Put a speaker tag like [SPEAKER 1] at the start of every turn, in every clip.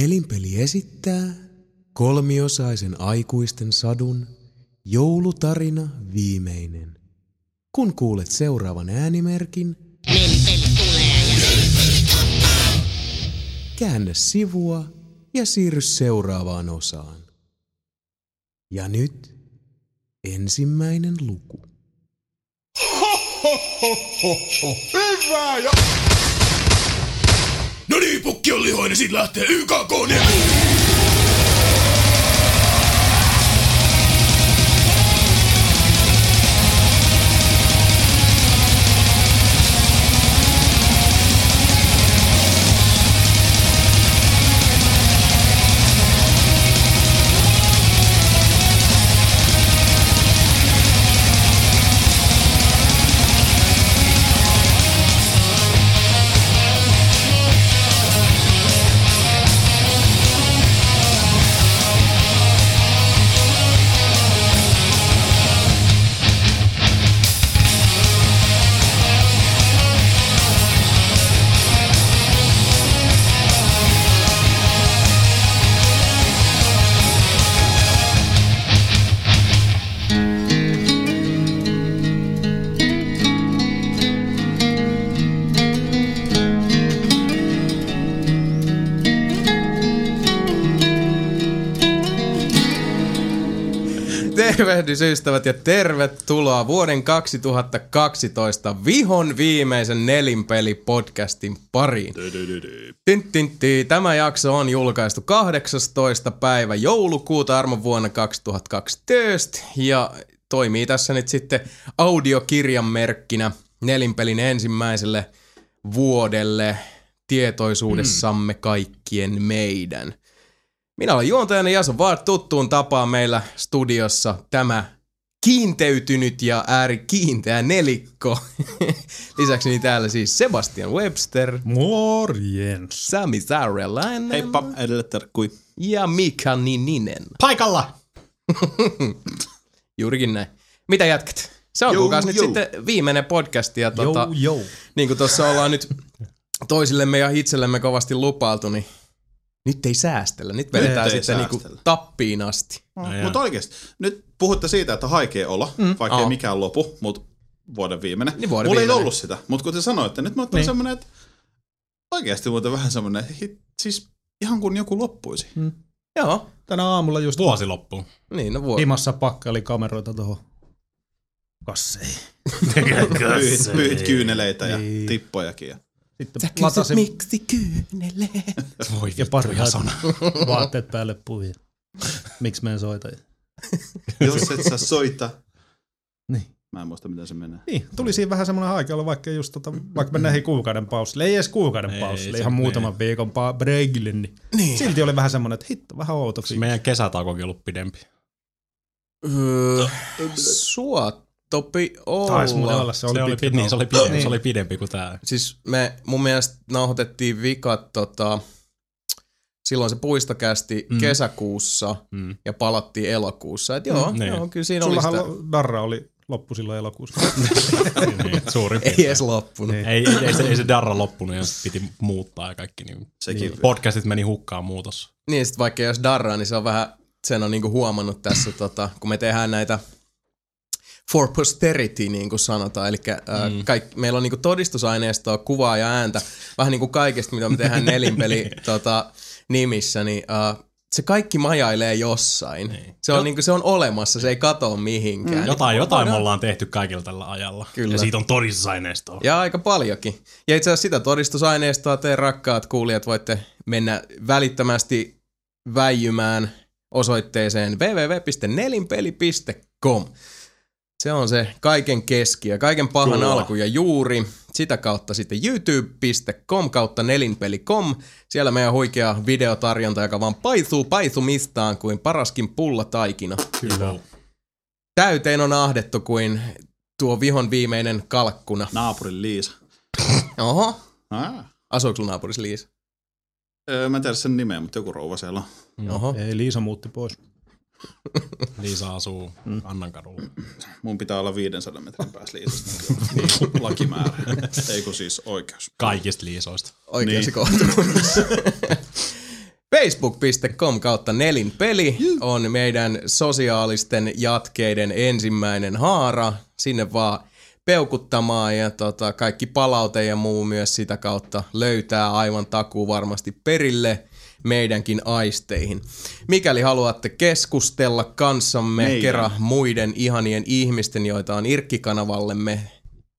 [SPEAKER 1] Nelinpeli esittää kolmiosaisen aikuisten sadun Joulutarina viimeinen. Kun kuulet seuraavan äänimerkin, käännä sivua ja siirry seuraavaan osaan. Ja nyt ensimmäinen luku.
[SPEAKER 2] Hyvä ja... No niin, pukki on lihoinen, sit lähtee YKK
[SPEAKER 3] Tervehdys ystävät ja tervetuloa vuoden 2012 vihon viimeisen nelinpeli-podcastin pariin. Tintintti, tämä jakso on julkaistu 18. päivä joulukuuta armon vuonna 2012 ja toimii tässä nyt sitten audiokirjan merkkinä nelinpelin ensimmäiselle vuodelle tietoisuudessamme kaikkien meidän. Minä olen juontajana Jaso Vaart tuttuun tapaan meillä studiossa tämä kiinteytynyt ja ääri kiinteä nelikko. Lisäksi niin täällä siis Sebastian Webster,
[SPEAKER 4] Morjens.
[SPEAKER 3] Sami Sarelainen
[SPEAKER 5] Heippa, edelle terkkui.
[SPEAKER 3] ja Mika Nininen.
[SPEAKER 4] Paikalla!
[SPEAKER 3] Juurikin näin. Mitä jatkat? Se on
[SPEAKER 5] Jou,
[SPEAKER 3] kuukaus nyt
[SPEAKER 5] jou.
[SPEAKER 3] sitten viimeinen podcast ja
[SPEAKER 4] Jou,
[SPEAKER 3] tota,
[SPEAKER 4] jou.
[SPEAKER 3] niin kuin tuossa ollaan nyt toisillemme ja itsellemme kovasti lupailtu, niin nyt ei säästellä. Nyt vedetään
[SPEAKER 5] ei
[SPEAKER 3] sitten niinku
[SPEAKER 5] säästellä.
[SPEAKER 3] tappiin asti.
[SPEAKER 4] jaa.
[SPEAKER 5] Mutta oikeesti, nyt puhutte siitä, että on haikea olo, mm. vaikka ei
[SPEAKER 3] Aa.
[SPEAKER 5] mikään lopu, mutta vuoden viimeinen.
[SPEAKER 3] Niin, vuoden
[SPEAKER 5] Mulla
[SPEAKER 3] viimeinen.
[SPEAKER 5] ei ollut sitä, mutta kun te sanoitte, nyt mä oon niin. semmonen, että oikeesti muuten vähän semmonen, hit, siis ihan kun joku loppuisi. Mm.
[SPEAKER 3] Joo,
[SPEAKER 4] Tänä aamulla just
[SPEAKER 6] Vuosi loppuu.
[SPEAKER 3] niin no vuosi.
[SPEAKER 4] Himassa pakkaili kameroita tuohon kasseihin.
[SPEAKER 5] Pyyhit, pyyhit kyyneleitä ja
[SPEAKER 3] Niin.
[SPEAKER 5] tippojakin. Ja.
[SPEAKER 4] Sitten latasin
[SPEAKER 3] miksi kyynelee?
[SPEAKER 6] Voi
[SPEAKER 4] ja
[SPEAKER 6] vittu,
[SPEAKER 4] pari
[SPEAKER 6] Jasona.
[SPEAKER 4] vaatteet päälle puihin. Miksi mä en soita?
[SPEAKER 5] Jos et sä soita.
[SPEAKER 4] Niin.
[SPEAKER 5] Mä en muista, miten se menee.
[SPEAKER 4] Niin, tuli siinä vähän semmoinen aika olla, vaikka just tota, vaikka mennään hei kuukauden paussille. Ei edes kuukauden ei, paussille,
[SPEAKER 6] Mm. se- niin.
[SPEAKER 4] ihan muutaman viikon pa- breakille, niin, niin. silti oli vähän semmoinen, että hitto, vähän outo
[SPEAKER 6] Onks Meidän kesätaukokin ollut pidempi.
[SPEAKER 3] Öö, suottopi olla.
[SPEAKER 4] Taisi muuten olla, se
[SPEAKER 6] Se oli,
[SPEAKER 4] oli,
[SPEAKER 6] se oli,
[SPEAKER 4] pitkä
[SPEAKER 6] pidempi, niin, se oli, pidempi,
[SPEAKER 4] Niin.
[SPEAKER 6] niin. se oli pidempi kuin tää.
[SPEAKER 3] Siis me mun mielestä nauhoitettiin vikat tota, silloin se puistokästi mm. kesäkuussa
[SPEAKER 6] Mm.
[SPEAKER 3] ja palattiin elokuussa. Et joo, mm,
[SPEAKER 6] niin.
[SPEAKER 3] joo, kyllä siinä oli
[SPEAKER 4] No, Sullahan
[SPEAKER 3] sitä.
[SPEAKER 4] lo- Darra oli loppu silloin elokuussa.
[SPEAKER 6] niin, suurin
[SPEAKER 3] Ei
[SPEAKER 6] piirtein.
[SPEAKER 3] edes loppunut.
[SPEAKER 4] Ei.
[SPEAKER 3] Ei.
[SPEAKER 6] Ei, ei, ei, se, ei se darra loppunut ja sit piti muuttaa ja kaikki. Niin
[SPEAKER 5] Sekin.
[SPEAKER 6] podcastit meni hukkaan muutos.
[SPEAKER 3] Niin sit vaikka jos darraa, niin se on vähän, sen on niinku huomannut tässä, tota, kun me tehdään näitä for posterity, niin kuin sanotaan. Eli mm. kaikki, meillä on niin kuin todistusaineistoa, kuvaa ja ääntä, vähän niin kuin kaikesta, mitä me tehdään nelinpeli tota, nimissä, niin äh, se kaikki majailee jossain. Niin. Se, on, niin kuin, se on olemassa, se ei katoa mihinkään. Mm.
[SPEAKER 6] Jotain, jotain me ollaan tehty kaikilla tällä ajalla.
[SPEAKER 3] Kyllä.
[SPEAKER 6] Ja siitä on todistusaineistoa.
[SPEAKER 3] Ja aika paljonkin. Ja itse asiassa sitä todistusaineistoa te rakkaat kuulijat voitte mennä välittömästi väijymään osoitteeseen www.nelinpeli.com. Se on se kaiken keski ja kaiken pahan
[SPEAKER 6] Kyllä.
[SPEAKER 3] alku ja juuri. Sitä kautta sitten youtube.com kautta nelinpeli.com. Siellä meidän huikea videotarjonta, joka vaan paisuu paisumistaan kuin paraskin pulla taikina
[SPEAKER 6] Kyllä.
[SPEAKER 3] täyteen on ahdettu kuin tuo vihon viimeinen kalkkuna.
[SPEAKER 5] Naapurin Liisa.
[SPEAKER 3] Oho,
[SPEAKER 5] Ah.
[SPEAKER 3] asuiko sulla naapurissa Liisa?
[SPEAKER 5] Öö, mä en tiedä sen nimeä, mutta joku rouva siellä on.
[SPEAKER 3] Oho.
[SPEAKER 4] ei, Liisa muutti pois.
[SPEAKER 6] Liisa asuu
[SPEAKER 3] Mm.
[SPEAKER 6] Annankadulla.
[SPEAKER 5] Mun pitää olla 500 metrin päässä Liisasta.
[SPEAKER 3] Niin.
[SPEAKER 5] Lakimäärä. Ei kun siis oikeus.
[SPEAKER 6] Kaikista Liisoista.
[SPEAKER 3] Oikeassa niin.
[SPEAKER 5] Niin.
[SPEAKER 3] kohtuudessa. Facebook.com kautta nelinpeli on meidän sosiaalisten jatkeiden ensimmäinen haara. Sinne vaan peukuttamaan ja tota, kaikki palaute ja muu myös sitä kautta löytää aivan takuu varmasti perille meidänkin aisteihin. Mikäli haluatte keskustella kanssamme
[SPEAKER 5] Meidän.
[SPEAKER 3] kerran muiden ihanien ihmisten, joita on Irkki-kanavallemme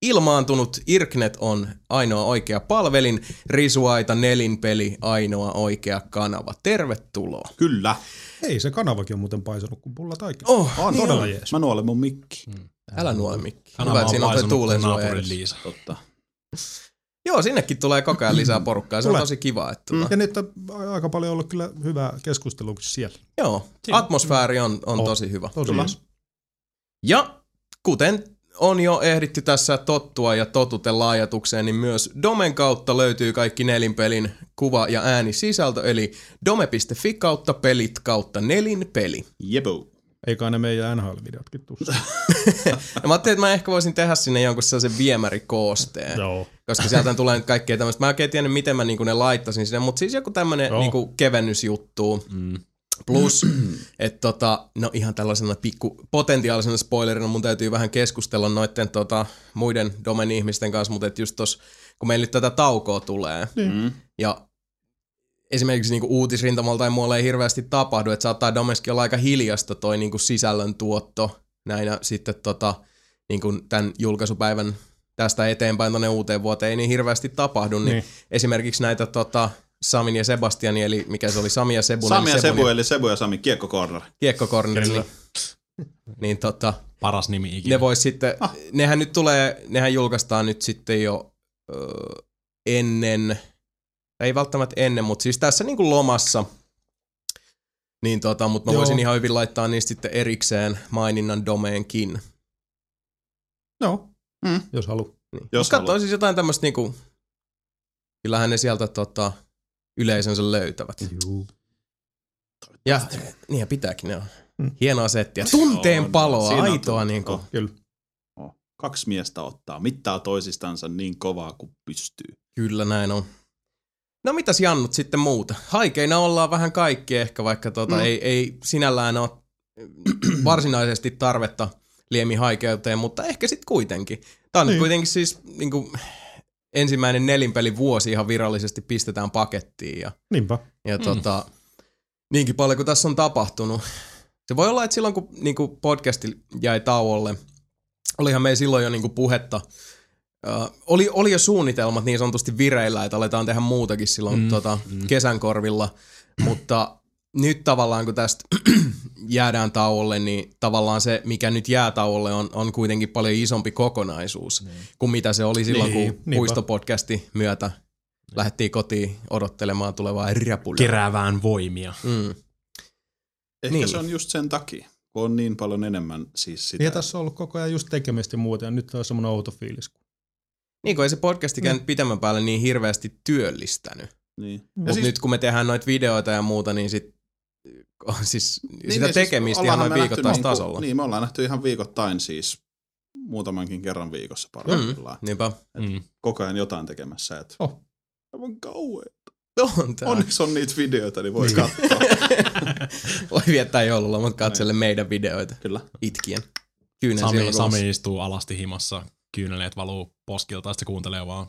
[SPEAKER 3] ilmaantunut, Irknet on ainoa oikea palvelin, Risuaita nelinpeli ainoa oikea kanava. Tervetuloa.
[SPEAKER 5] Kyllä.
[SPEAKER 4] Ei, se kanavakin on muuten paisunut kuin pulla taikin.
[SPEAKER 3] Oh,
[SPEAKER 5] On,
[SPEAKER 4] Niin
[SPEAKER 5] todella
[SPEAKER 4] on.
[SPEAKER 5] jees. Mä nuolen mun mikki.
[SPEAKER 3] Mm, älä nuole mikki. Hyvä,
[SPEAKER 6] Kanava
[SPEAKER 3] että
[SPEAKER 6] on
[SPEAKER 3] siinä on toi
[SPEAKER 6] paisunut kuin
[SPEAKER 3] tuulen
[SPEAKER 6] naapurin
[SPEAKER 3] suoja.
[SPEAKER 6] Liisa.
[SPEAKER 5] Totta.
[SPEAKER 3] Joo, sinnekin tulee koko ajan lisää porukkaa. Se on
[SPEAKER 4] Tulee.
[SPEAKER 3] tosi kiva. Että tota,
[SPEAKER 4] Ja nyt on a- aika paljon ollut kyllä hyvää keskustelua siellä.
[SPEAKER 3] Joo, atmosfääri on, on
[SPEAKER 4] On.
[SPEAKER 6] Oh.
[SPEAKER 3] tosi hyvä.
[SPEAKER 4] Tosi
[SPEAKER 5] Kyllä.
[SPEAKER 4] jees.
[SPEAKER 3] Ja kuten on jo ehditty tässä tottua ja totutella ajatukseen, niin myös Domen kautta löytyy kaikki nelinpelin kuva- ja äänisisältö, eli dome.fi kautta pelit kautta nelinpeli.
[SPEAKER 5] Jebo.
[SPEAKER 4] Eikä ne meidän NHL-videotkin tuu.
[SPEAKER 3] Ja mä ajattelin, että mä ehkä voisin tehdä sinne jonkun sellaisen viemärikoosteen.
[SPEAKER 4] Joo.
[SPEAKER 3] koska sieltä tulee nyt kaikkea tämmöistä. Mä en oikein tiennyt, miten mä niinku ne laittaisin sinne, mutta siis joku tämmönen
[SPEAKER 4] Joo.
[SPEAKER 3] niinku kevennysjuttu. Mm. Plus, että tota, no ihan tällaisena pikku potentiaalisena spoilerina mun täytyy vähän keskustella noitten tota, muiden domen ihmisten kanssa, mutta et just tos, kun meillä nyt tätä taukoa tulee,
[SPEAKER 5] Mm.
[SPEAKER 3] ja esimerkiksi niinku uutisrintamalla tai muualla ei hirveästi tapahdu, että saattaa Domeskin olla aika hiljasta toi niinku sisällön tuotto näinä sitten tota, niinku tämän julkaisupäivän tästä eteenpäin tonne uuteen vuoteen ei niin hirveästi tapahdu, niin, niin.
[SPEAKER 4] Niin.
[SPEAKER 3] esimerkiksi näitä tota, Samin ja Sebastiani, eli mikä se oli, Sami ja Sebun,
[SPEAKER 5] Sami ja
[SPEAKER 3] eli Sebun
[SPEAKER 5] Sebu, eli Sebu ja Sami, kiekko corner.
[SPEAKER 3] kiekkokornerit, niin, niin tota,
[SPEAKER 6] Paras nimi ikinä.
[SPEAKER 3] ne vois sitten, ah. nehän nyt tulee, nehän julkaistaan nyt sitten jo ö, ennen, ei välttämättä ennen, mutta siis tässä niinku lomassa, niin tota, mutta mä Joo.
[SPEAKER 4] Joo.
[SPEAKER 3] voisin ihan hyvin laittaa niistä sitten erikseen maininnan domeenkin.
[SPEAKER 4] No,
[SPEAKER 5] Mm.
[SPEAKER 4] jos haluaa.
[SPEAKER 3] Niin.
[SPEAKER 5] Jos
[SPEAKER 3] Jos katsoo
[SPEAKER 5] haluat.
[SPEAKER 3] siis jotain tämmöistä niinku, kyllähän ne sieltä tota, yleisönsä löytävät.
[SPEAKER 4] Juu.
[SPEAKER 3] Ja niin ja pitääkin ne on.
[SPEAKER 4] Mm.
[SPEAKER 3] Hienoa settiä. Tunteen
[SPEAKER 5] on.
[SPEAKER 3] paloa,
[SPEAKER 5] Siinä on
[SPEAKER 3] aitoa
[SPEAKER 5] tunne.
[SPEAKER 3] niinku.
[SPEAKER 5] Oh.
[SPEAKER 4] Kyllä.
[SPEAKER 5] Oh. Kaksi miestä ottaa mittaa toisistansa niin kovaa kuin pystyy.
[SPEAKER 3] Kyllä näin on. No mitäs Jannut sitten muuta? Haikeina ollaan vähän kaikki ehkä, vaikka tota, mm. ei, ei sinällään ole varsinaisesti tarvetta liemihaikeuteen, mutta ehkä sitten kuitenkin. Tämä on niin.
[SPEAKER 4] Niin.
[SPEAKER 3] kuitenkin siis niin kuin, ensimmäinen nelinpeli vuosi ihan virallisesti pistetään pakettiin ja,
[SPEAKER 4] Niinpä.
[SPEAKER 3] ja mm. tota, niinkin paljon kuin tässä on tapahtunut. Se voi olla, että silloin kun niin kuin podcasti jäi tauolle, olihan meillä silloin jo niinku puhetta. Ö, oli, oli jo suunnitelmat niin sanotusti vireillä, että aletaan tehdä muutakin silloin mm, tota, mm. kesän korvilla, mutta nyt tavallaan kun tästä jäädään tauolle, niin tavallaan se, mikä nyt jää tauolle, on, on kuitenkin paljon isompi kokonaisuus mm. kuin mitä se oli silloin, niin,
[SPEAKER 6] Niin,
[SPEAKER 3] kun
[SPEAKER 4] niinpä.
[SPEAKER 3] puistopodcasti myötä lähdettiin kotiin odottelemaan tulevaa räpulaa.
[SPEAKER 6] Keräävään voimia.
[SPEAKER 3] Mm.
[SPEAKER 5] Ehkä
[SPEAKER 3] Niin.
[SPEAKER 5] niin. se on just sen takia, kun on niin paljon enemmän siis sitä.
[SPEAKER 4] Niin, Ja tässä on ollut koko ajan just tekemistä ja muuta, ja nyt on semmoinen outo fiilis.
[SPEAKER 3] Niin kuin ei se podcastikään mm. pitemmän päälle niin hirveästi työllistänyt.
[SPEAKER 5] Niin.
[SPEAKER 3] Mutta siis... nyt kun me tehdään noita videoita ja muuta, niin sit, on siis, niin, sitä
[SPEAKER 5] niin,
[SPEAKER 3] niin, tekemistä
[SPEAKER 5] siis
[SPEAKER 3] ihan
[SPEAKER 5] ollaanhan
[SPEAKER 3] noin
[SPEAKER 5] me
[SPEAKER 3] viikoittaisi
[SPEAKER 5] nähty niinku-
[SPEAKER 3] tasolla. Niin,
[SPEAKER 5] Niin, me ollaan nähty ihan viikoittain siis muutamankin kerran viikossa parhaimmillaan.
[SPEAKER 3] mm, niinpä.
[SPEAKER 6] Mm.
[SPEAKER 5] Koko ajan jotain tekemässä. Et...
[SPEAKER 4] Oh.
[SPEAKER 5] Aivan kauhean.
[SPEAKER 3] On tää. On.
[SPEAKER 5] Onneksi on niitä videoita, niin voi katsoa.
[SPEAKER 3] Voi viettää joululomat katselle meidän videoita
[SPEAKER 5] Kyllä.
[SPEAKER 3] itkien. Kyynel
[SPEAKER 6] Sami,
[SPEAKER 3] silmäkulmassa.
[SPEAKER 6] Sami istuu alasti himassa, kyyneleet valuu poskilta, sitten se kuuntelee vaan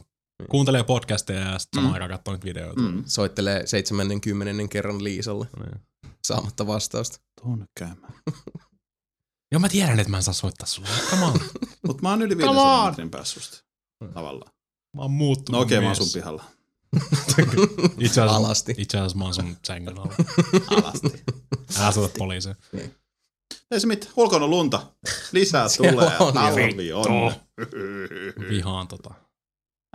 [SPEAKER 6] kuuntelee podcasteja ja sitten samaan aikaan katsoo niitä videoita.
[SPEAKER 5] Mm.
[SPEAKER 3] Soittelee 70 kerran Liisalle saamatta vastausta.
[SPEAKER 5] Tuonne käymään.
[SPEAKER 6] Joo, mä tiedän, että mä en saa soittaa sulle. Come on.
[SPEAKER 5] Mut mä oon yli
[SPEAKER 6] Come
[SPEAKER 5] 500
[SPEAKER 6] on!
[SPEAKER 5] metrin päässä susta. Tavallaan.
[SPEAKER 6] Mä oon muuttunut
[SPEAKER 5] No okei, okay, mä oon
[SPEAKER 6] Hmm. mies.
[SPEAKER 5] sun pihalla.
[SPEAKER 6] Itse asiassa,
[SPEAKER 3] Alasti.
[SPEAKER 6] Itse asiassa mä oon sun sängyn alla.
[SPEAKER 5] Alasti.
[SPEAKER 6] Älä soita poliisia.
[SPEAKER 5] Ei se mitään. Ulkona on lunta. Lisää tulee.
[SPEAKER 3] on jo.
[SPEAKER 5] Talvi on. Mm.
[SPEAKER 6] Vihaan tota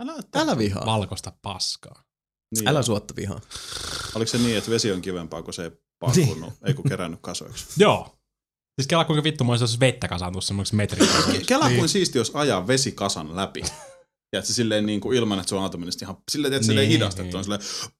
[SPEAKER 5] Älä,
[SPEAKER 3] Älä
[SPEAKER 5] Ah.
[SPEAKER 3] vihaa.
[SPEAKER 6] valkoista paskaa.
[SPEAKER 5] niin.
[SPEAKER 3] Älä suotta vihaa.
[SPEAKER 5] Oliko se niin, että vesi on kivempaa, kun se ei pakunut,
[SPEAKER 6] Niin.
[SPEAKER 5] ei kun kerännyt kasoiksi?
[SPEAKER 6] Joo. Siis kelaa kuinka vittu mä olisin, jos vettä kasaantuu semmoiksi metrin.
[SPEAKER 5] Ke- Kela niin. kuin siisti, jos ajaa vesikasan läpi. Ja että se silleen niin kuin ilman, että sun aatominen ihan silleen, että niin,
[SPEAKER 6] Niin,
[SPEAKER 5] silleen hidastettu
[SPEAKER 6] niin.
[SPEAKER 5] on silleen,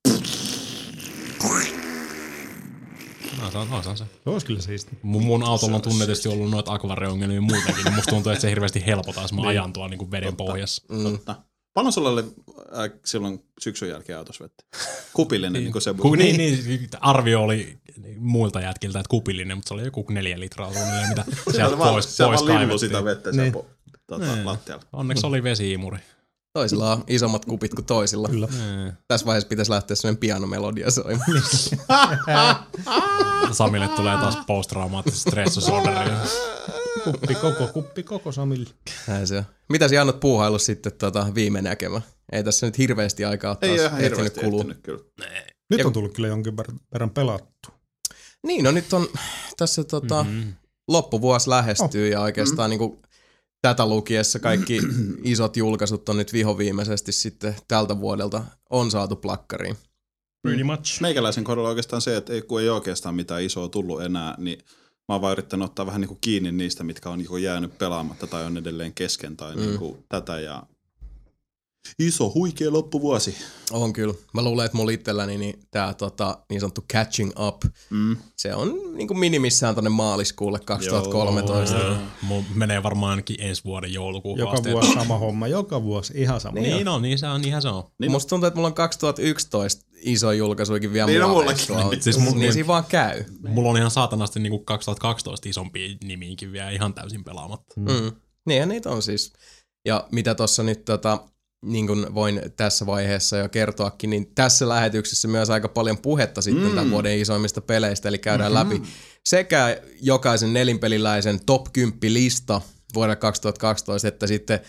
[SPEAKER 6] No, se on, on, se on se.
[SPEAKER 4] Se olisi kyllä siisti.
[SPEAKER 6] Mun, mun autolla on tunnetusti ollut noita akvariongelmia muutenkin, niin musta tuntuu, että se hirveästi helpotaan, jos mä ajan tuolla niin veden niin pohjassa.
[SPEAKER 3] Mm.
[SPEAKER 5] totta. Paljon sulla oli äh, silloin syksyn jälkeen autossa vettä? Kupillinen, niin kuin se.
[SPEAKER 6] Ku, niin, niin, arvio oli muilta jätkiltä, että kupillinen, mutta se oli joku neljä litraa suunnilleen, mitä sieltä
[SPEAKER 5] Siellä vaan,
[SPEAKER 6] pois,
[SPEAKER 5] siellä
[SPEAKER 6] pois
[SPEAKER 5] vaan limmu
[SPEAKER 6] kaivettiin.
[SPEAKER 5] sitä vettä niin.
[SPEAKER 4] Niin.
[SPEAKER 5] po, tota, lattialla.
[SPEAKER 6] Onneksi oli vesiimuri.
[SPEAKER 3] Toisilla on isommat kupit kuin toisilla. Kyllä. Tässä vaiheessa pitäisi lähteä sellainen pianomelodia soimaan.
[SPEAKER 6] Samille tulee taas posttraumaattiset stressisordereja.
[SPEAKER 4] Kuppi koko, kuppi koko Samille.
[SPEAKER 3] Näin se on. Mitä sinä annat puuhailu sitten tota, viime näkemä? Ei tässä nyt hirveästi aikaa taas
[SPEAKER 5] Ei ole ihan
[SPEAKER 3] ehtinyt
[SPEAKER 5] hirveästi
[SPEAKER 3] kulua.
[SPEAKER 5] ehtinyt kyllä.
[SPEAKER 4] Nyt on tullut kyllä jonkin verran- verran pelattu.
[SPEAKER 3] Niin, no nyt on tässä tota,
[SPEAKER 6] Mhm. Mm.
[SPEAKER 3] mm-hmm. loppuvuosi lähestyy oh. ja
[SPEAKER 5] Mhm.
[SPEAKER 3] oikeastaan mm-hmm. niin tätä lukiessa kaikki isot julkaisut on nyt vihoviimeisesti sitten tältä vuodelta on saatu plakkariin.
[SPEAKER 4] Pretty much.
[SPEAKER 5] Meikäläisen kohdalla oikeastaan se, että ei, kun ei oikeastaan mitään isoa tullut enää, niin mä oon vaan yrittänyt ottaa vähän niin kuin kiinni niistä, mitkä on niin kuin jäänyt pelaamatta tai on edelleen kesken tai mm. niin kuin tätä ja iso huikea loppuvuosi.
[SPEAKER 3] On kyllä. Mä luulen, että mulla itselläni niin tämä tota, niin sanottu catching up,
[SPEAKER 5] Mm.
[SPEAKER 3] se on niin kuin minimissään tonne maaliskuulle 2013. Joo.
[SPEAKER 6] Mun menee varmaan ainakin ensi vuoden joulukuun
[SPEAKER 4] Joka
[SPEAKER 6] asti.
[SPEAKER 4] vuosi sama homma, joka vuosi ihan sama.
[SPEAKER 6] Niin on, niin se on, niinhän se on.
[SPEAKER 5] Niin.
[SPEAKER 3] Niin Musta tuntuu, että mulla on 2011 iso julkaisuikin vielä
[SPEAKER 5] Niin on
[SPEAKER 3] muoveissa.
[SPEAKER 5] mullakin.
[SPEAKER 6] Siis mun-
[SPEAKER 3] niin siinä vaan käy.
[SPEAKER 6] Mulla on ihan saatanasti niinku 2012 isompia nimiinkin vielä ihan täysin pelaamatta.
[SPEAKER 3] Mm. Niinhän niitä on siis. Ja mitä tuossa nyt tota, niin kuin voin tässä vaiheessa jo kertoakin, niin tässä lähetyksessä myös aika paljon puhetta sitten mm. tämän vuoden isoimmista peleistä, eli käydään mm-hmm. läpi sekä jokaisen nelinpeliläisen top 10 lista vuoden 2012, että sitten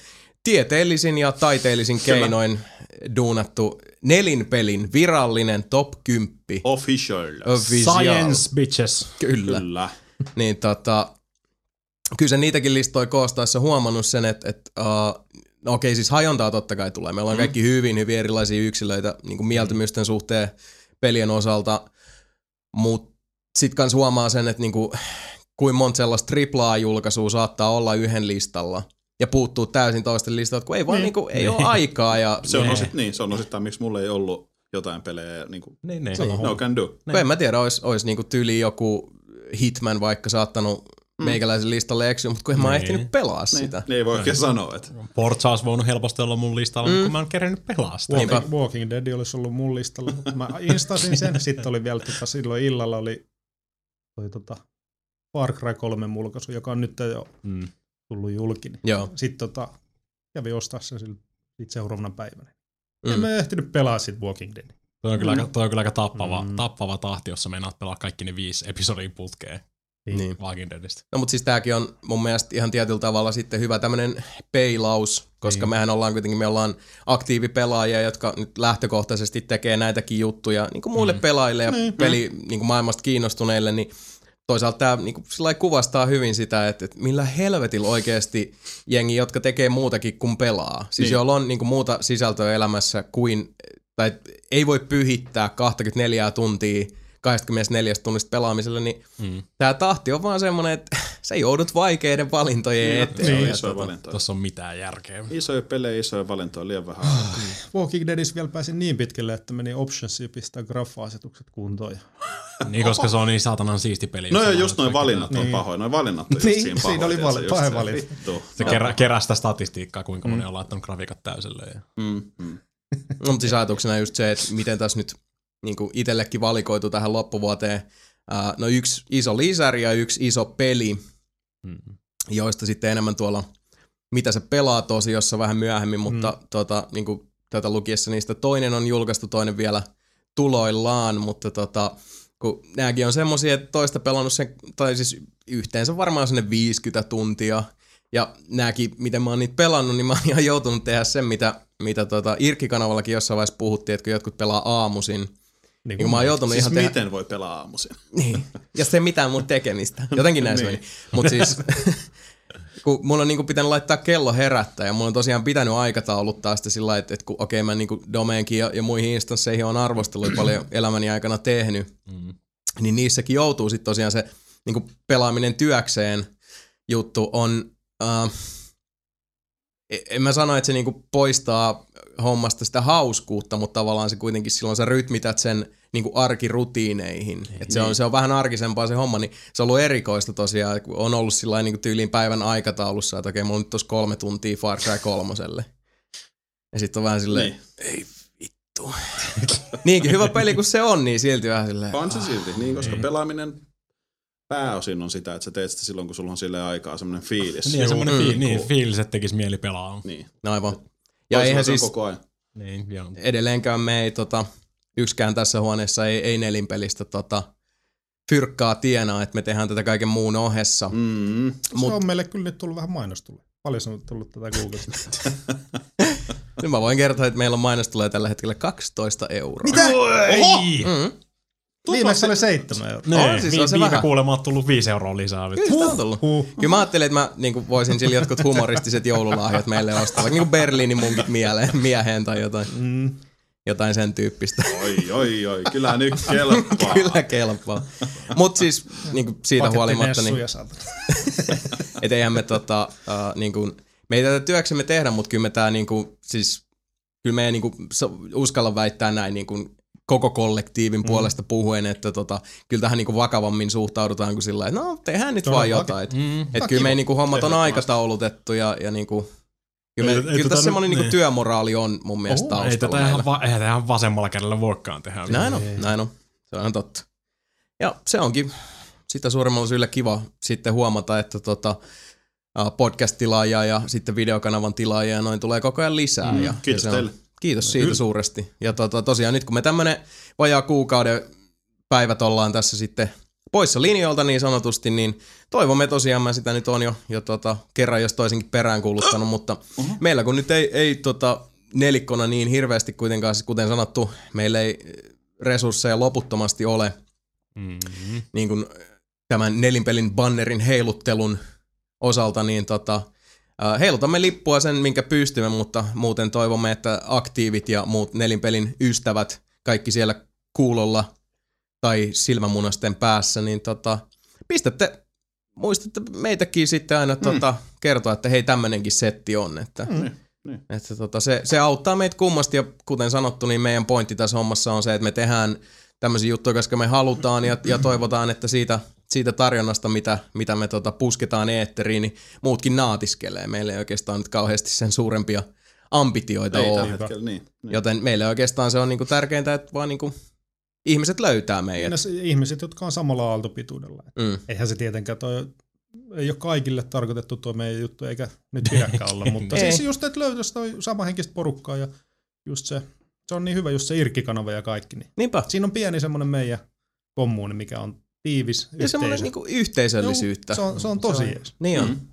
[SPEAKER 3] tieteellisin ja taiteellisin Kyllä. keinoin duunattu nelinpelin virallinen top 10
[SPEAKER 5] Official.
[SPEAKER 3] official.
[SPEAKER 6] bitches.
[SPEAKER 3] Kyllä
[SPEAKER 5] Kyllä.
[SPEAKER 3] niin tota, kyllä se niitäkin listoja koostaessa huomannut sen, että et, uh, no okei siis hajontaa totta kai tulee. Meillä on kaikki hyvin, hyvin erilaisia yksilöitä niin kuin mieltymysten suhteen pelien osalta, mutta sitten kans huomaa sen, että niinku, kuin monta sellaista triplaa julkaisua saattaa olla yhden listalla ja puuttuu täysin toisten listalta, kun ei vaan niin. niinku, ei ole aikaa ja
[SPEAKER 5] Se on,
[SPEAKER 6] Niin.
[SPEAKER 5] osit, niin, se on osittain, miksi mulla ei ollut jotain pelejä, niin kuin,
[SPEAKER 6] Niin, niin.
[SPEAKER 5] no can do.
[SPEAKER 3] Kun en mä tiedä, olisi olis niinku tyyli joku Hitman vaikka saattanut mm. meikäläisen listalle eksyä, mutta kun en mä oon
[SPEAKER 6] Niin.
[SPEAKER 3] ehtinyt pelaa niin. sitä.
[SPEAKER 5] Niin ei voi oikein sanoa, että
[SPEAKER 6] Forza olisi voinut helposti olla mun listalla, mm. kun mä en kerennyt pelaa sitä.
[SPEAKER 3] Niinpä.
[SPEAKER 4] Walking, Walking Dead olisi ollut mun listalla, mutta mä instasin sen. Sitten oli vielä tota, silloin illalla oli toi, tota, Far Cry 3 mulkaisu, joka on nyt jo
[SPEAKER 6] Mm.
[SPEAKER 4] tullut julkinen.
[SPEAKER 3] Joo.
[SPEAKER 4] Sitten tota, kävin ostaa sen sille, sit seuraavana päivänä.
[SPEAKER 3] Mm.
[SPEAKER 4] Mm. En mä ehtinyt pelaa sit Walking Dead.
[SPEAKER 6] Toi on kyllä, aika, toi on kyllä aika tappava,
[SPEAKER 4] Mm.
[SPEAKER 6] mm. tappava tahti, jos sä meinaat pelaa kaikki ne viisi episodin putkeen
[SPEAKER 3] Niin.
[SPEAKER 6] Walking Deadistä.
[SPEAKER 3] No mutta siis tämäkin on mun mielestä ihan tietyllä tavalla sitten hyvä tämmöinen peilaus, koska niin. mehän ollaan kuitenkin, me ollaan aktiivipelaajia, jotka nyt lähtökohtaisesti tekee näitäkin juttuja niin kuin muille mm. pelaajille ja niin. peli niin kuin maailmasta kiinnostuneille, niin toisaalta tämä niin kuin, sillä lailla kuvastaa hyvin sitä, että, että millä helvetillä oikeasti jengi, jotka tekee muutakin kuin pelaa. Siis
[SPEAKER 5] Niin.
[SPEAKER 3] niin. joilla on niin kuin, muuta sisältöä elämässä kuin, tai ei voi pyhittää 24 tuntia 24 tunnista pelaamiselle, niin
[SPEAKER 6] Mm.
[SPEAKER 3] tämä tahti on vaan semmoinen, että sä joudut vaikeiden valintojen eteen.
[SPEAKER 5] Niin, se on
[SPEAKER 3] Ja
[SPEAKER 5] isoja
[SPEAKER 3] tota-
[SPEAKER 5] valintoja.
[SPEAKER 6] Tuossa on mitään järkeä.
[SPEAKER 5] Isoja pelejä, isoja valintoja, liian vähän. aikaa.
[SPEAKER 4] Walking Deadissä vielä pääsin niin pitkälle, että meni optionsiin pistää graffa-asetukset kuntoon. ja-
[SPEAKER 6] Niin, koska se on niin saatanan siisti peli.
[SPEAKER 5] No
[SPEAKER 6] jossa
[SPEAKER 5] joo,
[SPEAKER 6] vaan
[SPEAKER 5] just noin
[SPEAKER 6] kaikki-
[SPEAKER 5] valinnat on
[SPEAKER 4] Niin.
[SPEAKER 5] pahoja. Noin valinnat on just
[SPEAKER 4] Niin,
[SPEAKER 5] siinä
[SPEAKER 4] siinä
[SPEAKER 5] pahoja.
[SPEAKER 4] oli
[SPEAKER 5] ja
[SPEAKER 4] vali-
[SPEAKER 5] se just
[SPEAKER 4] paha
[SPEAKER 5] se,
[SPEAKER 4] valinta.
[SPEAKER 5] vittu.
[SPEAKER 6] Se kerää, kerää sitä statistiikkaa, kuinka
[SPEAKER 3] Mm.
[SPEAKER 6] moni on laittanut grafiikat täysille. Ja...
[SPEAKER 5] Mm, mm.
[SPEAKER 3] No, mutta siis ajatuksena just se, että miten tässä nyt niin itsellekin valikoitu tähän loppuvuoteen. Ää, No yksi iso lisäri ja yksi iso peli,
[SPEAKER 6] Mm.
[SPEAKER 3] joista sitten enemmän tuolla, mitä se pelaa tosi, jossa vähän myöhemmin, mutta tota, niin kuin tätä lukiessa niistä toinen on julkaistu, toinen vielä tuloillaan, mutta tota, kun nämäkin on semmosia, että toista pelannut sen, tai siis yhteensä varmaan sinne 50 tuntia, ja nämäkin, miten mä oon niitä pelannut, niin mä oon ihan joutunut tehdä sen, mitä, mitä tota Irkki-kanavallakin jossain vaiheessa puhuttiin, että kun jotkut pelaa aamuisin, niin kun mä oon joutunut
[SPEAKER 5] Siis
[SPEAKER 3] ihan tehdä...
[SPEAKER 5] miten voi pelaa aamuisin?
[SPEAKER 3] Niin. Ja se ei mitään mun tekemistä. Jotenkin näin se
[SPEAKER 5] Niin.
[SPEAKER 3] meni. Mutta siis, kun mun on niinku pitänyt laittaa kello herättää ja mun on tosiaan pitänyt aikatauluttaa sitä sillä lailla, että, että kun okei okay, mä niinku domeenkin ja, ja muihin instansseihin on arvosteluja paljon elämäni aikana tehnyt,
[SPEAKER 6] Mm.
[SPEAKER 3] niin niissäkin joutuu sitten tosiaan se niinku pelaaminen työkseen juttu on, äh, e- en mä sano, että se niinku poistaa hommasta sitä hauskuutta, mutta tavallaan se kuitenkin silloin sä rytmität sen niinku arkirutiineihin. Et se, on, se on vähän arkisempaa se homma, niin se on ollut erikoista tosiaan, kun on ollut sillä niinku tyyliin päivän aikataulussa, että okei, mulla on nyt tuossa kolme tuntia Far Cry kolmoselle. Ja sitten on vähän silleen, niin. ei vittu. Niinkin hyvä peli kuin se on, niin silti vähän silleen.
[SPEAKER 5] On se silti, niin, koska pelaaminen pääosin on sitä, että sä teet sitä silloin, kun sulla on sille aikaa semmoinen fiilis.
[SPEAKER 6] Niin, semmoinen fiil,
[SPEAKER 5] Mm.
[SPEAKER 6] niin, fiilis, että tekisi mieli pelaa.
[SPEAKER 5] Niin.
[SPEAKER 3] No aivan.
[SPEAKER 5] Ja
[SPEAKER 3] Ja eihän
[SPEAKER 5] siis...
[SPEAKER 3] siis
[SPEAKER 5] koko ajan.
[SPEAKER 6] Niin, joo.
[SPEAKER 3] edelleenkään me ei tota, yksikään tässä huoneessa ei, ei nelinpelistä tota, fyrkkaa tienaa, että me tehdään tätä kaiken muun ohessa. Mm.
[SPEAKER 5] Mm.
[SPEAKER 4] Mut.
[SPEAKER 3] Mut-
[SPEAKER 4] Se on meille kyllä nyt tullut vähän mainostulle. Paljon se on tullut tätä Googlesta.
[SPEAKER 3] Nyt mä voin kertoa, että meillä on mainos tulee tällä hetkellä 12 euroa.
[SPEAKER 6] Oho!
[SPEAKER 3] Mm.
[SPEAKER 4] Viimeksi oli seitsemän euroa.
[SPEAKER 6] Niin,
[SPEAKER 3] On, siis
[SPEAKER 6] vi-
[SPEAKER 3] on se
[SPEAKER 6] viime
[SPEAKER 3] vähän.
[SPEAKER 6] kuulemma on tullut viisi euroa lisää. vittu.
[SPEAKER 3] Kyllä sitä on tullut. Kyllä mä ajattelin, että mä niin voisin sille jotkut humoristiset joululahjat meille ostaa, vaikka niin Berliinin munkit mieleen, mieheen tai jotain,
[SPEAKER 4] Mm.
[SPEAKER 3] jotain sen tyyppistä.
[SPEAKER 5] Oi, oi, oi, kyllä nyt kelpaa.
[SPEAKER 3] Kyllä kelpaa. Mutta siis niin siitä
[SPEAKER 4] Paketti
[SPEAKER 3] huolimatta, niin,
[SPEAKER 4] nessuja saatana.
[SPEAKER 3] et eihän me tota, äh, niin kuin, me ei tätä työksemme tehdä, mutta kyllä me tää niin kuin, siis, kyllä me ei niin kuin, uskalla väittää näin niin kuin, koko kollektiivin mm. puolesta puhuen, että tota, kyllä tähän niin kuin vakavammin suhtaudutaan kuin sillä lailla, että no tehdään nyt
[SPEAKER 4] Joo,
[SPEAKER 3] vaan
[SPEAKER 4] vake-
[SPEAKER 3] jotain. Et,
[SPEAKER 6] Mm.
[SPEAKER 3] et kyllä me ei, niin kuin, hommat on
[SPEAKER 5] Ehdottomasti.
[SPEAKER 3] aikataulutettu ja, ja niin kuin, kyllä, me,
[SPEAKER 6] Ei- ei
[SPEAKER 3] ei, kyllä
[SPEAKER 6] tota
[SPEAKER 3] tässä
[SPEAKER 6] nyt-
[SPEAKER 3] semmoinen niin.
[SPEAKER 6] niin.
[SPEAKER 3] työmoraali on mun mielestä taustalla.
[SPEAKER 6] Ei tätä
[SPEAKER 3] meillä.
[SPEAKER 6] ihan, va- eihän tätä ihan vasemmalla kädellä voikaan tehdä.
[SPEAKER 3] Näin on, näin on. Se on ihan totta. Ja se onkin sitä suuremmalla syyllä kiva sitten huomata, että tota, ä, podcast-tilaajia ja sitten videokanavan tilaajia ja noin tulee koko ajan lisää. Mm, ja,
[SPEAKER 5] kiitos
[SPEAKER 3] ja se on-
[SPEAKER 5] teille.
[SPEAKER 3] Kiitos siitä suuresti. Ja tota, tosiaan nyt kun me tämmönen vajaa kuukauden päivät ollaan tässä sitten poissa linjoilta niin sanotusti, niin toivomme tosiaan, mä sitä nyt on jo, jo tota, kerran jos toisenkin perään kuuluttanut, mutta meillä kun nyt ei, ei tota, nelikkona niin hirveästi kuitenkaan, siis kuten sanottu, meillä ei resursseja loputtomasti ole
[SPEAKER 6] Mm-hmm.
[SPEAKER 3] niin kuin tämän nelinpelin bannerin heiluttelun osalta, niin tota, äh, heilutamme lippua sen, minkä pystymme, mutta muuten toivomme, että aktiivit ja muut nelinpelin ystävät, kaikki siellä kuulolla tai silmämunasten päässä, niin tota, pistätte, muistatte meitäkin sitten aina mm. tota, kertoa, että hei tämmönenkin setti on, että mm. Että tota, se, se auttaa meitä kummasti ja kuten sanottu, niin meidän pointti tässä hommassa on se, että me tehdään tämmöisiä juttuja, koska me halutaan ja, ja toivotaan, että siitä, siitä tarjonnasta, mitä, mitä me tota, pusketaan eetteriin, niin muutkin naatiskelee. Meillä ei oikeastaan nyt kauheasti sen suurempia ambitioita
[SPEAKER 5] Ei
[SPEAKER 3] ole.
[SPEAKER 5] tällä hetkellä, niin. niin.
[SPEAKER 3] Joten meille oikeastaan se on niinku tärkeintä, että vaan niinku ihmiset löytää meidät.
[SPEAKER 4] No, se- ihmiset, jotka on samalla aaltopituudella.
[SPEAKER 3] Mm.
[SPEAKER 4] Eihän se tietenkään toi, ei ole kaikille tarkoitettu tuo meidän juttu, eikä nyt pidäkään olla, mutta
[SPEAKER 3] Ei.
[SPEAKER 4] siis just, että löytäisi toi samanhenkistä porukkaa ja just se, se on niin hyvä, just se irkkikanava ja kaikki. Niin.
[SPEAKER 3] Niinpä.
[SPEAKER 4] Siinä on pieni semmoinen meidän kommuuni, mikä on tiivis
[SPEAKER 3] Ja semmoinen
[SPEAKER 4] yhteisö.
[SPEAKER 3] niinku yhteisöllisyyttä.
[SPEAKER 4] Joo, se, on, se on tosi jees.
[SPEAKER 3] Niin on.
[SPEAKER 5] Mm.
[SPEAKER 3] Ja,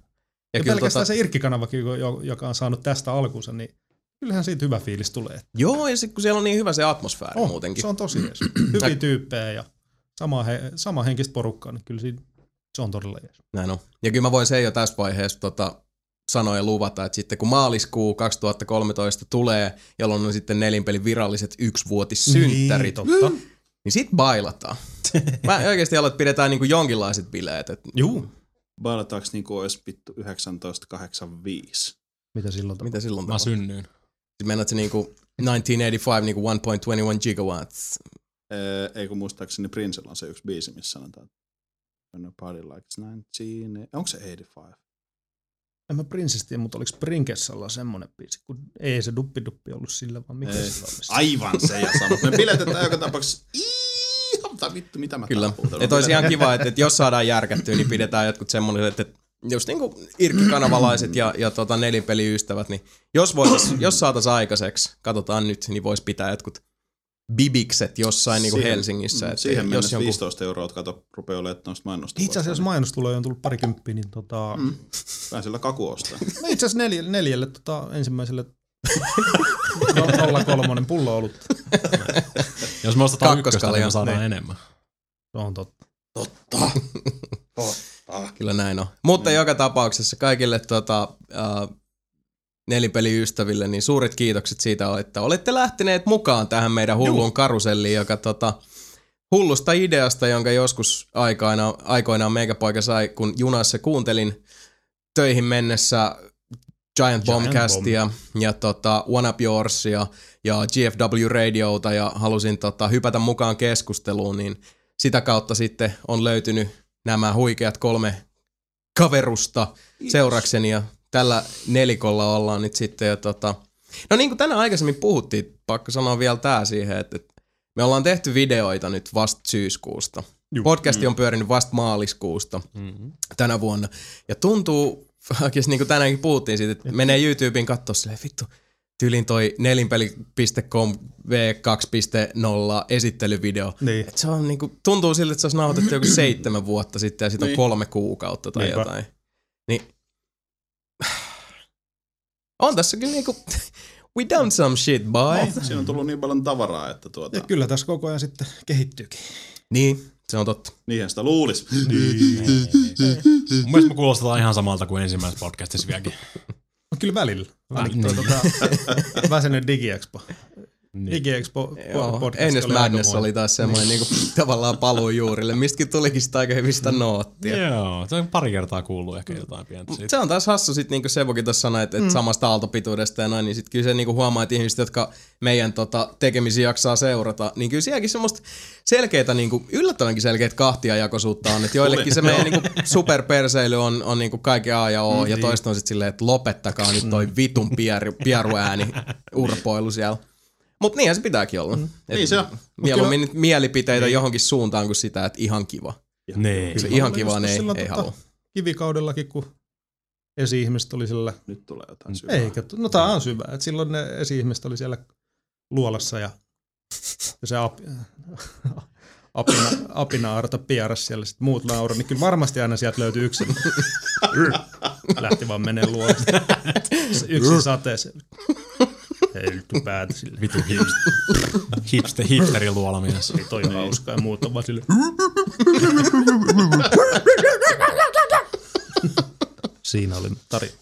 [SPEAKER 4] Ja
[SPEAKER 3] kyllä
[SPEAKER 4] pelkästään
[SPEAKER 3] tota,
[SPEAKER 4] se irkkikanavakin, jo- joka on saanut tästä alkuunsa, niin kyllähän siitä hyvä fiilis tulee.
[SPEAKER 3] Joo, ja sitten kun siellä on niin hyvä se atmosfääri
[SPEAKER 4] On,
[SPEAKER 3] muutenkin.
[SPEAKER 4] Se on tosi jees. Hyviä tyyppejä ja sama, he, sama henkistä porukkaa, niin kyllä siinä, se on todella jees.
[SPEAKER 3] Näin on. Ja kyllä mä voin sen jo tässä vaiheessa tota, sanoa ja luvata, että sitten kun maaliskuu 2013 tulee, jolloin on sitten nelinpelin viralliset yksivuotissynttärit, niin,
[SPEAKER 4] totta.
[SPEAKER 3] niin sit bailataan. Mä oikeasti haluan, että pidetään niinku jonkinlaiset bileet. Et
[SPEAKER 4] Juu.
[SPEAKER 5] Bailataanko niin kuin olisi vittu 1985?
[SPEAKER 4] Mitä silloin tapahtuu?
[SPEAKER 3] mitä silloin
[SPEAKER 6] Mä
[SPEAKER 3] tapahtuu?
[SPEAKER 6] synnyin.
[SPEAKER 3] Mennät se niinku 1985 niinku 1.21 gigawatts.
[SPEAKER 5] Ee, ei kun muistaakseni Princella on se yksi biisi, missä sanotaan, että When a party like 19... Onko se 85?
[SPEAKER 4] En mä prinsestiin, mutta oliko Prinkessalla semmonen biisi, kun ei se duppiduppi ollut sillä, vaan mikä
[SPEAKER 5] Ei.
[SPEAKER 4] sillä oli? se?
[SPEAKER 5] Aivan se ja sama. Me biletetään joka tapauksessa. Ihan, tai vittu, mitä mä
[SPEAKER 3] Kyllä.
[SPEAKER 5] täällä puhutan?
[SPEAKER 3] Että olisi ihan kiva, että, että jos saadaan järkättyä, niin pidetään jotkut semmoiset, että just niin kuin irkkikanavalaiset ja, ja tota nelinpeliystävät, niin jos, voitais, jos saataisiin aikaiseksi, katsotaan nyt, niin voisi pitää jotkut bibikset jossain niin kuin
[SPEAKER 5] Siihen-
[SPEAKER 3] Helsingissä.
[SPEAKER 5] Mm,
[SPEAKER 3] Että
[SPEAKER 5] Siihen mennessä
[SPEAKER 3] jos
[SPEAKER 5] jonkun... 15 euroa, että kato, rupeaa olemaan noista mainosta.
[SPEAKER 4] Itse asiassa jos mainostuloja on tullut parikymppiä, niin tota, mm.
[SPEAKER 5] Vähän sillä kaku ostaa.
[SPEAKER 4] no itse asiassa neljälle, neljälle tota, ensimmäiselle 03 pullo ollut.
[SPEAKER 6] Jos me ostetaan ykköstä,
[SPEAKER 3] Kakkoskalia.
[SPEAKER 6] niin me saadaan enemmän.
[SPEAKER 4] Se on totta.
[SPEAKER 3] Kyllä näin on. Mutta
[SPEAKER 5] Niin.
[SPEAKER 3] mm. joka tapauksessa kaikille tota, äh, nelipeliystäville niin suuret kiitokset siitä, että olette lähteneet mukaan tähän meidän hulluun Juh. karuselliin, joka tota, hullusta ideasta, jonka joskus aikoina, aikoinaan meikäpoika sai, kun junassa kuuntelin töihin mennessä Giant Bombcastia ja tota, One Up Yoursia ja GFW Radiota ja halusin tota, hypätä mukaan keskusteluun, niin sitä kautta sitten on löytynyt nämä huikeat kolme kaverusta seurakseni ja tällä nelikolla ollaan nyt sitten jo tota, No niin kuin tänään aikaisemmin puhuttiin, pakko sanoa vielä tää siihen, että että me ollaan tehty videoita nyt vasta syyskuusta. Juh. Podcasti on pyörinyt vasta maaliskuusta
[SPEAKER 6] Mm-hmm.
[SPEAKER 3] tänä vuonna. Ja tuntuu, oikeasti niin kuin tänäänkin puhuttiin siitä, että menee YouTubeen katsoa silleen, vittu, tyylin toi nelinpeli.com v2.0 esittelyvideo.
[SPEAKER 4] Niin.
[SPEAKER 3] Et se on niinku, tuntuu siltä, että se olisi nauhoitettu joku seitsemän vuotta sitten ja siitä on
[SPEAKER 5] Niin.
[SPEAKER 3] kolme kuukautta tai
[SPEAKER 4] Niinpä.
[SPEAKER 3] jotain. Niin. On tässä kyllä niinku, we done some shit, boy.
[SPEAKER 5] Oh, siinä on tullut niin paljon tavaraa, että tuota,
[SPEAKER 4] Ja kyllä tässä koko ajan sitten kehittyykin.
[SPEAKER 3] Niin, se on totta.
[SPEAKER 5] niinhän sitä luulisi.
[SPEAKER 6] Mun mielestä me kuulostetaan ihan samalta kuin ensimmäisessä podcastissa vieläkin.
[SPEAKER 4] No, kyllä välillä. Ainakin
[SPEAKER 6] Ah,
[SPEAKER 4] tuo tota, väsynyt DigiExpo.
[SPEAKER 6] Niin.
[SPEAKER 4] DigiExpo
[SPEAKER 3] Joo,
[SPEAKER 4] podcast
[SPEAKER 3] Eines
[SPEAKER 4] oli
[SPEAKER 3] Madness
[SPEAKER 4] aikamoinen.
[SPEAKER 3] oli taas semmoinen niinku, tavallaan paluu juurille, mistäkin tulikin sitä aika hyvistä
[SPEAKER 4] Mm.
[SPEAKER 3] noottia.
[SPEAKER 6] Joo, se on pari kertaa kuullut ehkä jotain pientä siitä.
[SPEAKER 3] Se on taas hassu, sit niinku Sevokin tuossa sanoi, että mm. samasta aaltopituudesta ja noin, niin sit kyllä se niinku huomaa, että ihmiset, jotka meidän tota, tekemisiä jaksaa seurata, niin kyllä sielläkin semmoista selkeitä, niinku, yllättävänkin selkeitä kahtiajakoisuutta on, että joillekin se meidän niinku superperseily on, on niinku kaiken A ja
[SPEAKER 5] Niin.
[SPEAKER 3] O, ja toista on sit silleen, että lopettakaa nyt
[SPEAKER 5] Mm.
[SPEAKER 3] toi vitun pieru, pieruääni urpoilu siellä. Mutta niinhän se pitääkin olla. Mm.
[SPEAKER 5] Niin se on. Niin.
[SPEAKER 3] Mieluummin nyt mielipiteitä johonkin suuntaan kuin sitä, että ihan kiva.
[SPEAKER 6] Niin.
[SPEAKER 3] Se ihan
[SPEAKER 4] Oli
[SPEAKER 3] kiva,
[SPEAKER 4] joskus
[SPEAKER 3] niin ei,
[SPEAKER 4] silloin
[SPEAKER 3] ei
[SPEAKER 4] tota,
[SPEAKER 3] halua.
[SPEAKER 4] Kivikaudellakin, kun esi-ihmiset oli sillä
[SPEAKER 5] Nyt tulee jotain syvää.
[SPEAKER 4] Eikö? No tää on syvä. Et silloin ne esi-ihmiset oli siellä luolassa ja, ja se ap, apina, apina-arta pieräs siellä. Sitten muut nauroi, niin kyllä varmasti aina sieltä löytyy yksi. Lähti vaan menee luolasta. Se Yksin sateessa. Heilty päätä sille.
[SPEAKER 6] Vitu hipster. hipster, hipsteriluolamies.
[SPEAKER 4] Ei toi hauska ja muut on vaan sille. Siinä oli tarina.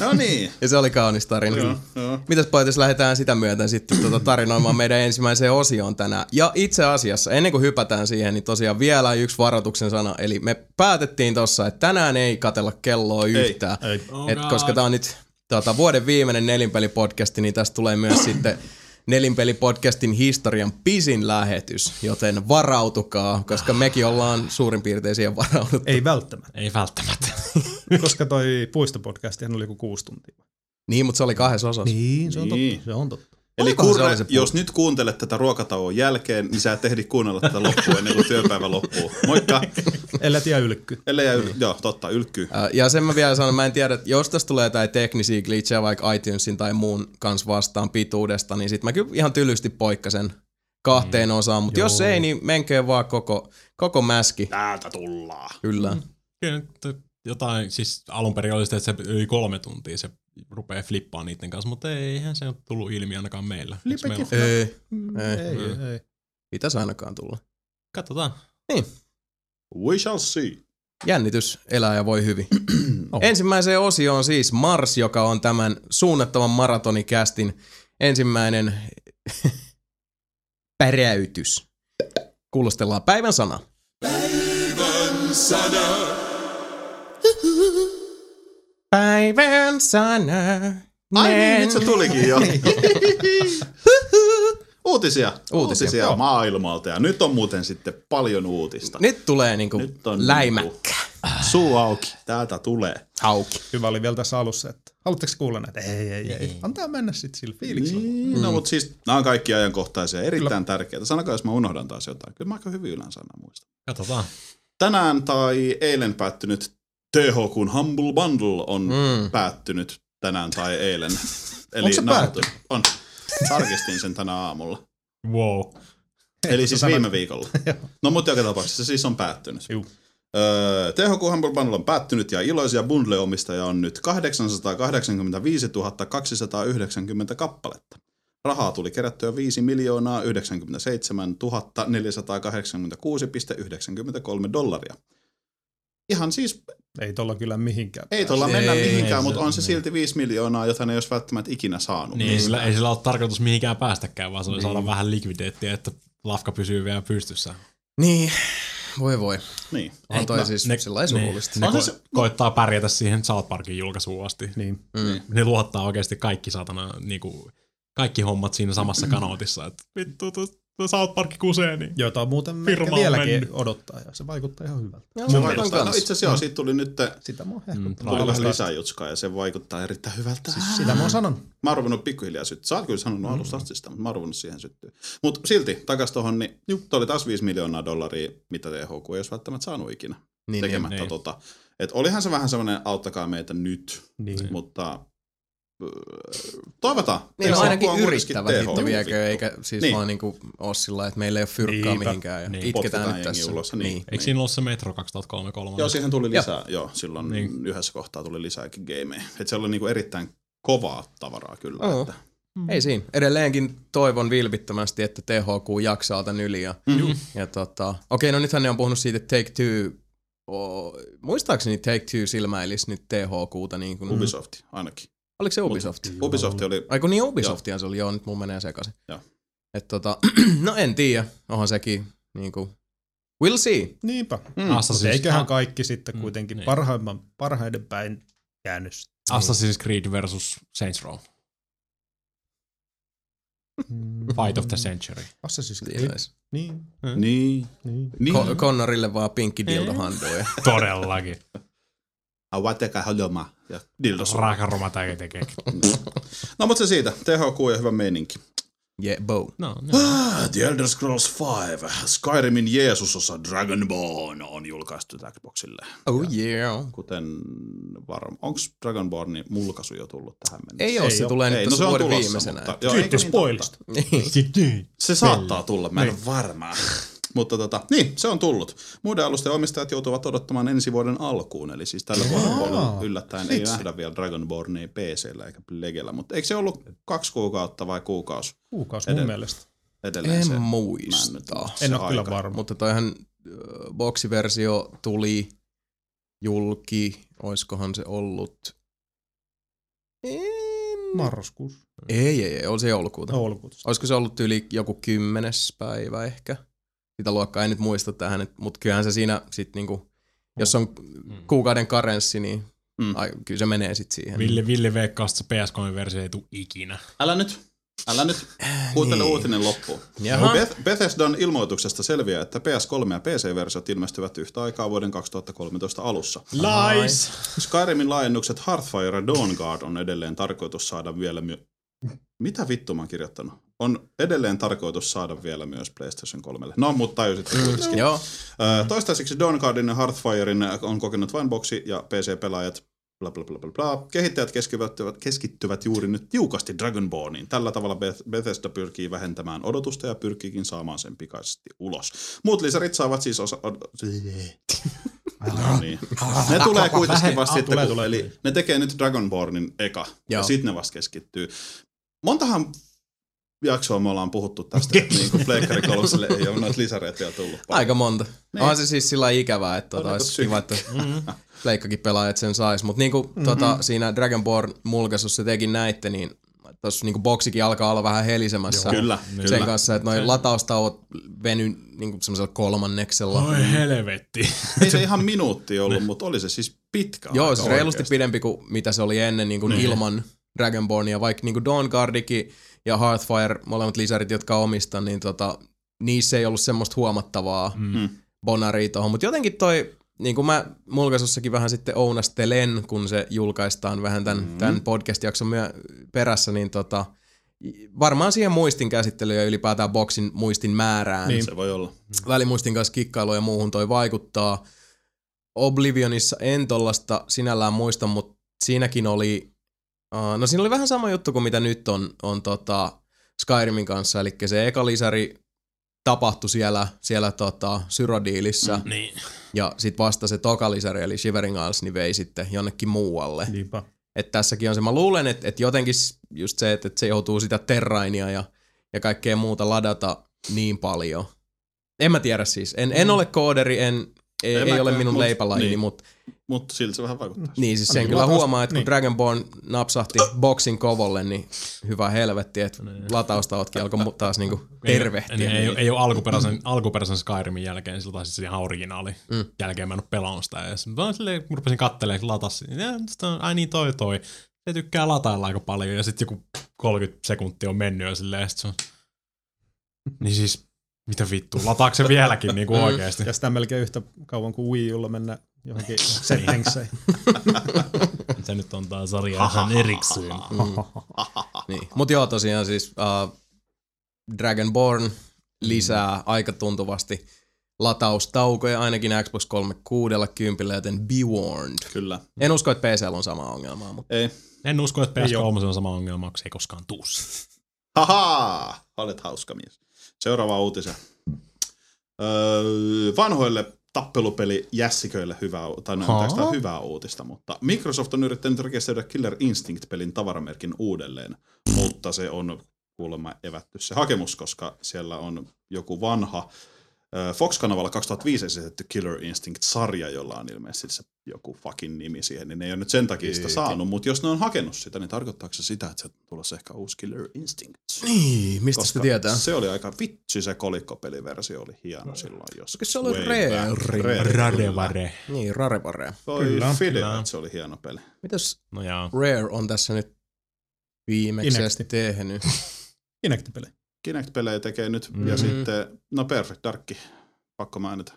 [SPEAKER 5] No niin.
[SPEAKER 3] Ja se oli kaunis tarina.
[SPEAKER 5] Joo, joo.
[SPEAKER 3] Mitäs Paitis, lähdetään sitä myöten sitten tuota tarinoimaan meidän ensimmäiseen osioon tänään. Ja itse asiassa, ennen kuin hypätään siihen, niin tosiaan vielä yksi varoituksen sana. Eli me päätettiin tossa, että tänään ei katella kelloa yhtään.
[SPEAKER 4] ei.
[SPEAKER 3] Et koska tämä on nyt tuota, vuoden viimeinen nelinpelipodcasti, niin tästä tulee myös sitten nelinpelipodcastin historian pisin lähetys. Joten varautukaa, koska mekin ollaan suurin piirtein siihen varauduttu.
[SPEAKER 4] Ei välttämättä,
[SPEAKER 6] Ei välttämättä.
[SPEAKER 4] koska toi puistopodcastihan oli joku kuusi tuntia.
[SPEAKER 3] Niin, mutta se oli kahdessa osassa.
[SPEAKER 4] Niin, se on
[SPEAKER 5] Niin.
[SPEAKER 4] totta. Se on totta.
[SPEAKER 5] Eli
[SPEAKER 3] Olikohan se
[SPEAKER 5] kurre,
[SPEAKER 3] oli se puhe?
[SPEAKER 5] jos nyt kuuntelet tätä ruokatauon jälkeen, niin sä et ehdi kuunnella tätä loppuun ennen kuin työpäivä loppuu. Moikka!
[SPEAKER 4] Ellei tiedä ylkky.
[SPEAKER 5] Ellei jää yl- Joo, totta, ylkkyy.
[SPEAKER 3] Ää, Äh, Ja sen mä vielä sanon, mä en tiedä, että jos tässä tulee jotain teknisiä glitchejä vaikka iTunesin tai muun kanssa vastaan pituudesta, niin sit mä kyllä ihan tylysti poikkasen kahteen mm. osaan, mutta jos ei, niin menkää vaan koko, koko mäski.
[SPEAKER 5] Täältä tullaan.
[SPEAKER 3] Kyllä.
[SPEAKER 6] Kyllä nyt jotain, siis alun perin oli sitä, että se yli kolme tuntia se rupeaa flippaa niiden kanssa, mutta eihän se ole tullut ilmi ainakaan meillä. Eiks
[SPEAKER 4] Flippikin
[SPEAKER 6] meillä-
[SPEAKER 4] Ei.
[SPEAKER 3] Ei,
[SPEAKER 4] Mm, Ei,
[SPEAKER 3] ei.
[SPEAKER 4] ei, ei.
[SPEAKER 3] Pitäisi ainakaan tulla.
[SPEAKER 6] Katsotaan.
[SPEAKER 5] We shall see.
[SPEAKER 3] Jännitys elää ja voi hyvin. oh. Ensimmäiseen osioon siis Mars, joka on tämän suunnattavan maratonikästin ensimmäinen päräytys. Kuulostellaan päivän sana. Päivän sana. Päivän sana.
[SPEAKER 5] Ai niin, nyt se tulikin jo. Uutisia.
[SPEAKER 3] Uutisia.
[SPEAKER 5] Uutisia maailmalta. Ja nyt on muuten sitten paljon uutista.
[SPEAKER 3] Nyt tulee niinku
[SPEAKER 5] Nyt on
[SPEAKER 3] läimäkkä
[SPEAKER 5] niinku suu auki. Täältä tulee.
[SPEAKER 3] auki.
[SPEAKER 4] Hyvä oli vielä tässä alussa, että haluatteko kuulla näitä? Ei, ei, ei. Antaa mennä sitten sillä fiiliksellä.
[SPEAKER 5] Niin, no, mutta siis nämä on kaikki ajankohtaisia, erittäin tärkeitä. Sanokaa, jos mä unohdan taas jotain. Kyllä mä aika hyvin yleensä aina muistan.
[SPEAKER 6] Katsotaan.
[SPEAKER 5] Tänään tai eilen päättynyt THQn Humble Bundle on
[SPEAKER 3] Mm.
[SPEAKER 5] mm. päättynyt tänään tai eilen. Eli
[SPEAKER 4] Onko se
[SPEAKER 5] nauhoitu-
[SPEAKER 4] päättynyt?
[SPEAKER 5] On. Tarkistin sen tänä aamulla.
[SPEAKER 6] Wow.
[SPEAKER 5] Eli siis
[SPEAKER 4] sanoit-
[SPEAKER 5] viime viikolla. no mutta joka tapauksessa se siis on päättynyt.
[SPEAKER 4] Juu.
[SPEAKER 5] Öö, THQ Humble Bundle on päättynyt ja iloisia bundle-omistajia on nyt 885 290 kappaletta. Rahaa tuli kerättyä 5 miljoonaa 97 486,93 dollaria. Ihan siis,
[SPEAKER 4] Ei tolla kyllä mihinkään.
[SPEAKER 5] ei
[SPEAKER 4] pääse.
[SPEAKER 5] tuolla mennä
[SPEAKER 3] Ei,
[SPEAKER 5] mihinkään,
[SPEAKER 6] ei
[SPEAKER 5] mutta
[SPEAKER 6] se-
[SPEAKER 5] on se silti 5 miljoonaa, jota ne ei olisi välttämättä ikinä saanut.
[SPEAKER 6] Niin, ei sillä, ei sillä ole tarkoitus mihinkään päästäkään, vaan se oli saada vähän likviditeettiä, että lafka pysyy vielä pystyssä.
[SPEAKER 3] Niin, voi voi.
[SPEAKER 5] niin.
[SPEAKER 3] On toi siis
[SPEAKER 6] No, ne- niin. siis
[SPEAKER 3] sillä surullista.
[SPEAKER 6] Ne
[SPEAKER 5] On se
[SPEAKER 6] ko-
[SPEAKER 5] se-
[SPEAKER 6] koittaa pärjätä siihen South Parkin julkaisuun asti.
[SPEAKER 4] Niin.
[SPEAKER 3] Mm.
[SPEAKER 6] Ne luottaa oikeasti kaikki saatana, niinku, kaikki hommat siinä samassa kanootissa. Että vittu, tu- South Park kusee, niin
[SPEAKER 4] jota muuten me ehkä
[SPEAKER 6] Firma on
[SPEAKER 4] vieläkin
[SPEAKER 6] mennyt.
[SPEAKER 4] odottaa ja se vaikuttaa ihan hyvältä.
[SPEAKER 3] Joo,
[SPEAKER 5] Se
[SPEAKER 3] mä
[SPEAKER 5] vaikuttaa-
[SPEAKER 3] otan
[SPEAKER 5] No
[SPEAKER 3] kans.
[SPEAKER 5] itse asiassa joo, siitä tuli nyt
[SPEAKER 4] Sitä mä oon
[SPEAKER 6] Mm,
[SPEAKER 4] hehkuttanut.
[SPEAKER 5] tuli vähän
[SPEAKER 4] alusta
[SPEAKER 5] lisää jutskaa ja se vaikuttaa erittäin hyvältä. Mm.
[SPEAKER 4] asti. Sitä mä oon sanonut.
[SPEAKER 5] Siis Mä oon ruvennut pikkuhiljaa syttyä. Sä oot kyllä sanonut alusta asti sitä, mutta mä oon ruvennut siihen syttyä. Mutta silti, takas tohon, niin Juh. toi oli taas 5 miljoonaa dollaria, mitä THQ ei olisi välttämättä saanut ikinä
[SPEAKER 3] Niin, niin.
[SPEAKER 5] tekemättä
[SPEAKER 6] niin.
[SPEAKER 5] tota. Et olihan se vähän semmoinen, auttakaa meitä nyt,
[SPEAKER 4] Niin.
[SPEAKER 5] mutta öö, toivotaan.
[SPEAKER 3] Niin, no
[SPEAKER 5] THQ
[SPEAKER 3] ainakin
[SPEAKER 5] on kuitenkin
[SPEAKER 3] yrittävät
[SPEAKER 5] THQ.
[SPEAKER 3] hitto viekö, eikä siis
[SPEAKER 5] Niin.
[SPEAKER 3] vaan niinku oo sillä että meillä ei ole fyrkkaa
[SPEAKER 4] Niinpä.
[SPEAKER 3] mihinkään ja
[SPEAKER 6] Niin.
[SPEAKER 5] Potkitaan
[SPEAKER 3] itketään nyt
[SPEAKER 5] jengi
[SPEAKER 3] tässä.
[SPEAKER 5] ulos, niin.
[SPEAKER 6] Eikö siinä ollut se Metro 2033?
[SPEAKER 5] Joo, siihen tuli
[SPEAKER 3] Joo. siis-
[SPEAKER 5] lisää. Joo, silloin
[SPEAKER 6] Niin.
[SPEAKER 5] niin. yhdessä kohtaa tuli lisääkin gameja. Et se oli niinku erittäin kovaa tavaraa kyllä.
[SPEAKER 3] Joo.
[SPEAKER 5] Että.
[SPEAKER 3] Ei siinä. Edelleenkin toivon vilpittömästi, että THQ jaksaa tän yli. Ja,
[SPEAKER 5] Mm.
[SPEAKER 3] ja tota, okei, no nythän ne on puhunut siitä, että Take Two, oh, muistaakseni Take Two silmäilisi nyt THQta. Niin kuin,
[SPEAKER 5] Ubisoft ainakin.
[SPEAKER 3] Oliko se Ubisoft?
[SPEAKER 5] Ubisoft oli
[SPEAKER 3] Aiku niin Ubisoftia se oli, joo, nyt mun menee sekaisin.
[SPEAKER 5] Joo.
[SPEAKER 3] Et tota, no en tiedä, onhan sekin niin kuin, we'll see.
[SPEAKER 4] Niinpä.
[SPEAKER 6] Ah,
[SPEAKER 5] Mm.
[SPEAKER 4] Siis
[SPEAKER 6] Assassin's,
[SPEAKER 4] eiköhän
[SPEAKER 6] eiköhän...
[SPEAKER 4] kaikki sitten kuitenkin
[SPEAKER 6] niin.
[SPEAKER 4] parhaimman, parhaiden päin käynyt.
[SPEAKER 6] Assassin's Creed versus Saints Row.
[SPEAKER 3] Mm.
[SPEAKER 6] Fight of the Century.
[SPEAKER 4] Assassin's Creed.
[SPEAKER 3] Tiedäis.
[SPEAKER 4] Niin.
[SPEAKER 5] Niin.
[SPEAKER 4] niin.
[SPEAKER 5] Niin.
[SPEAKER 3] Ko- Connorille vaan pinkki dildo handuu ja
[SPEAKER 6] Todellakin.
[SPEAKER 5] Awateka holoma. Ja dildo sulla.
[SPEAKER 6] Raakaroma tai tekee.
[SPEAKER 5] No mutta se siitä. THQ ja hyvä meininki.
[SPEAKER 3] yeah, bow.
[SPEAKER 6] No, no.
[SPEAKER 5] Ah, The Elder Scrolls 5. Skyrimin Jeesusosa Dragonborn on julkaistu Xboxille.
[SPEAKER 3] Oh yeah.
[SPEAKER 5] Kuten varmaan. Onko Dragonbornin mulkaisu jo tullut tähän mennessä?
[SPEAKER 3] Ei oo,
[SPEAKER 4] Ei
[SPEAKER 3] se
[SPEAKER 4] oo.
[SPEAKER 3] tulee
[SPEAKER 5] Ei,
[SPEAKER 3] nyt
[SPEAKER 5] no se
[SPEAKER 3] tässä
[SPEAKER 5] on
[SPEAKER 3] vuoden
[SPEAKER 5] tulossa,
[SPEAKER 3] viimeisenä.
[SPEAKER 5] mutta...
[SPEAKER 3] et-
[SPEAKER 5] Joo,
[SPEAKER 4] Sitten
[SPEAKER 5] ei niin
[SPEAKER 4] spoilista.
[SPEAKER 3] Niin.
[SPEAKER 5] Se saattaa tulla, mä en ole varma. Mutta tota, niin, se on tullut. Muiden alusten omistajat joutuvat odottamaan ensi vuoden alkuun, eli siis tällä vuoden puolella yllättäen ei nähdä vielä Dragonbornia PCllä eikä Legellä, mutta eikö se ollut kaksi kuukautta vai kuukausi
[SPEAKER 4] Kuukausi mun
[SPEAKER 5] Edellä.
[SPEAKER 4] mielestä.
[SPEAKER 5] edelleen se?
[SPEAKER 3] En
[SPEAKER 5] Mä en nyt
[SPEAKER 3] muista.
[SPEAKER 5] muista.
[SPEAKER 4] En
[SPEAKER 5] Se
[SPEAKER 4] ole kyllä
[SPEAKER 5] aika.
[SPEAKER 4] varma.
[SPEAKER 3] Mutta toihan äh, boksiversio tuli julki, oiskohan se ollut? En...
[SPEAKER 4] Marraskuus.
[SPEAKER 3] Ei, ei, ei, oli se joulukuuta.
[SPEAKER 4] Joulukuuta.
[SPEAKER 3] Olisiko se ollut yli joku kymmenes päivä ehkä? Sitä luokkaa en nyt muista tähän, mutta kyllähän se siinä sitten niinku, jos on kuukauden karenssi, niin
[SPEAKER 5] Mm.
[SPEAKER 3] mm. ai, kyllä se menee sitten siihen.
[SPEAKER 6] Ville, Ville veikkaa, että se PS3-versio ei tule ikinä.
[SPEAKER 5] Älä nyt, älä nyt, kuuntele
[SPEAKER 3] Niin.
[SPEAKER 5] uutinen loppuun.
[SPEAKER 3] Jaha.
[SPEAKER 5] Beth- Bethesdan ilmoituksesta selviää, että PS3 ja PC-versiot ilmestyvät yhtä aikaa vuoden 2013 alussa.
[SPEAKER 6] Lies!
[SPEAKER 5] Skyrimin laajennukset Hearthfire ja Dawnguard on edelleen tarkoitus saada vielä my- Mitä vittu mä oon kirjoittanut? On edelleen tarkoitus saada vielä myös PlayStation 3. No, mutta tajusitte kuitenkin.
[SPEAKER 3] Joo,
[SPEAKER 5] Ö, Toistaiseksi Dawnguardin ja Hearthfirein on kokenut vain boksi ja PC-pelaajat bla bla bla bla bla. Kehittäjät keskittyvät, keskittyvät juuri nyt tiukasti Dragonborniin. Tällä tavalla Beth- Bethesda pyrkii vähentämään odotusta ja pyrkiikin saamaan sen pikaisesti ulos. Muut lisärit saavat siis osa... Od- no niin. Ne tulee kuitenkin vasta sitten, kun, eli ne tekee nyt Dragonbornin eka ja
[SPEAKER 3] Joo.
[SPEAKER 5] sitten ne vasta keskittyy. Montahan jaksoa me ollaan puhuttu tästä, että niin kuin Pleikkari kolmoselle ei ole noita lisäreitä vielä tullut. paljon.
[SPEAKER 3] aika monta.
[SPEAKER 5] Niin.
[SPEAKER 3] Niin. Onhan se siis sillä lailla ikävää, että tota,
[SPEAKER 5] Onneton
[SPEAKER 3] olisi
[SPEAKER 5] syy.
[SPEAKER 3] kiva, että
[SPEAKER 5] Mm-hmm.
[SPEAKER 3] pleikkakin pelaajat sen sais. Mutta niinku, mm-hmm. tota, siinä Dragonborn mulkaisussa tekin näitte, niin tuossa niinku boksikin alkaa olla vähän helisemässä.
[SPEAKER 5] Kyllä,
[SPEAKER 3] Sen
[SPEAKER 5] kyllä.
[SPEAKER 3] kanssa, että noin lataustauot veny niinku semmoisella kolmanneksella.
[SPEAKER 6] Oi helvetti.
[SPEAKER 5] Ei se ihan minuutti ollut, mutta oli se siis pitkä
[SPEAKER 3] Joo,
[SPEAKER 5] aika
[SPEAKER 3] siis reilusti
[SPEAKER 5] oikeasti.
[SPEAKER 3] pidempi kuin mitä se oli ennen niin kuin ilman Dragonbornia, vaikka niin kuin Dawnguardikin ja Hearthfire, molemmat lisärit, jotka omistan, niin tota, niissä ei ollut semmoista huomattavaa mm. bonaria tuohon, mutta jotenkin toi, niin kuin mä mulkaisussakin vähän sitten ounastelen, kun se julkaistaan vähän tämän, mm. tämän podcast-jakson myö- perässä, niin tota, varmaan siihen muistin käsittelyyn ja ylipäätään boksin muistin määrään
[SPEAKER 5] Se voi olla.
[SPEAKER 3] välimuistin kanssa kikkailu ja muuhun toi vaikuttaa. Oblivionissa en tollasta sinällään muista, mutta siinäkin oli, uh, no siinä oli vähän sama juttu kuin mitä nyt on, on tota Skyrimin kanssa, eli se eka lisäri tapahtui siellä, siellä tota Syrodiilissä mm.
[SPEAKER 6] Niin.
[SPEAKER 3] ja sitten vasta se toka lisäri eli Shivering Isles niin vei sitten jonnekin muualle.
[SPEAKER 4] Niinpä.
[SPEAKER 3] Et tässäkin on se, mä luulen, että et jotenkin s- just se, että et se joutuu sitä terrainia ja, ja kaikkea muuta ladata niin paljon. En mä tiedä siis, en, en ole kooderi, en, e, ei,
[SPEAKER 5] Mm. En
[SPEAKER 3] ei ole
[SPEAKER 5] mäkään,
[SPEAKER 3] minun
[SPEAKER 5] mut-
[SPEAKER 3] leipälaini,
[SPEAKER 5] niin.
[SPEAKER 3] niin. mutta
[SPEAKER 5] Mutta silti se vähän vaikuttaa.
[SPEAKER 3] niin siis sen
[SPEAKER 4] Ainakin
[SPEAKER 3] kyllä
[SPEAKER 4] lataus-
[SPEAKER 3] huomaa, että kun
[SPEAKER 4] niin.
[SPEAKER 3] niin. Dragonborn napsahti
[SPEAKER 5] Äh!
[SPEAKER 3] boksin kovolle, niin hyvä helvetti, että
[SPEAKER 5] Niin.
[SPEAKER 3] lataustautkin alkoi mu- taas niinku tervehtiä.
[SPEAKER 6] Niin, Ei, ei, ei ole alkuperäisen, alkuperäisen Skyrimin jälkeen, siltä siis ihan originaali. Mm. Jälkeen mä en ole pelannut sitä edes. Mä vaan silleen, kun rupesin kattelemaan, latas. Ja, sit on, ai niin toi ja toi. Se tykkää latailla aika paljon ja sitten joku 30 sekuntia on mennyt ja silleen, sit se on... Niin siis Mitä vittu, lataako se vieläkin niinku
[SPEAKER 3] Mm.
[SPEAKER 6] oikeesti?
[SPEAKER 4] Ja sitä melkein yhtä kauan kuin Wii Ulla mennä johonkin settingseihin.
[SPEAKER 7] Se nyt on tää sarja ihan erikseen.
[SPEAKER 3] Niin. Mutta joo, tosiaan siis uh, Dragonborn lisää mm. aika tuntuvasti lataustaukoja ainakin Xbox 360, joten be warned.
[SPEAKER 5] Kyllä.
[SPEAKER 3] En usko, että PCllä on sama ongelma, mutta
[SPEAKER 5] Ei.
[SPEAKER 6] En usko, että
[SPEAKER 4] Ei oo.
[SPEAKER 6] PS3 on sama ongelma, kun se ei koskaan tuu.
[SPEAKER 5] Haha! Olet hauska mies. Seuraava uutisen. Öö, vanhoille tappelupeli jässiköille hyvää, u- tai no,
[SPEAKER 6] Haa?
[SPEAKER 5] anteeksi, tää on hyvää uutista, mutta Microsoft on yrittänyt rekisteröidä Killer Instinct-pelin tavaramerkin uudelleen, mutta se on kuulemma evätty se hakemus, koska siellä on joku vanha ö, Fox-kanavalla 2005 esitetty Killer Instinct-sarja, jolla on ilmeisesti se joku fucking nimi siihen, niin ne ei ole nyt sen takia sitä saanut, mutta jos ne on hakenut sitä, niin tarkoittaako se sitä, että se tulossa ehkä uusi Killer Instinct?
[SPEAKER 3] niin, mistä
[SPEAKER 5] Koska
[SPEAKER 3] sitä tietää?
[SPEAKER 5] se oli aika vitsi se kolikkopeliversio oli
[SPEAKER 6] No.
[SPEAKER 5] hieno silloin joskus.
[SPEAKER 3] Koska se oli
[SPEAKER 5] Way
[SPEAKER 3] Rare.
[SPEAKER 5] back.
[SPEAKER 6] Radevare.
[SPEAKER 3] Niin, Rarevare.
[SPEAKER 5] Voi
[SPEAKER 4] Kyllä.
[SPEAKER 5] Fidel,
[SPEAKER 6] Kyllä.
[SPEAKER 5] että se oli hieno peli.
[SPEAKER 3] Mitäs
[SPEAKER 6] No jaa.
[SPEAKER 3] Rare on tässä nyt viimeksi
[SPEAKER 4] Inekti.
[SPEAKER 3] tehnyt?
[SPEAKER 4] Kinect-peli.
[SPEAKER 5] Kinect-pelejä tekee nyt
[SPEAKER 6] Mm.
[SPEAKER 5] ja sitten, no Perfect Dark, pakko mainita.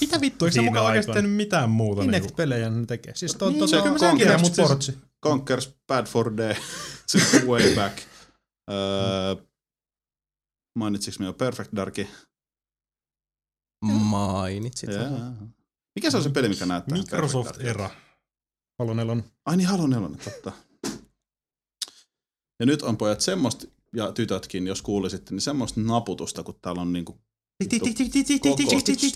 [SPEAKER 6] Mitä vittu, eikö se
[SPEAKER 4] Viime
[SPEAKER 6] mukaan oikeesti
[SPEAKER 4] aikoina.
[SPEAKER 6] tehnyt mitään muuta? Niinku?
[SPEAKER 4] Kinect-pelejä ne tekee. Siis to,
[SPEAKER 6] Niin,
[SPEAKER 4] to,
[SPEAKER 5] se
[SPEAKER 4] to,
[SPEAKER 5] kyllä mä senkin tiedän,
[SPEAKER 4] mut
[SPEAKER 5] mut
[SPEAKER 4] sportsi.
[SPEAKER 5] Conkers, Bad for Day, sitten Way Back. Öö, mainitsiks me jo Perfect Darkin?
[SPEAKER 3] Mainitsit. Yeah.
[SPEAKER 5] Jaa. Mikä se on se peli, mikä näyttää?
[SPEAKER 6] Microsoft
[SPEAKER 5] Perfect Darkilta?
[SPEAKER 6] era.
[SPEAKER 4] Halo nelonen.
[SPEAKER 5] Ai niin, Halo 4, totta. Ja nyt on pojat semmoista, ja tytötkin, jos kuulisitte, niin semmoista naputusta, kun täällä on niinku koko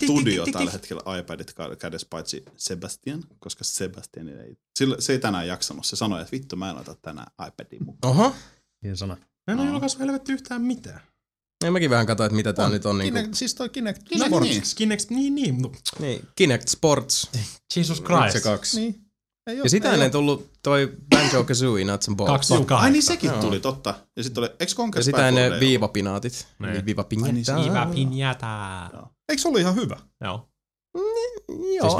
[SPEAKER 5] studio tällä hetkellä iPadit kä- kädessä, paitsi Sebastian, koska Sebastian ei, sillä, se ei tänään jaksanut. Se sanoi, että vittu, mä en ota tänään iPadin mukaan.
[SPEAKER 3] Oho.
[SPEAKER 4] Niin sana.
[SPEAKER 6] Ne en oo julkaissut helvetti yhtään mitään.
[SPEAKER 3] Ja mäkin vähän katsoin, että mitä tää nyt on. Niinku,
[SPEAKER 4] Kinect, siis toi Kinect.
[SPEAKER 5] No
[SPEAKER 4] Sports.
[SPEAKER 5] niin.
[SPEAKER 6] Kinect, niin niin. no,
[SPEAKER 3] niin, Kinect Sports.
[SPEAKER 6] Jesus
[SPEAKER 3] Se
[SPEAKER 6] Christ.
[SPEAKER 3] kaksi.
[SPEAKER 4] Niin. Ei oo-
[SPEAKER 3] Ja sitä
[SPEAKER 4] ei
[SPEAKER 3] ennen tullut toi Banjo-Kazooie Nuts and Balls.
[SPEAKER 6] 2008.
[SPEAKER 5] Ai niin, sekin tuli, totta. Ja sitten oli, eikö
[SPEAKER 3] Ja
[SPEAKER 5] Conker's
[SPEAKER 3] sitä ennen viivapinaatit.
[SPEAKER 6] Niin.
[SPEAKER 3] Niin. Viivapinjata.
[SPEAKER 5] Ai niin, se
[SPEAKER 4] siis
[SPEAKER 6] Viva pinjata.
[SPEAKER 4] oo. Eikö se ollut ihan hyvä?
[SPEAKER 6] Joo,
[SPEAKER 3] Joo,
[SPEAKER 6] Siis
[SPEAKER 3] ihan,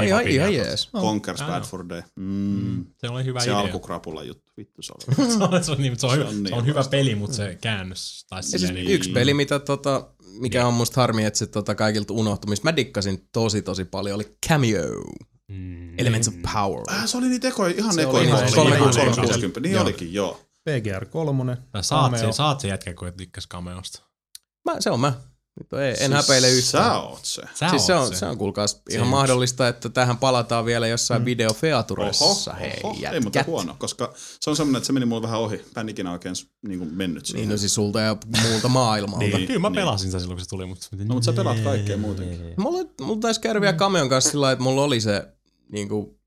[SPEAKER 3] ihan
[SPEAKER 6] viivapinjatat.
[SPEAKER 3] jees.
[SPEAKER 5] Conker's
[SPEAKER 6] Ai
[SPEAKER 5] Bad
[SPEAKER 6] joo.
[SPEAKER 5] for Day. Mm.
[SPEAKER 6] se oli hyvä
[SPEAKER 5] Se
[SPEAKER 6] idea.
[SPEAKER 5] alkukrapula juttu, vittu se oli.
[SPEAKER 6] se on, se on, niin, se on,
[SPEAKER 5] Se
[SPEAKER 6] hyvä,
[SPEAKER 5] on niin
[SPEAKER 6] se on hyvä
[SPEAKER 5] loistava.
[SPEAKER 6] peli, mutta se käännös. Tai
[SPEAKER 3] Ja siis
[SPEAKER 6] silleen,
[SPEAKER 5] Niin.
[SPEAKER 6] niin,
[SPEAKER 3] yksi peli, mitä tota, mikä on musta harmi, että se tota kaikilta unohtui, missä mä dikkasin tosi tosi paljon, oli Cameo,
[SPEAKER 6] mm,
[SPEAKER 3] Elements of Power.
[SPEAKER 5] Ah, se oli niitä ekoja, ihan
[SPEAKER 3] Se
[SPEAKER 5] ekoja.
[SPEAKER 3] oli ihan
[SPEAKER 5] kohtia.
[SPEAKER 3] kolme-
[SPEAKER 5] 360, niin
[SPEAKER 6] Joo.
[SPEAKER 5] olikin, joo.
[SPEAKER 4] PGR 3.
[SPEAKER 6] Tai saat, se, saat se jätkä, kun et tykkäs kameosta.
[SPEAKER 3] Mä, se on mä. Nyt ei, en häpeile yhtään.
[SPEAKER 5] Siis Sä oot se.
[SPEAKER 6] Sä
[SPEAKER 3] siis se
[SPEAKER 6] oot
[SPEAKER 3] on, se. se on kuulkaas ihan
[SPEAKER 6] yksi.
[SPEAKER 3] mahdollista, että tähän palataan vielä jossain mm. videofeaturessa. Hei,
[SPEAKER 5] ei
[SPEAKER 3] jätkät.
[SPEAKER 5] muuta huono, koska se on semmoinen, että se meni mulle vähän ohi. Mä en ikinä oikein niin kuin mennyt siihen.
[SPEAKER 3] Niin no siis sulta ja muulta maailmalta.
[SPEAKER 5] Niin.
[SPEAKER 6] Kyllä mä pelasin sitä silloin, kun se niin- tuli, mutta...
[SPEAKER 5] No, mutta sä pelaat kaikkea muutenkin.
[SPEAKER 3] Mulla, mulla taisi käydä vielä Kameon kanssa sillä lailla, että mulla oli se niinku,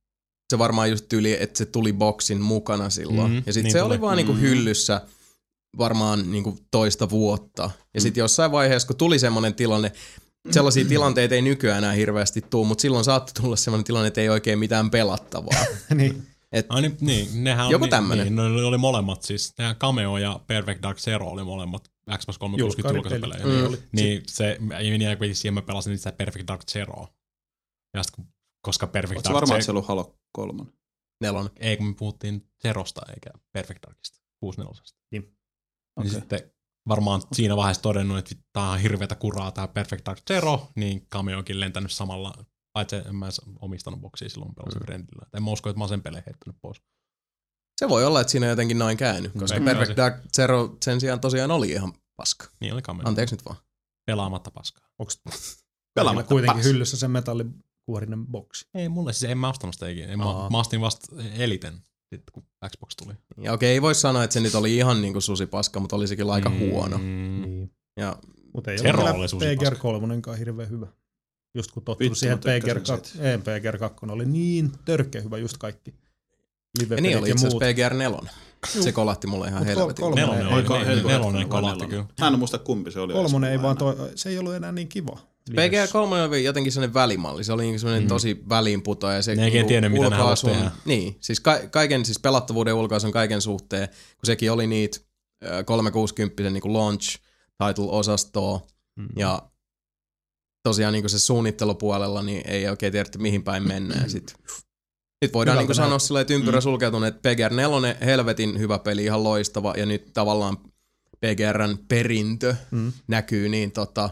[SPEAKER 3] se varmaan just tyyli, että se tuli boksin mukana silloin. Mm,
[SPEAKER 6] Mm,
[SPEAKER 3] ja sit
[SPEAKER 6] niin
[SPEAKER 3] se
[SPEAKER 6] tuli.
[SPEAKER 3] oli vaan niinku
[SPEAKER 5] Mm.
[SPEAKER 3] hyllyssä varmaan niinku toista vuotta. Ja sit jossain vaiheessa, kun tuli semmonen tilanne, sellaisia tilanteita ei nykyään enää hirveästi tuu, mutta silloin saattoi tulla semmoinen tilanne, että ei oikein mitään pelattavaa.
[SPEAKER 4] niin.
[SPEAKER 6] Ai niin, niin, nehän on,
[SPEAKER 3] Joku
[SPEAKER 6] niin-
[SPEAKER 3] tämmönen.
[SPEAKER 6] Niin, no, ne oli molemmat siis. Nehän Cameo ja Perfect Dark Zero oli molemmat Xbox 360
[SPEAKER 4] Julkkaripeli.
[SPEAKER 6] julkaisupelejä.
[SPEAKER 4] Mm.
[SPEAKER 6] Niin,
[SPEAKER 4] Oli.
[SPEAKER 6] niin se ei meni aika siihen, mä pelasin niitä Perfect Dark Zeroa. Ja sit, kun- koska Perfect
[SPEAKER 5] Oletko
[SPEAKER 6] Dark
[SPEAKER 5] varmaan,
[SPEAKER 6] Zero...
[SPEAKER 5] että se on ollut Halo 3?
[SPEAKER 3] Nelonen.
[SPEAKER 6] Ei, kun me puhuttiin Zerosta eikä Perfect Darkista, 64.
[SPEAKER 4] Niin.
[SPEAKER 6] Niin
[SPEAKER 5] Okei.
[SPEAKER 6] sitten varmaan siinä vaiheessa todennut, että tämä on hirveätä kuraa tämä Perfect Dark Zero, niin Kami onkin lentänyt samalla, paitsi en mä edes omistanut boksia silloin pelasin mm. Brendillä. En mä usko, että mä oon sen peleen heittänyt pois.
[SPEAKER 3] Se voi olla, että siinä on jotenkin noin käynyt, koska
[SPEAKER 6] Mm.
[SPEAKER 3] Perfect Dark Zero sen sijaan tosiaan oli ihan paska.
[SPEAKER 6] Niin oli Kami.
[SPEAKER 3] Anteeksi nyt vaan.
[SPEAKER 6] Pelaamatta paskaa.
[SPEAKER 4] Onks
[SPEAKER 5] Pelaamatta
[SPEAKER 4] Pelaamatta kuitenkin
[SPEAKER 5] paska.
[SPEAKER 4] hyllyssä se metallikuorinen boksi?
[SPEAKER 6] Ei mulle, siis en mä ostanut sitä ikinä. En Mä,
[SPEAKER 3] Aa.
[SPEAKER 6] mä astin vasta eliten, sitten kun Xbox tuli.
[SPEAKER 3] Ja okei, ei voi sanoa, että se nyt oli ihan niinku susipaska, mutta oli sekin aika huono.
[SPEAKER 6] Mm.
[SPEAKER 4] Niin.
[SPEAKER 3] Ja
[SPEAKER 4] Mutta ei
[SPEAKER 6] Zero
[SPEAKER 4] ole
[SPEAKER 6] oli susi
[SPEAKER 4] kyllä PGR
[SPEAKER 6] paska.
[SPEAKER 4] 3 hirveän hyvä. Just kun tottunut
[SPEAKER 5] Vittu,
[SPEAKER 4] siihen,
[SPEAKER 5] mä
[SPEAKER 4] että PGR,
[SPEAKER 5] tykkäsin
[SPEAKER 4] 2, ei, PGR 2 oli niin törkeä hyvä just kaikki.
[SPEAKER 3] Ja
[SPEAKER 4] Live
[SPEAKER 3] niin oli
[SPEAKER 4] ja
[SPEAKER 3] itse
[SPEAKER 4] muut.
[SPEAKER 3] asiassa PGR 4. Se kolahti mulle ihan
[SPEAKER 4] Mut kol-
[SPEAKER 3] helvetin.
[SPEAKER 4] kolme-
[SPEAKER 6] Nelonen
[SPEAKER 4] Ei
[SPEAKER 6] oli,
[SPEAKER 4] kai-
[SPEAKER 6] nel-
[SPEAKER 5] Halo-
[SPEAKER 6] Niin, nelonen
[SPEAKER 5] Halo-
[SPEAKER 6] kolahti kyllä.
[SPEAKER 5] Mä en muista kumpi se oli.
[SPEAKER 4] Kolmonen ei
[SPEAKER 5] Olisiko
[SPEAKER 4] vaan
[SPEAKER 5] aina?
[SPEAKER 4] toi, se ei ollut enää niin kiva.
[SPEAKER 3] PGR 3 oli jotenkin sellainen välimalli, se oli niinku sellainen mm. tosi väliinputoja. Se niinku
[SPEAKER 6] Ne ei oikein tiennyt, mitä ne haluaa
[SPEAKER 3] ulkoasun-
[SPEAKER 6] tehdä.
[SPEAKER 3] Niin, siis ka- kaiken, siis pelattavuuden ulkoasun kaiken suhteen, kun sekin oli niitä ö, 360 niinku launch title-osastoa mm. ja tosiaan niinku se suunnittelupuolella niin ei oikein tiedetty mihin päin mennään sit. Nyt voidaan
[SPEAKER 4] Hyvältä
[SPEAKER 3] niinku
[SPEAKER 4] näyttää.
[SPEAKER 3] sanoa sillä että ympyrä sulkeutunut, että PGR 4 helvetin hyvä peli, ihan loistava ja nyt tavallaan PGRn perintö
[SPEAKER 4] Mm.
[SPEAKER 3] näkyy niin tota,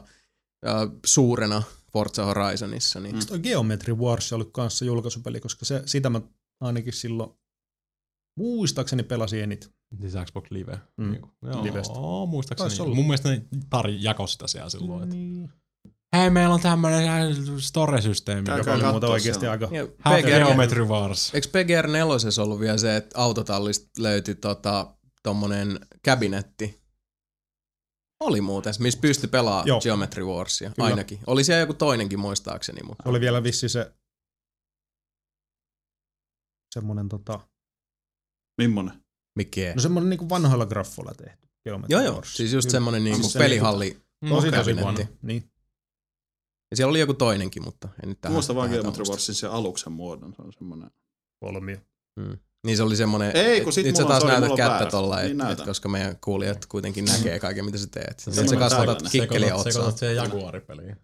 [SPEAKER 3] ö, suurena Forza Horizonissa. Niin.
[SPEAKER 4] Eikö toi Geometry Wars ollut kanssa julkaisupeli, koska se, sitä mä ainakin silloin muistaakseni pelasin eniten.
[SPEAKER 6] Siis Xbox Live.
[SPEAKER 4] Mm.
[SPEAKER 6] Niinku.
[SPEAKER 4] Livestä.
[SPEAKER 6] Joo,
[SPEAKER 4] Taisi
[SPEAKER 6] muistaakseni.
[SPEAKER 4] olla.
[SPEAKER 6] Mun mielestä ne tar- jako sitä siellä silloin. Et.
[SPEAKER 3] Niin.
[SPEAKER 6] Hei, meillä on tämmönen äh, store-systeemi.
[SPEAKER 5] Käykää
[SPEAKER 6] joka-
[SPEAKER 4] Oli muuten
[SPEAKER 5] katsoa
[SPEAKER 4] oikeasti
[SPEAKER 5] se on.
[SPEAKER 4] aika...
[SPEAKER 3] Ja
[SPEAKER 6] Hä-
[SPEAKER 3] PGR,
[SPEAKER 6] Geometry Wars.
[SPEAKER 3] eikö PGR 4 ollut vielä se, että autotallista löytyi tota, tommonen kabinetti? Oli muuten, missä pystyi pelaamaan
[SPEAKER 4] Joo.
[SPEAKER 3] Geometry Warsia,
[SPEAKER 4] Kyllä.
[SPEAKER 3] ainakin. Oli siellä joku toinenkin muistaakseni, mutta
[SPEAKER 4] Oli vielä vissi se semmonen tota,
[SPEAKER 5] Mimmonen?
[SPEAKER 3] mikä?
[SPEAKER 4] no semmonen niinku vanhoilla graffoilla tehty. Geometry
[SPEAKER 3] Joo, joo.
[SPEAKER 4] Wars.
[SPEAKER 3] Siis just
[SPEAKER 4] Kyllä.
[SPEAKER 3] semmonen niinku
[SPEAKER 4] Siis se
[SPEAKER 3] pelihalli.
[SPEAKER 4] Tosi tosi
[SPEAKER 3] kabinetti.
[SPEAKER 4] vanha. Niin.
[SPEAKER 3] Ja siellä oli joku toinenkin, mutta en nyt tähän.
[SPEAKER 5] Muista vaan
[SPEAKER 3] tähän
[SPEAKER 5] Geometry
[SPEAKER 3] tausta.
[SPEAKER 5] Warsin sen aluksen muodon. Se on semmoinen.
[SPEAKER 4] Kolmio.
[SPEAKER 3] Niin se oli semmoinen,
[SPEAKER 5] Ei, kun
[SPEAKER 3] et
[SPEAKER 5] sit
[SPEAKER 3] nyt sä
[SPEAKER 5] mulla
[SPEAKER 3] taas
[SPEAKER 5] on- sorry,
[SPEAKER 3] näytät
[SPEAKER 5] mulla on
[SPEAKER 3] kättä
[SPEAKER 5] väärä.
[SPEAKER 3] tolla, et,
[SPEAKER 5] Niin
[SPEAKER 3] niin et,
[SPEAKER 5] näytän.
[SPEAKER 3] koska meidän kuulijat kuitenkin näkee kaiken, mitä sä teet. Sitten sä
[SPEAKER 5] semmonen
[SPEAKER 3] kasvatat
[SPEAKER 5] tällainen.
[SPEAKER 3] kikkeliä
[SPEAKER 6] Se
[SPEAKER 3] otsaan.
[SPEAKER 6] katsot siihen Jaguar-peliin.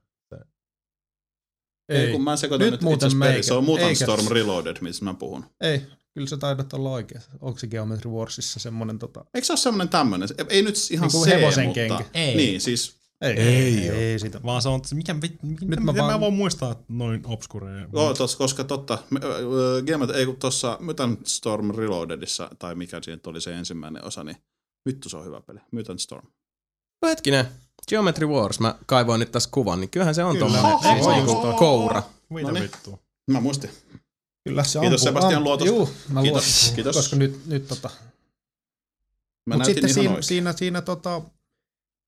[SPEAKER 5] Ei, kun mä sekoitan
[SPEAKER 4] Nyt
[SPEAKER 5] nyt,
[SPEAKER 4] muuten
[SPEAKER 5] itse asiassa
[SPEAKER 4] meikä-
[SPEAKER 5] peli. Se on Mutant
[SPEAKER 4] eikä-
[SPEAKER 5] Storm Reloaded, mistä mä puhun.
[SPEAKER 4] Ei, kyllä sä taidat olla oikeassa. Onko se Geometry Warsissa semmonen tota...
[SPEAKER 5] Eikö se ole semmoinen tämmöinen? Ei nyt ihan
[SPEAKER 4] Niinku
[SPEAKER 5] se,
[SPEAKER 4] hevosen
[SPEAKER 5] mutta...
[SPEAKER 4] kenkä.
[SPEAKER 7] Ei.
[SPEAKER 5] Niin, siis
[SPEAKER 4] Ei,
[SPEAKER 7] Ei
[SPEAKER 4] ei, ei sitä.
[SPEAKER 6] Vaan se on, että mikä, mit, mit,
[SPEAKER 4] Nyt
[SPEAKER 6] Nyt
[SPEAKER 4] mä
[SPEAKER 6] mä,
[SPEAKER 4] vaan-
[SPEAKER 6] mä voin muistaa että noin obskureja.
[SPEAKER 5] Joo, tos, koska totta, me- öö, Geomet, ei kun tuossa Mutant Storm Reloadedissa, tai mikä siinä nyt oli se ensimmäinen osa, niin vittu se on hyvä peli, Mutant Storm.
[SPEAKER 3] No Hetkinen, Geometry Wars, mä kaivoin nyt tässä kuvan, niin kyllähän se on
[SPEAKER 4] Kyllä.
[SPEAKER 3] tommonen
[SPEAKER 4] Oho,
[SPEAKER 3] siis niinku
[SPEAKER 5] oho.
[SPEAKER 3] koura.
[SPEAKER 6] Mitä
[SPEAKER 5] Noniin.
[SPEAKER 6] vittu?
[SPEAKER 5] Mä muistin.
[SPEAKER 4] Kyllä se
[SPEAKER 5] Kiitos
[SPEAKER 4] ampuu-
[SPEAKER 5] Sebastian
[SPEAKER 4] amp-
[SPEAKER 5] luotosta.
[SPEAKER 4] Juu, mä
[SPEAKER 5] Kiitos,
[SPEAKER 4] luotan.
[SPEAKER 5] kiitos.
[SPEAKER 4] Koska nyt, nyt tota...
[SPEAKER 5] Mä
[SPEAKER 4] Mut
[SPEAKER 5] näytin
[SPEAKER 4] sitten
[SPEAKER 5] ihan
[SPEAKER 4] siinä,
[SPEAKER 5] oikein.
[SPEAKER 4] siinä, siinä, tota,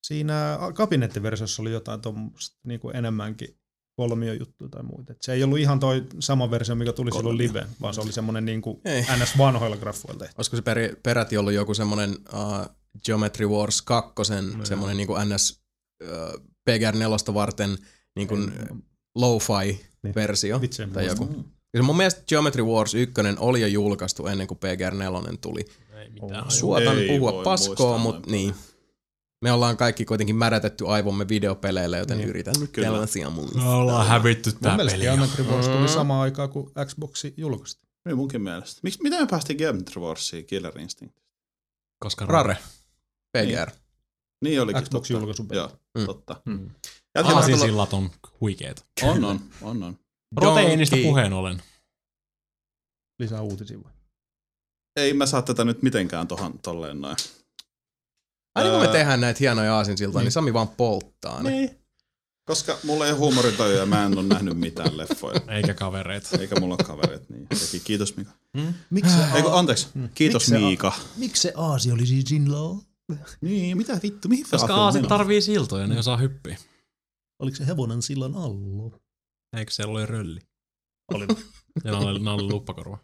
[SPEAKER 4] siinä kabinettiversiossa oli jotain tuommoista niinku enemmänkin kolmiojuttuja tai muuta. Et se ei ollut ihan toi sama versio, mikä tuli silloin liveen, vaan se oli semmoinen niinku
[SPEAKER 3] Ei.
[SPEAKER 4] ns. vanhoilla graffoilla tehty.
[SPEAKER 3] Olisiko se peri, peräti ollut joku semmonen uh, Geometry Wars 2,
[SPEAKER 4] No
[SPEAKER 3] semmonen niinku NS uh, PGR 4 varten niinku lo-fi
[SPEAKER 4] Niin.
[SPEAKER 3] versio.
[SPEAKER 4] Vitsi, en
[SPEAKER 3] Tai
[SPEAKER 4] muista.
[SPEAKER 3] joku.
[SPEAKER 5] Mm,
[SPEAKER 3] Ja mun mielestä Geometry Wars 1 oli jo julkaistu ennen kuin PGR 4 tuli.
[SPEAKER 7] Ei mitään.
[SPEAKER 4] Oh.
[SPEAKER 3] Suotan
[SPEAKER 5] Ei
[SPEAKER 3] puhua
[SPEAKER 5] voi
[SPEAKER 3] paskoa,
[SPEAKER 5] muistaa noin
[SPEAKER 3] mutta
[SPEAKER 5] paljon.
[SPEAKER 3] niin. Me ollaan kaikki kuitenkin märätetty aivomme videopeleillä, joten niin. yritän nyt
[SPEAKER 5] Kyllä.
[SPEAKER 3] tällaisia muistaa.
[SPEAKER 4] No.
[SPEAKER 7] Me ollaan hävitty
[SPEAKER 4] Mun
[SPEAKER 7] tää
[SPEAKER 4] mielestä
[SPEAKER 7] peli. jo.
[SPEAKER 4] Geometry Wars tuli
[SPEAKER 3] Mm.
[SPEAKER 4] samaan aikaan, kun Xboxi julkaistiin.
[SPEAKER 5] Niin munkin mielestä. Miks, miten me päästiin Geometry Warsiin Killer Instinct?
[SPEAKER 6] Koska
[SPEAKER 3] Rare. PGR.
[SPEAKER 5] Niin olikin
[SPEAKER 4] Xbox
[SPEAKER 5] totta.
[SPEAKER 4] julkaisupeli.
[SPEAKER 5] Joo,
[SPEAKER 3] Mm.
[SPEAKER 5] totta.
[SPEAKER 4] Mm.
[SPEAKER 5] Jatketaan tuolla-
[SPEAKER 6] Asisillat on huikeet.
[SPEAKER 5] On, on, on, on.
[SPEAKER 6] Proteiinista
[SPEAKER 3] Donkey.
[SPEAKER 6] puheen ollen.
[SPEAKER 4] Lisää uutisia. vai?
[SPEAKER 5] Ei mä saa tätä nyt mitenkään tohon tolleen noin.
[SPEAKER 3] Aina niin kun me
[SPEAKER 5] Ää,
[SPEAKER 3] tehdään näitä hienoja aasinsiltoja, niin. niin Sami vaan polttaa ne. Niin.
[SPEAKER 5] Koska mulla ei ole huumorintajuja ja mä en ole nähnyt mitään leffoja.
[SPEAKER 6] Eikä kavereita.
[SPEAKER 5] Eikä mulla ole kaverit, niin. Sekin kiitos Mika.
[SPEAKER 4] Miksi
[SPEAKER 5] Äh, Eikö, anteeksi. Kiitos
[SPEAKER 4] Miksi se-
[SPEAKER 5] Miika.
[SPEAKER 7] Miksi se aasi oli siis sinulla?
[SPEAKER 5] Niin, mitä vittu, mihin
[SPEAKER 6] Koska aasit tarvii siltoja, ne osaa hyppiä.
[SPEAKER 7] Oliko se hevonen sillan alla?
[SPEAKER 6] Eikö siellä ole rölli?
[SPEAKER 4] Oli.
[SPEAKER 6] Ja nalle, nalle luppakorva.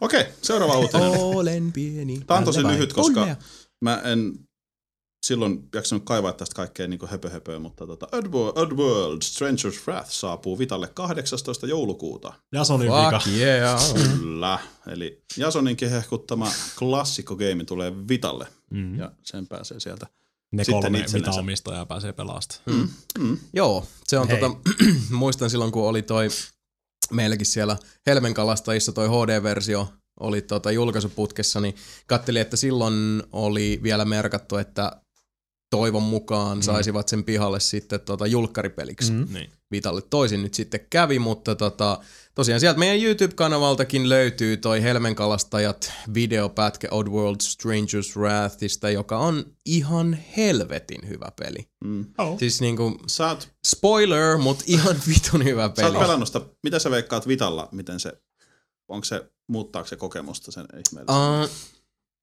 [SPEAKER 5] Okei, seuraava
[SPEAKER 3] Oh.
[SPEAKER 5] uutinen.
[SPEAKER 3] Olen pieni.
[SPEAKER 5] Tämä on tosi
[SPEAKER 7] Älä vai.
[SPEAKER 5] lyhyt, koska
[SPEAKER 3] Onnea.
[SPEAKER 5] mä en silloin jaksanut kaivaa tästä kaikkea niin höpöhöpöä, mutta tota, Oddworld, Oddworld Stranger's Wrath saapuu Vitalle 18. joulukuuta.
[SPEAKER 6] Jasonin vika.
[SPEAKER 3] Fuck yeah.
[SPEAKER 5] Kyllä. Eli Jasoninkin hehkuttama klassikko game tulee Vitalle.
[SPEAKER 6] Mm.
[SPEAKER 5] Ja sen pääsee sieltä.
[SPEAKER 6] Ne
[SPEAKER 5] Sitten
[SPEAKER 6] kolme, mitä
[SPEAKER 5] itsellensä.
[SPEAKER 6] omistajaa pääsee pelastamaan.
[SPEAKER 5] Mm,
[SPEAKER 3] Joo, se on
[SPEAKER 4] Hei.
[SPEAKER 3] tota, muistan silloin kun oli toi, meilläkin siellä Helmenkalastajissa toi HD-versio oli tota julkaisuputkessa, niin kattelin, että silloin oli vielä merkattu, että toivon
[SPEAKER 5] Mm.
[SPEAKER 3] mukaan saisivat sen pihalle sitten tota julkkaripeliksi.
[SPEAKER 4] Mm.
[SPEAKER 6] Niin.
[SPEAKER 3] Vitalle toisin nyt sitten kävi, mutta tota, tosiaan sieltä meidän YouTube-kanavaltakin löytyy toi Helmenkalastajat videopätkä Oddworld Strangers Wrathista, joka on ihan helvetin hyvä peli.
[SPEAKER 5] Mm.
[SPEAKER 3] Siis niinku,
[SPEAKER 5] Sä oot,
[SPEAKER 3] spoiler, mutta ihan vitun hyvä
[SPEAKER 5] sä oot
[SPEAKER 3] peli.
[SPEAKER 5] pelannut sitä. Mitä sä veikkaat Vitalla? Miten se, onko se, muuttaako se kokemusta sen ihmeellisen?
[SPEAKER 3] Uh,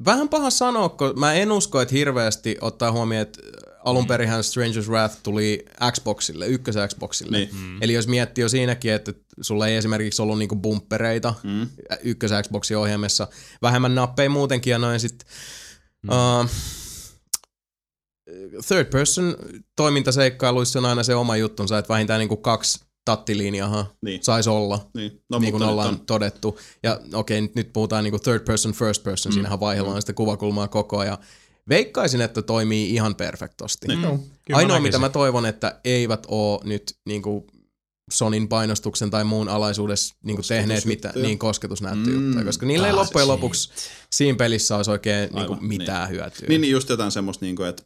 [SPEAKER 3] vähän paha sanoa, kun mä en usko, että hirveästi ottaa huomioon, että alun perinhän Stranger's Wrath tuli Xboxille, ykkös Xboxille.
[SPEAKER 5] Niin.
[SPEAKER 3] Eli jos miettii jo siinäkin, että sulla ei esimerkiksi ollut niinku bumppereita
[SPEAKER 5] Mm.
[SPEAKER 3] ykkös Xboxin ohjelmassa, vähemmän nappeja muutenkin ja noin sit...
[SPEAKER 5] Mm.
[SPEAKER 3] Uh, third person toimintaseikkailuissa on aina se oma juttunsa, että vähintään niinku kaksi tattilinjahaa
[SPEAKER 5] Niin.
[SPEAKER 3] saisi olla.
[SPEAKER 5] Niin, no,
[SPEAKER 3] niin kuin
[SPEAKER 5] mutta nyt
[SPEAKER 3] ollaan
[SPEAKER 5] on-
[SPEAKER 3] on. todettu. Ja okei, nyt, nyt puhutaan niin kuin third person, first person, mm. siinähän vaihdellaan mm. sitä kuvakulmaa koko ajan. Veikkaisin, että toimii ihan perfektosti.
[SPEAKER 5] Niin.
[SPEAKER 4] Joo.
[SPEAKER 6] Kyllä
[SPEAKER 3] Ainoa,
[SPEAKER 6] näkisin.
[SPEAKER 3] mitä mä toivon, että eivät ole nyt niin kuin Sonin painostuksen tai muun alaisuudessa niin kuin tehneet mitä,
[SPEAKER 5] Kosketusjuttuja.
[SPEAKER 3] niin
[SPEAKER 5] Mm.
[SPEAKER 3] kosketusnäyttöjuttuja, koska niillä ei
[SPEAKER 5] Ah,
[SPEAKER 3] loppujen
[SPEAKER 5] shit.
[SPEAKER 3] lopuksi siinä pelissä olisi oikein niin
[SPEAKER 5] Aivan,
[SPEAKER 3] kuin mitään hyötyä.
[SPEAKER 5] Niin, niin just jotain niin semmoista, niin kuin, että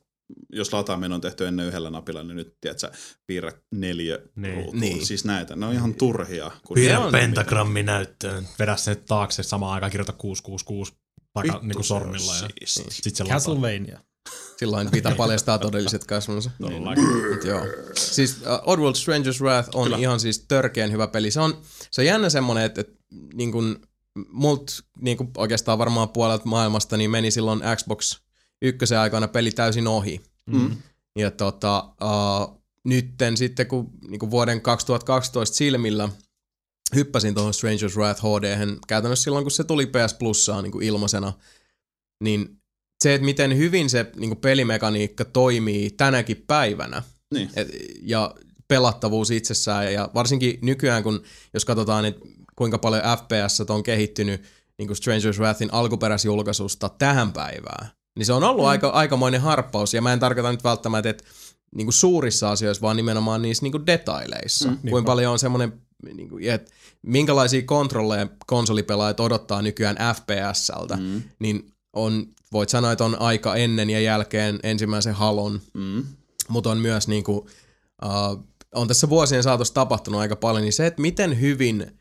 [SPEAKER 5] jos lataaminen on tehty ennen yhdellä napilla, niin nyt, tiedätkö, piirrä neljä
[SPEAKER 7] Niin.
[SPEAKER 5] ruutuun.
[SPEAKER 3] Niin.
[SPEAKER 5] Siis näitä, ne on ihan turhia. Kun
[SPEAKER 7] Piirrä
[SPEAKER 5] ne on-
[SPEAKER 7] pentagrammi näyttöön.
[SPEAKER 6] Vedä sen taakse samaan aikaan, kirjoita 666 taka,
[SPEAKER 5] Vittu,
[SPEAKER 6] niin kuin
[SPEAKER 5] se on
[SPEAKER 6] sormilla. Ja
[SPEAKER 3] siis.
[SPEAKER 6] Niin.
[SPEAKER 5] siisti.
[SPEAKER 6] sit se lataa.
[SPEAKER 4] Castlevania.
[SPEAKER 3] Silloin pitää paljastaa todelliset kasvonsa. Mut joo. Siis uh, Oddworld Stranger's Wrath on Kyllä. ihan siis törkeen hyvä peli. Se on, se on jännä semmonen, että, että niin kun, mult niin kun oikeastaan varmaan puolet maailmasta niin meni silloin Xbox ykkösen aikana peli täysin ohi.
[SPEAKER 5] Mm.
[SPEAKER 3] Ja tota, uh, nytten sitten kun niin vuoden 2012 silmillä hyppäsin tuohon Stranger's Wrath HD, käytännössä silloin kun se tuli PS Plussaan niin ilmaisena, niin se, että miten hyvin se niin pelimekaniikka toimii tänäkin päivänä
[SPEAKER 5] Niin.
[SPEAKER 3] et, ja pelattavuus itsessään ja varsinkin nykyään, kun jos katsotaan, että kuinka paljon FPS on kehittynyt niin kuin Stranger's Wrathin alkuperäisjulkaisusta tähän päivään, niin se on ollut mm. aika, aikamoinen harppaus ja mä en tarkoita nyt välttämättä, että niin kuin suurissa asioissa, vaan nimenomaan niissä niin kuin detaileissa. Mm, Kuinka paljon on semmoinen, niin kuin, että minkälaisia kontrolleja konsolipelaajat odottaa nykyään FPSltä, mm. niin on, voit sanoa, että on aika ennen ja jälkeen ensimmäisen halon
[SPEAKER 5] Mm.
[SPEAKER 3] mutta on myös niin kuin, uh, on tässä vuosien saatossa tapahtunut aika paljon, niin se, että miten hyvin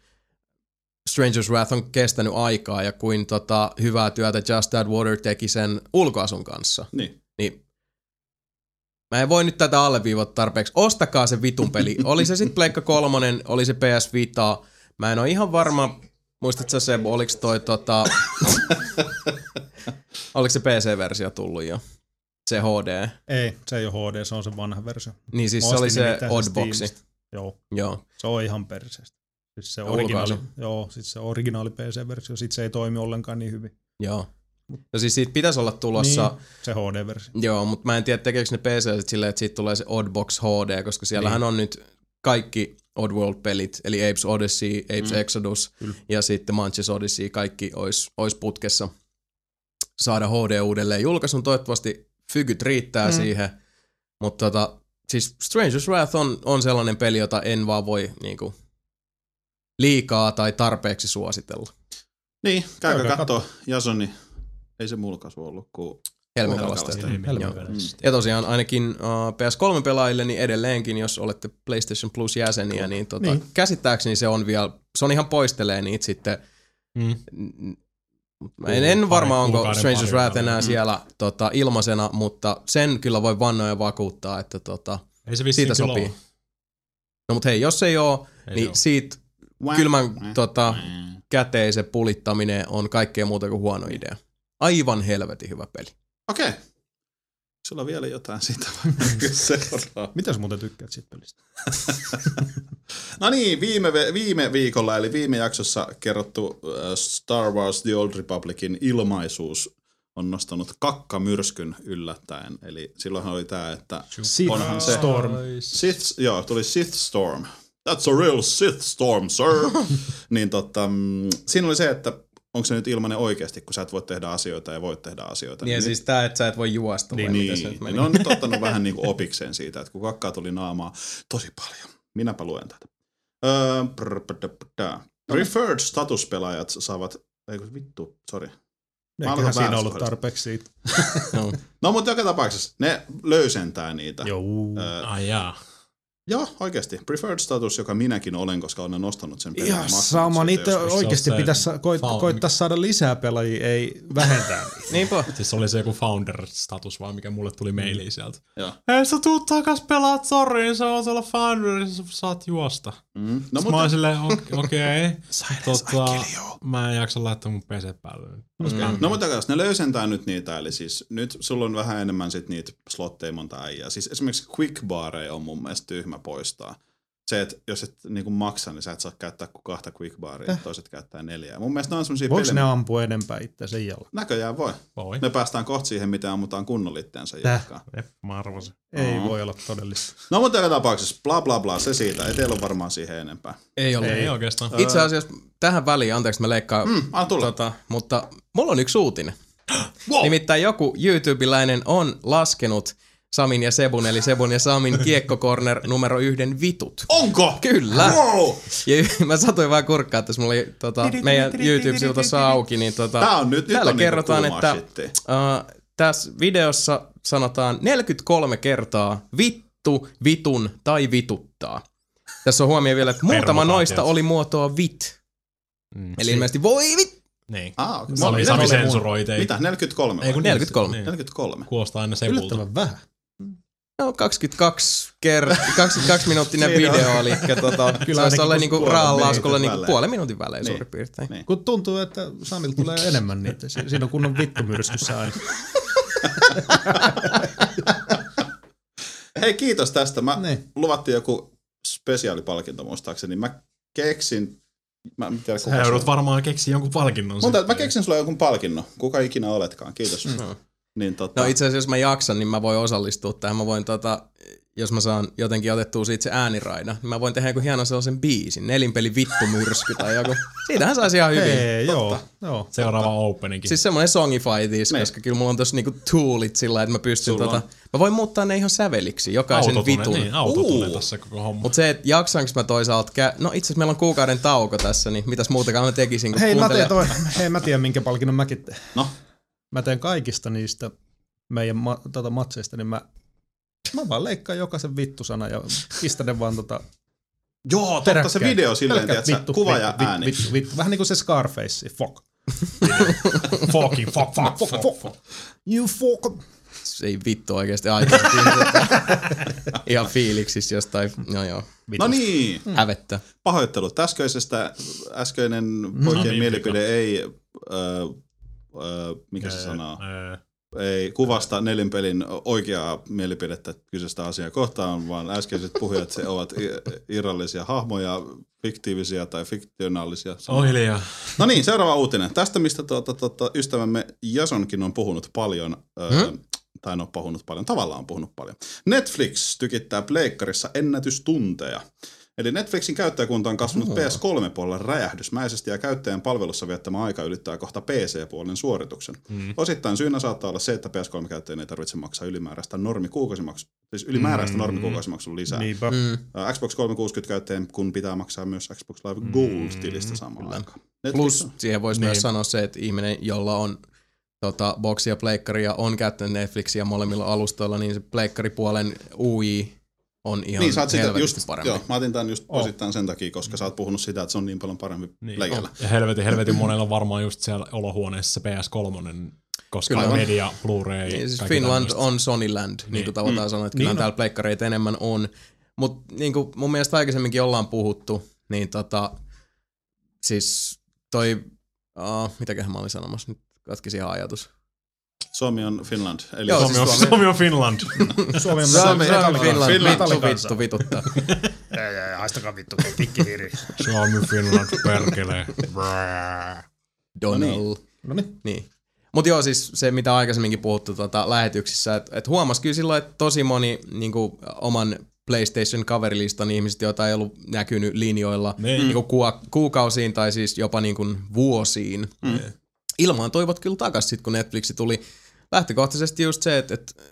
[SPEAKER 3] Stranger's Wrath on kestänyt aikaa ja kuin tota, hyvää työtä Just Add Water teki sen ulkoasun kanssa,
[SPEAKER 5] Niin.
[SPEAKER 3] niin mä en voi nyt tätä alleviivata tarpeeksi. Ostakaa se vitun peli. Oli se sitten Pleikka kolmonen, oli se PS Vita. Mä en ole ihan varma, muistatko se, oliko toi tota... oliko se PC-versio tullut jo? Se HD.
[SPEAKER 4] Ei, se ei ole HD, se on se vanha versio.
[SPEAKER 3] Niin siis
[SPEAKER 4] Mä
[SPEAKER 3] se oli
[SPEAKER 4] ostin
[SPEAKER 3] se
[SPEAKER 4] nimittäin sen
[SPEAKER 3] Oddboxi.
[SPEAKER 4] Steamista. Joo,
[SPEAKER 3] Joo.
[SPEAKER 4] se on ihan perseestä. Siis se
[SPEAKER 3] Ja ulkoasu.
[SPEAKER 4] originaali, joo, siis se originaali PC-versio, sit se ei toimi ollenkaan niin hyvin.
[SPEAKER 3] Joo. No siis siitä pitäisi olla tulossa,
[SPEAKER 4] Niin, se HD-versio.
[SPEAKER 3] niin. joo, mutta mä en tiedä tekeekö ne PC sit silleen, että siitä tulee se Oddbox HD, koska siellähän niin. on nyt kaikki Oddworld-pelit, eli Apes Odyssey, Apes mm. Exodus Kyllä. ja sitten Manchester Odyssey, kaikki olisi ois putkessa saada HD uudelleen julkaisun. Toivottavasti fykyt riittää mm. siihen, mutta tota, siis Stranger's Wrath on, on sellainen peli, jota en vaan voi niinku, liikaa tai tarpeeksi suositella.
[SPEAKER 5] Niin, käykää
[SPEAKER 4] Käykää
[SPEAKER 5] kattoo. Jasoni, ei se mulkaisu ollut, kun
[SPEAKER 3] Helmikalastajat.
[SPEAKER 7] Helvetin
[SPEAKER 3] Joo.
[SPEAKER 7] perässä.
[SPEAKER 3] Ja tosiaan ainakin uh, PS3-pelaajille, niin edelleenkin, jos olette PlayStation Plus-jäseniä, niin, tota, niin.
[SPEAKER 4] Niin.
[SPEAKER 3] käsittääkseni se on vielä, se on ihan poistelee niitä sitten.
[SPEAKER 6] Mm.
[SPEAKER 3] Mm. Mä en, en varmaan onko
[SPEAKER 6] Kuukauden
[SPEAKER 3] Stranger's
[SPEAKER 6] pari
[SPEAKER 3] Wrath
[SPEAKER 6] vielä. Mm.
[SPEAKER 3] enää siellä tota, ilmaisena, mutta sen kyllä voi vannoa ja vakuuttaa, että tota,
[SPEAKER 6] Ei se vissiin
[SPEAKER 3] siitä
[SPEAKER 6] kyllä
[SPEAKER 3] sopii.
[SPEAKER 6] oo.
[SPEAKER 3] No mutta hei, jos ei ole,
[SPEAKER 6] Ei
[SPEAKER 3] niin
[SPEAKER 6] se oo.
[SPEAKER 3] siitä
[SPEAKER 5] Wah,
[SPEAKER 3] kylmän
[SPEAKER 5] wah,
[SPEAKER 3] tota,
[SPEAKER 5] wah.
[SPEAKER 3] käteisen pulittaminen on kaikkea muuta kuin huono idea. Aivan helvetin hyvä peli.
[SPEAKER 5] Okei. Sulla on vielä jotain siitä vai mennäänkö seuraavaan?
[SPEAKER 4] Mitä sä muuten tykkäät siitä pelistä?
[SPEAKER 5] No niin, viime, viime viikolla, eli viime jaksossa kerrottu äh, Star Wars The Old Republicin ilmaisuus on nostanut kakkamyrskyn yllättäen. Eli silloinhan oli tämä, että onhan se...
[SPEAKER 4] Storm.
[SPEAKER 5] Sith, joo, tuli Sith Storm. That's a real Sith Storm, sir. niin tota, mm, siinä oli se, että onko se nyt ilmanen oikeasti, kun sä et voi tehdä asioita ja voit tehdä asioita.
[SPEAKER 3] Niin ja siis tää, että sä et voi juosta. vai
[SPEAKER 5] Niin,
[SPEAKER 3] miten se nyt
[SPEAKER 5] niin.
[SPEAKER 3] meni?
[SPEAKER 5] Ne on nyt ottanut vähän niin kuin opikseen siitä, että kun kakkaa tuli naamaa tosi paljon. Minäpä luen tätä. Öö, prr, prr, prr, prr. Referred statuspelaajat saavat, ei kun vittu, sorry. Mä aloitan
[SPEAKER 4] Eiköhän siinä
[SPEAKER 5] väärästä
[SPEAKER 4] ollut
[SPEAKER 5] kohdasta.
[SPEAKER 4] tarpeeksi siitä.
[SPEAKER 5] No mutta joka tapauksessa, ne löysentää niitä.
[SPEAKER 4] Joo.
[SPEAKER 5] Öö,
[SPEAKER 6] Ai jaa.
[SPEAKER 5] joo, oikeasti. Preferred status, joka minäkin olen, koska olen nostanut sen pelin. ja
[SPEAKER 4] Ihan
[SPEAKER 5] maksanut
[SPEAKER 4] sama,
[SPEAKER 5] siitä
[SPEAKER 4] niitä
[SPEAKER 5] joskus.
[SPEAKER 4] oikeasti
[SPEAKER 6] Se on se
[SPEAKER 4] pitäisi sa- koit,
[SPEAKER 6] faun-
[SPEAKER 4] koittaa saada lisää pelaajia, ei vähentää niitä.
[SPEAKER 3] Niinpä.
[SPEAKER 6] Siis se oli se joku founder-status vaan, mikä mulle tuli mailiin sieltä.
[SPEAKER 5] Mm. Joo.
[SPEAKER 6] Ei sä tuu takas pelaat soriin, sä voit olla founder, sä saat juosta.
[SPEAKER 5] Mm. No
[SPEAKER 6] No, mutta... Mä oon
[SPEAKER 5] mutta,
[SPEAKER 6] silleen, ok- okei. tota, mä en jaksa laittaa mun PC päälle. nyt.
[SPEAKER 3] Mm.
[SPEAKER 5] no mutta jos ne löysentää nyt niitä, eli siis nyt sulla on vähän enemmän sit niitä slotteja monta äijää. Siis esimerkiksi quickbaareja on mun mielestä tyhmä poistaa. Se, että jos et niinku maksa, niin sä et saa käyttää kuin kahta quickbaaria,
[SPEAKER 3] Äh.
[SPEAKER 5] toiset käyttää neljää. Mun mielestä ne on semmosia
[SPEAKER 4] Voiko ne
[SPEAKER 5] pelejä,
[SPEAKER 4] ampua enempää itse sen jälkeen?
[SPEAKER 5] näköjään voi.
[SPEAKER 6] Voi.
[SPEAKER 5] Me päästään kohta siihen, miten ammutaan kunnollitteensa
[SPEAKER 4] Täh.
[SPEAKER 5] jalkaan.
[SPEAKER 6] Jep, mä arvasin.
[SPEAKER 4] Ei voi olla todellista.
[SPEAKER 5] No mutta joka tapauksessa, bla bla bla, se siitä. Ei teillä ole varmaan siihen enempää.
[SPEAKER 3] Ei ole.
[SPEAKER 5] niin.
[SPEAKER 6] Ei oikeastaan.
[SPEAKER 5] No.
[SPEAKER 3] Itse asiassa tähän väliin, anteeksi mä leikkaan, mm,
[SPEAKER 5] anna tulla.
[SPEAKER 3] Tota, mutta mulla on yksi uutinen. wow. Nimittäin joku YouTubeläinen on laskenut Samin ja Sebun, eli Sebun ja Samin kiekkokorner numero yhden vitut.
[SPEAKER 5] Onko?
[SPEAKER 3] Kyllä. Tota-
[SPEAKER 5] Wow!
[SPEAKER 3] Ja mä satuin vaan kurkkaa, että jos mulla oli tota, meidän YouTube-sivutossa auki, niin tota,
[SPEAKER 5] Tää on nyt, nyt
[SPEAKER 3] täällä
[SPEAKER 5] on
[SPEAKER 3] kerrotaan,
[SPEAKER 5] niinku
[SPEAKER 3] että
[SPEAKER 5] että...
[SPEAKER 3] Uh, tässä videossa sanotaan 43 kertaa vittu, vitun tai vituttaa. Tässä on huomio vielä, että muutama
[SPEAKER 6] Permutaatiot.
[SPEAKER 3] noista oli muotoa vit.
[SPEAKER 6] Mm.
[SPEAKER 3] Eli ilmeisesti voi vit,
[SPEAKER 6] Niin.
[SPEAKER 5] Ah, okay.
[SPEAKER 6] Se oli, se oli sensuroita. ei-
[SPEAKER 5] Mitä? 43 vai?
[SPEAKER 6] Ei kun
[SPEAKER 3] 43.
[SPEAKER 6] Niin.
[SPEAKER 5] 43.
[SPEAKER 6] Kuulostaa aina sepulta.
[SPEAKER 4] Yllättävän vähän.
[SPEAKER 3] no 22 kert- 22 minuuttinen
[SPEAKER 5] Siinä on.
[SPEAKER 3] video, eli tota, kyllä
[SPEAKER 4] ainakin
[SPEAKER 3] saisi olla
[SPEAKER 4] kun
[SPEAKER 3] niinku
[SPEAKER 4] puolen
[SPEAKER 3] raalaaskulla
[SPEAKER 5] minuutin
[SPEAKER 3] niinku
[SPEAKER 5] välein.
[SPEAKER 3] puolen minuutin välein
[SPEAKER 5] Niin.
[SPEAKER 3] suurin piirtein.
[SPEAKER 5] Niin.
[SPEAKER 4] Kun tuntuu, että Samilla tulee enemmän niitä. Si- Siinä on kunnon vittumyrskyssä aina.
[SPEAKER 5] Hei, kiitos tästä. Mä
[SPEAKER 4] Niin.
[SPEAKER 5] luvattiin joku spesiaalipalkinto muistaakseni. Mä keksin... Mä en tiedä, kuka se
[SPEAKER 6] Sä
[SPEAKER 5] on.
[SPEAKER 6] joudut varmaan keksiä jonkun palkinnon.
[SPEAKER 5] Mun
[SPEAKER 6] sitten.
[SPEAKER 5] täytyy, mä keksin sulle jonkun palkinnon, kuka ikinä oletkaan, kiitos.
[SPEAKER 3] No.
[SPEAKER 5] Niin tota,
[SPEAKER 3] No itse asiassa jos mä jaksan, niin mä voin osallistua tähän. Mä voin tota, jos mä saan jotenkin otettua siitä se ääniraina, niin mä voin tehdä joku hienon sellaisen biisin. Nelinpeli vittumyrsky tai joku. Siitähän saisi ihan hyvin.
[SPEAKER 4] Ei, joo. joo.
[SPEAKER 6] Seuraava openinkin.
[SPEAKER 3] Siis semmonen songify this, koska kyllä mulla on tossa niinku toolit sillä, että mä pystyn
[SPEAKER 5] Sulla
[SPEAKER 3] tota,
[SPEAKER 5] on.
[SPEAKER 3] mä voin muuttaa ne ihan säveliksi, jokaisen
[SPEAKER 6] autotune.
[SPEAKER 3] vitun.
[SPEAKER 6] Niin, autotune
[SPEAKER 5] Uu.
[SPEAKER 6] tässä koko homma.
[SPEAKER 3] Mut se, että jaksanko mä toisaalta kä- No itse asiassa meillä on kuukauden tauko tässä, niin mitäs muutakaan mä tekisin, kun
[SPEAKER 4] Hei, mä
[SPEAKER 3] kuuntelee-
[SPEAKER 4] teen toi. Hei, mä tiedän, minkä palkinnon mäkin teen.
[SPEAKER 5] no,
[SPEAKER 4] Mä teen kaikista niistä meidän ma- tota matseista, niin mä, mä vaan leikkaan jokaisen vittusana ja pistän ne vaan tota
[SPEAKER 5] joo, totta se
[SPEAKER 4] peräkkäin.
[SPEAKER 5] video silleen,
[SPEAKER 4] Pelkät
[SPEAKER 5] tiedätkö, vittu, kuva ja
[SPEAKER 4] vittu,
[SPEAKER 5] ääni.
[SPEAKER 4] Vittu, vittu, vittu. Vähän niin kuin se Scarface, fuck.
[SPEAKER 6] Fucking fuck, fuck, fuck, fuck.
[SPEAKER 4] You fuck.
[SPEAKER 3] Ei vittu oikeesti aikaa. ihan fiiliksissä jostain, no joo,
[SPEAKER 5] No niin,
[SPEAKER 3] hävettä.
[SPEAKER 5] pahoittelut äskeisestä, äskeinen poikien
[SPEAKER 6] niin,
[SPEAKER 5] mielipide ei, ö, ö, mikä se sanoo, ei kuvasta nelinpelin oikeaa mielipidettä kyseistä asiaa kohtaan, vaan äskeiset puhujat se ovat i- irrallisia hahmoja, fiktiivisiä tai fiktionaalisia.
[SPEAKER 6] Oh hiljaa.
[SPEAKER 5] No niin, seuraava uutinen. Tästä, mistä tuota, tuota, ystävämme Jasonkin on puhunut paljon, öö, tai no puhunut paljon, tavallaan puhunut paljon. Netflix tykittää pleikkarissa ennätystunteja. Eli Netflixin käyttäjäkunta on kasvanut PS3-puolella räjähdysmäisesti ja käyttäjän palvelussa viettämä aika ylittää kohta PC-puolen suorituksen. Mm. Osittain syynä saattaa olla se, että PS3-käyttäjien ei tarvitse maksaa ylimääräistä normikuukausimaksua, siis ylimääräistä mm. normikuukausimaksua lisää. Niin.
[SPEAKER 4] Niinpä.
[SPEAKER 3] Mm.
[SPEAKER 5] Xbox 360-käyttäjien kun pitää maksaa myös Xbox Live Gold-tilistä samaan aikaan. Netflix
[SPEAKER 3] Plus siihen voisi niin. myös sanoa se, että ihminen, jolla on tota, boksia, pleikkaria, on käyttänyt Netflixiä molemmilla alustoilla, niin se pleikkaripuolen UI on ihan
[SPEAKER 5] Niin, sä oot sitä just,
[SPEAKER 3] parempi.
[SPEAKER 5] joo, mä otin tämän just oh. osittain sen takia, koska sä oot puhunut sitä, että se on niin paljon parempi niin, leikellä.
[SPEAKER 6] Ja helvetin, helvetin monella on varmaan just siellä olohuoneessa se PS3, koska
[SPEAKER 3] Kyllä
[SPEAKER 6] Kyllä.
[SPEAKER 3] on.
[SPEAKER 6] media, Blu-ray,
[SPEAKER 3] Niin, siis
[SPEAKER 6] kaikki
[SPEAKER 3] Finland
[SPEAKER 6] tämmöistä.
[SPEAKER 3] on Sonyland, niin, niin kuin tavallaan mm, sanoin, että kyllä niin täällä pleikkareita enemmän on. Mutta niin kuin mun mielestä aikaisemminkin ollaan puhuttu, niin tota, siis toi, uh, mitäköhän mä olin sanomassa, nyt katkesi ihan ajatus.
[SPEAKER 5] Suomi on Finland. Eli
[SPEAKER 3] Joo, siis
[SPEAKER 5] joo,
[SPEAKER 6] Suomi on,
[SPEAKER 3] Suomi-
[SPEAKER 6] Suomi on Finland.
[SPEAKER 4] Suomi
[SPEAKER 3] Suomi,
[SPEAKER 4] on
[SPEAKER 3] Suomi, Finland,
[SPEAKER 5] Finland,
[SPEAKER 3] vittu, vittu,
[SPEAKER 4] metallikansa.
[SPEAKER 3] vituttaa.
[SPEAKER 4] Haistakaa vittu, pikkihiiri.
[SPEAKER 6] Suomi, Finland, perkele.
[SPEAKER 3] Donald.
[SPEAKER 4] No niin.
[SPEAKER 3] Niin. Mutta joo, siis se mitä aikaisemminkin puhuttu tota, lähetyksissä, että et huomasi kyllä sillä että tosi moni niinku, oman PlayStation-kaverilistan ihmiset, joita ei ollut näkynyt linjoilla
[SPEAKER 6] Niin.
[SPEAKER 3] niinku, kuua- kuukausiin tai siis jopa niinku, vuosiin. Mm. Ilmaan toivat kyllä takaisin, sit, kun Netflixi tuli. Lähtökohtaisesti just se, että et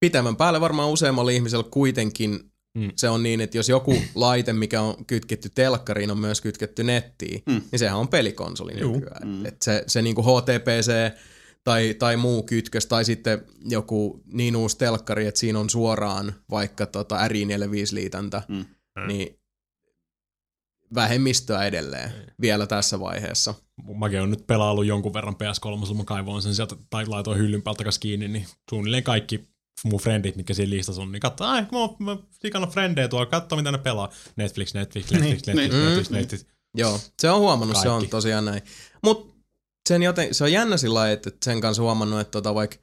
[SPEAKER 3] pitemmän päälle varmaan useammalla ihmisellä kuitenkin
[SPEAKER 6] Mm.
[SPEAKER 3] mm. se on niin, että jos joku laite, mikä on kytketty telkkariin, on myös kytketty nettiin, mm. niin sehän on pelikonsoli nykyään. Mm. Et se se niinku HTPC tai, tai muu kytkös, tai sitten joku niin uusi telkkari, että siinä on suoraan vaikka tota RI45-liitäntä,
[SPEAKER 5] Mm.
[SPEAKER 3] mm. niin vähemmistöä edelleen mm. vielä tässä vaiheessa.
[SPEAKER 6] Mäkin on nyt pelaillut jonkun verran PS3, mä kaivoin sen sieltä tai laitoin hyllyn päältä takas kiinni, niin suunnilleen kaikki mun frendit, mitkä siinä listassa on, niin katsoo, ai, mä, oon- mä sikana frendejä tuolla, katsoo mitä ne pelaa. Netflix, Netflix, Netflix,
[SPEAKER 5] Niin.
[SPEAKER 6] Netflix,
[SPEAKER 5] Niin.
[SPEAKER 6] Netflix, Netflix.
[SPEAKER 3] Joo, se on huomannut, Kaikki. se on
[SPEAKER 6] Kaikki.
[SPEAKER 3] tosiaan näin. Mutta sen joten, se on jännä sillä lailla, että että sen kanssa huomannut, että tota vaikka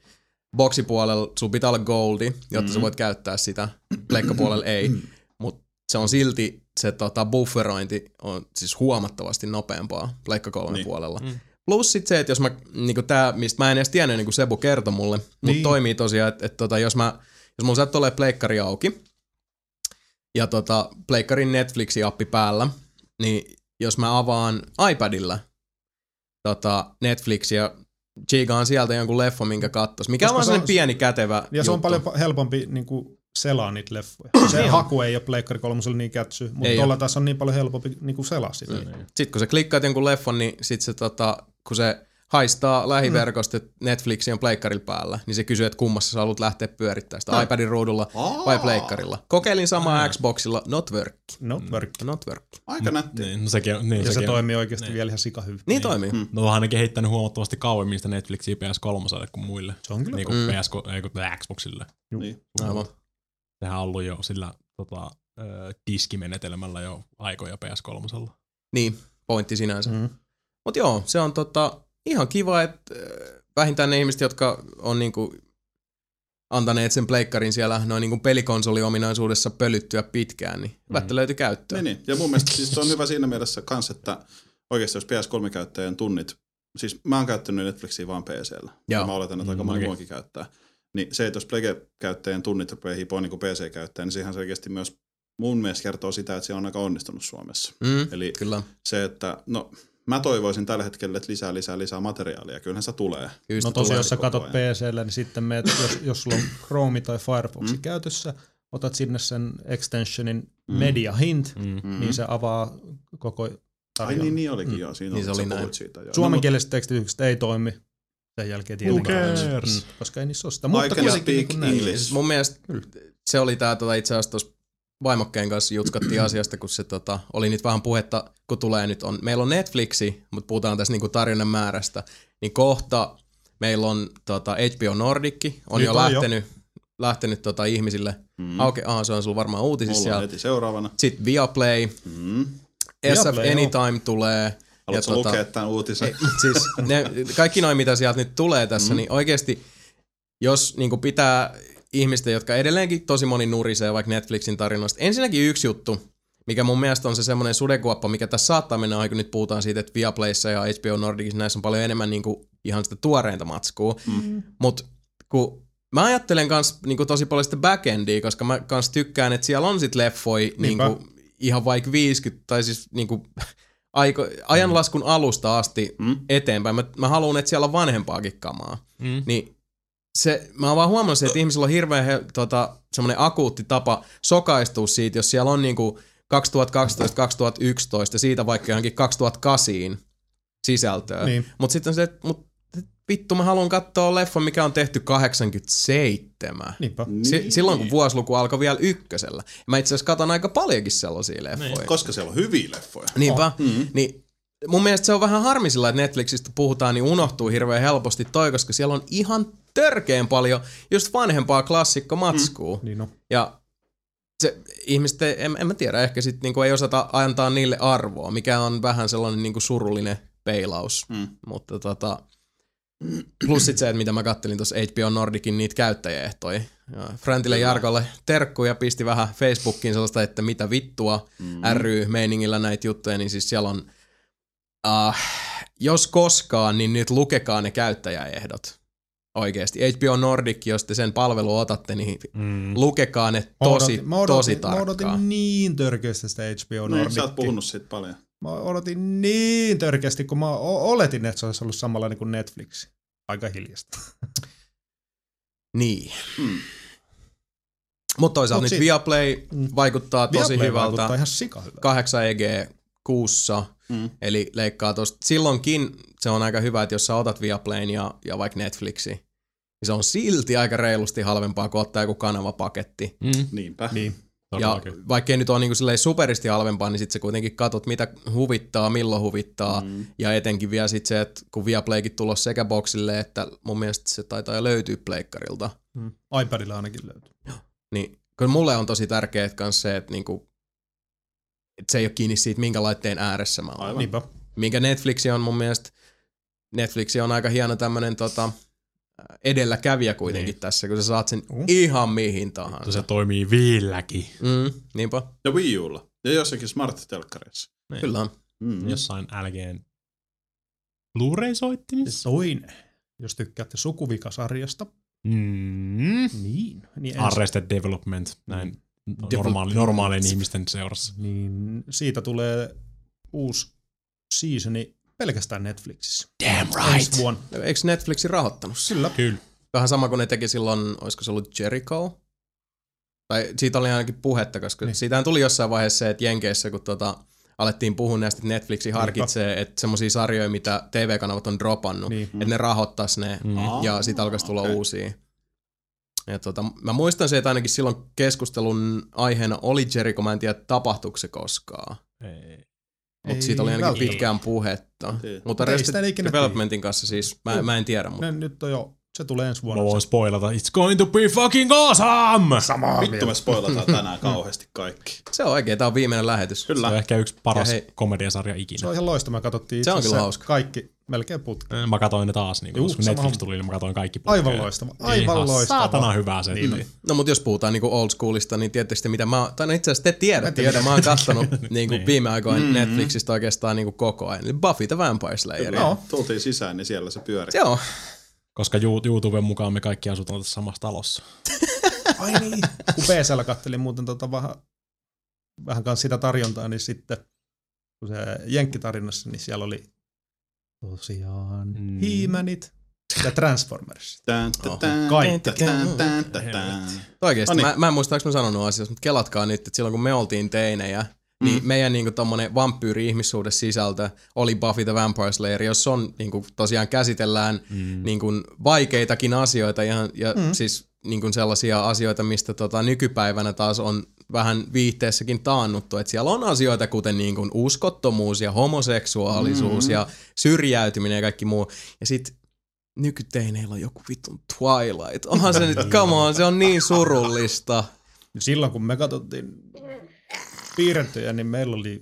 [SPEAKER 3] boksipuolella sun pitää olla goldi, jotta mm-hmm. sä voit käyttää sitä, pleikkapuolella ei, mutta se on silti se tota, bufferointi on siis huomattavasti nopeampaa pleikka kolmen niin. puolella. Mm. Plus sit se, että jos mä, niinku tää, mistä mä en edes tiennyt, niin kuin Sebu kertoi mulle, mutta
[SPEAKER 4] Niin.
[SPEAKER 3] toimii tosiaan, että et, tota, jos mä, jos mun sattuu olemaan pleikkari auki, ja tota, pleikkarin Netflixi-appi päällä, niin jos mä avaan iPadilla tota Netflixiä, chiikaan sieltä jonkun leffa, minkä kattos. Mikä
[SPEAKER 4] Koska
[SPEAKER 3] on
[SPEAKER 4] se on-
[SPEAKER 3] sellainen pieni kätevä
[SPEAKER 4] Ja se on
[SPEAKER 3] juttu.
[SPEAKER 4] paljon pa- helpompi niin kuin selaa niitä leffoja. Se haku ei ole Pleikkari kolmosella niin kätsy, mutta
[SPEAKER 3] Ei
[SPEAKER 4] tuolla taas on niin paljon helpompi niin kuin niinku, selaa sitä.
[SPEAKER 3] Sitten kun sä klikkaat jonkun leffon, niin sit se, tota, kun se haistaa lähiverkosta, että Netflixi on pleikkarilla päällä, niin se kysyy, että kummassa sä haluat lähteä pyörittämään sitä,
[SPEAKER 4] No.
[SPEAKER 3] iPadin ruudulla vai pleikkarilla. Kokeilin samaa Xboxilla, not work,
[SPEAKER 4] Notebook.
[SPEAKER 3] not work. Niin,
[SPEAKER 5] Aika nätti.
[SPEAKER 6] Niin, no sekin on. Niin,
[SPEAKER 4] No, Ja se
[SPEAKER 6] sekin on.
[SPEAKER 4] toimii oikeasti vielä ihan sikahyvin.
[SPEAKER 3] niin toimii. Hmm.
[SPEAKER 6] No on ainakin heittänyt huomattavasti kauemmin sitä Netflixiä PS3 kuin muille.
[SPEAKER 4] Se on kyllä.
[SPEAKER 6] Niin kuin mm. PS3, ei kun Xboxille.
[SPEAKER 5] Niin.
[SPEAKER 3] Aivan.
[SPEAKER 6] Sehän on ollut jo sillä tota, ö, diskimenetelmällä jo aikoja PS3.
[SPEAKER 3] Niin, pointti sinänsä.
[SPEAKER 4] Mm.
[SPEAKER 3] Mutta joo, se on tota, ihan kiva, että äh, vähintään ne ihmiset, jotka on niinku antaneet sen pleikkarin siellä noin niinku pelikonsoliominaisuudessa pölyttyä pitkään, niin mm. välttä löytyi käyttöön.
[SPEAKER 5] Niin, niin. Ja mun mielestä siis se on hyvä siinä mielessä kans, että oikeasti jos PS3-käyttäjän tunnit, siis mä oon käyttänyt Netflixiä vaan PCllä.
[SPEAKER 3] Joo.
[SPEAKER 5] Joo. Mä oletan, että aika moni muakin käyttää. Niin se, että jos Plege-käyttäjän tunnit rupeaa hipoa niin kuin PC-käyttäjä, niin sehän selkeästi myös mun mielestä kertoo sitä, että se on aika onnistunut Suomessa.
[SPEAKER 3] Mm,
[SPEAKER 5] Eli
[SPEAKER 3] kyllä,
[SPEAKER 5] se, että no mä toivoisin tällä hetkellä, että lisää, lisää, lisää materiaalia. Kyllähän se tulee.
[SPEAKER 3] kyllä sitä
[SPEAKER 4] No tosiaan,
[SPEAKER 3] tulee.
[SPEAKER 4] jos sä
[SPEAKER 5] koko
[SPEAKER 4] katot
[SPEAKER 5] ajan.
[SPEAKER 4] PCllä, niin sitten meet, jos, jos sulla on Chrome tai Firefox mm. käytössä, otat sinne sen extensionin mm. Media Hint, mm. niin se avaa koko
[SPEAKER 5] Ai
[SPEAKER 4] tarjonnan.
[SPEAKER 5] niin, niin olikin mm. joo. Siinä
[SPEAKER 3] Niin
[SPEAKER 5] niin
[SPEAKER 3] se
[SPEAKER 5] on,
[SPEAKER 3] oli
[SPEAKER 5] sä
[SPEAKER 3] näin.
[SPEAKER 5] puhuit siitä. Joo.
[SPEAKER 4] Suomenkieliset tekstitykset ei toimi sen jälkeen tietenkään, mm. koska ei niistä ole sitä.
[SPEAKER 5] I
[SPEAKER 4] Mutta
[SPEAKER 5] can
[SPEAKER 4] kuitenkin
[SPEAKER 5] speak
[SPEAKER 4] niin näin.
[SPEAKER 3] Siis
[SPEAKER 5] English.
[SPEAKER 3] mun mielestä
[SPEAKER 4] Mm.
[SPEAKER 3] se oli tää tota, itse asiassa tuossa vaimokkeen kanssa jutskattiin asiasta, kun se tota, oli nyt vähän puhetta, kun tulee nyt on, meillä on Netflixi, mutta puhutaan tässä niinku tarjonnan määrästä, niin kohta meillä on tota, HBO Nordicki, on
[SPEAKER 4] Nyt
[SPEAKER 3] jo
[SPEAKER 4] on
[SPEAKER 3] lähtenyt, lähtenyt tota, ihmisille, mm. auke, aha, se on sulla varmaan uutisissa
[SPEAKER 5] Mulla
[SPEAKER 3] siis siellä.
[SPEAKER 5] on heti seuraavana.
[SPEAKER 3] Sitten Viaplay,
[SPEAKER 5] Mm.
[SPEAKER 3] SF
[SPEAKER 4] Viaplay, joo.
[SPEAKER 3] Anytime tulee.
[SPEAKER 5] Haluatko tota... lukea tämän uutisen?
[SPEAKER 3] Ei, siis ne, kaikki noin, mitä sieltä nyt tulee tässä, mm. niin oikeasti, jos niin pitää ihmistä, jotka edelleenkin tosi moni nurisee vaikka Netflixin tarinoista. Ensinnäkin yksi juttu, mikä mun mielestä on se semmoinen sudekuoppa, mikä tässä saattaa mennä aikaan, kun nyt puhutaan siitä, että Viaplayssa ja HBO Nordicissa näissä on paljon enemmän niin kuin ihan sitä tuoreinta matskua. Mm. Mutta kun mä ajattelen kans niin tosi paljon sitä backendia, koska mä kans tykkään, että siellä on sit leffoi niin
[SPEAKER 4] Niinpä.
[SPEAKER 3] kuin, ihan vaikka 50 tai siis niin kuin, aiko, ajanlaskun alusta asti mm. eteenpäin. Mä, mä haluan, että siellä on vanhempaakin kamaa. Mm. Niin se, mä oon vaan huomannut sen, että ihmisillä on hirveän he, tota, semmoinen akuutti tapa sokaistua siitä, jos siellä on niinku 2012-2011 ja siitä vaikka johonkin 2008 sisältöä.
[SPEAKER 4] Niin.
[SPEAKER 3] Mutta sitten on se, että mut, vittu mä haluan katsoa leffa, mikä on tehty 87.
[SPEAKER 4] Niinpä.
[SPEAKER 5] Niin.
[SPEAKER 3] Si- silloin kun vuosiluku alkoi vielä ykkösellä. Mä itse asiassa katon aika paljonkin sellaisia leffoja.
[SPEAKER 5] Koska siellä on hyviä leffoja.
[SPEAKER 3] Niinpä. Mm-hmm. Niin mun mielestä se on vähän harmi sillä, että Netflixistä puhutaan, niin unohtuu hirveän helposti toi, koska siellä on ihan törkeen paljon just vanhempaa klassikko matskuu. Mm.
[SPEAKER 4] Niin on.
[SPEAKER 3] Ja se, ihmiset, ei- en, en mä tiedä, ehkä sit niinku ei osata antaa niille arvoa, mikä on vähän sellainen niinku surullinen peilaus. Mm. Mutta tota, plus sit se, että mitä mä kattelin tuossa HBO Nordicin niitä käyttäjäehtoja. Ja Frantille Jarkolle terkkuja pisti vähän Facebookiin sellaista, että mitä vittua mm.
[SPEAKER 4] Mm-hmm.
[SPEAKER 3] ry-meiningillä näitä juttuja, niin siis siellä on, uh, jos koskaan, niin nyt lukekaa ne käyttäjäehdot. Oikeasti. HBO Nordic, jos te sen palvelu otatte, niin mm. lukekaa ne
[SPEAKER 4] Mä
[SPEAKER 3] tosi,
[SPEAKER 4] odotin- mä
[SPEAKER 3] tosi
[SPEAKER 4] odotin, mä
[SPEAKER 3] tarkkaan.
[SPEAKER 4] odotin niin törkeästi sitä HBO
[SPEAKER 5] No, niin, sä oot
[SPEAKER 4] Nordicin.
[SPEAKER 5] puhunut siitä paljon.
[SPEAKER 4] Mä odotin niin törkeästi, kun mä o- oletin, että se olisi ollut samanlainen kuin Netflix. Aika hiljasta.
[SPEAKER 3] Niin. Mutta toisaalta
[SPEAKER 4] Hmm. Mut
[SPEAKER 3] nyt
[SPEAKER 4] sit-
[SPEAKER 3] Viaplay vaikuttaa tosi
[SPEAKER 4] Viaplay
[SPEAKER 3] hyvältä.
[SPEAKER 4] Vaikuttaa ihan sikahyvältä.
[SPEAKER 3] 8 EG E kuussa, mm. eli leikkaa tosta. Silloinkin se on aika hyvä, että jos sä otat Viaplayn ja, ja vaikka Netflixi, niin se on silti aika reilusti halvempaa kuin ottaa joku kanavapaketti. Mm.
[SPEAKER 5] Niinpä.
[SPEAKER 4] Niin.
[SPEAKER 3] Ja vaikkei nyt ole niin kuin superisti halvempaa, niin sitten sä kuitenkin katot, mitä huvittaa, milloin huvittaa. Mm. Ja etenkin vielä sit se, että kun Viaplaykin tulos sekä boksille, että mun mielestä se taitaa jo löytyä pleikkarilta.
[SPEAKER 4] Mm. iPadilla ainakin löytyy.
[SPEAKER 3] Niin, kun mulle on tosi tärkeää myös se, että niinku, et se ei ole kiinni siitä, minkä laitteen ääressä mä oon.
[SPEAKER 5] Aivan.
[SPEAKER 4] Niinpä.
[SPEAKER 3] minkä Netflixi on mun mielestä, Netflixi on aika hieno tämmönen tota, edelläkävijä kuitenkin niin. tässä, kun sä saat sen uh. ihan mihin tahansa.
[SPEAKER 6] Se toimii viilläkin.
[SPEAKER 3] Mm, niinpä,
[SPEAKER 5] Ja Wii Ulla. Ja jossakin smart-telkkareissa.
[SPEAKER 3] kyllä.
[SPEAKER 5] Mm.
[SPEAKER 6] Jossain LGn
[SPEAKER 3] Niin.
[SPEAKER 6] Blu-ray-soittimissa.
[SPEAKER 4] Siis Toinen. Jos tykkäätte sukuvikasarjasta,
[SPEAKER 6] Mm.
[SPEAKER 4] niin. niin, ensi,
[SPEAKER 6] Arrested Development, näin no- normaali,
[SPEAKER 3] Development.
[SPEAKER 6] normaalien ihmisten seurassa.
[SPEAKER 4] niin siitä tulee uusi seasoni pelkästään Netflixissä.
[SPEAKER 6] Damn
[SPEAKER 4] Ensi vuonna.
[SPEAKER 3] Eikö Netflixi rahoittanut sen?
[SPEAKER 4] Kyllä.
[SPEAKER 6] Kyllä.
[SPEAKER 3] Vähän sama kuin ne teki silloin, olisiko se ollut Jericho? Tai siitä oli ainakin puhetta, koska niin. siitähän tuli jossain vaiheessa se, että Jenkeissä, kun tota alettiin puhua näistä, että Netflixi harkitsee, että semmoisia sarjoja, mitä TV-kanavat on dropannut,
[SPEAKER 4] Niin.
[SPEAKER 3] niin. että ne rahoittaisi ne, mm. ja
[SPEAKER 5] Aa,
[SPEAKER 3] siitä alkaisi tulla
[SPEAKER 5] okei.
[SPEAKER 3] okay. uusia. Ja tota, mä muistan se, että ainakin silloin keskustelun aiheena oli Jericho, mä en tiedä tapahtuiko se koskaan.
[SPEAKER 7] Ei.
[SPEAKER 3] Mutta
[SPEAKER 4] Ei
[SPEAKER 3] siitä oli ainakin
[SPEAKER 4] välttämättä.
[SPEAKER 3] pitkään puhetta.
[SPEAKER 5] Ei.
[SPEAKER 3] Mutta
[SPEAKER 4] Ei sitä
[SPEAKER 3] Arrested
[SPEAKER 4] ikinä
[SPEAKER 3] Developmentin kanssa siis, mä, mä en tiedä, mutta
[SPEAKER 4] Ne, nyt on jo, se tulee ensi
[SPEAKER 6] Mä
[SPEAKER 4] vuonna.
[SPEAKER 6] voin spoilata. It's going to be fucking awesome!
[SPEAKER 4] Samaa
[SPEAKER 5] Vittu me spoilataan tänään kauheasti kaikki.
[SPEAKER 3] se on oikein, tää on viimeinen lähetys.
[SPEAKER 6] Se on
[SPEAKER 5] Kyllä.
[SPEAKER 6] ehkä yksi paras
[SPEAKER 3] Ja hei-
[SPEAKER 6] komediasarja ikinä.
[SPEAKER 4] Se on ihan loistava, me katsottiin itse
[SPEAKER 3] Se on kyllä
[SPEAKER 4] asiassa
[SPEAKER 3] hauska.
[SPEAKER 4] kaikki melkein putki.
[SPEAKER 6] Mä katsoin ne taas, niin
[SPEAKER 4] Juu,
[SPEAKER 6] kun koska
[SPEAKER 4] sama
[SPEAKER 6] Netflix
[SPEAKER 4] homma.
[SPEAKER 6] tuli, niin mä katsoin kaikki putkeen.
[SPEAKER 4] Aivan loistava, aivan
[SPEAKER 6] Ihan
[SPEAKER 4] loistava.
[SPEAKER 6] Niin, saatana hyvää se. Niin.
[SPEAKER 3] No mutta jos puhutaan niinku old schoolista, niin tietysti te, mitä mä oon, tai no itse asiassa te tiedätte,
[SPEAKER 4] tiedän.
[SPEAKER 3] mitä mä oon katsonut niinku
[SPEAKER 6] Niin.
[SPEAKER 3] viime aikoina mm-hmm. Netflixistä oikeastaan niinku koko ajan. Eli Buffy the Vampire Slayer.
[SPEAKER 5] No. Tultiin sisään, niin siellä se pyöri.
[SPEAKER 3] Joo,
[SPEAKER 6] Koska Ju- YouTuben mukaan me kaikki asutaan tässä samassa talossa.
[SPEAKER 4] Ai niin. Kun PSL kattelin muuten tota vähän, vähän kanssa sitä tarjontaa, niin sitten kun se Jenkkitarinassa, niin siellä oli tosiaan
[SPEAKER 6] Mm.
[SPEAKER 4] mm. He-Manit ja Transformers.
[SPEAKER 5] Tän, tä,
[SPEAKER 3] Oho.
[SPEAKER 5] tän,
[SPEAKER 4] Kaikki.
[SPEAKER 5] tä, tän, tän, tä, tän.
[SPEAKER 3] oikeesti.
[SPEAKER 5] Noniin.
[SPEAKER 3] Mä, mä en muista, onko mä sanonut asiassa, mutta kelatkaa nyt, että silloin kun me oltiin teinejä,
[SPEAKER 5] Mm.
[SPEAKER 3] niin meidän niinku tommonen vampyyri-ihmissuuden sisältö oli Buffy the Vampire Slayer, jossa on niinku tosiaan käsitellään
[SPEAKER 6] Mm.
[SPEAKER 3] niin kuin vaikeitakin asioita ihan, ja mm. siis niin kuin sellaisia asioita, mistä tota, nykypäivänä taas on vähän viihteessäkin taannuttu. Että siellä on asioita kuten niin kuin uskottomuus ja homoseksuaalisuus mm. ja syrjäytyminen ja kaikki muu. Ja sitten nykyteineillä on joku vitun Twilight. Onhan se nyt, come on, se on niin surullista.
[SPEAKER 4] Silloin kun me katsottiin piirrettyjä, niin meillä oli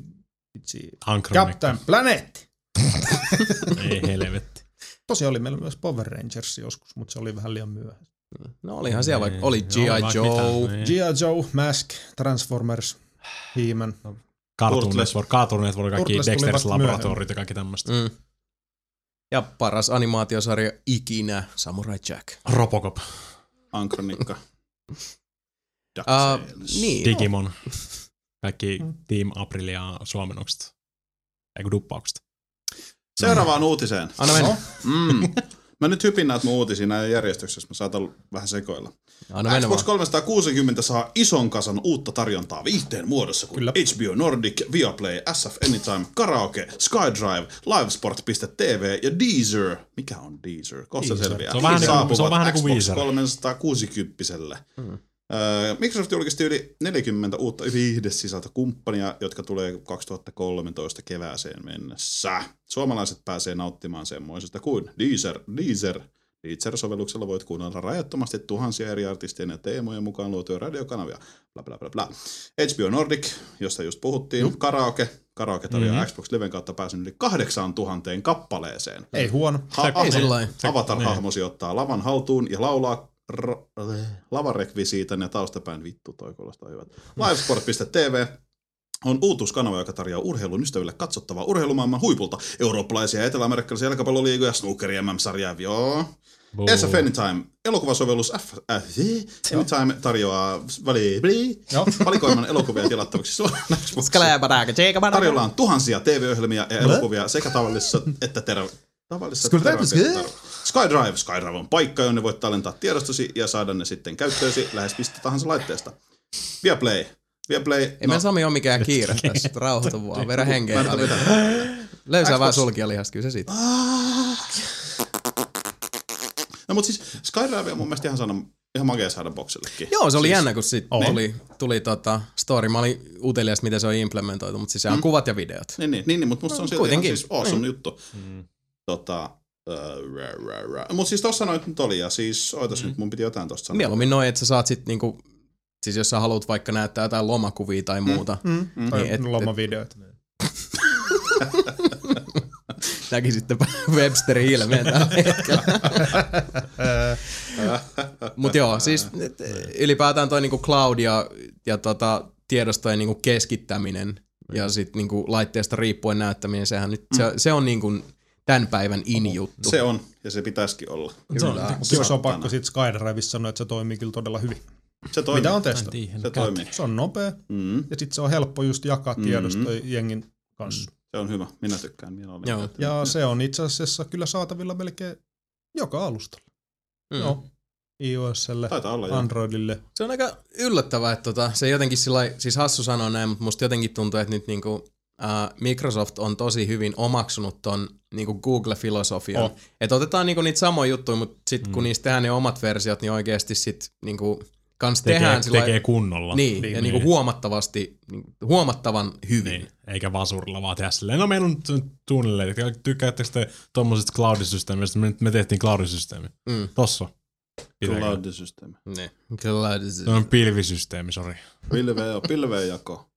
[SPEAKER 4] vitsi,
[SPEAKER 6] Ankronic.
[SPEAKER 4] Captain Planet.
[SPEAKER 6] Ei helvetti.
[SPEAKER 4] Tosiaan oli meillä myös Power Rangers joskus, mutta se oli vähän liian myöhäistä.
[SPEAKER 3] No olihan siellä vaikka, oli G.I.
[SPEAKER 6] Joo, Niin, vaikka
[SPEAKER 3] Joe.
[SPEAKER 6] mitä. Niin.
[SPEAKER 4] G.I. Joe, Mask, Transformers, He-Man.
[SPEAKER 6] No, Cartoon
[SPEAKER 5] Turtles.
[SPEAKER 6] Network, Cartoon Network, kaikki
[SPEAKER 4] Turtles tuli
[SPEAKER 6] Dexter's
[SPEAKER 4] vasta
[SPEAKER 6] Laboratorit ja kaikki tämmöistä.
[SPEAKER 3] Mm. Ja paras animaatiosarja ikinä, Samurai Jack.
[SPEAKER 6] Robocop,
[SPEAKER 5] Ankronikka.
[SPEAKER 3] Uh,
[SPEAKER 5] DuckTales.
[SPEAKER 3] niin.
[SPEAKER 6] Digimon, kaikki Team Aprilia suomennokset, eikö duppaukset.
[SPEAKER 5] Seuraavaan uutiseen.
[SPEAKER 3] Anna mennä.
[SPEAKER 4] No.
[SPEAKER 5] Mm. Mä nyt hypin näitä mun uutisia näin järjestyksessä, mä saatan vähän sekoilla.
[SPEAKER 6] No,
[SPEAKER 3] Anna mennä vaan.
[SPEAKER 5] Xbox 360 saa ison kasan uutta tarjontaa viihteen muodossa, kun Kyllä.
[SPEAKER 4] Kyllä.
[SPEAKER 5] HBO Nordic, Viaplay, SF Anytime, Karaoke, Skydrive, Livesport.tv ja Deezer. Mikä on Deezer? Kohta se
[SPEAKER 4] Deezer.
[SPEAKER 5] selviää.
[SPEAKER 6] Se on vähän niinku-
[SPEAKER 5] Saapuvat
[SPEAKER 6] se on vähän niinku
[SPEAKER 5] Xbox
[SPEAKER 6] Weezer.
[SPEAKER 5] 360 mm. Microsoft julkisti yli 40 uutta viihdesisältökumppania, jotka tulee 2013 kevääseen mennessä. Suomalaiset pääsee nauttimaan semmoisesta kuin Deezer, Deezer, Deezer-sovelluksella voit kuunnella rajattomasti tuhansia eri artistien ja teemojen mukaan luotuja radiokanavia. Bla bla bla bla. HBO Nordic, josta just puhuttiin, Juh. karaoke. Karaoke tarjoaa mm-hmm. Xbox Liven kautta pääsyn yli 8000 kappaleeseen.
[SPEAKER 4] Ei huono.
[SPEAKER 5] Ha-
[SPEAKER 3] Ei sillä lailla.
[SPEAKER 5] Avatar-hahmosi ottaa lavan haltuun ja laulaa r- äh, lavarekvisiitan ja taustapään vittu, toi kuulostaa hyvältä. Livesport.tv on uutuuskanava, joka tarjoaa urheilun ystäville katsottavaa urheilumaailman huipulta. Eurooppalaisia ja eteläamerikkalaisia jalkapalloliigoja, snookeria, MM-sarjaa, joo. SF Anytime, elokuvasovellus F, äh, eh, Anytime tarjoaa väli, väli,
[SPEAKER 4] Joo.
[SPEAKER 5] valikoiman elokuvia tilattavaksi Suomen Xboxilla.
[SPEAKER 3] Skläbärääkä, tseikabarääkä.
[SPEAKER 5] Tarjolla on tuhansia TV-ohjelmia ja elokuvia sekä tavallisessa että terä... Tavallisessa
[SPEAKER 4] Kyllä
[SPEAKER 5] terä-
[SPEAKER 4] täytyy-
[SPEAKER 5] terä- Skydrive. Skydrive on paikka, jonne voit tallentaa tiedostosi ja saada ne sitten käyttöösi lähes mistä tahansa laitteesta. Viaplay. Viaplay.
[SPEAKER 3] Ei no. Sami ole mikään kiire tässä, että rauhoitu vaan, verä henkeä.
[SPEAKER 5] Mä en
[SPEAKER 3] paljon. Löysää vähän sulkijalihasta, kyllä se siitä.
[SPEAKER 5] No mut siis Skydrive on mun mielestä ihan, saada, ihan makea saada boksillekin.
[SPEAKER 3] Joo, se oli siis, jännä, kun sit tuli, tuli tota story. Mä olin utelias, miten se on implementoitu, mutta siis se on kuvat ja videot.
[SPEAKER 5] Niin, niin, niin, niin mutta musta se on silti ihan
[SPEAKER 3] kuitenkin.
[SPEAKER 5] siis awesome juttu. Tota, uh, mutta siis tossa noit nyt oli, ja siis, oitas nyt, mun piti jotain tosta sanoa.
[SPEAKER 3] Mieluummin noin, että sä saat sit niinku, siis jos sä haluat vaikka näyttää jotain lomakuvia tai muuta, mm.
[SPEAKER 4] Mm, mm,
[SPEAKER 3] Niin, et-
[SPEAKER 4] niin, lomavideoita.
[SPEAKER 3] näkisitpä Websterin ilmeen tällä hetkellä. Mut joo, siis et, ylipäätään toi niinku cloud ja, ja tota, tiedostojen niinku keskittäminen ja sit niinku laitteesta riippuen näyttäminen, sehän nyt, se, se on niinku tämän päivän in-juttu.
[SPEAKER 5] Se on, ja se pitäisikin olla.
[SPEAKER 6] Se on, niinku-
[SPEAKER 4] Kyllä Siis se on pakko sitten Skydriveissa sanoa, että se toimii kyllä todella hyvin.
[SPEAKER 5] Se toimii.
[SPEAKER 4] Mitä on
[SPEAKER 6] en
[SPEAKER 4] testannut?
[SPEAKER 6] tiedä.
[SPEAKER 5] Se toimii.
[SPEAKER 4] Se on nopea
[SPEAKER 5] Mm,
[SPEAKER 4] ja sitten se on helppo just jakaa
[SPEAKER 5] Mm-hmm.
[SPEAKER 4] tiedostoja jengin kanssa.
[SPEAKER 3] Mm-hmm.
[SPEAKER 5] se on hyvä. Minä tykkään. Minä olen
[SPEAKER 3] Joo.
[SPEAKER 5] käyttänyt.
[SPEAKER 4] Ja se on itse asiassa kyllä saatavilla melkein joka alustalla.
[SPEAKER 3] Mm.
[SPEAKER 4] Joo. iOSlle,
[SPEAKER 5] Mm-hmm. Taitaa olla, joo.
[SPEAKER 4] Androidille.
[SPEAKER 3] Se on aika yllättävää, että tota, se jotenkin sillä siis hassu sanoa näin, mutta musta jotenkin tuntuu, että nyt niinku ää, Microsoft on tosi hyvin omaksunut ton niinku Google-filosofian. Oh. Että otetaan niinku niitä samoja juttuja, mutta sit mm. kun niistä tehdään ne omat versiot, niin oikeasti sit niinku kans
[SPEAKER 6] tekee,
[SPEAKER 3] tehdään sillä
[SPEAKER 6] tekee kunnolla.
[SPEAKER 3] niin, niin, ja niinku huomattavasti, niinku huomattavan hyvin.
[SPEAKER 6] Niin, eikä vasurilla vaan tehdä silleen, no meillä on tu- tunnille, että tykkäättekö te tommosista cloudisysteemistä, me, me tehtiin cloudisysteemi.
[SPEAKER 3] Mm.
[SPEAKER 6] Mm. Tossa. Pitääkö?
[SPEAKER 5] siis. Cloud-systeemi.
[SPEAKER 3] Niin. Kyllä.
[SPEAKER 6] Se on pilvisysteemi, sori.
[SPEAKER 5] Pilveä, pilveä jako.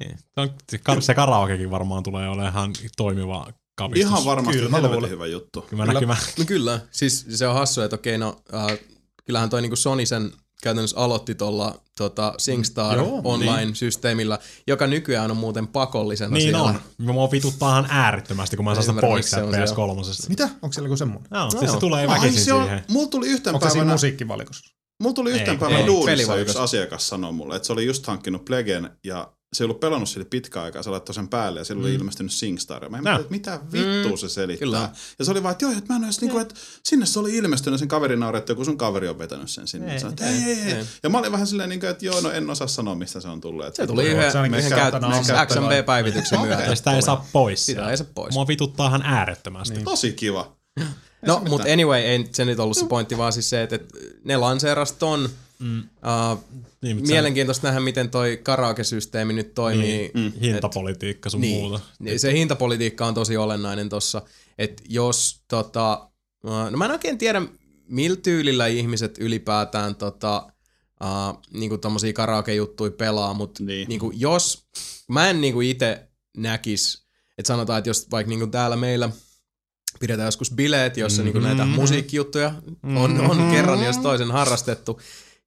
[SPEAKER 6] Niin. Se, on, se kar- se karaokekin varmaan tulee olemaan ihan toimiva kapistus.
[SPEAKER 5] Ihan varmasti
[SPEAKER 4] Kyllä mä
[SPEAKER 5] helvetin
[SPEAKER 4] luulen.
[SPEAKER 5] hyvä juttu.
[SPEAKER 6] Kyllä mä, näkin, mä,
[SPEAKER 3] No kyllä, siis se on hassu, että okei, no äh, kyllähän toi niinku Sony sen käytännössä aloitti tuolla tota, SingStar
[SPEAKER 4] Joo,
[SPEAKER 3] online-systeemillä, joka nykyään on muuten pakollisena
[SPEAKER 6] niin
[SPEAKER 3] siellä.
[SPEAKER 6] on. Mua vituttaa ihan äärettömästi, kun mä saan sitä
[SPEAKER 3] Ymmärrän,
[SPEAKER 6] pois
[SPEAKER 3] miksi se on
[SPEAKER 6] sieltä PS3.
[SPEAKER 4] Mitä? Onko siellä joku semmoinen?
[SPEAKER 6] No,
[SPEAKER 3] No
[SPEAKER 6] siis
[SPEAKER 3] joo.
[SPEAKER 6] se tulee
[SPEAKER 5] Ai,
[SPEAKER 6] väkisin
[SPEAKER 5] se on,
[SPEAKER 6] siihen.
[SPEAKER 5] mulla tuli yhtenä
[SPEAKER 4] Onko se siinä
[SPEAKER 5] päivänä,
[SPEAKER 4] musiikkivalikossa?
[SPEAKER 5] mulla tuli yhtenä
[SPEAKER 6] Ei,
[SPEAKER 5] päivänä
[SPEAKER 3] ei.
[SPEAKER 5] duunissa
[SPEAKER 3] Pelivalikossa.
[SPEAKER 5] yksi asiakas sanoi mulle, että se oli just hankkinut plegen ja se ei ollut pelannut sille pitkään aikaa, se laittoi sen päälle ja sillä oli ilmestynyt SingStar. Mä en
[SPEAKER 6] Joo.
[SPEAKER 5] tiedä, että mitä vittua se selittää.
[SPEAKER 3] Mm, kyllä. Niin.
[SPEAKER 5] Ja se oli vaan, että joo, että mä en ole edes niinku, että sinne se oli ilmestynyt sen kaverin naure, että joku sun kaveri on vetänyt sen sinne. Ei, Sanoin, että ei, ei, ei,
[SPEAKER 3] ei.
[SPEAKER 5] Ja mä olin vähän silleen, niinku, että joo, no en osaa sanoa, mistä se on tullut. Että
[SPEAKER 3] Se tuli yhden,
[SPEAKER 4] se ainakin
[SPEAKER 3] yhden
[SPEAKER 4] käyttänä
[SPEAKER 3] käyt-
[SPEAKER 4] on käyttänä.
[SPEAKER 3] XMB-päivityksen myötä.
[SPEAKER 6] Ja sitä ei saa pois.
[SPEAKER 3] Sitä
[SPEAKER 6] sieltä.
[SPEAKER 3] ei saa pois.
[SPEAKER 6] Mua vituttaa ihan äärettömästi.
[SPEAKER 5] Tosi kiva.
[SPEAKER 3] No, mutta anyway, ei se nyt ollut se pointti, vaan siis se, että että ne lanseeras ton. Mm. Uh,
[SPEAKER 6] Niin, mutta se-
[SPEAKER 3] mielenkiintoista nähdä, miten toi karaoke-systeemi nyt
[SPEAKER 6] Niin.
[SPEAKER 3] toimii. Mm.
[SPEAKER 6] hintapolitiikka sun
[SPEAKER 3] niin.
[SPEAKER 6] muuta.
[SPEAKER 3] Niin, Se hintapolitiikka on tosi olennainen tossa. Että jos tota, äh, no mä en oikein tiedä, millä tyylillä ihmiset ylipäätään tota, äh, niinku tommosia karaoke-juttuja pelaa, mutta niin.
[SPEAKER 5] Niin.
[SPEAKER 3] niinku jos, mä en niinku itse näkis, että sanotaan, että jos vaikka niinku täällä meillä pidetään joskus bileet, jossa mm-hmm. niinku näitä musiikkijuttuja on, on mm-hmm. kerran jos toisen harrastettu,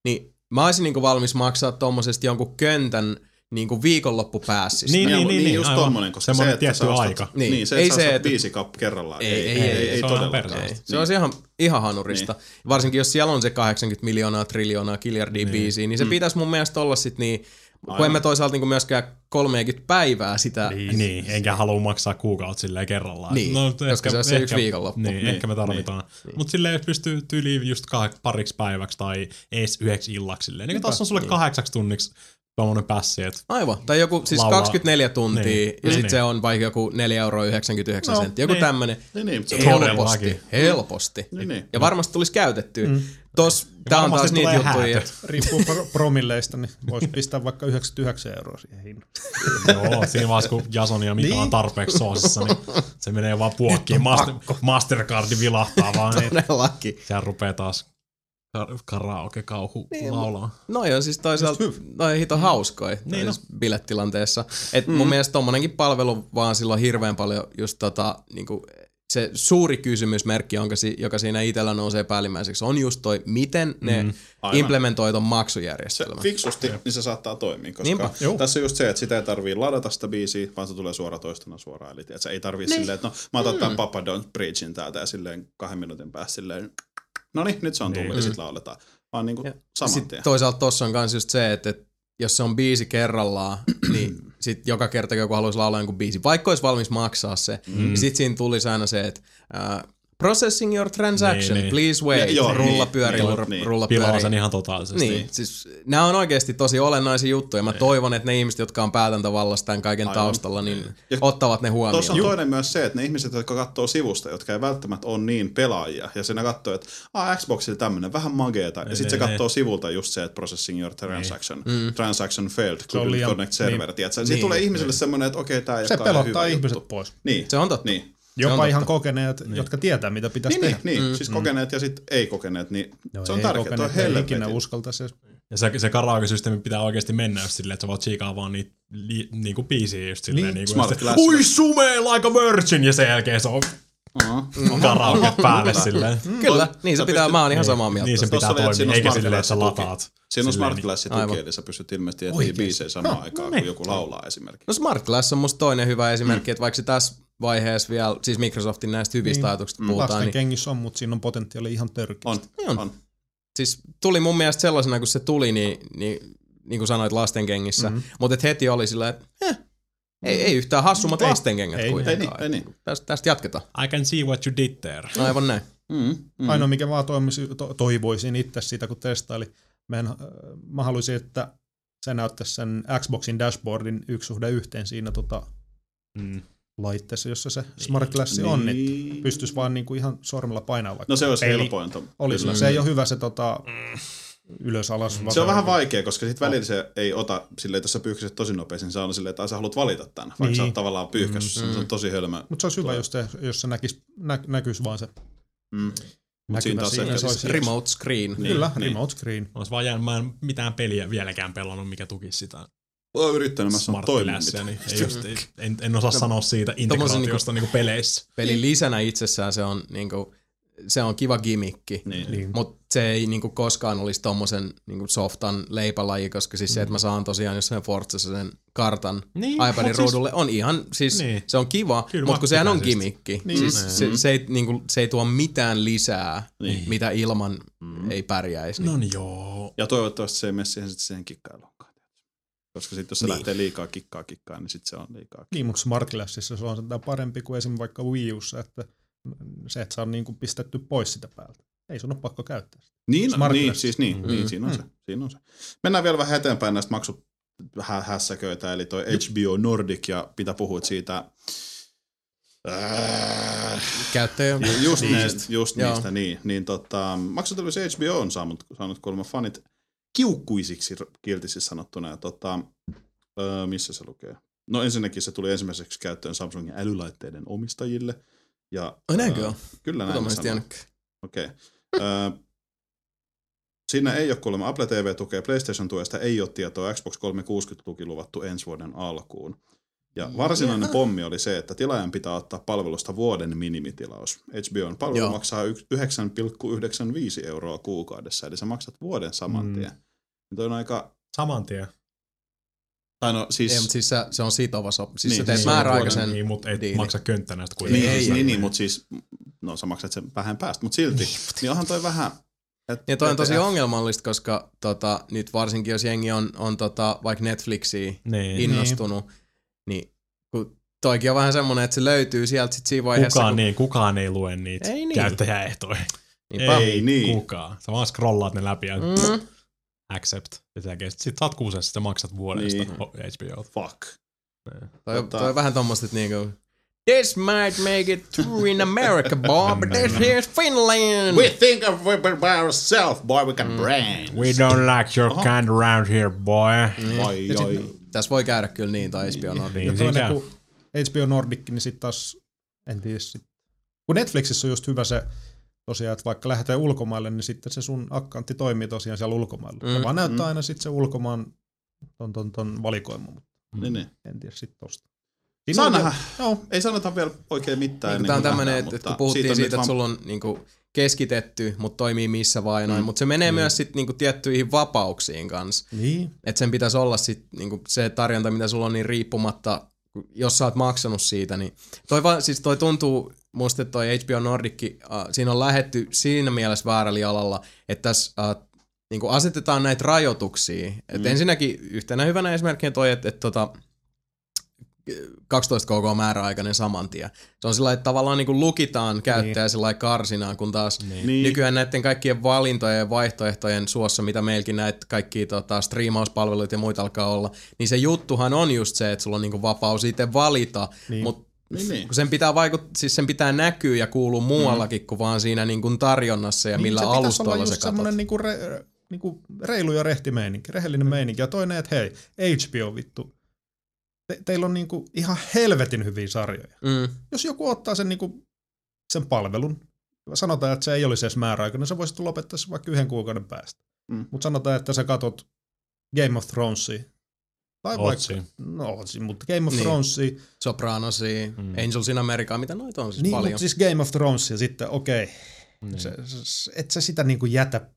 [SPEAKER 3] niin mä olisin niinku valmis maksaa tommosesta jonkun köntän niinku viikonloppupäässistä.
[SPEAKER 6] Niin,
[SPEAKER 5] Mieluun-
[SPEAKER 6] niin, niin,
[SPEAKER 5] niin,
[SPEAKER 6] niin,
[SPEAKER 5] just
[SPEAKER 6] aivan.
[SPEAKER 5] tommonen, koska
[SPEAKER 6] Semmonen
[SPEAKER 5] se, että
[SPEAKER 6] tietty
[SPEAKER 5] sä ostat-
[SPEAKER 6] aika.
[SPEAKER 5] Niin, niin, se, ei se, että biisi kapp kerrallaan. niin
[SPEAKER 3] Ei, ei, ei,
[SPEAKER 5] ei,
[SPEAKER 6] se on ihan
[SPEAKER 5] todellakaan.
[SPEAKER 6] perseestä.
[SPEAKER 3] Ei. Se on ihan, ihan hanurista. Niin. Varsinkin jos siellä on se 80 miljoonaa, triljoonaa, kiljardia niin. biisiä, niin se mm. pitäisi mun mielestä olla sit niin, kun
[SPEAKER 5] Aivan.
[SPEAKER 3] emme toisaalta niinku myöskään 30 päivää sitä. Niin.
[SPEAKER 6] Niin, niin, enkä halua maksaa kuukautta silleen kerrallaan.
[SPEAKER 3] Niin, koska se on se yksi viikonloppu.
[SPEAKER 6] No, Niin,
[SPEAKER 5] Niin,
[SPEAKER 6] niin, ehkä me tarvitaan. Niin. Mutta silleen, jos pystyy tyyliin just kah- pariksi päiväksi tai edes yhdeksi illaksi silleen. Niin taas on sulle kahdeksaksi tunniksi tommonen pässi, että
[SPEAKER 3] Aivan. Tai joku siis Laulaa.
[SPEAKER 6] Laulaa.
[SPEAKER 3] 24 tuntia niin.
[SPEAKER 6] Niin.
[SPEAKER 3] ja
[SPEAKER 6] Niin,
[SPEAKER 3] sitten
[SPEAKER 6] niin.
[SPEAKER 3] se on vaikka joku 4,99 euroa. No, senttiä. Joku niin.
[SPEAKER 6] niin.
[SPEAKER 3] tämmöinen.
[SPEAKER 5] Niin, niin, mutta se
[SPEAKER 3] Helposti.
[SPEAKER 6] Todellakin.
[SPEAKER 3] Helposti.
[SPEAKER 5] Niin, niin.
[SPEAKER 3] Ja varmasti tulisi käytettyä. Mm. Tos, tää on
[SPEAKER 6] varmasti
[SPEAKER 3] taas niitä
[SPEAKER 6] tulee
[SPEAKER 3] juttuja,
[SPEAKER 6] häätö.
[SPEAKER 3] että
[SPEAKER 4] Riippuu pro- promilleista, niin voisi pistää vaikka 99 euroa siihen hintaan.
[SPEAKER 6] Joo, siinä vaiheessa kun Jason ja Mika on
[SPEAKER 4] Niin.
[SPEAKER 6] tarpeeksi soosissa, niin se menee vaan puokkiin. Master, Mastercardi vilahtaa vaan, niin
[SPEAKER 3] todellakin.
[SPEAKER 6] siellä rupeaa taas kar- karaoke-kauhu niin, laulamaan.
[SPEAKER 3] Noi on siis toisaalta, noi on hito hauskoja niin
[SPEAKER 6] Niin
[SPEAKER 3] siis bilettilanteessa. Et mm. mun mielestä tommonenkin palvelu vaan silloin hirveän paljon just tota, niinku, se suuri kysymysmerkki, jonka, si- joka siinä itsellä nousee päällimmäiseksi, on just toi, miten ne mm.
[SPEAKER 5] Aivan.
[SPEAKER 3] implementoi ton
[SPEAKER 5] Se
[SPEAKER 3] maksujärjestelmän.
[SPEAKER 5] fiksusti, niin se saattaa toimia, koska
[SPEAKER 3] Niinpä,
[SPEAKER 4] juu.
[SPEAKER 5] tässä on just se, että sitä ei tarvii ladata sitä biisiä, vaan se tulee suora toistona suoraan. Eli tiedätkö, ei tarvii silleen, että no mä otan tämän Papa Don't Preachin täältä ja silleen kahden minuutin päästä silleen, no niin, nyt se on tullut ja sit lauletaan. Vaan niinku saman
[SPEAKER 3] Sitten
[SPEAKER 5] tien.
[SPEAKER 3] toisaalta tossa on kans just se, että, että jos se on biisi kerrallaan, niin sit joka kerta kun joku haluaisi laulaa jonkun biisi, vaikka olisi valmis maksaa se, mm. sit siinä tulisi aina se, että äh, processing your transaction,
[SPEAKER 6] Niin, niin.
[SPEAKER 3] please wait,
[SPEAKER 5] Ja- joo,
[SPEAKER 3] rulla
[SPEAKER 5] niin,
[SPEAKER 3] pyörii,
[SPEAKER 5] niin,
[SPEAKER 3] rulla,
[SPEAKER 5] niin.
[SPEAKER 3] rulla
[SPEAKER 6] Pilaa
[SPEAKER 3] pyörii.
[SPEAKER 6] sen ihan totaalisesti.
[SPEAKER 3] Niin, siis nämä on oikeasti tosi olennaisia juttuja. Mä toivon, että ne ihmiset, jotka on päätäntävallassa tämän kaiken Aivan.
[SPEAKER 5] Aivan.
[SPEAKER 3] taustalla, niin ja
[SPEAKER 5] Ja
[SPEAKER 3] ottavat ne huomioon.
[SPEAKER 5] Tuossa on toinen myös se, että ne ihmiset, jotka katsoo sivusta, jotka ei välttämättä ole niin pelaajia, ja siinä katsoo, että Aa, Xboxilla tämmönen, vähän mageeta, ja sitten se katsoo sivulta just se, että processing your transaction, transaction failed,
[SPEAKER 4] on
[SPEAKER 5] Google
[SPEAKER 4] liian-
[SPEAKER 5] Connect server, niin. tiedätkö? Siitä tulee ihmiselle semmoinen, että okei, tämä ei
[SPEAKER 4] Se
[SPEAKER 5] olekaan ihan
[SPEAKER 4] pelottaa
[SPEAKER 5] hyvä juttu.
[SPEAKER 4] ihmiset pois.
[SPEAKER 5] Niin.
[SPEAKER 3] Se on totta.
[SPEAKER 5] Niin.
[SPEAKER 4] Jopa ihan kokeneet, jotka tietää, mitä pitäisi
[SPEAKER 5] Niin, niin,
[SPEAKER 4] tehdä.
[SPEAKER 5] niin. Mm. siis kokeneet ja sitten ei kokeneet, niin no, se on
[SPEAKER 4] Ei
[SPEAKER 5] tärkeää, tuo
[SPEAKER 4] kokeneet, ei ikinä
[SPEAKER 5] helvetin.
[SPEAKER 4] uskaltaisi edes
[SPEAKER 6] Ja se, se karaoke-systeemi pitää oikeasti mennä just silleen, että sä voit siikaa vaan niitä li, niinku biisiä just silleen.
[SPEAKER 4] Niin.
[SPEAKER 6] Niin,
[SPEAKER 5] Smart
[SPEAKER 6] niinku, sitten,
[SPEAKER 5] glass.
[SPEAKER 6] Ui sume like a virgin! Ja sen jälkeen se on
[SPEAKER 4] Niin
[SPEAKER 6] karaoke päälle silleen.
[SPEAKER 3] Kyllä, niin se
[SPEAKER 5] Sä
[SPEAKER 3] pitää,
[SPEAKER 5] pystyt-
[SPEAKER 3] mä oon ihan samaa mieltä.
[SPEAKER 6] Niin sen
[SPEAKER 3] tosta.
[SPEAKER 6] pitää
[SPEAKER 5] Tossa oli, että siinä
[SPEAKER 6] toimia,
[SPEAKER 5] on
[SPEAKER 6] eikä
[SPEAKER 5] smart
[SPEAKER 6] silleen, että
[SPEAKER 5] glass
[SPEAKER 6] sä
[SPEAKER 5] tuki.
[SPEAKER 6] lataat.
[SPEAKER 5] Siinä on
[SPEAKER 6] Silleen
[SPEAKER 5] smart glass tuki, eli sä pystyt ilmeisesti etsiä biisejä
[SPEAKER 4] No,
[SPEAKER 5] samaan aikaan, kun joku laulaa esimerkiksi.
[SPEAKER 3] No Smart Glass on musta toinen hyvä esimerkki, että vaikka se tässä vaiheessa vielä, siis Microsoftin näistä hyvistä niin. ajatuksista puhutaan,
[SPEAKER 4] Lasten
[SPEAKER 3] niin
[SPEAKER 4] kengissä on, mutta siinä on potentiaalia ihan törkeä.
[SPEAKER 5] On,
[SPEAKER 3] on.
[SPEAKER 5] on.
[SPEAKER 3] siis tuli mun mielestä sellaisena, kun se tuli, niin, niin, niin kuin sanoit lastenkengissä, mm-hmm. mutta et heti oli sillä, että eh, ei, ei yhtään hassummat ei, lastenkengät
[SPEAKER 4] ei,
[SPEAKER 5] Ei
[SPEAKER 3] kuitenkaan.
[SPEAKER 5] niin, ei niin.
[SPEAKER 3] Tästä, tästä jatketaan.
[SPEAKER 6] I can see what you did there.
[SPEAKER 3] Aivan näin.
[SPEAKER 5] Mm, mm.
[SPEAKER 4] Ainoa mikä vaan toimisi, to, toivoisin itse siitä, kun testaili. Mä, en, äh, mä haluaisin, että se näyttäisi sen Xboxin dashboardin yksi suhde yhteen siinä tota,
[SPEAKER 7] Mm.
[SPEAKER 4] laitteessa, jossa se Smart Glass on, niin pystyisi vaan niinku ihan sormella painaa vaikka.
[SPEAKER 5] No se olisi
[SPEAKER 4] peli.
[SPEAKER 5] helpointa.
[SPEAKER 4] Olisi.
[SPEAKER 5] Kyllä. Mm.
[SPEAKER 4] Se ei ole hyvä se tota, ylös alas.
[SPEAKER 5] Se on vähän vaikea, koska sitten välillä se ei ota silleen, että sä pyyhkäiset tosi nopeasti, niin se on silleen, että ai, sä haluat valita tämän, vaikka
[SPEAKER 4] Niin.
[SPEAKER 5] niin. sä oot tavallaan pyyhkäissyt mm. se on tosi hölmö.
[SPEAKER 4] Mutta se olisi hyvä, jos, te, jos se näkis, nä, näkyisi vaan se.
[SPEAKER 5] Mm. Mut siinä taas
[SPEAKER 4] siinä,
[SPEAKER 5] ehkä
[SPEAKER 4] se
[SPEAKER 5] siis
[SPEAKER 4] olisi-
[SPEAKER 3] Remote screen.
[SPEAKER 5] Niin,
[SPEAKER 4] Kyllä,
[SPEAKER 5] niin.
[SPEAKER 4] remote screen.
[SPEAKER 6] Olisi vaan jäänyt, mä en mitään peliä vieläkään pelannut, mikä tukisi sitä
[SPEAKER 5] Oon yrittänyt, mä sanon
[SPEAKER 6] smart
[SPEAKER 5] toimia
[SPEAKER 6] glassia,
[SPEAKER 5] mitään.
[SPEAKER 6] niin ei just, ei- en, en osaa sanoa siitä integraatiosta niinku peleissä.
[SPEAKER 3] Pelin lisänä itsessään se on, niinku, se on kiva gimikki.
[SPEAKER 5] Niin.
[SPEAKER 4] Niin.
[SPEAKER 3] Mutta se ei niinku koskaan olisi tommosen niinku softan leipälaji, koska siis se, että mä saan tosiaan jossain Forzassa sen kartan
[SPEAKER 6] Niin,
[SPEAKER 3] iPadin
[SPEAKER 6] mut siis-
[SPEAKER 3] ruudulle, on ihan, siis
[SPEAKER 6] Niin.
[SPEAKER 3] se on kiva,
[SPEAKER 6] Kyllä
[SPEAKER 3] mutta kun sehän on
[SPEAKER 6] matkapääsystä.
[SPEAKER 3] gimikki. Niin. Siis se, se, ei, niinku, se ei tuo mitään lisää,
[SPEAKER 5] Niin.
[SPEAKER 3] niin. mitä ilman mm. ei pärjäisi. Niin.
[SPEAKER 6] No niin joo.
[SPEAKER 5] Ja toivottavasti se ei mene siihen, sit siihen kikkailuunkaan. Koska sitten jos se niin. lähtee liikaa kikkaa kikkaan, niin sitten se on liikaa.
[SPEAKER 4] Niin, mutta Smart Glassissa se on sentään parempi kuin esimerkiksi vaikka Wii Ussa, että se, että saa niinku pistetty pois sitä päältä. Ei sun ole pakko käyttää sitä.
[SPEAKER 5] Niin,
[SPEAKER 4] Smart
[SPEAKER 5] niin
[SPEAKER 4] Glass.
[SPEAKER 5] siis niin,
[SPEAKER 3] Mm.
[SPEAKER 5] mm. niin siinä on,
[SPEAKER 4] Mm.
[SPEAKER 5] se, siinä on se. Mennään vielä vähän eteenpäin näistä maksuhässäköitä, eli toi HBO Nordic, ja mitä puhuit siitä... Äh,
[SPEAKER 3] Käyttäjä.
[SPEAKER 5] just, niistä, just
[SPEAKER 3] Joo.
[SPEAKER 5] niistä, niin. niin tota, maksatellis HBO on saanut, saanut kuulemma fanit kiukkuisiksi r- kiltisesti sanottuna. Ja tota, öö, missä se lukee? No ensinnäkin se tuli ensimmäiseksi käyttöön Samsungin älylaitteiden omistajille. Ja,
[SPEAKER 3] Ai näinkö
[SPEAKER 5] öö,
[SPEAKER 3] on?
[SPEAKER 5] Kyllä
[SPEAKER 3] Tota
[SPEAKER 5] näin
[SPEAKER 3] mä
[SPEAKER 5] ne
[SPEAKER 3] en
[SPEAKER 5] sanoo.
[SPEAKER 3] tiennytkään.
[SPEAKER 5] Okei. Öö, Siinä ei ole kuulemma Apple TV tukea PlayStation tuesta, ei ole tietoa, Xbox 360 tuki luvattu ensi vuoden alkuun. Ja
[SPEAKER 3] Mm,
[SPEAKER 5] varsinainen yeah. pommi oli se, että tilaajan pitää ottaa palvelusta vuoden minimitilaus. HBOn palvelu
[SPEAKER 3] Joo.
[SPEAKER 5] Joo. maksaa yks- 9,95 euroa kuukaudessa, eli sä maksat vuoden saman
[SPEAKER 6] Mm.
[SPEAKER 5] tien. Mm. Toi on aika,
[SPEAKER 6] Saman tien.
[SPEAKER 5] tai no siis,
[SPEAKER 3] Ei, mutta siis se, se on sitova sopimus. Siis
[SPEAKER 5] Niin,
[SPEAKER 3] niin, sä teet
[SPEAKER 5] siis
[SPEAKER 3] niin,
[SPEAKER 5] se on
[SPEAKER 3] määräaikaisen.
[SPEAKER 6] Niin, mutta et
[SPEAKER 3] diili.
[SPEAKER 6] maksa könttä näistä
[SPEAKER 5] niin,
[SPEAKER 6] kuitenkin.
[SPEAKER 5] ei, niin,
[SPEAKER 6] Niin.
[SPEAKER 5] niin, niin, mutta siis, no sä maksat sen vähän päästä, mutta silti, niin onhan toi vähän, et,
[SPEAKER 3] Ja toi on
[SPEAKER 5] et-
[SPEAKER 3] tosi
[SPEAKER 5] et-
[SPEAKER 3] ongelmallista, koska tota, nyt varsinkin jos jengi on, on tota, vaikka Netflixiä
[SPEAKER 6] Niin.
[SPEAKER 3] innostunut, niin kun toikin on vähän semmoinen, että se löytyy sieltä sit siinä vaiheessa,
[SPEAKER 6] Kukaan,
[SPEAKER 3] kun...
[SPEAKER 6] niin, kukaan ei lue niitä
[SPEAKER 3] Ei
[SPEAKER 6] ei
[SPEAKER 3] niin.
[SPEAKER 6] niin. käyttäjäehtoja.
[SPEAKER 3] Niinpä.
[SPEAKER 5] Ei niin.
[SPEAKER 6] Kukaan. Sä vaan scrollaat ne läpi ja
[SPEAKER 3] Mm.
[SPEAKER 6] accept. Ja sen jälkeen sit sit sä oot kuusessa, sä maksat vuodesta
[SPEAKER 5] Niin.
[SPEAKER 6] niin. HBOt.
[SPEAKER 5] Fuck.
[SPEAKER 3] Toi,
[SPEAKER 5] Tota-
[SPEAKER 3] toi on vähän tommoista, että niinku, This might make it true in America, boy, but this is Finland.
[SPEAKER 5] We think of we by ourselves, boy, we
[SPEAKER 3] Mm.
[SPEAKER 5] can brand.
[SPEAKER 6] We don't like your kind around here, boy.
[SPEAKER 5] Ai,
[SPEAKER 4] Ja
[SPEAKER 5] ai.
[SPEAKER 3] Niin. Tässä voi käydä kyllä niin, tai HBO Nordic.
[SPEAKER 6] Niin, siinä
[SPEAKER 4] Toinen
[SPEAKER 6] käy.
[SPEAKER 4] kuin HBO Nordic, niin sitten taas, en tiedä sit. Kun Netflixissä on just hyvä se tosiaan, että vaikka lähtee ulkomaille, niin sitten se sun akkantti toimii tosiaan siellä ulkomailla. Mm,
[SPEAKER 3] Mm,
[SPEAKER 4] se vaan näyttää
[SPEAKER 5] mm.
[SPEAKER 4] aina sitten se ulkomaan ton, ton, ton valikoima, mutta
[SPEAKER 5] Niin, niin.
[SPEAKER 4] en tiedä sitten tosta.
[SPEAKER 5] Saa
[SPEAKER 4] on
[SPEAKER 5] nähdä.
[SPEAKER 4] Joo,
[SPEAKER 5] Ei sanota vielä oikein mitään.
[SPEAKER 3] Niin,
[SPEAKER 5] ennen
[SPEAKER 3] tämä on
[SPEAKER 5] kuin
[SPEAKER 3] tämmöinen,
[SPEAKER 5] nähdään,
[SPEAKER 3] että että kun
[SPEAKER 5] mutta
[SPEAKER 3] puhuttiin siitä,
[SPEAKER 5] on nyt
[SPEAKER 3] että
[SPEAKER 5] vaan-
[SPEAKER 3] sulla on niinku keskitetty, mutta toimii missä vaan ja noin,
[SPEAKER 5] Mm.
[SPEAKER 3] mutta se menee myös sit niinku tiettyihin vapauksiin kanssa.
[SPEAKER 4] niin.
[SPEAKER 3] Että sen pitäisi olla sit, niinku, se tarjonta, mitä sulla on, niin riippumatta, jos sä oot maksanut siitä. Niin toi, vaan, siis toi tuntuu, musta että toi HBO Nordic, äh, siinä on lähetty siinä mielessä väärällä jalalla, että tässä äh, niinku asetetaan näitä rajoituksia. Et
[SPEAKER 5] Mm.
[SPEAKER 3] mm. Ensinnäkin yhtenä hyvänä esimerkkinä toi, että et, tota, 12 kk määräaikainen saman tien. Se on sillä lailla, että tavallaan niinku lukitaan käyttäjä niin. sillä lailla karsinaan, kun taas
[SPEAKER 5] Niin.
[SPEAKER 3] Nykyään näiden kaikkien valintojen ja vaihtoehtojen suossa, mitä meilläkin näitä kaikki tota, striimauspalveluita ja muita alkaa olla, niin se juttuhan on just se, että sulla on niinku vapaus itse valita, niin. mutta
[SPEAKER 5] Niin, niin.
[SPEAKER 3] kun sen pitää, vaikut- siis sen pitää näkyä ja kuulua muuallakin kuin vaan siinä niinku tarjonnassa ja niin, millä
[SPEAKER 4] se pitäisi olla
[SPEAKER 3] alustoilla
[SPEAKER 4] just
[SPEAKER 3] se katsot. Mm.
[SPEAKER 4] semmoinen niinku re, niinku reilu ja rehti meininki, rehellinen meininki. Ja toinen, että hei, HBO vittu, te, teillä on niinku ihan helvetin hyviä sarjoja.
[SPEAKER 3] Mm.
[SPEAKER 4] Jos joku ottaa sen, niinku, sen palvelun, sanotaan, että se ei olisi edes määräaikainen, niin sä voisit lopettaa sen vaikka yhden kuukauden päästä.
[SPEAKER 5] Mm.
[SPEAKER 4] Mutta sanotaan, että sä katot Game of Thronesia, tai
[SPEAKER 6] Otsi.
[SPEAKER 4] vaikka, no Otsi, mutta Game of
[SPEAKER 3] Niin.
[SPEAKER 4] Thronesia,
[SPEAKER 3] Sopranosi, mm. Angels in America, mitä noita on siis
[SPEAKER 4] niin,
[SPEAKER 3] paljon.
[SPEAKER 4] mutta siis Game of Thrones ja sitten okei, okay, se, se, et sä sitä niinku jätä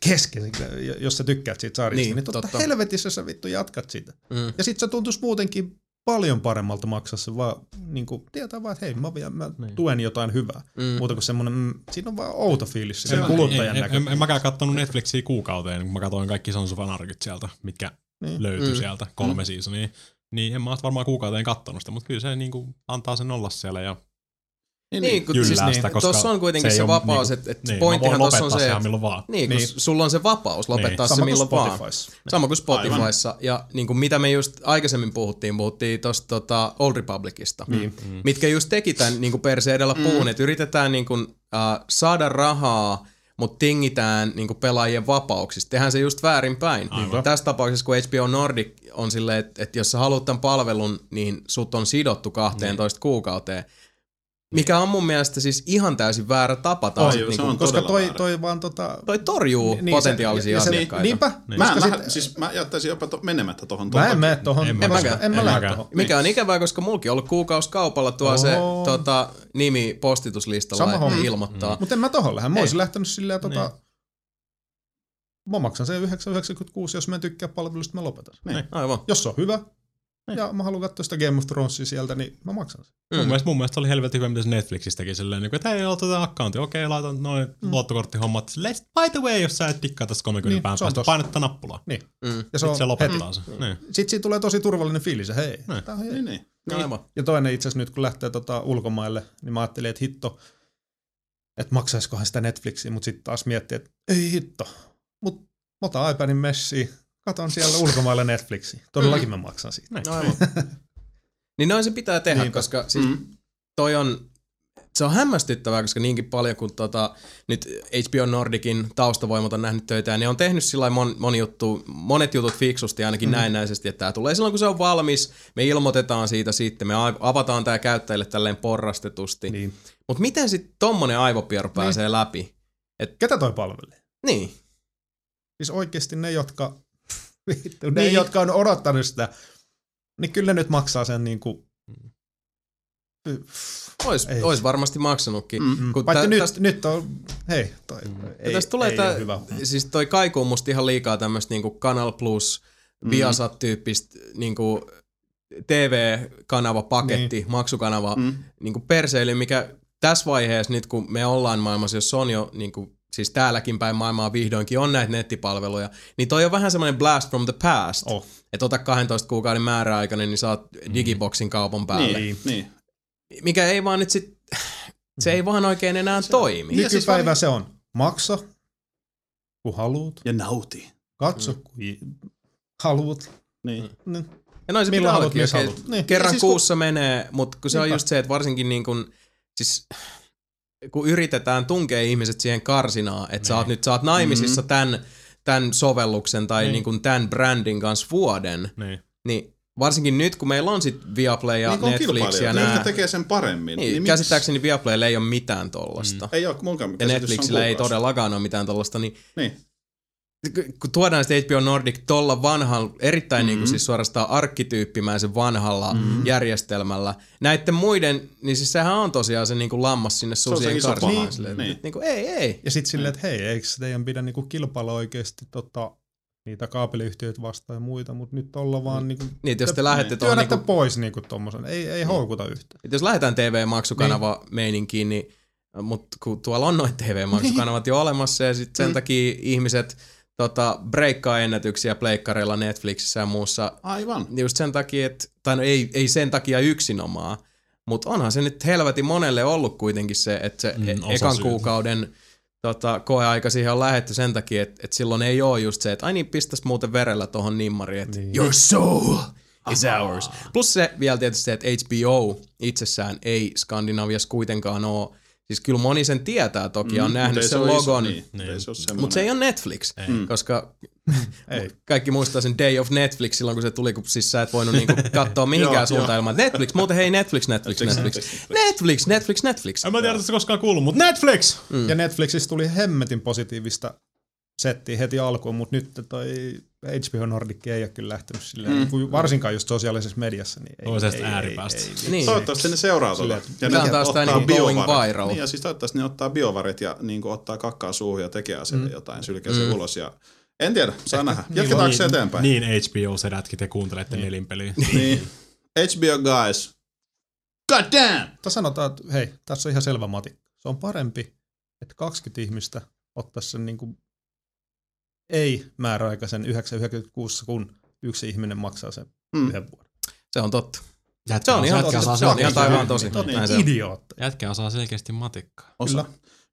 [SPEAKER 4] kesken, jos sä tykkäät siitä sarjasta, niin,
[SPEAKER 3] Niin,
[SPEAKER 4] niin totta,
[SPEAKER 3] totta.
[SPEAKER 4] totta. helvetissä sä vittu jatkat sitä.
[SPEAKER 3] Mm.
[SPEAKER 4] Ja sit se tuntuisi muutenkin paljon paremmalta maksaa se vaan, niinku, tietää vaan, että hei, mä, vielä- mä
[SPEAKER 6] Niin.
[SPEAKER 4] tuen jotain hyvää.
[SPEAKER 3] Mm.
[SPEAKER 4] Muuta kuin semmoinen, mm, siinä on vaan outo fiilis sen
[SPEAKER 6] En-
[SPEAKER 4] kuluttajan
[SPEAKER 5] niin.
[SPEAKER 6] en, en, en,
[SPEAKER 4] näkökulmasta.
[SPEAKER 6] en mäkään kattonut Netflixiä kuukauteen, kun mä katsoin kaikki Sons of Anarchyt sieltä, mitkä
[SPEAKER 4] Niin.
[SPEAKER 6] niin. löytyi
[SPEAKER 3] Mm.
[SPEAKER 6] mm. sieltä, kolme mm. seasonia. Niin en mä oot varmaan kuukauteen kattonut sitä, mutta kyllä se niinku antaa sen olla siellä ja
[SPEAKER 3] Niin, niin, kun, siis,
[SPEAKER 6] jyllää
[SPEAKER 3] niin.
[SPEAKER 6] sitä, koska
[SPEAKER 3] Tuossa on kuitenkin
[SPEAKER 6] ei
[SPEAKER 3] se,
[SPEAKER 6] oo
[SPEAKER 3] vapaus,
[SPEAKER 6] niinku-
[SPEAKER 3] että et
[SPEAKER 6] niin, mä
[SPEAKER 3] pointtihan
[SPEAKER 6] voin
[SPEAKER 3] tuossa on
[SPEAKER 6] lopettaa
[SPEAKER 3] se,
[SPEAKER 6] sehän
[SPEAKER 3] että-
[SPEAKER 6] milloin vaan.
[SPEAKER 3] Niin, kun
[SPEAKER 4] Niin.
[SPEAKER 3] sulla on se vapaus
[SPEAKER 6] Niin.
[SPEAKER 3] lopettaa se
[SPEAKER 4] Sama kuin
[SPEAKER 3] milloin vaan.
[SPEAKER 4] Spotifyssa.
[SPEAKER 3] Niin. Sama kuin Spotifyssa. Ja niin kuin mitä me just aikaisemmin puhuttiin, puhuttiin tuosta tota Old Republicista, niin. mitkä just teki tämän, niin kuin Perse edellä
[SPEAKER 5] Mm.
[SPEAKER 3] puhun, että yritetään niin kuin, äh, saada rahaa, mutta tingitään niin kuin pelaajien vapauksista. Tehän se just väärinpäin. Niin
[SPEAKER 6] Aivan.
[SPEAKER 3] Tässä tapauksessa, kun HBO Nordic on silleen, että, että jos sä haluat tämän palvelun, niin sut on sidottu 12 niin. kuukauteen. Mikä on mun mielestä siis ihan täysin väärä tapa taas.
[SPEAKER 5] Ai,
[SPEAKER 3] että
[SPEAKER 5] se
[SPEAKER 3] niinku-
[SPEAKER 5] on
[SPEAKER 4] Koska
[SPEAKER 5] todella
[SPEAKER 4] toi,
[SPEAKER 5] väärin.
[SPEAKER 4] toi vaan tota...
[SPEAKER 3] toi torjuu niin, potentiaalisia
[SPEAKER 4] ja- ja se-
[SPEAKER 3] asiakkaita.
[SPEAKER 5] Niin,
[SPEAKER 4] Niinpä.
[SPEAKER 5] Mä, en
[SPEAKER 4] koska
[SPEAKER 5] lähde,
[SPEAKER 4] sit-
[SPEAKER 5] siis mä jättäisin jopa to, menemättä tohon. ton
[SPEAKER 4] Mä en
[SPEAKER 5] takia.
[SPEAKER 4] mene tohon.
[SPEAKER 6] En
[SPEAKER 4] koska-
[SPEAKER 3] mäkään.
[SPEAKER 4] En mä
[SPEAKER 6] En
[SPEAKER 4] lähde
[SPEAKER 6] mäkään.
[SPEAKER 4] tohon.
[SPEAKER 3] Mikä on ikävää, koska mulki on ollut kuukausikaupalla tuo se
[SPEAKER 4] Oo.
[SPEAKER 3] tota, nimi postituslistalla
[SPEAKER 4] Sama
[SPEAKER 3] että ne
[SPEAKER 4] homma.
[SPEAKER 3] ilmoittaa. Mm.
[SPEAKER 4] Mutta en mä tohon lähde. Mä oisin lähtenyt silleen tota... Mä maksan sen 9,96, jos mä en tykkää palvelusta, mä lopetan. sen.
[SPEAKER 3] Mm. Aivan.
[SPEAKER 4] Jos se on hyvä, ja mä haluan katsoa sitä Game of Thronesia sieltä, niin mä maksan sen.
[SPEAKER 5] Mm.
[SPEAKER 3] Mm.
[SPEAKER 6] Mun, mielestä, mun mielestä se oli helvetin hyvä, mitä se Netflixissä teki silleen, niin kuin, että hei, ota tämä accountti, okei, laitan noin mm. luottokorttihommat. Silleen, sit by the way, jos sä et tikkaa tästä 30
[SPEAKER 4] Niin,
[SPEAKER 6] niin, päivän
[SPEAKER 4] se on
[SPEAKER 6] päästä,
[SPEAKER 4] tossa.
[SPEAKER 6] painat tätä nappulaa.
[SPEAKER 4] Niin.
[SPEAKER 3] Mm.
[SPEAKER 4] Ja se
[SPEAKER 6] Sitten
[SPEAKER 4] on,
[SPEAKER 6] se lopettaa sen. Niin.
[SPEAKER 4] Sitten siitä tulee tosi turvallinen fiilis, ja hei.
[SPEAKER 6] Näin.
[SPEAKER 4] tää on hei.
[SPEAKER 5] Niin, niin.
[SPEAKER 3] Aivan.
[SPEAKER 4] Ja toinen itse asiassa nyt, kun lähtee tota ulkomaille, niin mä ajattelin, että hitto, että maksaisikohan sitä Netflixiä, mutta sitten taas miettii, että ei hitto, mutta mä otan iPadin messiin, katon siellä ulkomailla Netflixiä. Todellakin mä maksan siitä.
[SPEAKER 6] Näin.
[SPEAKER 3] Aivan. niin noin se pitää tehdä,
[SPEAKER 4] Niinpä.
[SPEAKER 3] koska siis mm. toi on, se on hämmästyttävää, koska niinkin paljon kun tota, nyt HBO Nordicin taustavoimat on nähnyt töitä, ja ne on tehnyt sillä lailla mon, moni juttu, monet jutut fiksusti ainakin mm. näennäisesti, että tämä tulee silloin kun se on valmis, me ilmoitetaan siitä sitten, me a- avataan tämä käyttäjille tälleen porrastetusti.
[SPEAKER 4] Niin.
[SPEAKER 3] Mutta miten sitten tommonen aivopieru pääsee läpi?
[SPEAKER 4] Ketä toi palvelee?
[SPEAKER 3] Niin.
[SPEAKER 4] Siis oikeasti ne, jotka, vittu, ne
[SPEAKER 3] Niin.
[SPEAKER 4] niin. jotka on odottanut sitä, niin kyllä nyt maksaa sen niin kuin,
[SPEAKER 3] Ois,
[SPEAKER 4] Ei.
[SPEAKER 3] ois varmasti maksanutkin. Mm. Kun
[SPEAKER 4] paitsi
[SPEAKER 3] tä-
[SPEAKER 4] nyt,
[SPEAKER 3] tästä- Mm.
[SPEAKER 4] nyt on, hei, toi, ei,
[SPEAKER 3] tästä tulee
[SPEAKER 4] ei
[SPEAKER 3] tää,
[SPEAKER 4] ole hyvä.
[SPEAKER 3] siis toi kaikuu musta ihan liikaa tämmöstä niinku Canal Plus,
[SPEAKER 4] Mm.
[SPEAKER 3] Viasat-tyyppistä niinku TV-kanavapaketti, niin. maksukanava mm. niinku perseily, mikä tässä vaiheessa nyt kun me ollaan maailmassa, jos on jo niinku, siis täälläkin päin maailmaa vihdoinkin on näitä nettipalveluja, niin toi on vähän semmoinen blast from the past.
[SPEAKER 4] Oh. Mm.
[SPEAKER 3] Että ota 12 kuukauden määräaikainen, niin saat digiboksin kaupan päälle.
[SPEAKER 5] Niin, niin.
[SPEAKER 3] mikä ei vaan nyt sit, se ei vaan oikein enää se, toimi.
[SPEAKER 5] Niin. Ja siis
[SPEAKER 4] Nykypäivä
[SPEAKER 5] vaan-
[SPEAKER 4] se on, maksa, kun haluut.
[SPEAKER 5] Ja nauti.
[SPEAKER 4] Katso,
[SPEAKER 3] Mm.
[SPEAKER 4] kun haluat.
[SPEAKER 5] Niin.
[SPEAKER 4] Niin.
[SPEAKER 3] Ja noin se
[SPEAKER 4] Milloin
[SPEAKER 3] pitää
[SPEAKER 4] haluat,
[SPEAKER 3] ollakin,
[SPEAKER 4] missä
[SPEAKER 3] okei,
[SPEAKER 4] haluat. Niin.
[SPEAKER 3] kerran
[SPEAKER 5] Ja
[SPEAKER 3] siis
[SPEAKER 5] siis kun-
[SPEAKER 3] kuussa menee, mutta kun se on
[SPEAKER 4] Niinpä.
[SPEAKER 3] just se, että varsinkin niin kun, siis, kun yritetään tunkea ihmiset siihen karsinaan, että sä oot nyt sä oot naimisissa mm-hmm. tämän, tämän sovelluksen tai niin. Niin tämän brändin kanssa vuoden,
[SPEAKER 6] Niin.
[SPEAKER 3] niin varsinkin nyt kun meillä on sit Viaplay ja
[SPEAKER 5] niin kuin on
[SPEAKER 3] Netflix ja
[SPEAKER 5] kilpailijoita, jotka
[SPEAKER 3] nää,
[SPEAKER 5] tekee sen paremmin.
[SPEAKER 3] niin,
[SPEAKER 5] miksi-
[SPEAKER 3] käsittääkseni Viaplaylla ei ole mitään tollasta. Mm.
[SPEAKER 5] Ei ole, munkaan
[SPEAKER 3] Ja
[SPEAKER 5] käsitys on
[SPEAKER 3] Netflixillä ei
[SPEAKER 5] kuukausi.
[SPEAKER 3] todellakaan ole mitään tollasta, niin
[SPEAKER 5] Niin.
[SPEAKER 3] kun tuodaan sitä HBO Nordic tuolla vanhalla, erittäin mm-hmm. niin kuin siis suorastaan arkkityyppimäisen vanhalla mm-hmm. järjestelmällä, näiden muiden, niin siis sehän on tosiaan se niin kuin lammas sinne
[SPEAKER 5] on
[SPEAKER 3] susien
[SPEAKER 5] se iso
[SPEAKER 3] karsinaan.
[SPEAKER 5] paha.
[SPEAKER 3] Niin,
[SPEAKER 5] Niin.
[SPEAKER 3] niin. niin kuin, ei, ei.
[SPEAKER 4] Ja sitten silleen, että hei, eikö teidän pidä niinku kilpailla oikeasti tota, niitä kaapeliyhtiöitä vastaan ja muita, mutta nyt olla vaan niinku,
[SPEAKER 3] Niin, että jos te
[SPEAKER 4] Te-
[SPEAKER 3] lähdette tuohon, niin
[SPEAKER 4] työnnätte
[SPEAKER 3] kuin,
[SPEAKER 4] pois niinku tommosen. Ei,
[SPEAKER 3] Niin.
[SPEAKER 4] ei houkuta yhtään.
[SPEAKER 3] että jos lähdetään TV-maksukanava niin. meininkiin, niin, mutta kun tuolla on noin TV-maksukanavat jo olemassa ja sitten sen mm. takia ihmiset tota, breikkaa ennätyksiä pleikkareilla Netflixissä ja muussa,
[SPEAKER 5] Aivan.
[SPEAKER 3] Niin just sen takia, että, tai no ei, ei sen takia yksinomaan, mutta onhan se nyt helvetin monelle ollut kuitenkin se, että se
[SPEAKER 7] Mm,
[SPEAKER 3] mm,
[SPEAKER 7] osa
[SPEAKER 3] ekan
[SPEAKER 7] syytä.
[SPEAKER 3] kuukauden tota, koeaika siihen on lähetty sen takia, että, että silloin ei ole just se, että ai niin, pistäis muuten verellä tohon nimmari, että niin. your soul is ours. Plus se vielä tietysti se, että HBO itsessään ei Skandinaviassa kuitenkaan ole, siis kyllä moni sen tietää toki, mm, on nähnyt sen logon, niin.
[SPEAKER 5] Niin. Ei se ole semmoinen.
[SPEAKER 3] Mutta se ei ole Netflix,
[SPEAKER 4] Mm.
[SPEAKER 3] ei. koska ei. kaikki muistaa sen Day of Netflix silloin, kun se tuli, kun siis sä et voinut niinku katsoa mihinkään
[SPEAKER 5] Joo,
[SPEAKER 3] suuntaan ilman että Netflix, muuten hei Netflix, Netflix, Netflix, Netflix, Netflix, Netflix.
[SPEAKER 6] En mä tiedä, että se koskaan kuullut, mutta Netflix!
[SPEAKER 4] Mm. Ja Netflixissä tuli hemmetin positiivista settiä heti alkuun, mutta nyt toi HBO Nordic ei ole kyllä lähtenyt silleen, mm. niinku, varsinkaan just sosiaalisessa mediassa. Niin ei,
[SPEAKER 6] Toisesta
[SPEAKER 4] ei,
[SPEAKER 6] ääripäästä.
[SPEAKER 4] Ei, ei,
[SPEAKER 3] Niin.
[SPEAKER 5] Toivottavasti ne seuraa tuota. Ja
[SPEAKER 3] Tää on
[SPEAKER 5] ne
[SPEAKER 3] taas tää niinku going viral.
[SPEAKER 5] Niin, ja siis toivottavasti ne ottaa biovarit ja niin kuin, ottaa kakkaa suuhun ja tekee asialle mm. jotain, sylkee se ulos. Ja... En tiedä, saa nähdä. Jatketaanko se eteenpäin?
[SPEAKER 6] Niin HBO se rätki, te kuuntelette niin. nelinpeliä.
[SPEAKER 5] Niin. HBO guys. God damn!
[SPEAKER 4] Mutta sanotaan, että hei, tässä on ihan selvä mati. Se on parempi, että 20 ihmistä ottaisi sen niin kuin ei määräaikaisen 9,96 kun yksi ihminen maksaa sen
[SPEAKER 5] Mm.
[SPEAKER 4] yhden vuoden.
[SPEAKER 3] Se on totta.
[SPEAKER 7] Jätkä
[SPEAKER 3] Se on ihan
[SPEAKER 7] jätkä
[SPEAKER 3] tosi.
[SPEAKER 7] osaa
[SPEAKER 3] Se on
[SPEAKER 7] selkeästi-
[SPEAKER 3] ihan taivaan tosi.
[SPEAKER 5] Niin.
[SPEAKER 3] Näin se on.
[SPEAKER 4] Idiootti.
[SPEAKER 7] Jätkä osaa selkeästi matikkaa.
[SPEAKER 5] Osa.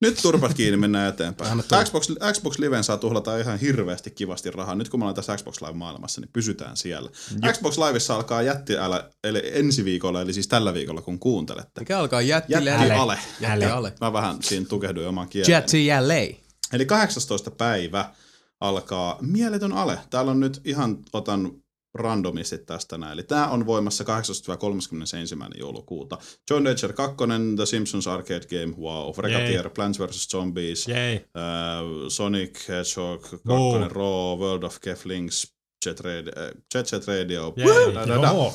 [SPEAKER 5] Nyt turpat kiinni, mennään eteenpäin. Xbox, Xbox Liven saa tuhlata ihan hirveästi kivasti rahaa. Nyt kun me ollaan tässä Xbox Live-maailmassa, niin pysytään siellä. Xbox Liveissa alkaa jättiälä eli ensi viikolla, eli siis tällä viikolla, kun kuuntelette.
[SPEAKER 3] Mikä alkaa jättiläinen?
[SPEAKER 5] Jättiale.
[SPEAKER 3] Jättiale.
[SPEAKER 5] Mä vähän siinä tukehduin omaan kieleen.
[SPEAKER 3] Jättiläinen.
[SPEAKER 5] Eli 18. päivä alkaa Mieletön ale. Täällä on nyt ihan, otan randomisti tästä näin. Eli tämä on voimassa 18-31. joulukuuta. John Ledger 2, The Simpsons Arcade Game, wow. Fregatier, Plants vs. Zombies,
[SPEAKER 6] Jei.
[SPEAKER 5] äh, Sonic, Hedgehog, 2,
[SPEAKER 6] Wow.
[SPEAKER 5] Raw, World of Keflings, Jet, Rad- äh, Jet Set Radio.
[SPEAKER 6] Jei.
[SPEAKER 4] Joo.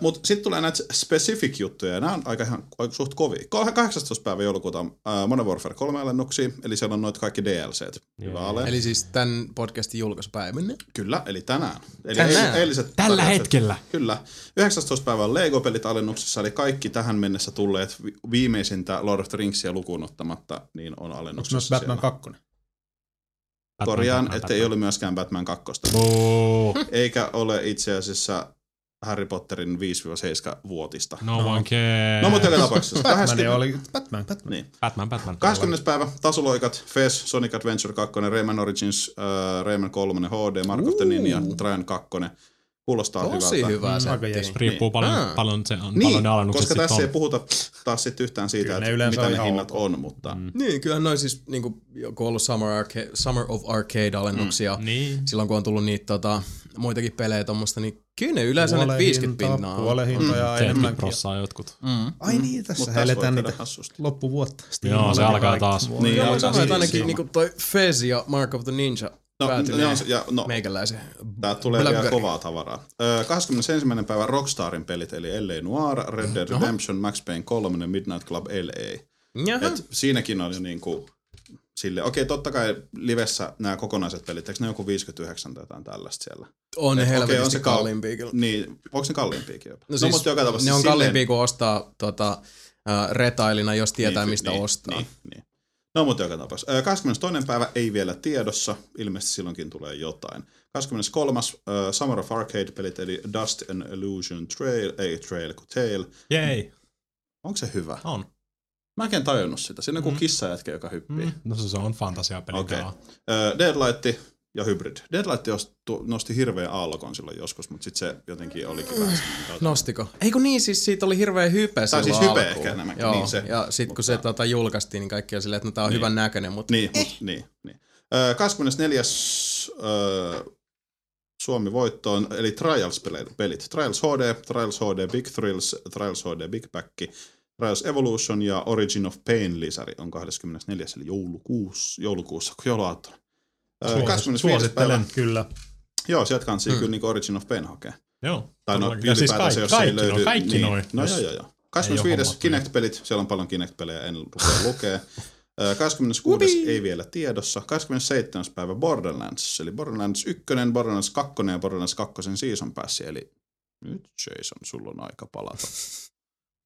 [SPEAKER 5] Mutta sitten tulee näitä specific juttuja, ja nämä on aika ihan aika suht kovia. Kol- 18. päivä joulukuuta on äh, Modern Warfare 3 alennuksia, eli siellä on noita kaikki DLCt. Hyvä ale.
[SPEAKER 3] Eli siis tämän podcastin julkaisupäivänä.
[SPEAKER 5] Kyllä, eli tänään. Eli
[SPEAKER 3] Tänään?
[SPEAKER 5] eil- eiliset
[SPEAKER 7] Tällä
[SPEAKER 5] tarjoukset.
[SPEAKER 7] hetkellä.
[SPEAKER 5] Kyllä. 19. päivä on Lego-pelit alennuksessa, eli kaikki tähän mennessä tulleet vi- viimeisintä Lord of the Ringsia lukuun ottamatta, niin on
[SPEAKER 4] Onko myös
[SPEAKER 5] alennuksessa
[SPEAKER 4] Batman
[SPEAKER 5] siellä.
[SPEAKER 4] 2?
[SPEAKER 7] Batman,
[SPEAKER 5] Korjaan,
[SPEAKER 7] Batman,
[SPEAKER 5] että ei ole myöskään Batman 2.
[SPEAKER 7] Boo.
[SPEAKER 5] Eikä ole itse asiassa Harry Potterin 5-7-vuotista.
[SPEAKER 7] No one cares.
[SPEAKER 5] No, mutta joka tapauksessa.
[SPEAKER 4] Batman
[SPEAKER 5] 20.
[SPEAKER 4] oli Batman, Batman.
[SPEAKER 5] Niin.
[SPEAKER 7] Batman, Batman.
[SPEAKER 5] 20. päivä, Tasuloikat, Fes, Sonic Adventure 2, Rayman Origins, äh, Rayman 3 HD, Mark of the Ninja, Trajan 2. Kuulostaa
[SPEAKER 3] Tosi
[SPEAKER 5] hyvältä.
[SPEAKER 3] hyvää se.
[SPEAKER 4] Mm, Aika jees.
[SPEAKER 7] Riippuu
[SPEAKER 5] Niin.
[SPEAKER 7] paljon,
[SPEAKER 3] Ah.
[SPEAKER 7] paljon, se on,
[SPEAKER 3] Niin,
[SPEAKER 7] paljon ne alennukset
[SPEAKER 5] Koska
[SPEAKER 7] sit
[SPEAKER 5] tässä
[SPEAKER 7] on.
[SPEAKER 5] ei puhuta taas sit yhtään siitä,
[SPEAKER 4] Kyllä ne
[SPEAKER 5] että
[SPEAKER 4] yleensä
[SPEAKER 5] mitä
[SPEAKER 4] on
[SPEAKER 5] ne
[SPEAKER 4] ihan
[SPEAKER 5] hinnat on, mutta mm.
[SPEAKER 3] Niin, kyllähän noin siis niinku, joku on ollut Summer, Arca- Summer of Arcade-alennuksia. Mm.
[SPEAKER 7] Niin.
[SPEAKER 3] Silloin kun on tullut niitä tota, muitakin pelejä tuommoista, niin kyllä ne yleensä nyt 50 pinnaa on.
[SPEAKER 4] Puolen hintoja mm.
[SPEAKER 7] 70
[SPEAKER 4] enemmänkin.
[SPEAKER 7] prossaa jotkut.
[SPEAKER 5] Mm.
[SPEAKER 4] Ai niin,
[SPEAKER 5] Mut
[SPEAKER 4] tässä
[SPEAKER 5] tässä voi
[SPEAKER 4] eletään
[SPEAKER 5] käydä
[SPEAKER 4] niitä
[SPEAKER 5] hassusti.
[SPEAKER 4] loppuvuotta.
[SPEAKER 7] Joo, se alkaa taas.
[SPEAKER 5] Niin,
[SPEAKER 3] Joo,
[SPEAKER 5] alkaa
[SPEAKER 3] mä sanoin, että
[SPEAKER 5] siitä
[SPEAKER 3] ainakin
[SPEAKER 5] silmä.
[SPEAKER 3] niinku toi Fez ja Mark of the Ninja
[SPEAKER 5] No,
[SPEAKER 3] no,
[SPEAKER 5] ne
[SPEAKER 3] päätyneen
[SPEAKER 5] on se- ja, no,
[SPEAKER 3] meikäläisen.
[SPEAKER 5] tää tulee vielä
[SPEAKER 3] Blackberry.
[SPEAKER 5] kovaa tavaraa. Ö, 21. päivä Rockstarin pelit, eli L.A. Noir, Red Dead Redemption, Max Payne 3, Midnight Club L.A.
[SPEAKER 3] Jaha.
[SPEAKER 5] Et siinäkin on jo niinku sille. Okei, totta kai livessä nämä kokonaiset pelit, eikö ne joku 59 tai jotain tällaista siellä?
[SPEAKER 3] on ne
[SPEAKER 5] okei,
[SPEAKER 3] helvetisti
[SPEAKER 5] on se kal-
[SPEAKER 3] kalliimpia kyllä.
[SPEAKER 5] Niin, onko ne kalliimpiakin jopa?
[SPEAKER 3] No, siis,
[SPEAKER 5] mutta joka tapauksessa
[SPEAKER 3] ne on
[SPEAKER 5] silleen-
[SPEAKER 3] kalliimpia kuin ostaa tota, äh, retailina, jos tietää
[SPEAKER 5] Niin,
[SPEAKER 3] mistä
[SPEAKER 5] niin,
[SPEAKER 3] ostaa.
[SPEAKER 5] Niin, niin. No mutta joka tapauksessa. Ö, 22. päivä ei vielä tiedossa, ilmeisesti silloinkin tulee jotain. 23. ö, Summer of Arcade-pelit eli Dust and Illusion Trail, ei Trail kuin Tail. Niin.
[SPEAKER 6] Jei.
[SPEAKER 5] Onko se hyvä?
[SPEAKER 6] On.
[SPEAKER 5] Mä enkä tajunnut sitä. Siinä on
[SPEAKER 3] Mm.
[SPEAKER 5] kuin kissajätkä, joka hyppii. Mm.
[SPEAKER 6] No se, se on fantasiapeli.
[SPEAKER 5] Okei.
[SPEAKER 6] pelaa.
[SPEAKER 5] Deadlight ja Hybrid. Deadlight ostu- nosti hirveän aallokon silloin joskus, mutta sitten se jotenkin olikin vähän semmoinen-
[SPEAKER 3] Nostiko? Eikö niin, siis siitä oli hirveä hype
[SPEAKER 5] Tai siis
[SPEAKER 3] silloin
[SPEAKER 5] hype
[SPEAKER 3] alkuun.
[SPEAKER 5] ehkä enemmänkin,
[SPEAKER 3] Joo,
[SPEAKER 5] niin se,
[SPEAKER 3] ja sitten kun
[SPEAKER 5] mutta-
[SPEAKER 3] se tota, julkaistiin, niin kaikki on silleen, että no, tää on
[SPEAKER 5] Niin.
[SPEAKER 3] hyvän näköinen, mutta
[SPEAKER 5] Niin, mut, niin, niin. Ö, 24. Ö, Suomi voittoon, eli Trials-pelit. Trials HD, Trials HD Big Thrills, Trials HD Big Back, Trials Evolution ja Origin of Pain lisäri on 24. eli joulukuussa, joulukuussa kun jouluaattona. Ö, 25. päivä.
[SPEAKER 4] Suosittelen, kyllä.
[SPEAKER 5] Joo, sieltä kansi mm. kyllä niin Origin of Pain hakee.
[SPEAKER 6] Joo.
[SPEAKER 5] Tai no,
[SPEAKER 6] Todellakin. ja siis
[SPEAKER 5] ylipäätänsä,
[SPEAKER 6] kaikki,
[SPEAKER 5] jos ei
[SPEAKER 6] kaikki,
[SPEAKER 5] löydy.
[SPEAKER 6] noin, kaikki
[SPEAKER 5] niin.
[SPEAKER 6] noin.
[SPEAKER 5] No
[SPEAKER 6] Jos-
[SPEAKER 5] joo, joo, joo.
[SPEAKER 6] Ei niin. oo
[SPEAKER 5] 25.
[SPEAKER 6] hommattu.
[SPEAKER 5] Kinect-pelit, siellä on paljon Kinect-pelejä, en rupea lukea. Ö, 26. Ubi. ei vielä tiedossa. 27. päivä Borderlands, eli Borderlands 1, Borderlands 2 ja Borderlands 2 season passi, eli nyt Jason, sulla on aika palata.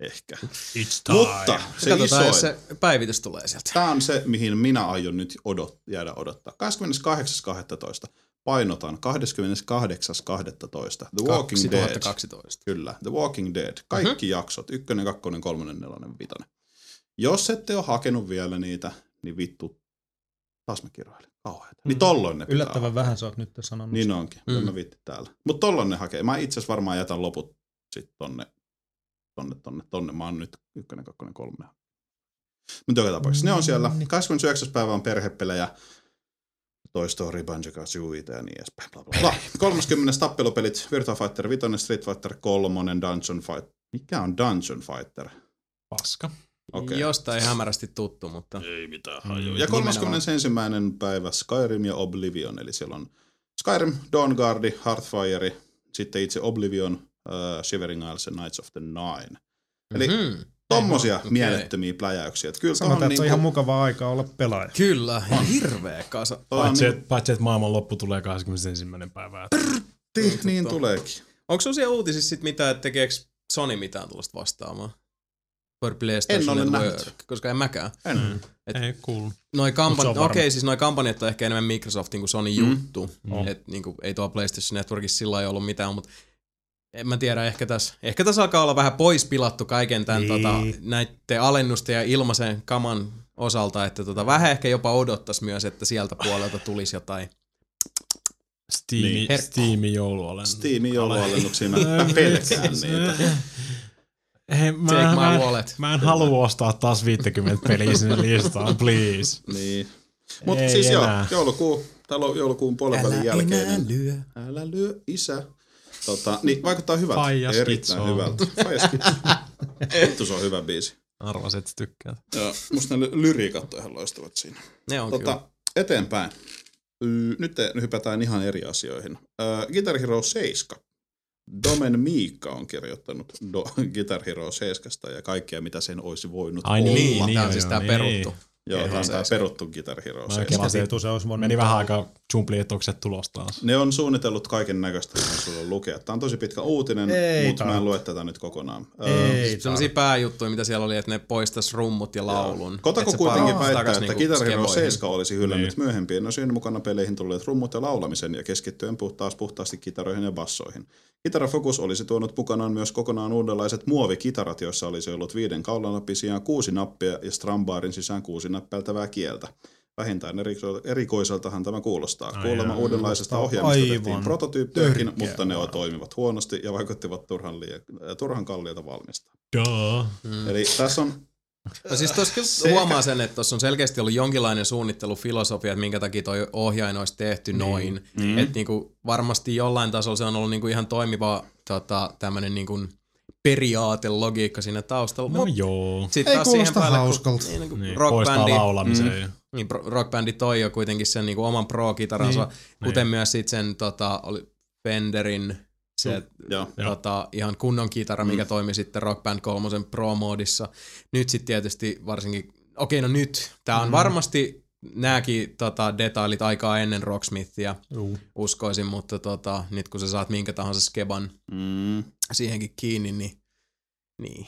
[SPEAKER 5] Ehkä.
[SPEAKER 6] It's time.
[SPEAKER 5] Mutta se
[SPEAKER 3] katsotaan,
[SPEAKER 5] isoin.
[SPEAKER 3] jos se päivitys tulee sieltä.
[SPEAKER 5] Tämä on se, mihin minä aion nyt odot, jäädä odottaa. 28.12. Painotan 28.12. The Walking Dead.
[SPEAKER 3] 2012.
[SPEAKER 5] Kyllä, The Walking Dead. Kaikki mm-hmm. jaksot, ykkönen, kakkonen, kolmonen, nelonen, vitonen. Jos ette ole hakenut vielä niitä, niin vittu, taas mä kiroilin. Kauheeta. Niin tolloin ne pitää
[SPEAKER 4] Yllättävän vähän sä oot nyt sanonut.
[SPEAKER 5] Niin onkin, mm. mä vitti täällä. Mutta tolloin ne hakee. Mä itse asiassa varmaan jätän loput sit tonne, tonne, tonne, tonne. Mä oon nyt ykkönen, kakkonen, kolmonen. Mutta joka tapauksessa ne on siellä. 29. päivä on perhepelejä. Toy Story, Banjo Kazooie ja niin edespäin. Bla, bla, bla. 30. tappelupelit, Virtua Fighter 5, Street Fighter 3, Dungeon Fight. Mikä on Dungeon Fighter?
[SPEAKER 6] Paska.
[SPEAKER 5] Okei.
[SPEAKER 3] Jostain hämärästi tuttu, mutta
[SPEAKER 5] Ei mitään
[SPEAKER 6] Mm,
[SPEAKER 5] hajua. Ja 31. päivä Skyrim ja Oblivion, eli siellä on Skyrim, Dawnguardi, Heartfire, sitten itse Oblivion, uh, Shivering Isles ja Knights of the Nine. Eli
[SPEAKER 6] Mhm.
[SPEAKER 3] mm,
[SPEAKER 5] tommosia
[SPEAKER 3] Okei.
[SPEAKER 5] mielettömiä pläjäyksiä. Et kyllä
[SPEAKER 4] Sanotaan,
[SPEAKER 5] tohon
[SPEAKER 4] että se on
[SPEAKER 5] niinku-
[SPEAKER 4] ihan mukava aika olla pelaaja.
[SPEAKER 3] kyllä, ja hirveä kasa.
[SPEAKER 5] tohon
[SPEAKER 6] Paitsi,
[SPEAKER 5] niinku-
[SPEAKER 6] et, paitsi, että maailman loppu tulee 21. päivää.
[SPEAKER 5] Tih, niin tuleekin.
[SPEAKER 3] Onko siellä uutisissa sit mitään, että tekeekö Sony mitään tuollaista vastaavaa? For PlayStation
[SPEAKER 5] En ole
[SPEAKER 3] Network,
[SPEAKER 5] nähnyt.
[SPEAKER 3] koska en mäkään.
[SPEAKER 6] Mm.
[SPEAKER 5] En.
[SPEAKER 6] Ei kuulu.
[SPEAKER 3] Noi kampan...
[SPEAKER 4] se on
[SPEAKER 3] Okei,
[SPEAKER 4] varma.
[SPEAKER 3] okay, siis noi kampanjat on ehkä enemmän Microsoftin kuin Sony mm. juttu.
[SPEAKER 6] Mm.
[SPEAKER 3] Mm. Et, niinku, ei tuo PlayStation Networkissa sillä ei ollut mitään, mutta en mä tiedä, ehkä tässä, ehkä tässä alkaa olla vähän pois pilattu kaiken tämän niin.
[SPEAKER 4] Niin.
[SPEAKER 3] tota, näiden alennusten ja ilmaisen kaman osalta, että tota, vähän ehkä jopa odottaisi myös, että sieltä puolelta tulisi jotain.
[SPEAKER 6] Steam,
[SPEAKER 3] Herkku.
[SPEAKER 6] Steam joulualennus.
[SPEAKER 5] Steamin joulualennuksia Niin. mä pelkään niitä.
[SPEAKER 6] Hei, mä,
[SPEAKER 3] Take my
[SPEAKER 6] mä, en-
[SPEAKER 3] wallet.
[SPEAKER 6] mä en halua ostaa taas 50 peliä sinne listaan, please.
[SPEAKER 5] Niin. Mut
[SPEAKER 6] Ei
[SPEAKER 5] siis joo,
[SPEAKER 6] enää.
[SPEAKER 5] joulukuu, täällä on joulukuun puolenvälin jälkeinen.
[SPEAKER 3] lyö.
[SPEAKER 5] Älä lyö isä. Tota, niin vaikuttaa hyvältä.
[SPEAKER 6] Faija
[SPEAKER 5] Erittäin
[SPEAKER 6] Skitso.
[SPEAKER 5] hyvältä. Fajaskitso. Vittu se on hyvä biisi.
[SPEAKER 6] Arvasin, että sä tykkäät.
[SPEAKER 5] Joo, musta ne ly- lyriikat on ihan loistavat siinä.
[SPEAKER 3] Ne on tota,
[SPEAKER 5] Tota, eteenpäin. Y- Nyt te- hypätään ihan eri asioihin. Ö, Guitar Hero 7. Domen Miikka on kirjoittanut Do- Guitar Hero 7 ja kaikkea, mitä sen olisi voinut
[SPEAKER 6] Ai
[SPEAKER 5] olla.
[SPEAKER 6] niin,
[SPEAKER 3] kyllä.
[SPEAKER 6] niin
[SPEAKER 3] Tämä
[SPEAKER 6] joo,
[SPEAKER 3] on siis
[SPEAKER 6] joo,
[SPEAKER 3] tämä
[SPEAKER 6] niin.
[SPEAKER 3] peruttu.
[SPEAKER 5] Joo, tämä on tämä
[SPEAKER 3] 7.
[SPEAKER 5] peruttu Guitar Hero 7.
[SPEAKER 6] kelasin,
[SPEAKER 4] Mitä
[SPEAKER 6] että
[SPEAKER 4] vittu se olisi voinut?
[SPEAKER 5] Niin,
[SPEAKER 6] Meni vähän aikaa jumpliin, että onko se tulos taas.
[SPEAKER 5] Ne on suunnitellut kaiken näköistä, mitä sulla on lukea. Tämä on tosi pitkä uutinen,
[SPEAKER 4] Ei
[SPEAKER 5] mutta mä en
[SPEAKER 4] tarvitse.
[SPEAKER 5] lue tätä nyt kokonaan. Ö,
[SPEAKER 4] Ei, siis
[SPEAKER 3] Sellaisia pääjuttuja, mitä siellä oli, että ne poistas rummut ja laulun.
[SPEAKER 5] Kotako
[SPEAKER 3] Et se
[SPEAKER 5] kuitenkin
[SPEAKER 3] palaa
[SPEAKER 5] väittää,
[SPEAKER 3] takas
[SPEAKER 5] että
[SPEAKER 3] niinku
[SPEAKER 5] Guitar Hero
[SPEAKER 3] skemoihin.
[SPEAKER 5] 7 olisi hylännyt niin. myöhempien osien mukana peleihin tulleet rummut ja laulamisen ja keskittyen pu- taas puhtaasti kitaroihin ja bassoihin. Kitarafokus olisi tuonut mukanaan myös kokonaan uudenlaiset muovikitarat, joissa olisi ollut viiden kaulanapin sijaan kuusi nappia ja strambaarin sisään kuusi näppäiltävää kieltä. Vähintään eriko- erikoiseltahan tämä kuulostaa. Ai Kuulemma
[SPEAKER 6] jaa,
[SPEAKER 5] uudenlaisesta
[SPEAKER 4] kuulostaa
[SPEAKER 5] ohjelmista
[SPEAKER 4] aivan
[SPEAKER 5] tehtiin prototyyppejäkin,
[SPEAKER 4] törkeä
[SPEAKER 5] mutta ne toimivat huonosti ja vaikuttivat turhan, liian, äh, turhan kalliilta valmistaa.
[SPEAKER 6] Duh.
[SPEAKER 5] Mm. Eli tässä on
[SPEAKER 3] No siis tuossa kyllä
[SPEAKER 5] Se
[SPEAKER 3] huomaa sen, että tuossa on selkeästi ollut jonkinlainen suunnittelufilosofia, että minkä takia toi ohjain olisi tehty niin. noin. Mm. Että niinku varmasti jollain tasolla se on ollut niinku ihan toimiva tota, tämmöinen niinku periaatelogiikka siinä taustalla.
[SPEAKER 6] No joo.
[SPEAKER 3] Sitten
[SPEAKER 4] Ei
[SPEAKER 3] taas siihen
[SPEAKER 4] kuulosta
[SPEAKER 3] päälle, kun-
[SPEAKER 4] hauskalta.
[SPEAKER 3] Niin, niin,
[SPEAKER 6] Niin,
[SPEAKER 3] niin,
[SPEAKER 6] poistaa
[SPEAKER 3] rockbändi,
[SPEAKER 6] laulamiseen. Mm.
[SPEAKER 3] niin, pro- rockbändi toi jo kuitenkin sen niinku oman pro-kitaransa, niin, kuten niin. myös sitten sen tota, oli Fenderin se
[SPEAKER 5] joo.
[SPEAKER 3] tota, ihan kunnon kitara, mikä mm. toimi sitten Rock Band 3 Pro-moodissa. Nyt sitten tietysti varsinkin, okei no nyt, tämä on mm. varmasti nämäkin tota, detailit aikaa ennen Rocksmithia,
[SPEAKER 4] Juu.
[SPEAKER 3] uskoisin, mutta tota, nyt kun sä saat minkä tahansa skeban
[SPEAKER 5] Mm.
[SPEAKER 3] siihenkin kiinni, niin niin.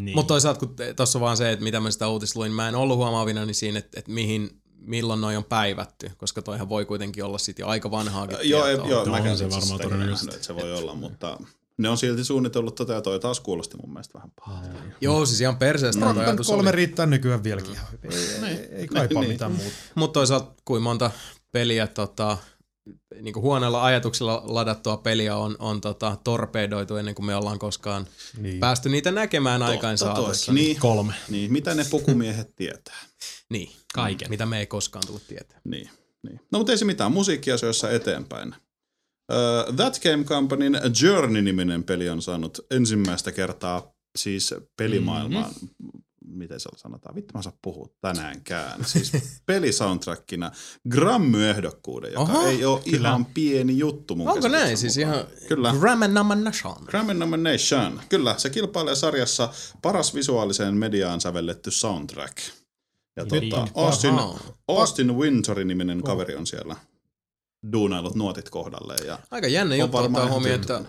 [SPEAKER 6] Niin.
[SPEAKER 3] Mutta toisaalta kun tuossa on vaan se, että mitä mä sitä uutista luin, mä en ollut huomaavina niin siinä, että, että mihin, milloin noi on päivätty, koska toihan voi kuitenkin olla sitten jo aika vanhaakin
[SPEAKER 5] Joo, ei,
[SPEAKER 3] tietoa.
[SPEAKER 5] joo
[SPEAKER 6] No,
[SPEAKER 5] mäkään
[SPEAKER 6] on se
[SPEAKER 5] itse asiassa
[SPEAKER 6] varmaan
[SPEAKER 5] sitäkin
[SPEAKER 6] todennäköisesti.
[SPEAKER 5] nähnyt, että se voi olla, mutta ne on silti suunnitellut tätä ja toi taas kuulosti mun mielestä vähän pahalta.
[SPEAKER 3] joo, siis ihan perseestä. toi
[SPEAKER 4] Rockband
[SPEAKER 3] ajatus oli.
[SPEAKER 4] 3 riittää nykyään vieläkin. ihan hyvin. Ei, ei, ei kaipaa
[SPEAKER 5] Niin.
[SPEAKER 4] mitään muuta.
[SPEAKER 3] Mutta toisaalta kuin monta peliä tota, niin kuin huoneella ajatuksella ladattua peliä on, on tota, torpedoitu ennen kuin me ollaan koskaan
[SPEAKER 4] Niin.
[SPEAKER 3] päästy niitä näkemään aikaan
[SPEAKER 5] Totta
[SPEAKER 3] saatossa.
[SPEAKER 5] toikin. Niin,
[SPEAKER 6] Kolme.
[SPEAKER 5] niin, mitä ne pukumiehet tietää?
[SPEAKER 3] niin.
[SPEAKER 4] Mm.
[SPEAKER 3] Kaiken. Mitä me ei koskaan tullut tietää.
[SPEAKER 5] Niin, niin. No mutta ei se mitään, musiikkiasioissa eteenpäin. Uh, That Game Companyn Journey-niminen peli on saanut ensimmäistä kertaa siis pelimaailmaan, mm-hmm. miten se sanotaan, vittu mä en saa puhua tänäänkään, siis pelisoundtrackina Grammy-ehdokkuuden, joka
[SPEAKER 3] Oho,
[SPEAKER 5] ei ole ihan pieni juttu mun
[SPEAKER 3] Onko näin
[SPEAKER 5] käsityksen
[SPEAKER 3] siis
[SPEAKER 5] mukaan.
[SPEAKER 3] ihan
[SPEAKER 5] Kyllä.
[SPEAKER 3] Ramanamannashan?
[SPEAKER 5] Grammy Nomination. Kyllä, se kilpailee sarjassa paras visuaaliseen mediaan sävelletty soundtrack. Ja tuota, Austin,
[SPEAKER 3] Ahaa.
[SPEAKER 5] Austin
[SPEAKER 4] Oh.
[SPEAKER 5] Wintory-niminen kaveri on siellä duunailut nuotit kohdalle. Ja
[SPEAKER 3] Aika jännä juttu
[SPEAKER 5] varmaan
[SPEAKER 3] ottaa
[SPEAKER 5] ihan
[SPEAKER 3] huomioon, että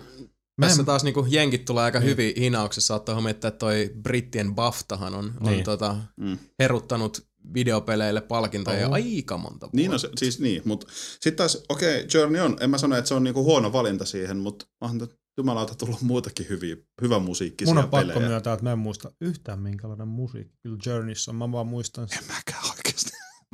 [SPEAKER 4] Mä
[SPEAKER 3] tässä
[SPEAKER 4] en- Niin.
[SPEAKER 3] taas niinku jenkit tulee aika hyvin hinauksessa ottaa huomioon, että toi brittien BAFTahan on, on
[SPEAKER 6] Niin.
[SPEAKER 3] tota,
[SPEAKER 5] Mm.
[SPEAKER 3] heruttanut videopeleille palkintoja ja aika monta vuotta.
[SPEAKER 5] niin on se, siis niin, mutta sitten taas, okei, okay, Journey on, en mä sano, että se on niinku huono valinta siihen, mutta onhan nyt jumalauta tullut muutakin hyviä, hyvä musiikkisia
[SPEAKER 4] Mun on pakko
[SPEAKER 5] pelejä.
[SPEAKER 4] myöntää, että mä en muissa yhtään minkälainen musiikki kyllä Journeys on. Mä vaan muistan sen.
[SPEAKER 5] Mäkään oikeasti.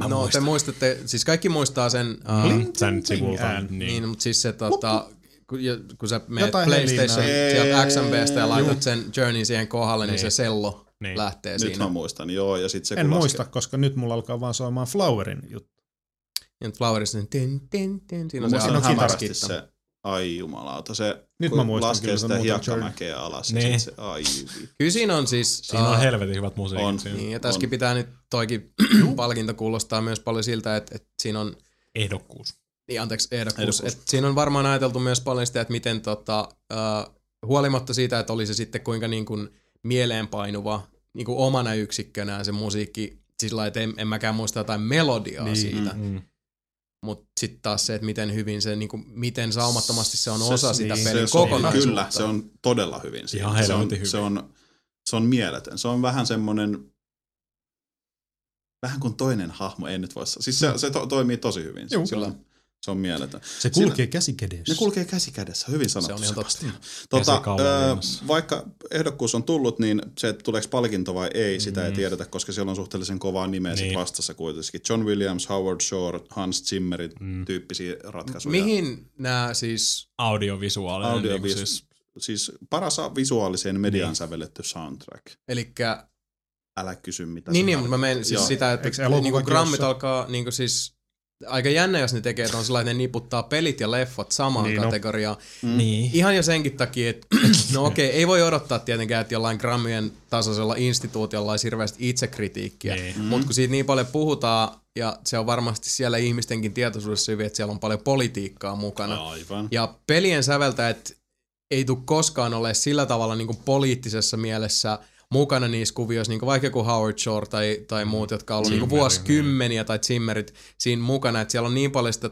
[SPEAKER 3] no te muistatte, siis kaikki muistaa sen,
[SPEAKER 4] Niin.
[SPEAKER 3] uh,
[SPEAKER 6] Mm. Sen sivulta. Niin.
[SPEAKER 3] Niin,
[SPEAKER 6] niin.
[SPEAKER 3] mutta siis se tota, kun, ja- kun sä menet
[SPEAKER 4] Jotain
[SPEAKER 3] PlayStation
[SPEAKER 4] helinää.
[SPEAKER 3] sieltä XMBstä ja laitat sen Journeyn siihen kohdalle, niin, se sello
[SPEAKER 6] Niin.
[SPEAKER 3] lähtee
[SPEAKER 5] Nyt
[SPEAKER 3] siinä.
[SPEAKER 5] mä muistan, joo, ja sitten se
[SPEAKER 4] En
[SPEAKER 5] kun laske-
[SPEAKER 4] muista, koska nyt mulla alkaa vaan soimaan Flowerin juttu.
[SPEAKER 3] Ja nyt Flowerissa niin tin, tin, tin, siinä on se
[SPEAKER 5] Muistan
[SPEAKER 3] aina
[SPEAKER 5] hämärästi
[SPEAKER 3] hämäräskitta.
[SPEAKER 5] se, ai jumalauta, se
[SPEAKER 4] Nyt
[SPEAKER 5] kun
[SPEAKER 4] mä muistan
[SPEAKER 5] laskee
[SPEAKER 4] kyllä sen
[SPEAKER 5] sitä
[SPEAKER 4] muuten
[SPEAKER 5] hiekkamäkeä alas ja
[SPEAKER 6] Niin.
[SPEAKER 5] sit se, ai vi-
[SPEAKER 3] Kyllä siinä on siis...
[SPEAKER 6] Siinä on
[SPEAKER 3] äh,
[SPEAKER 6] helvetin hyvät musiikit.
[SPEAKER 5] on.
[SPEAKER 6] siinä.
[SPEAKER 3] niin, ja tässäkin pitää nyt toikin palkinto kuulostaa myös paljon siltä, että, että siinä on
[SPEAKER 6] Ehdokkuus.
[SPEAKER 3] Niin, anteeksi, ehdokkuus.
[SPEAKER 5] Ehdokkuus.
[SPEAKER 3] Et siinä on varmaan ajateltu myös paljon sitä, että miten tota, äh, huolimatta siitä, että oli se sitten kuinka niin kuin mieleenpainuva niin kuin omana yksikkönään se musiikki, sillä lailla, että en, en mäkään muista jotain melodiaa niin. siitä,
[SPEAKER 6] Mm.
[SPEAKER 3] mutta sitten taas se, että miten hyvin se, niin kuin, miten saumattomasti se on
[SPEAKER 5] Se-
[SPEAKER 3] osa sitä
[SPEAKER 4] niin,
[SPEAKER 3] pelin
[SPEAKER 5] se sopii.
[SPEAKER 3] kokonaisuutta.
[SPEAKER 5] Kyllä, se on todella hyvin siinä.
[SPEAKER 6] Ihan
[SPEAKER 5] se, on,
[SPEAKER 6] helvetin
[SPEAKER 5] se, on, se on mieletön. Se on vähän semmoinen, vähän kuin toinen hahmo, en nyt voi sanoa. Siis se, se to, toimii tosi hyvin.
[SPEAKER 4] Juu.
[SPEAKER 5] se,
[SPEAKER 3] Kyllä.
[SPEAKER 5] on, Se on mieletön.
[SPEAKER 4] Se
[SPEAKER 5] Siinä-
[SPEAKER 4] kulkee Siinä. käsikädessä.
[SPEAKER 5] Ne kulkee käsi kädessä, hyvin sanottu.
[SPEAKER 3] on ihan totta.
[SPEAKER 5] Sebastian. Tota,
[SPEAKER 6] Käsikaulan
[SPEAKER 5] ö,
[SPEAKER 6] rinnassa.
[SPEAKER 5] vaikka ehdokkuus on tullut, niin se, että tuleeko palkinto vai ei, sitä ei tiedetä, koska siellä on suhteellisen kovaa nimeä sit
[SPEAKER 6] Niin.
[SPEAKER 5] vastassa kuitenkin. John Williams, Howard Shore, Hans Zimmerin
[SPEAKER 6] Mm.
[SPEAKER 5] tyyppisiä ratkaisuja.
[SPEAKER 3] Mihin nämä siis,
[SPEAKER 6] Audiovisuaalinen.
[SPEAKER 5] Audio,
[SPEAKER 6] niinku
[SPEAKER 5] siis, siis paras visuaaliseen mediaan niin. sävelletty soundtrack.
[SPEAKER 3] eli
[SPEAKER 5] Älä kysy mitä
[SPEAKER 3] niin,
[SPEAKER 5] se
[SPEAKER 3] niin, mutta mä menen siis
[SPEAKER 5] Joo.
[SPEAKER 3] sitä,
[SPEAKER 4] Eikö
[SPEAKER 3] että
[SPEAKER 4] elokuvakin
[SPEAKER 3] niinku grammit
[SPEAKER 4] jossain-
[SPEAKER 3] alkaa niinku siis, aika jännä, jos ne tekee, että on sellainen, että ne niputtaa pelit ja leffat samaan niin,
[SPEAKER 4] Niin, no.
[SPEAKER 3] kategoriaan.
[SPEAKER 7] Niin.
[SPEAKER 3] Ihan jo senkin takia, että no okei, ei voi odottaa tietenkään, että jollain grammien tasoisella instituutiolla olisi hirveästi itsekritiikkiä.
[SPEAKER 7] Niin.
[SPEAKER 3] Mutta kun siitä niin paljon puhutaan, ja se on varmasti siellä ihmistenkin tietoisuudessa hyvin, että siellä on paljon politiikkaa mukana.
[SPEAKER 5] Aivan.
[SPEAKER 3] Ja pelien säveltäjät ei tule koskaan ole sillä tavalla niin kuin poliittisessa mielessä mukana niissä kuvioissa, niin kuin vaikka kuin Howard Shore tai, tai muut, jotka on ollut niin kuin vuosikymmeniä tai Zimmerit siinä mukana, että siellä on niin paljon sitä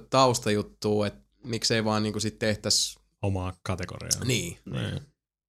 [SPEAKER 3] taustajuttua, että miksei vaan niin kuin sit tehtäisi
[SPEAKER 6] Omaa kategoriaa.
[SPEAKER 3] niin.
[SPEAKER 6] Niin.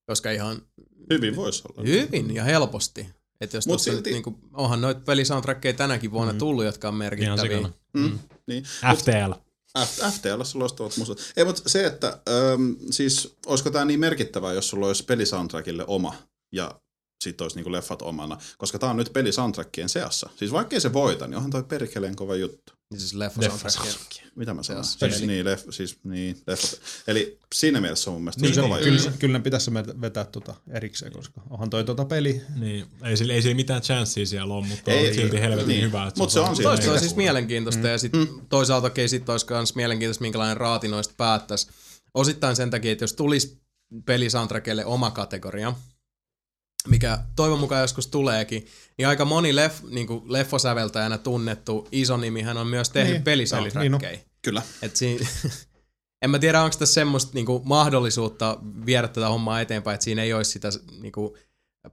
[SPEAKER 3] Koska ihan
[SPEAKER 5] Hyvin voisi olla.
[SPEAKER 3] hyvin ja helposti. Että jos
[SPEAKER 5] Mut
[SPEAKER 3] tuossa
[SPEAKER 5] silti-
[SPEAKER 3] niin kuin, onhan noita pelisoundtrackeja tänäkin vuonna mm. tullut, jotka on
[SPEAKER 6] Ihan
[SPEAKER 3] merkittäviä.
[SPEAKER 6] sikana.
[SPEAKER 5] Mm. Niin.
[SPEAKER 6] FTL.
[SPEAKER 5] F- FTLssä loistavat musat. Ei, mutta se, että äm, siis olisiko tämä niin merkittävää, jos sulla olisi pelisoundtrackille oma ja sitten olisi niinku leffat omana, koska tämä on nyt pelisoundtrackien seassa. Siis vaikkei se voita, niin onhan toi perkeleen kova juttu.
[SPEAKER 3] Niin siis leffasoundtrackeja.
[SPEAKER 5] Mitä mä sanon?
[SPEAKER 3] Seassa.
[SPEAKER 5] Siis,
[SPEAKER 3] Peli.
[SPEAKER 5] niin, leff, siis, niin, leffat. Eli siinä mielessä se on mun mielestä
[SPEAKER 4] Kyllä,
[SPEAKER 5] niin,
[SPEAKER 4] se,
[SPEAKER 5] kova juttu.
[SPEAKER 4] kyllä, kyllä ne pitäisi se vetä- vetää tota erikseen, koska onhan toi tota peli.
[SPEAKER 6] Niin. Ei, sillä, ei sillä mitään chanssiä siellä ole, mutta
[SPEAKER 5] Ei,
[SPEAKER 6] on silti helvetin
[SPEAKER 5] niin.
[SPEAKER 6] hyvä. että
[SPEAKER 5] Mut se on
[SPEAKER 6] saanut
[SPEAKER 5] siinä.
[SPEAKER 3] Toista on
[SPEAKER 5] Ei
[SPEAKER 3] siis
[SPEAKER 5] kuule.
[SPEAKER 3] mielenkiintoista mm. ja sit mm. toisaalta okei, okay, sit olisi myös mielenkiintoista, minkälainen raati noista päättäisi. Osittain sen takia, että jos tulisi pelisoundtrackille oma kategoria, mikä toivon mukaan joskus tuleekin, niin aika moni leff, niin kuin leffosäveltäjänä tunnettu iso nimi hän on myös tehnyt niin,
[SPEAKER 4] Niin,
[SPEAKER 3] pelisoundtrackeja. Niin
[SPEAKER 5] Kyllä.
[SPEAKER 3] Et siinä, en mä tiedä, onko tässä semmoista niinku, mahdollisuutta viedä tätä hommaa eteenpäin, että siinä ei olisi sitä niinku,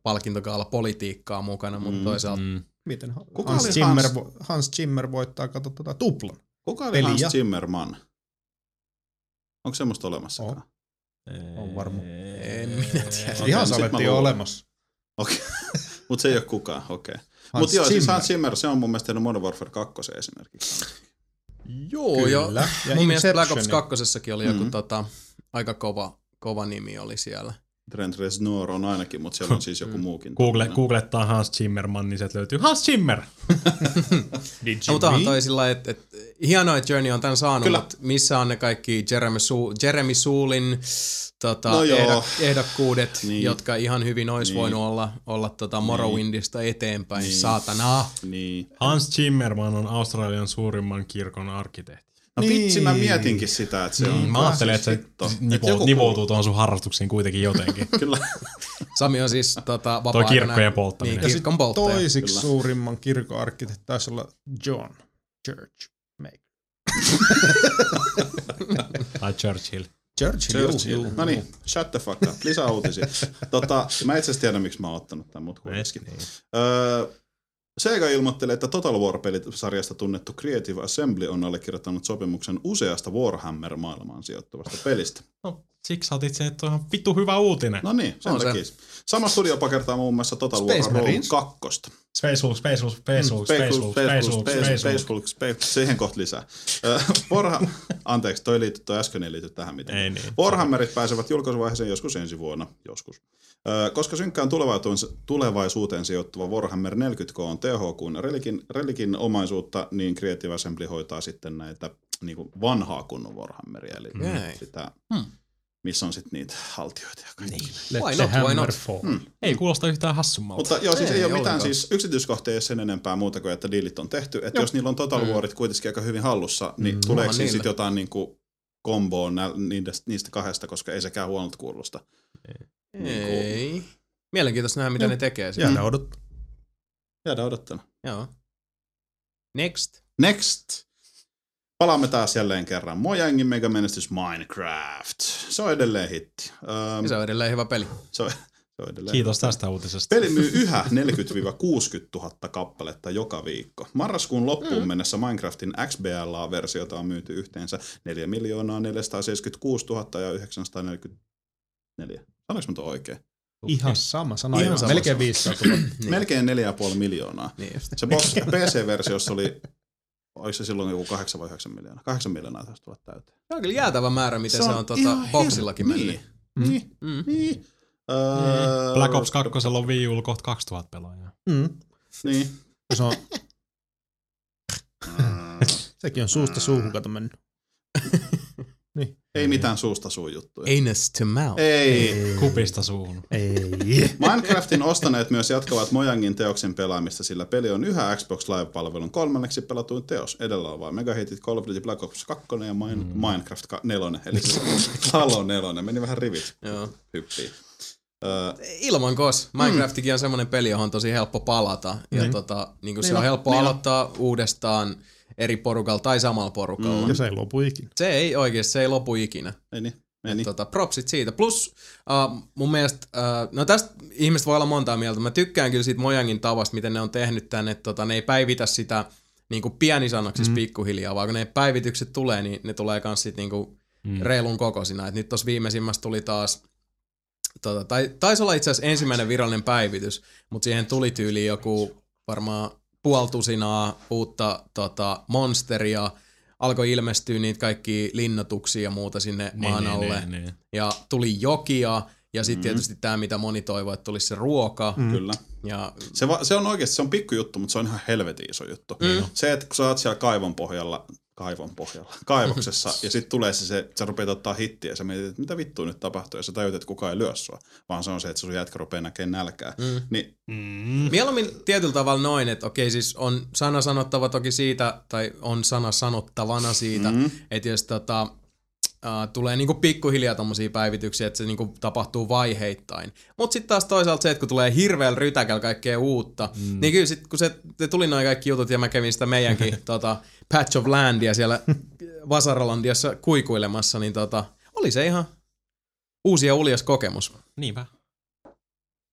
[SPEAKER 3] palkintokaala politiikkaa mukana, mutta mm, toisaalta mm.
[SPEAKER 4] Miten
[SPEAKER 5] Kuka
[SPEAKER 4] Hans,
[SPEAKER 5] oli
[SPEAKER 4] Zimmer,
[SPEAKER 5] Hans?
[SPEAKER 4] Hans? Hans Zimmer voittaa, kato tota tuplan.
[SPEAKER 5] Kuka oli
[SPEAKER 4] Peli
[SPEAKER 5] Hans
[SPEAKER 4] ja-
[SPEAKER 5] Zimmerman? Onko semmoista olemassa?
[SPEAKER 4] On. On varmaan.
[SPEAKER 3] en minä tiedä.
[SPEAKER 5] Okei,
[SPEAKER 4] Siis Ihan
[SPEAKER 5] no sit mä
[SPEAKER 4] saletti
[SPEAKER 5] luulen.
[SPEAKER 4] on olemassa.
[SPEAKER 5] Okei, mutta se ei ole kukaan, okei.
[SPEAKER 4] Hans
[SPEAKER 5] Mutta joo, siis
[SPEAKER 4] Zimmer.
[SPEAKER 5] Hans Zimmer, se on mun mielestä tehnyt Modern Warfare 2 esimerkiksi.
[SPEAKER 3] Joo, Kyllä. Jo,
[SPEAKER 4] Kyllä. Ja
[SPEAKER 3] mun mielestä Black Ops
[SPEAKER 4] Inceptioni.
[SPEAKER 3] 2 oli joku
[SPEAKER 5] Mhm.
[SPEAKER 3] mm. tota, aika kova, kova nimi oli siellä. No,
[SPEAKER 5] Trent Reznor on ainakin, mutta siellä on siis joku muukin.
[SPEAKER 6] Google,
[SPEAKER 5] tämmönen.
[SPEAKER 6] googlettaa Hans Zimmerman, niin sieltä löytyy Hans Zimmer.
[SPEAKER 4] Did
[SPEAKER 3] No,
[SPEAKER 4] you
[SPEAKER 3] mutta onhan
[SPEAKER 4] read?
[SPEAKER 3] toi sillä että et, hienoa, että Journey on tämän saanut,
[SPEAKER 5] Kyllä.
[SPEAKER 3] mutta missä on ne kaikki Jeremy, Su- Jeremy Suulin tota,
[SPEAKER 5] No
[SPEAKER 3] no
[SPEAKER 5] joo.
[SPEAKER 3] ehdo- ehdokkuudet,
[SPEAKER 5] Niin.
[SPEAKER 3] niin. jotka ihan hyvin olisi
[SPEAKER 5] Niin.
[SPEAKER 3] niin. voinut olla, olla tota Morrowindista niin. eteenpäin.
[SPEAKER 5] Niin.
[SPEAKER 3] Niin. Saatana.
[SPEAKER 5] Niin.
[SPEAKER 6] Hans Zimmerman on Australian suurimman kirkon arkkitehti.
[SPEAKER 5] No niin. vitsi, mä
[SPEAKER 4] Niin.
[SPEAKER 5] mietinkin sitä, että se on.
[SPEAKER 6] Mm, mä ajattelin, että se
[SPEAKER 5] Hitto. Et joku
[SPEAKER 6] nivou,
[SPEAKER 5] kuul-
[SPEAKER 6] nivoutuu tuohon sun harrastuksiin kuitenkin jotenkin.
[SPEAKER 5] Kyllä.
[SPEAKER 3] Sami on siis tota, vapaa
[SPEAKER 6] kirkkojen polttaminen.
[SPEAKER 3] Niin,
[SPEAKER 4] Ja
[SPEAKER 3] kirkon
[SPEAKER 4] sitten
[SPEAKER 3] polttaja.
[SPEAKER 4] toisiksi
[SPEAKER 5] Kyllä.
[SPEAKER 4] Kyllä. suurimman kirkon arkkitehti taisi olla John Church. Maker.
[SPEAKER 6] tai Churchill.
[SPEAKER 4] Churchill,
[SPEAKER 5] Churchill.
[SPEAKER 4] juu, juu.
[SPEAKER 5] No niin, shut the fuck up. Lisää uutisia. tota, mä itse asiassa tiedän, miksi mä oon ottanut tämän, mutta kuitenkin.
[SPEAKER 6] Niin.
[SPEAKER 5] Öö, Sega ilmoittelee, että Total War-pelisarjasta tunnettu Creative Assembly on allekirjoittanut sopimuksen useasta Warhammer-maailmaan sijoittuvasta pelistä.
[SPEAKER 6] No, siksi otit sen, että on ihan vittu hyvä uutinen. No.
[SPEAKER 5] No niin, sen
[SPEAKER 3] On se.
[SPEAKER 5] takia. Sama studio pakertaa muun muassa Total
[SPEAKER 4] Space
[SPEAKER 5] War Rome
[SPEAKER 4] Marines.
[SPEAKER 5] 2.
[SPEAKER 6] Space Hulk, Space Hulk, Space Hulk,
[SPEAKER 3] Mm,
[SPEAKER 5] Mm,
[SPEAKER 6] Space Hulk, Space Hulk, Space Hulk.
[SPEAKER 5] Spacehulk, siihen kohta lisää. Ö, Warha- anteeksi, toi, liitty, toi äsken ei liity tähän mitään.
[SPEAKER 6] Ei niin.
[SPEAKER 5] Warhammerit pääsevät julkaisuvaiheeseen joskus ensi vuonna, joskus. Ö, Koska synkkään tulevaisuuteen- tulevaisuuteen sijoittuva Warhammer 40K on THQ relikin, relikin omaisuutta, niin Creative Assembly hoitaa sitten näitä niin kuin vanhaa kunnon Warhammeria, eli
[SPEAKER 3] Okei.
[SPEAKER 5] sitä,
[SPEAKER 3] Hmm.
[SPEAKER 5] missä on sitten niitä haltioita ja kaikkea. Niin.
[SPEAKER 4] Let
[SPEAKER 3] Why
[SPEAKER 4] the
[SPEAKER 3] not, why
[SPEAKER 4] hammer
[SPEAKER 3] not? Mm.
[SPEAKER 4] fall.
[SPEAKER 6] Ei kuulosta yhtään hassummalta.
[SPEAKER 5] Mutta joo, siis ei,
[SPEAKER 3] Ei
[SPEAKER 5] ei ole mitään
[SPEAKER 3] ollenkaan.
[SPEAKER 5] siis yksityiskohtia ei ole sen enempää muuta kuin, että diilit on tehty. Että jos niillä on Total Warit kuitenkin aika hyvin hallussa, niin tuleeko
[SPEAKER 3] Mm. Onhan
[SPEAKER 5] siinä sitten
[SPEAKER 3] niillä.
[SPEAKER 5] jotain niin kuin komboa nä- niistä, niistä kahdesta, koska ei sekään huonolta kuulosta. Niin kuin-
[SPEAKER 3] Ei. Mielenkiintoista nähdä, mitä ne tekee siellä.
[SPEAKER 4] Jäädään odottaa.
[SPEAKER 5] Jäädään odottamaan.
[SPEAKER 3] Joo. Next.
[SPEAKER 5] Next! Palaamme taas jälleen kerran. Mojangin mega menestys Minecraft. Se on edelleen hitti. Öm,
[SPEAKER 3] Ja se on edelleen hyvä peli.
[SPEAKER 5] se, on, se on edelleen
[SPEAKER 6] Kiitos tästä uutisesta.
[SPEAKER 5] Peli myy yhä 40-60 000 kappaletta joka viikko. Marraskuun loppuun mm. mennessä Minecraftin XBLA-versiota on myyty yhteensä 4 476 000 ja 944. Sanoinko mä tuon oikein?
[SPEAKER 4] Ihan sama sana.
[SPEAKER 3] Ihan sama
[SPEAKER 4] Melkein
[SPEAKER 3] sana.
[SPEAKER 4] 500 000.
[SPEAKER 5] Niin. Melkein 4,5 miljoonaa.
[SPEAKER 3] Niin just.
[SPEAKER 5] Se boss- PC-versiossa oli Oliko se silloin joku 8 vai 9 miljoonaa? 8 miljoonaa taisi tulla täyteen.
[SPEAKER 3] Se on kyllä jäätävä määrä, miten se on, tota,
[SPEAKER 5] ihan
[SPEAKER 3] boksillakin
[SPEAKER 5] hir-
[SPEAKER 3] mennyt.
[SPEAKER 5] Niin, niin,
[SPEAKER 3] Mm.
[SPEAKER 5] niin. Öö,
[SPEAKER 6] Black Ops 2 on Wii Ulla kohta 2000 pelaajaa.
[SPEAKER 4] Mm.
[SPEAKER 5] Niin.
[SPEAKER 4] Se on, sekin on suusta suuhun kato mennyt.
[SPEAKER 5] Ei mitään suusta suu juttuja.
[SPEAKER 3] Anus to mouth.
[SPEAKER 5] Ei.
[SPEAKER 6] Kupista suuhun.
[SPEAKER 4] Ei.
[SPEAKER 5] Minecraftin ostaneet myös jatkavat Mojangin teoksen pelaamista, sillä peli on yhä Xbox Live-palvelun kolmanneksi pelatuin teos. Edellä on vain megahitit Call of Duty Black Ops 2 ja Min- mm. Minecraft 4, eli siis Halo 4, meni vähän rivit
[SPEAKER 3] Joo.
[SPEAKER 5] hyppiin. Öö,
[SPEAKER 3] Ilman kos.
[SPEAKER 5] Mm.
[SPEAKER 3] Minecraftikin on semmoinen peli, johon on tosi helppo palata. Ja tota, niin kuin se on helppo aloittaa uudestaan eri porukalla tai samalla porukalla.
[SPEAKER 5] Mm.
[SPEAKER 4] Ja se ei lopu ikinä.
[SPEAKER 3] Se ei oikeasti, se ei lopu ikinä.
[SPEAKER 5] ei niin, ei niin.
[SPEAKER 3] Tota, propsit siitä. Plus uh, mun mielestä, uh, no tästä ihmiset voi olla montaa mieltä. Mä tykkään kyllä siitä Mojangin tavasta, miten ne on tehnyt tänne, että tota, ne ei päivitä sitä niin kuin pienisannoksissa mm. pikkuhiljaa, vaan kun ne päivitykset tulee, niin ne tulee kans sit niin kuin mm. reilun kokoisina. Et nyt tossa viimeisimmässä tuli taas, tota, tai, taisi olla itse asiassa ensimmäinen virallinen päivitys, mutta siihen tuli tyyli joku varmaan puoltusinaa uutta tota, monsteria, alkoi ilmestyä niitä kaikki linnatuksia ja muuta sinne niin, maan alle
[SPEAKER 7] niin.
[SPEAKER 3] ja tuli jokia, ja sitten mm. tietysti tämä, mitä moni toivoi, että tulisi se ruoka. Mm.
[SPEAKER 5] Kyllä.
[SPEAKER 3] Ja
[SPEAKER 5] Se, va- se on oikeasti, se on pikkujuttu, mutta se on ihan helvetin iso juttu. Mm. Se, että kun sä oot siellä kaivon pohjalla, kaivon pohjalla, kaivoksessa, ja sitten tulee se, se, sä rupeat ottaa hittiä, ja sä mietit, että mitä vittua nyt tapahtuu, ja sä tajut, että kukaan ei lyö sua, vaan se on se, että sun jätkä rupeaa näkemään nälkää. Mm. Niin,
[SPEAKER 6] Mm.
[SPEAKER 3] mieluummin tietyllä tavalla noin, että okei siis on sana sanottava toki siitä, tai on sana sanottavana siitä, mm. että jos tota, äh, tulee niinku pikkuhiljaa tommosia päivityksiä, että se niinku tapahtuu vaiheittain. Mutta sitten taas toisaalta se, että kun tulee hirveällä rytäkällä kaikkea uutta, mm. niin kyllä sitten kun se, se tuli noin kaikki jutut ja mä kävin sitä meidänkin tota, Patch of Landia siellä Vasaralandiassa kuikuilemassa, niin tota, oli se ihan uusi ja uljas kokemus.
[SPEAKER 6] Niinpä.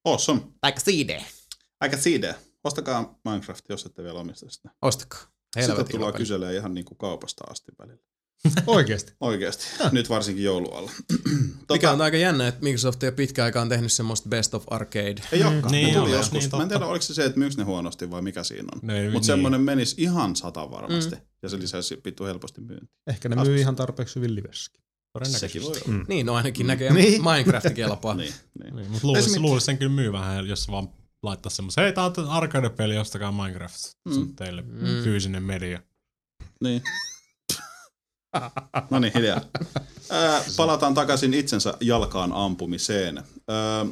[SPEAKER 5] awesome.
[SPEAKER 3] Like CD.
[SPEAKER 5] Aika siitä. Ostakaa Minecraft, jos ette vielä omista sitä.
[SPEAKER 3] Ostakaa.
[SPEAKER 5] Sitä
[SPEAKER 3] Helvetin
[SPEAKER 5] tullaan
[SPEAKER 3] hyvä peli.
[SPEAKER 5] kyselemään ihan niin kuin kaupasta asti välillä.
[SPEAKER 4] Oikeesti.
[SPEAKER 5] Oikeasti. Nyt varsinkin joulualla. tota,
[SPEAKER 3] Mikä on aika jännä, että Microsoft ei ole pitkään aikaan tehnyt semmoista Best of Arcade.
[SPEAKER 5] Ei olekaan.
[SPEAKER 6] niin
[SPEAKER 5] ne tuli
[SPEAKER 6] joo,
[SPEAKER 5] joskus.
[SPEAKER 6] niin
[SPEAKER 5] Mä en tiedä,
[SPEAKER 6] totta.
[SPEAKER 5] oliko se se, että myyks ne huonosti vai mikä siinä on.
[SPEAKER 6] No ei,
[SPEAKER 5] Mutta
[SPEAKER 6] niin.
[SPEAKER 5] semmoinen menisi ihan sata varmasti. Mm. Ja se lisäisi pitu helposti myyntiä.
[SPEAKER 4] Ehkä ne myy ihan tarpeeksi hyvin Mm. livessäkin.
[SPEAKER 5] Sekin voi olla.
[SPEAKER 3] Niin, no ainakin näkee niin. Minecraft kelpaa.
[SPEAKER 5] Mm. Niin, niin.
[SPEAKER 6] Niin, mutta luulisi,
[SPEAKER 5] Esimerkiksi-
[SPEAKER 6] luulis sen kyllä myy vähän, jos vaan laittaa semmoisen, hei tää on arcade-peli, ostakaa Minecraft. Se
[SPEAKER 3] Mm.
[SPEAKER 6] on teille fyysinen media.
[SPEAKER 5] niin. no niin, hiljaa. Ää, palataan takaisin itsensä jalkaan ampumiseen. Ää,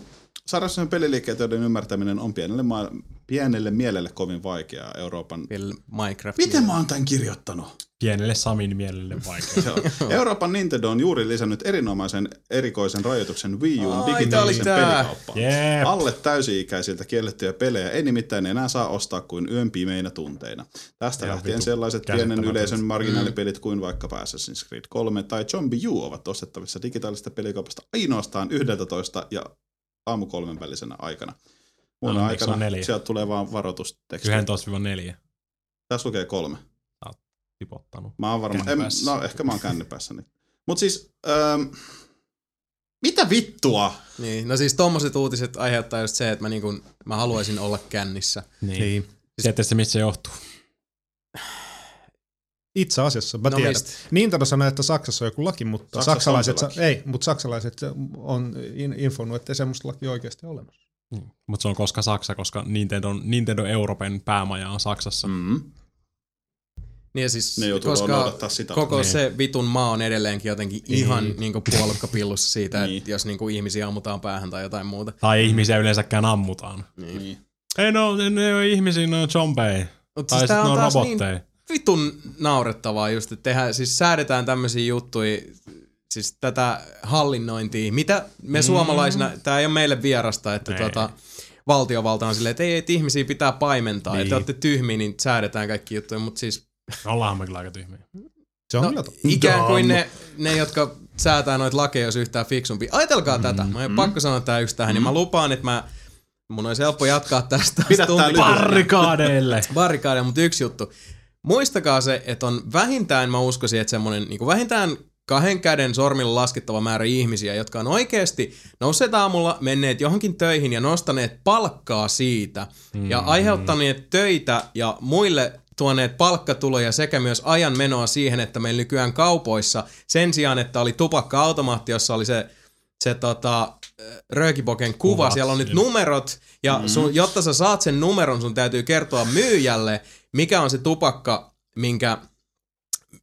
[SPEAKER 5] Sarjassa peliliikkeiden ymmärtäminen on pienelle, ma- pienelle mielelle kovin vaikeaa Euroopan
[SPEAKER 3] Vielä Minecraft.
[SPEAKER 5] Miten mä oon tämän kirjoittanut?
[SPEAKER 6] Pienelle Samin mielelle vaikea.
[SPEAKER 5] Euroopan Nintendo on juuri lisännyt erinomaisen erikoisen rajoituksen Wii Uun
[SPEAKER 3] Ai,
[SPEAKER 5] digitaalisen
[SPEAKER 3] tää oli tää.
[SPEAKER 5] pelikauppaan.
[SPEAKER 6] Jep.
[SPEAKER 5] Alle täysi-ikäisiltä kiellettyjä pelejä ei nimittäin enää saa ostaa kuin yön pimeinä tunteina. Tästä
[SPEAKER 6] Ihan
[SPEAKER 5] lähtien
[SPEAKER 6] vitu
[SPEAKER 5] sellaiset pienen
[SPEAKER 6] käsittämätöntä. Mm.
[SPEAKER 5] yleisön marginaalipelit kuin vaikkapa Assassin's Creed 3 tai Zombie U ovat ostettavissa digitaalisesta pelikaupasta ainoastaan 11 ja aamu kolmen välisenä aikana. Muuna
[SPEAKER 6] No, onneksi on
[SPEAKER 5] aikana
[SPEAKER 6] neljä.
[SPEAKER 5] sieltä tulee vaan varoitusteksti.
[SPEAKER 6] 11-4
[SPEAKER 5] Tässä lukee kolme.
[SPEAKER 6] tipottanut.
[SPEAKER 5] Mä oon varmaan, en,
[SPEAKER 6] Kännypäässä.
[SPEAKER 5] no ehkä mä oon kännypäässä. Niin. Mut siis, ähm, mitä vittua?
[SPEAKER 3] Niin, no siis tommoset uutiset aiheuttaa just se, että mä, niin kun, mä haluaisin olla kännissä.
[SPEAKER 6] Niin. niin. Tiedätte sitten, mistä se johtuu.
[SPEAKER 4] Itse asiassa, mä
[SPEAKER 3] No
[SPEAKER 4] no, tiedän.
[SPEAKER 3] mistä?
[SPEAKER 4] Nintendo sanoi, että Saksassa on joku laki, mutta
[SPEAKER 5] Saksassa
[SPEAKER 4] Saksassa saksalaiset,
[SPEAKER 5] on se laki.
[SPEAKER 4] sa- ei, mutta saksalaiset on in- infonut, että ei semmoista laki oikeasti ole olemassa.
[SPEAKER 6] Mutta se on koska Saksa, koska Nintendo, Nintendo Euroopan päämaja on Saksassa. Mm.
[SPEAKER 4] Mm-hmm.
[SPEAKER 5] Mm.
[SPEAKER 3] Niin ja siis,
[SPEAKER 5] Ne joutuu vaan
[SPEAKER 3] koska
[SPEAKER 5] noudattaa sitä.
[SPEAKER 3] koko
[SPEAKER 6] Niin.
[SPEAKER 3] se vitun maa on edelleenkin jotenkin ihan niin puolukkapillussa siitä,
[SPEAKER 5] Niin.
[SPEAKER 3] että jos niin ihmisiä ammutaan päähän tai jotain muuta.
[SPEAKER 6] Tai ihmisiä yleensäkään ammutaan.
[SPEAKER 5] Niin.
[SPEAKER 6] Ei no, ne- ne ei ole ihmisiä, ne on zombeja.
[SPEAKER 3] Mut siis
[SPEAKER 6] Tai sitten
[SPEAKER 3] tää
[SPEAKER 6] ne
[SPEAKER 3] on
[SPEAKER 6] on
[SPEAKER 3] taas
[SPEAKER 6] robotteja.
[SPEAKER 3] Niin vitun naurettavaa just, että tehdään, siis säädetään tämmöisiä juttuja, siis tätä hallinnointia, mitä me suomalaisina, tämä ei ole meille vierasta, että
[SPEAKER 6] Ei.
[SPEAKER 3] tota, valtiovalta on silleen, että ei, että ihmisiä pitää paimentaa, niin.
[SPEAKER 6] Niin.
[SPEAKER 3] että olette tyhmiä, niin säädetään kaikki juttuja, mutta siis
[SPEAKER 6] Ollaan me kyllä aika tyhmiä.
[SPEAKER 4] Se on
[SPEAKER 3] no,
[SPEAKER 4] kyllä totta.
[SPEAKER 3] ikään kuin ne, ne, jotka säätää noita lakeja, jos yhtään fiksumpi. Ajatelkaa mm, tätä, mä mm. pakko sanoa tää yksi tähän, mm. niin mä lupaan, että mä, mun olisi helppo jatkaa tästä
[SPEAKER 5] Pidä tää
[SPEAKER 3] tunti-
[SPEAKER 5] lyhyenä.
[SPEAKER 6] Barrikaadeille!
[SPEAKER 3] barrikaadeja, mutta yksi juttu. Muistakaa se, että on vähintään, mä uskoisin, että semmoinen niin vähintään kahden käden sormilla laskettava määrä ihmisiä, jotka on oikeasti nousseet aamulla, menneet johonkin töihin ja nostaneet palkkaa siitä ja aiheuttaneet töitä ja muille tuoneet palkkatuloja sekä myös ajan menoa siihen, että meillä nykyään kaupoissa sen sijaan, että oli tupakka-automaatti, jossa oli se, se tota, röökipoken kuva,
[SPEAKER 6] Kuva,
[SPEAKER 3] siellä on nyt
[SPEAKER 6] joo.
[SPEAKER 3] numerot ja sun, jotta sä saat sen numeron, sun täytyy kertoa myyjälle, mikä on se tupakka, minkä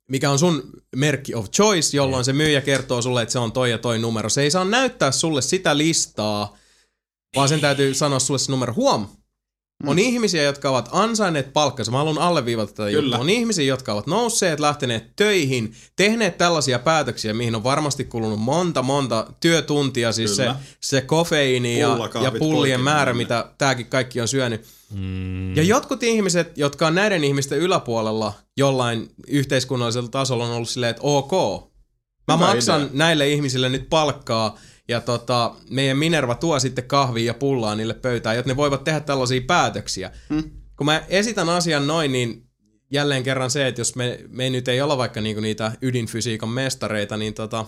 [SPEAKER 3] mikä on sun merkki of choice, jolloin se myyjä kertoo sulle, että se on toi ja toi numero. Se ei saa näyttää sulle sitä listaa, vaan sen täytyy sanoa sulle se numero. Huom! On ihmisiä, jotka ovat ansainneet palkkansa. Mä haluan alleviivata tätä
[SPEAKER 5] Kyllä.
[SPEAKER 3] juttua. On ihmisiä, jotka ovat nousseet, lähteneet töihin, tehneet tällaisia päätöksiä, mihin on varmasti kulunut monta, monta työtuntia. Siis se,
[SPEAKER 5] Kyllä.
[SPEAKER 3] se kofeiini ja, ja
[SPEAKER 5] Pullakaapit
[SPEAKER 3] pullien
[SPEAKER 5] poikki
[SPEAKER 3] määrä,
[SPEAKER 5] mennä.
[SPEAKER 3] mitä tämäkin kaikki on syönyt.
[SPEAKER 6] Mm.
[SPEAKER 3] Mm. Ja jotkut ihmiset, jotka on näiden ihmisten yläpuolella jollain yhteiskunnallisella tasolla on ollut silleen, että ok, mä
[SPEAKER 5] Hyvä
[SPEAKER 3] maksan
[SPEAKER 5] idea.
[SPEAKER 3] näille ihmisille nyt palkkaa ja tota, meidän Minerva tuo sitten kahvia ja pullaa niille pöytään, jotta ne voivat tehdä tällaisia päätöksiä.
[SPEAKER 5] Mm.
[SPEAKER 3] Hmm. Kun mä esitän asian noin, niin jälleen kerran se, että jos me, me nyt ei olla vaikka niinku niitä ydinfysiikan mestareita, niin tota,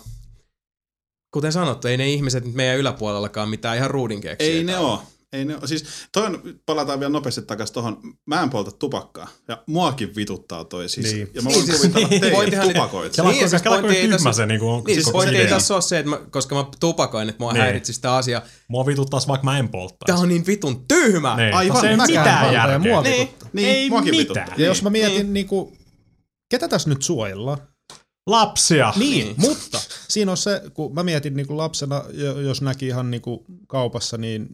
[SPEAKER 3] kuten sanottu, ei ne ihmiset nyt meidän yläpuolellakaan mitään ihan ruudinkeksiä.
[SPEAKER 5] Ei ne oo. Ei ne oo. Siis toi on, palataan vielä nopeasti takaisin tuohon, mä en polta tupakkaa. Ja muakin vituttaa toi siis.
[SPEAKER 4] Niin.
[SPEAKER 5] Niin. Ja mä voin kuvitella,
[SPEAKER 3] Voi
[SPEAKER 5] että
[SPEAKER 3] tehdä
[SPEAKER 5] teidät
[SPEAKER 3] ni-
[SPEAKER 5] tupakoit.
[SPEAKER 6] Kela,
[SPEAKER 3] Niin,
[SPEAKER 6] niin,
[SPEAKER 3] siis
[SPEAKER 6] kela,
[SPEAKER 3] pointti
[SPEAKER 6] kuinka
[SPEAKER 3] ei
[SPEAKER 6] tyhmä
[SPEAKER 3] tässä-
[SPEAKER 6] se niinku on.
[SPEAKER 3] Niin,
[SPEAKER 5] Siis
[SPEAKER 3] siis
[SPEAKER 6] koko
[SPEAKER 5] pointti
[SPEAKER 3] pointti ei
[SPEAKER 5] idea.
[SPEAKER 3] tässä ole se, että mä, koska mä tupakoin, että mua
[SPEAKER 6] Niin.
[SPEAKER 3] häiritsisi tämä asia.
[SPEAKER 6] Mua vituttaisi vaikka mä en polttaisi.
[SPEAKER 3] Tää on niin vitun tyhmä!
[SPEAKER 6] Niin.
[SPEAKER 5] Aivan,
[SPEAKER 6] se ei
[SPEAKER 5] mäkään
[SPEAKER 6] mitään
[SPEAKER 4] poltan ja
[SPEAKER 6] järkeä.
[SPEAKER 4] mua
[SPEAKER 3] Niin.
[SPEAKER 4] vituttaa.
[SPEAKER 5] Niin,
[SPEAKER 6] ei
[SPEAKER 5] muakin
[SPEAKER 6] mitään.
[SPEAKER 5] vituttaa.
[SPEAKER 4] Ja jos mä mietin niin. niinku, ketä tässä nyt suojellaan?
[SPEAKER 6] Lapsia.
[SPEAKER 4] Niin, niin, mutta siinä on se, kun mä mietin niin kuin lapsena, jo- jos näki ihan niin kuin kaupassa, niin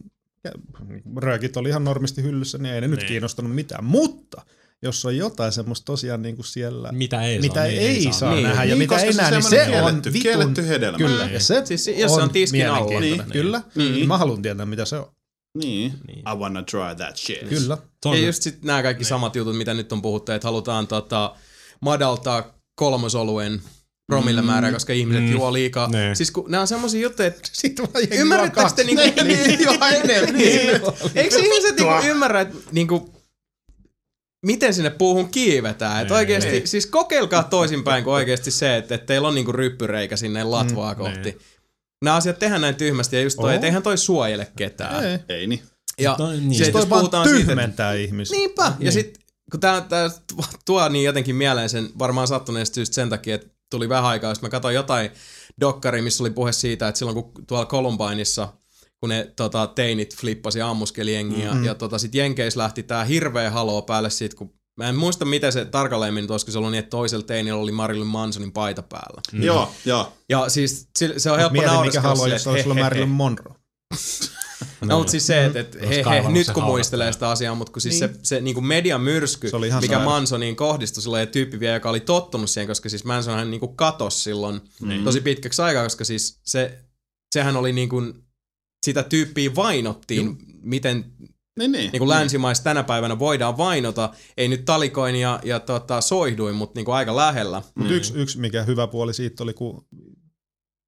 [SPEAKER 4] röökit oli ihan normisti hyllyssä, niin ei ne nyt
[SPEAKER 6] Niin.
[SPEAKER 4] kiinnostanut mitään. Mutta jos on jotain semmoista tosiaan niin kuin siellä,
[SPEAKER 6] Mitä ei
[SPEAKER 4] mitä
[SPEAKER 6] saa.
[SPEAKER 4] ei,
[SPEAKER 6] niin
[SPEAKER 4] ei saa,
[SPEAKER 6] Niin.
[SPEAKER 4] nähdä ja
[SPEAKER 5] Niin,
[SPEAKER 4] mitä
[SPEAKER 5] koska
[SPEAKER 4] ei
[SPEAKER 5] se
[SPEAKER 4] näe, niin
[SPEAKER 5] semmoinen
[SPEAKER 4] se on
[SPEAKER 5] kielletty-
[SPEAKER 4] vitun.
[SPEAKER 5] kielletty hedelmä.
[SPEAKER 4] Kyllä,
[SPEAKER 5] Niin.
[SPEAKER 4] ja se
[SPEAKER 3] Siis jos se on tiskin alla.
[SPEAKER 4] mielenkiintoinen.
[SPEAKER 5] Niin.
[SPEAKER 4] Kyllä,
[SPEAKER 5] Niin.
[SPEAKER 4] mä haluan tietää, mitä se on.
[SPEAKER 5] Niin. I wanna try that shit.
[SPEAKER 4] Kyllä.
[SPEAKER 6] Se on
[SPEAKER 3] Ja just sit nämä
[SPEAKER 6] Niin.
[SPEAKER 3] kaikki samat jutut, mitä nyt on puhuttu, että halutaan tota, madaltaa kolmosoluen promillemäärää, koska ihmiset mm. juo liikaa.
[SPEAKER 6] Niin.
[SPEAKER 3] Siis kun, nämä on semmoisia juttuja, että
[SPEAKER 4] Sitten vaan jengi
[SPEAKER 3] ymmärrättekö te niinku...
[SPEAKER 4] Niin, niin,
[SPEAKER 3] Joo, enemmän. Niin. Eikö ihmiset niinku ymmärrä, että niinku, miten sinne puuhun kiivetään? Että oikeesti, siis kokeilkaa toisinpäin kuin oikeesti se, että, että teillä on niinku ryppyreikä sinne latvaa kohti. Nämä asiat tehdään näin tyhmästi ja just toi,
[SPEAKER 4] Oo.
[SPEAKER 3] että eihän toi suojele ketään.
[SPEAKER 4] Ei.
[SPEAKER 5] Ei niin.
[SPEAKER 3] Ja
[SPEAKER 6] No niin.
[SPEAKER 3] se,
[SPEAKER 6] Siis
[SPEAKER 3] että
[SPEAKER 4] Toi
[SPEAKER 3] jos
[SPEAKER 4] vaan
[SPEAKER 3] puhutaan siitä, että
[SPEAKER 4] tyhmentää ihmisiä.
[SPEAKER 3] Niinpä. Ja niin. sitten kun tää, tää tuo niin jotenkin mieleen sen varmaan sattuneesta syystä sen takia, että tuli vähän aikaa, jos mä katsoin jotain dokkari, missä oli puhe siitä, että silloin kun tuolla Columbineissa, kun ne tota, teinit flippasi ja ammuskeli jengiä,
[SPEAKER 4] Mm.
[SPEAKER 3] mm-hmm. ja, ja tota, sit Jenkeissä lähti tää hirveä haloo päälle siitä, kun Mä en muista, mitä se tarkalleen meni, mutta olisiko se ollut niin, että toisella teinillä oli Marilyn Mansonin paita päällä.
[SPEAKER 4] Niin.
[SPEAKER 5] Mm. Joo, joo.
[SPEAKER 3] Ja siis se- se on helppo
[SPEAKER 4] Mietin, mikä
[SPEAKER 3] naureskella
[SPEAKER 4] haluaa,
[SPEAKER 3] silleen,
[SPEAKER 4] jos se olisi
[SPEAKER 3] että
[SPEAKER 4] ollut
[SPEAKER 3] he, he,
[SPEAKER 4] Marilyn Monroe.
[SPEAKER 3] No, mutta siis se, että et, he, he,
[SPEAKER 6] kaivanut
[SPEAKER 3] nyt
[SPEAKER 6] sen
[SPEAKER 3] kun
[SPEAKER 6] haudasta
[SPEAKER 3] muistelee
[SPEAKER 6] ja-
[SPEAKER 3] sitä asiaa, mutta kun siis
[SPEAKER 4] Niin.
[SPEAKER 3] se, se niin kuin median myrsky,
[SPEAKER 4] Se oli ihan
[SPEAKER 3] mikä
[SPEAKER 4] sairaan.
[SPEAKER 3] Mansoniin kohdistui silloin ja tyyppi vielä, joka oli tottunut siihen, koska siis Mansonhan niin kuin katosi silloin
[SPEAKER 5] Niin.
[SPEAKER 3] tosi pitkäksi aikaa, koska siis se, sehän oli niin kuin, sitä tyyppiä vainottiin, miten
[SPEAKER 5] Niin, niin.
[SPEAKER 3] niin kuin länsimais tänä päivänä voidaan vainota, ei nyt talikoin ja, ja tota, soihduin, mutta niin kuin aika lähellä.
[SPEAKER 4] Mutta yksi, yksi, mikä hyvä puoli siitä oli, kun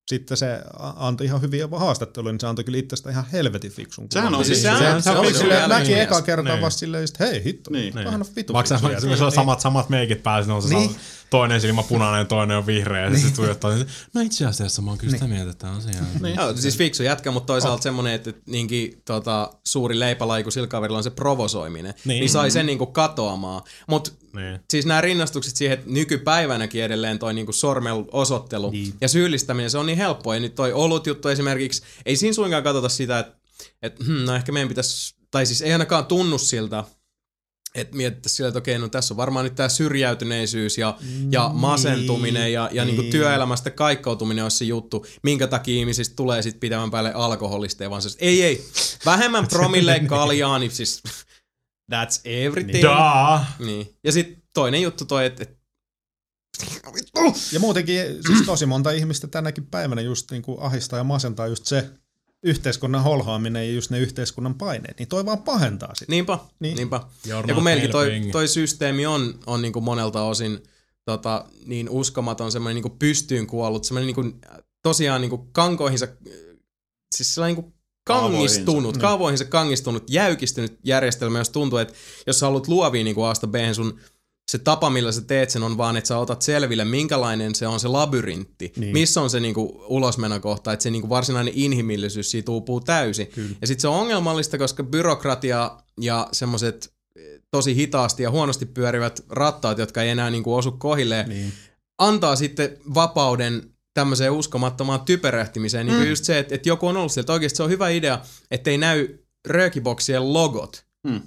[SPEAKER 4] sitten se a- antoi ihan hyviä haastatteluja, niin se antoi kyllä itsestä ihan helvetin fiksun
[SPEAKER 5] Sehän
[SPEAKER 4] kuvan.
[SPEAKER 5] on siis-
[SPEAKER 4] sehän, sehän,
[SPEAKER 3] sehän-
[SPEAKER 4] sehän
[SPEAKER 3] Niin. se
[SPEAKER 4] oli
[SPEAKER 3] on
[SPEAKER 4] silleen,
[SPEAKER 3] kyllä
[SPEAKER 4] näki
[SPEAKER 3] mies.
[SPEAKER 4] eka kertaa
[SPEAKER 6] Niin.
[SPEAKER 4] vasta silleen, just, hei hitto,
[SPEAKER 5] Niin.
[SPEAKER 4] niin. vähän on vitu
[SPEAKER 6] Maksaa
[SPEAKER 4] fiksu jätkä.
[SPEAKER 6] se on samat, samat meikit päällä, siinä on se
[SPEAKER 4] Niin.
[SPEAKER 6] niin. toinen silmä punainen, toinen on vihreä, ja sitten tuijottaa, niin, no itse asiassa mä oon kyllä sitä mieltä, että on se ihan. Niin. Ah.
[SPEAKER 3] Joo, siis fiksu jätkä, mutta toisaalta semmonen, että niinkin tota, suuri leipälaiku sillä kaverilla on se provosoiminen, niin,
[SPEAKER 6] Niin.
[SPEAKER 3] niin sai sen niinku katoamaan. Mutta
[SPEAKER 6] Niin.
[SPEAKER 3] siis nämä rinnastukset siihen, että nykypäivänäkin edelleen toi niinku sormen osoittelu niin. ja syyllistäminen, se on niin helppoa. Ja nyt toi olut juttu esimerkiksi, ei siinä suinkaan katsota sitä, että et, hmm, no ehkä meidän pitäisi, tai siis ei ainakaan tunnu siltä, että mietittäisiin sillä, että okei, no tässä on varmaan nyt tämä syrjäytyneisyys ja, ja
[SPEAKER 4] Niin.
[SPEAKER 3] masentuminen ja, ja niin. Niin työelämästä kaikkautuminen olisi se juttu, minkä takia ihmisistä tulee sitten pidemmän päälle alkoholisteja, vaan se, ei, ei, vähemmän promille kaljaa, niin siis that's everything.
[SPEAKER 6] Daa.
[SPEAKER 3] Niin. Ja sitten toinen juttu toi, että et,
[SPEAKER 4] Ja muutenkin siis tosi monta ihmistä tänäkin päivänä just niin kuin ahistaa ja masentaa just se yhteiskunnan holhoaminen ja just ne yhteiskunnan paineet, niin toi vaan pahentaa sitä.
[SPEAKER 3] niinpä,
[SPEAKER 4] Niin.
[SPEAKER 3] niin. niinpä.
[SPEAKER 6] Jorma
[SPEAKER 3] Ja kun meilläkin toi,
[SPEAKER 6] Helping.
[SPEAKER 3] toi systeemi on, on niin kuin monelta osin tota, niin uskomaton, semmoinen niin kuin pystyyn kuollut, semmoinen niin kuin, tosiaan niin kuin kankoihinsa, äh, siis sellainen niin kuin kangistunut, kaavoihinsa. kaavoihinsa kangistunut, jäykistynyt järjestelmä, jos tuntuu, että jos sä haluat luovia niin kuin A-B, sun se tapa, millä sä teet sen, on vaan, että sä otat selville, minkälainen se on se labyrintti, niin. missä on se niinku ulosmenokohta, että se niinku varsinainen inhimillisyys siitä uupuu täysin. Kyllä. Ja sitten se on ongelmallista, koska byrokratia ja semmoiset eh, tosi hitaasti ja huonosti pyörivät rattaat, jotka ei enää niin kuin osu kohilleen, niin. antaa sitten vapauden tämmöiseen uskomattomaan typerehtimiseen. Niin kuin just se, että, että joku on ollut sieltä, että oikeasti se on hyvä idea, ettei näy röökiboksien logot.
[SPEAKER 5] Mm.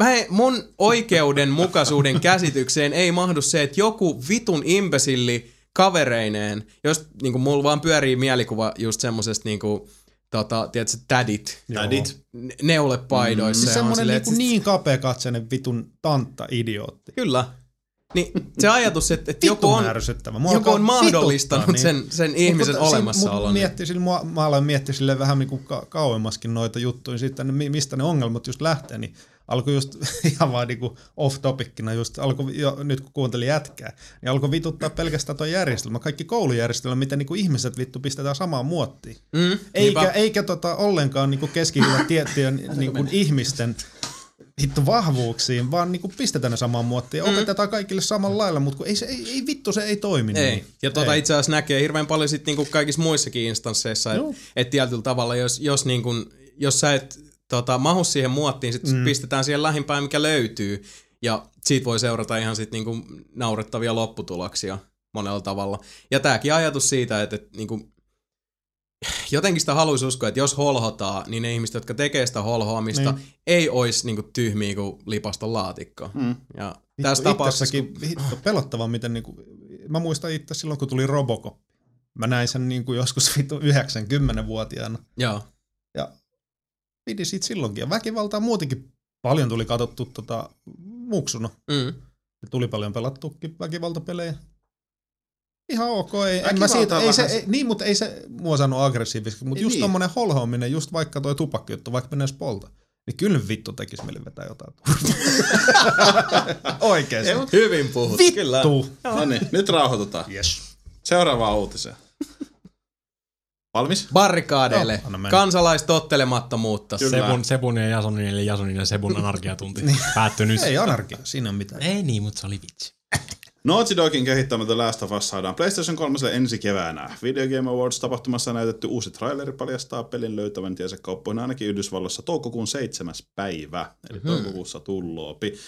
[SPEAKER 3] Mä en, mun oikeudenmukaisuuden käsitykseen ei mahdu se, että joku vitun imbesilli kavereineen, jos niin kuin mulla vaan pyörii mielikuva just semmosesta niin kuin, tota, tiedätkö, tädit,
[SPEAKER 5] Tädit.
[SPEAKER 3] ne- neulepaidoissa.
[SPEAKER 4] Siis
[SPEAKER 3] ja on
[SPEAKER 4] semmoinen
[SPEAKER 3] silleen,
[SPEAKER 4] niin,
[SPEAKER 3] että-
[SPEAKER 4] niin kapea katseinen vitun tantta-idiootti.
[SPEAKER 3] Kyllä. Niin se ajatus, että, että joku
[SPEAKER 4] Vitun
[SPEAKER 3] on,
[SPEAKER 4] ärsyttävä. Mua
[SPEAKER 3] joku
[SPEAKER 4] alkaa
[SPEAKER 3] on mahdollistanut
[SPEAKER 4] vituttaa,
[SPEAKER 3] sen,
[SPEAKER 4] niin.
[SPEAKER 3] sen ihmisen niin-
[SPEAKER 4] Mutta siinä-
[SPEAKER 3] olemassaolon.
[SPEAKER 4] mut Mietti, sille, mua, mä aloin miettiä sille vähän niin kuin ka- kauemmaskin noita juttuja, siitä, ne, mi- mistä ne ongelmat just lähtee, niin alkoi just ihan vaan niin kuin off-topikkina, just alkoi, jo, nyt kun kuuntelin jätkää, niin alkoi vituttaa pelkästään tuo järjestelmä, kaikki koulujärjestelmä, miten niin kuin ihmiset vittu pistetään samaan muottiin.
[SPEAKER 3] Mm,
[SPEAKER 4] Eikä,
[SPEAKER 3] niinpä.
[SPEAKER 4] eikä tota, ollenkaan niinku keskitytä tiettyjen niinku ihmisten vittu vahvuuksiin, vaan niinku pistetään ne samaan muottiin ja
[SPEAKER 3] Mm.
[SPEAKER 4] opetetaan kaikille samalla lailla, mutta ei, se, ei, ei vittu, se ei toimi.
[SPEAKER 3] Ei.
[SPEAKER 4] Niin.
[SPEAKER 3] Ja tuota itse asiassa näkee hirveän paljon sit niinku kaikissa muissakin instansseissa, että
[SPEAKER 4] Joo.
[SPEAKER 3] et tietyllä tavalla, jos, jos, niinku, jos sä et tota, mahu siihen muottiin, sit mm. pistetään siihen lähimpään, mikä löytyy. Ja siitä voi seurata ihan sit niinku naurettavia lopputuloksia monella tavalla. Ja tämäkin ajatus siitä, että, että niinku, jotenkin sitä haluaisi uskoa, että jos holhotaa, niin ne ihmiset, jotka tekee sitä holhoamista, niin. ei olisi niinku tyhmiä kuin lipasta laatikko. Mm. Ja tässä
[SPEAKER 4] Vittu,
[SPEAKER 3] tapauksessa, kun,
[SPEAKER 4] itsessäkin vittu, pelottavaa, miten niinku, mä muistan itse silloin, kun tuli Robocop. Mä näin sen niinku joskus vittu 90-vuotiaana.
[SPEAKER 3] joo,
[SPEAKER 4] Pidin siitä silloinkin. Ja väkivaltaa muutenkin paljon tuli katsottu tota, muksuna.
[SPEAKER 3] mm,
[SPEAKER 4] Ja tuli paljon pelattukin väkivaltapelejä. Ihan ok, ei, en mä
[SPEAKER 5] Väkivalta
[SPEAKER 4] siitä,
[SPEAKER 5] on
[SPEAKER 4] ei se,
[SPEAKER 5] vähän
[SPEAKER 4] ei, niin, mutta ei se mua sano aggressiiviseksi, mutta
[SPEAKER 5] Ei
[SPEAKER 4] just
[SPEAKER 5] niin.
[SPEAKER 4] niin. tommonen holhoaminen, just vaikka toi tupakkijuttu, vaikka menee polta, niin kyllä vittu tekis mieli vetää jotain. Oikeesti.
[SPEAKER 3] hyvin puhuttu. Kyllä.
[SPEAKER 4] Tuu.
[SPEAKER 5] No niin, nyt rauhoitutaan.
[SPEAKER 4] Yes.
[SPEAKER 5] Seuraavaan uutiseen. Valmis?
[SPEAKER 3] barrikaadeille.
[SPEAKER 4] Joo, anna mennä.
[SPEAKER 3] kansalaistottelemattomuutta.
[SPEAKER 6] Sebun, Sebun ja Jasonin, eli Jasonin ja Sebun anarkiatunti päättyi nyt.
[SPEAKER 4] Ei anarkia, siinä on mitään.
[SPEAKER 7] Ei niin, mutta se oli vitsi.
[SPEAKER 5] Naughty Dogin kehittämä The Last of Us saadaan PlayStation 3 ensi keväänä. Video Game Awards-tapahtumassa näytetty uusi traileri paljastaa pelin löytävän tiensä kauppoihin ainakin Yhdysvalloissa toukokuun 7. päivä, eli mm-hmm. toukokuussa tulloopi.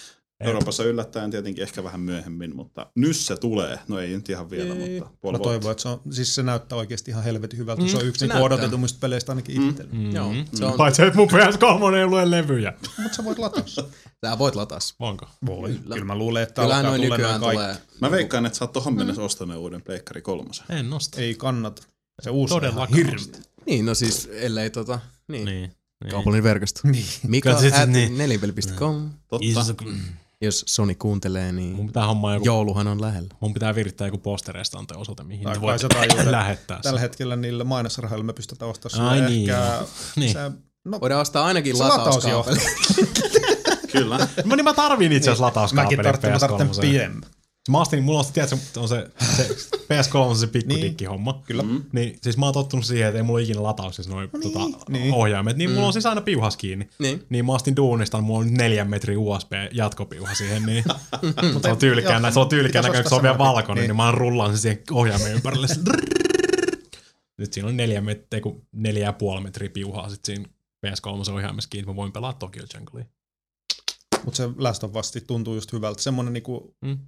[SPEAKER 5] Euroopassa yllättäen tietenkin ehkä vähän myöhemmin, mutta nyt se tulee. No ei nyt ihan vielä, mutta
[SPEAKER 4] Mä
[SPEAKER 5] puoli vuotta.
[SPEAKER 4] toivon, että se, on, siis se näyttää oikeasti ihan helvetin hyvältä. Mm, se on
[SPEAKER 3] se
[SPEAKER 4] yksi niinku
[SPEAKER 3] näyttää.
[SPEAKER 4] odotetummista peleistä ainakin mm. itselle. Mm.
[SPEAKER 3] Mm-hmm. Joo, se on,
[SPEAKER 6] Paitsi, että mun PS3 ei lue levyjä.
[SPEAKER 4] Mutta sä voit latata. sen.
[SPEAKER 3] sä voit lataa. se.
[SPEAKER 6] Onko?
[SPEAKER 4] Voi. Kyllä. kyllä mä luulen, että alkaa
[SPEAKER 3] Kyllähän noin
[SPEAKER 4] tulla nämä
[SPEAKER 3] nykyään
[SPEAKER 4] kaikki.
[SPEAKER 3] tulee.
[SPEAKER 5] Mä veikkaan, että sä oot
[SPEAKER 3] Mm.
[SPEAKER 5] tohon mennessä ostanut uuden Pleikkari kolmosen.
[SPEAKER 7] En nosta.
[SPEAKER 4] Ei kannata. Se uusi on ihan
[SPEAKER 7] Todellakaan
[SPEAKER 4] hirveä.
[SPEAKER 3] Niin, no siis ellei tota, niin. niin.
[SPEAKER 7] Niin.
[SPEAKER 3] Kaupallinen verkosto.
[SPEAKER 4] Niin.
[SPEAKER 3] Mika
[SPEAKER 7] Kyllä se-
[SPEAKER 3] at
[SPEAKER 7] niin.
[SPEAKER 3] nelinpeli.com.
[SPEAKER 5] Totta.
[SPEAKER 7] Iso,
[SPEAKER 4] Mm.
[SPEAKER 3] Jos Soni kuuntelee,
[SPEAKER 6] Mun
[SPEAKER 3] niin
[SPEAKER 6] pitää hommaa joku,
[SPEAKER 3] jouluhan on lähellä.
[SPEAKER 6] mun pitää virittää joku postereista antaa osoite, mihin
[SPEAKER 4] Tai
[SPEAKER 6] ne
[SPEAKER 4] kai
[SPEAKER 6] Niin voit
[SPEAKER 4] se tajuta.
[SPEAKER 6] lähettää.
[SPEAKER 4] Tällä
[SPEAKER 6] sen.
[SPEAKER 4] hetkellä niillä mainosrahoilla me pystytään ostamaan
[SPEAKER 6] Ai
[SPEAKER 4] sulle
[SPEAKER 6] niin,
[SPEAKER 4] ehkä...
[SPEAKER 7] Niin.
[SPEAKER 4] Sä, no,
[SPEAKER 3] Voidaan ostaa ainakin
[SPEAKER 4] Se
[SPEAKER 3] latauskaapeli.
[SPEAKER 5] Kyllä.
[SPEAKER 6] Mä, niin mä tarvin itse asiassa
[SPEAKER 4] mäkin
[SPEAKER 6] latauskaapelin
[SPEAKER 4] tarvitsen, mä tarvitsen
[SPEAKER 6] PS3.
[SPEAKER 4] pienemmän.
[SPEAKER 6] Mä ostin, mulla on, se- tiedätkö, on se, se PS3 on se pikkudikki homma.
[SPEAKER 4] Niin. Kyllä. Mm.
[SPEAKER 6] Niin, siis mä oon tottunut siihen, että ei mulla ole ikinä lataus siis noin niin, tota,
[SPEAKER 4] niin.
[SPEAKER 6] niin. ohjaimet. Niin mm. mulla on siis aina piuhas kiinni.
[SPEAKER 3] Niin.
[SPEAKER 6] niin mä ostin duunista, niin mulla on neljän metrin USB jatkopiuha siihen. Niin. se on
[SPEAKER 4] joo,
[SPEAKER 6] tyylikään, nä- se on
[SPEAKER 4] pitäisi
[SPEAKER 6] tyylikään näköinen, kun se
[SPEAKER 4] ostaa
[SPEAKER 6] on vielä
[SPEAKER 4] semmoinen.
[SPEAKER 6] valkoinen,
[SPEAKER 4] Niin.
[SPEAKER 6] niin. niin mä rullaan sen siihen ohjaimen ympärille. Se Nyt siinä on neljä, met- ei kun neljä ja puoli metriä piuhaa sit siinä PS3 ohjaimessa kiinni, mä voin pelaa Tokyo Junglea.
[SPEAKER 4] Mutta se Last of Us tuntuu just hyvältä. Semmoinen niinku,
[SPEAKER 6] Mm.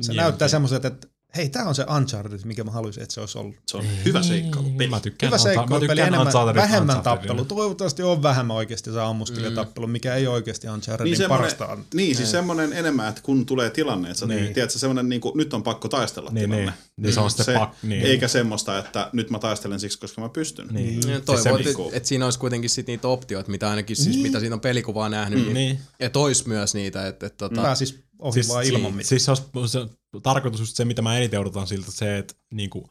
[SPEAKER 4] se
[SPEAKER 6] Niin,
[SPEAKER 4] näyttää
[SPEAKER 6] oikein.
[SPEAKER 4] semmoiselta, että hei, tää on se Uncharted, mikä mä haluaisin, että se olisi ollut.
[SPEAKER 5] Se on hyvä seikkailu.
[SPEAKER 6] Niin, Mä tykkään,
[SPEAKER 4] Hyvä
[SPEAKER 6] Unta- mä
[SPEAKER 4] seikkailupeli,
[SPEAKER 6] tykkään
[SPEAKER 4] enemmän,
[SPEAKER 6] Unchartedista
[SPEAKER 4] vähemmän
[SPEAKER 6] Unchartedina.
[SPEAKER 4] tappelu. Toivottavasti on vähemmän oikeasti se ammuskelijatappelu, mikä ei oikeasti Unchartedin niin
[SPEAKER 5] semmonen-
[SPEAKER 4] parasta on.
[SPEAKER 5] Niin, siis semmoinen enemmän, että kun tulee tilanne, että sä niin. tiedätkö, semmoinen niin kuin, nyt on pakko taistella
[SPEAKER 6] Niin,
[SPEAKER 5] tilanne.
[SPEAKER 6] niin. Niin se on sitten pak- niin.
[SPEAKER 5] Eikä semmoista, että nyt mä taistelen siksi, koska mä pystyn.
[SPEAKER 6] Niin.
[SPEAKER 3] Ja
[SPEAKER 6] Se
[SPEAKER 3] Toivon,
[SPEAKER 6] on
[SPEAKER 3] että,
[SPEAKER 5] niinku-
[SPEAKER 3] että siinä olisi kuitenkin sit niitä optioita, mitä ainakin siis, mitä siitä on pelikuvaa nähnyt. Niin.
[SPEAKER 6] Niin.
[SPEAKER 3] Että ois myös niitä, että, että tota,
[SPEAKER 4] Pääsis ohi siis, vaan ilman mitään.
[SPEAKER 6] Siis se on se, tarkoitus just se, mitä mä eniten odotan siltä, se, että niinku,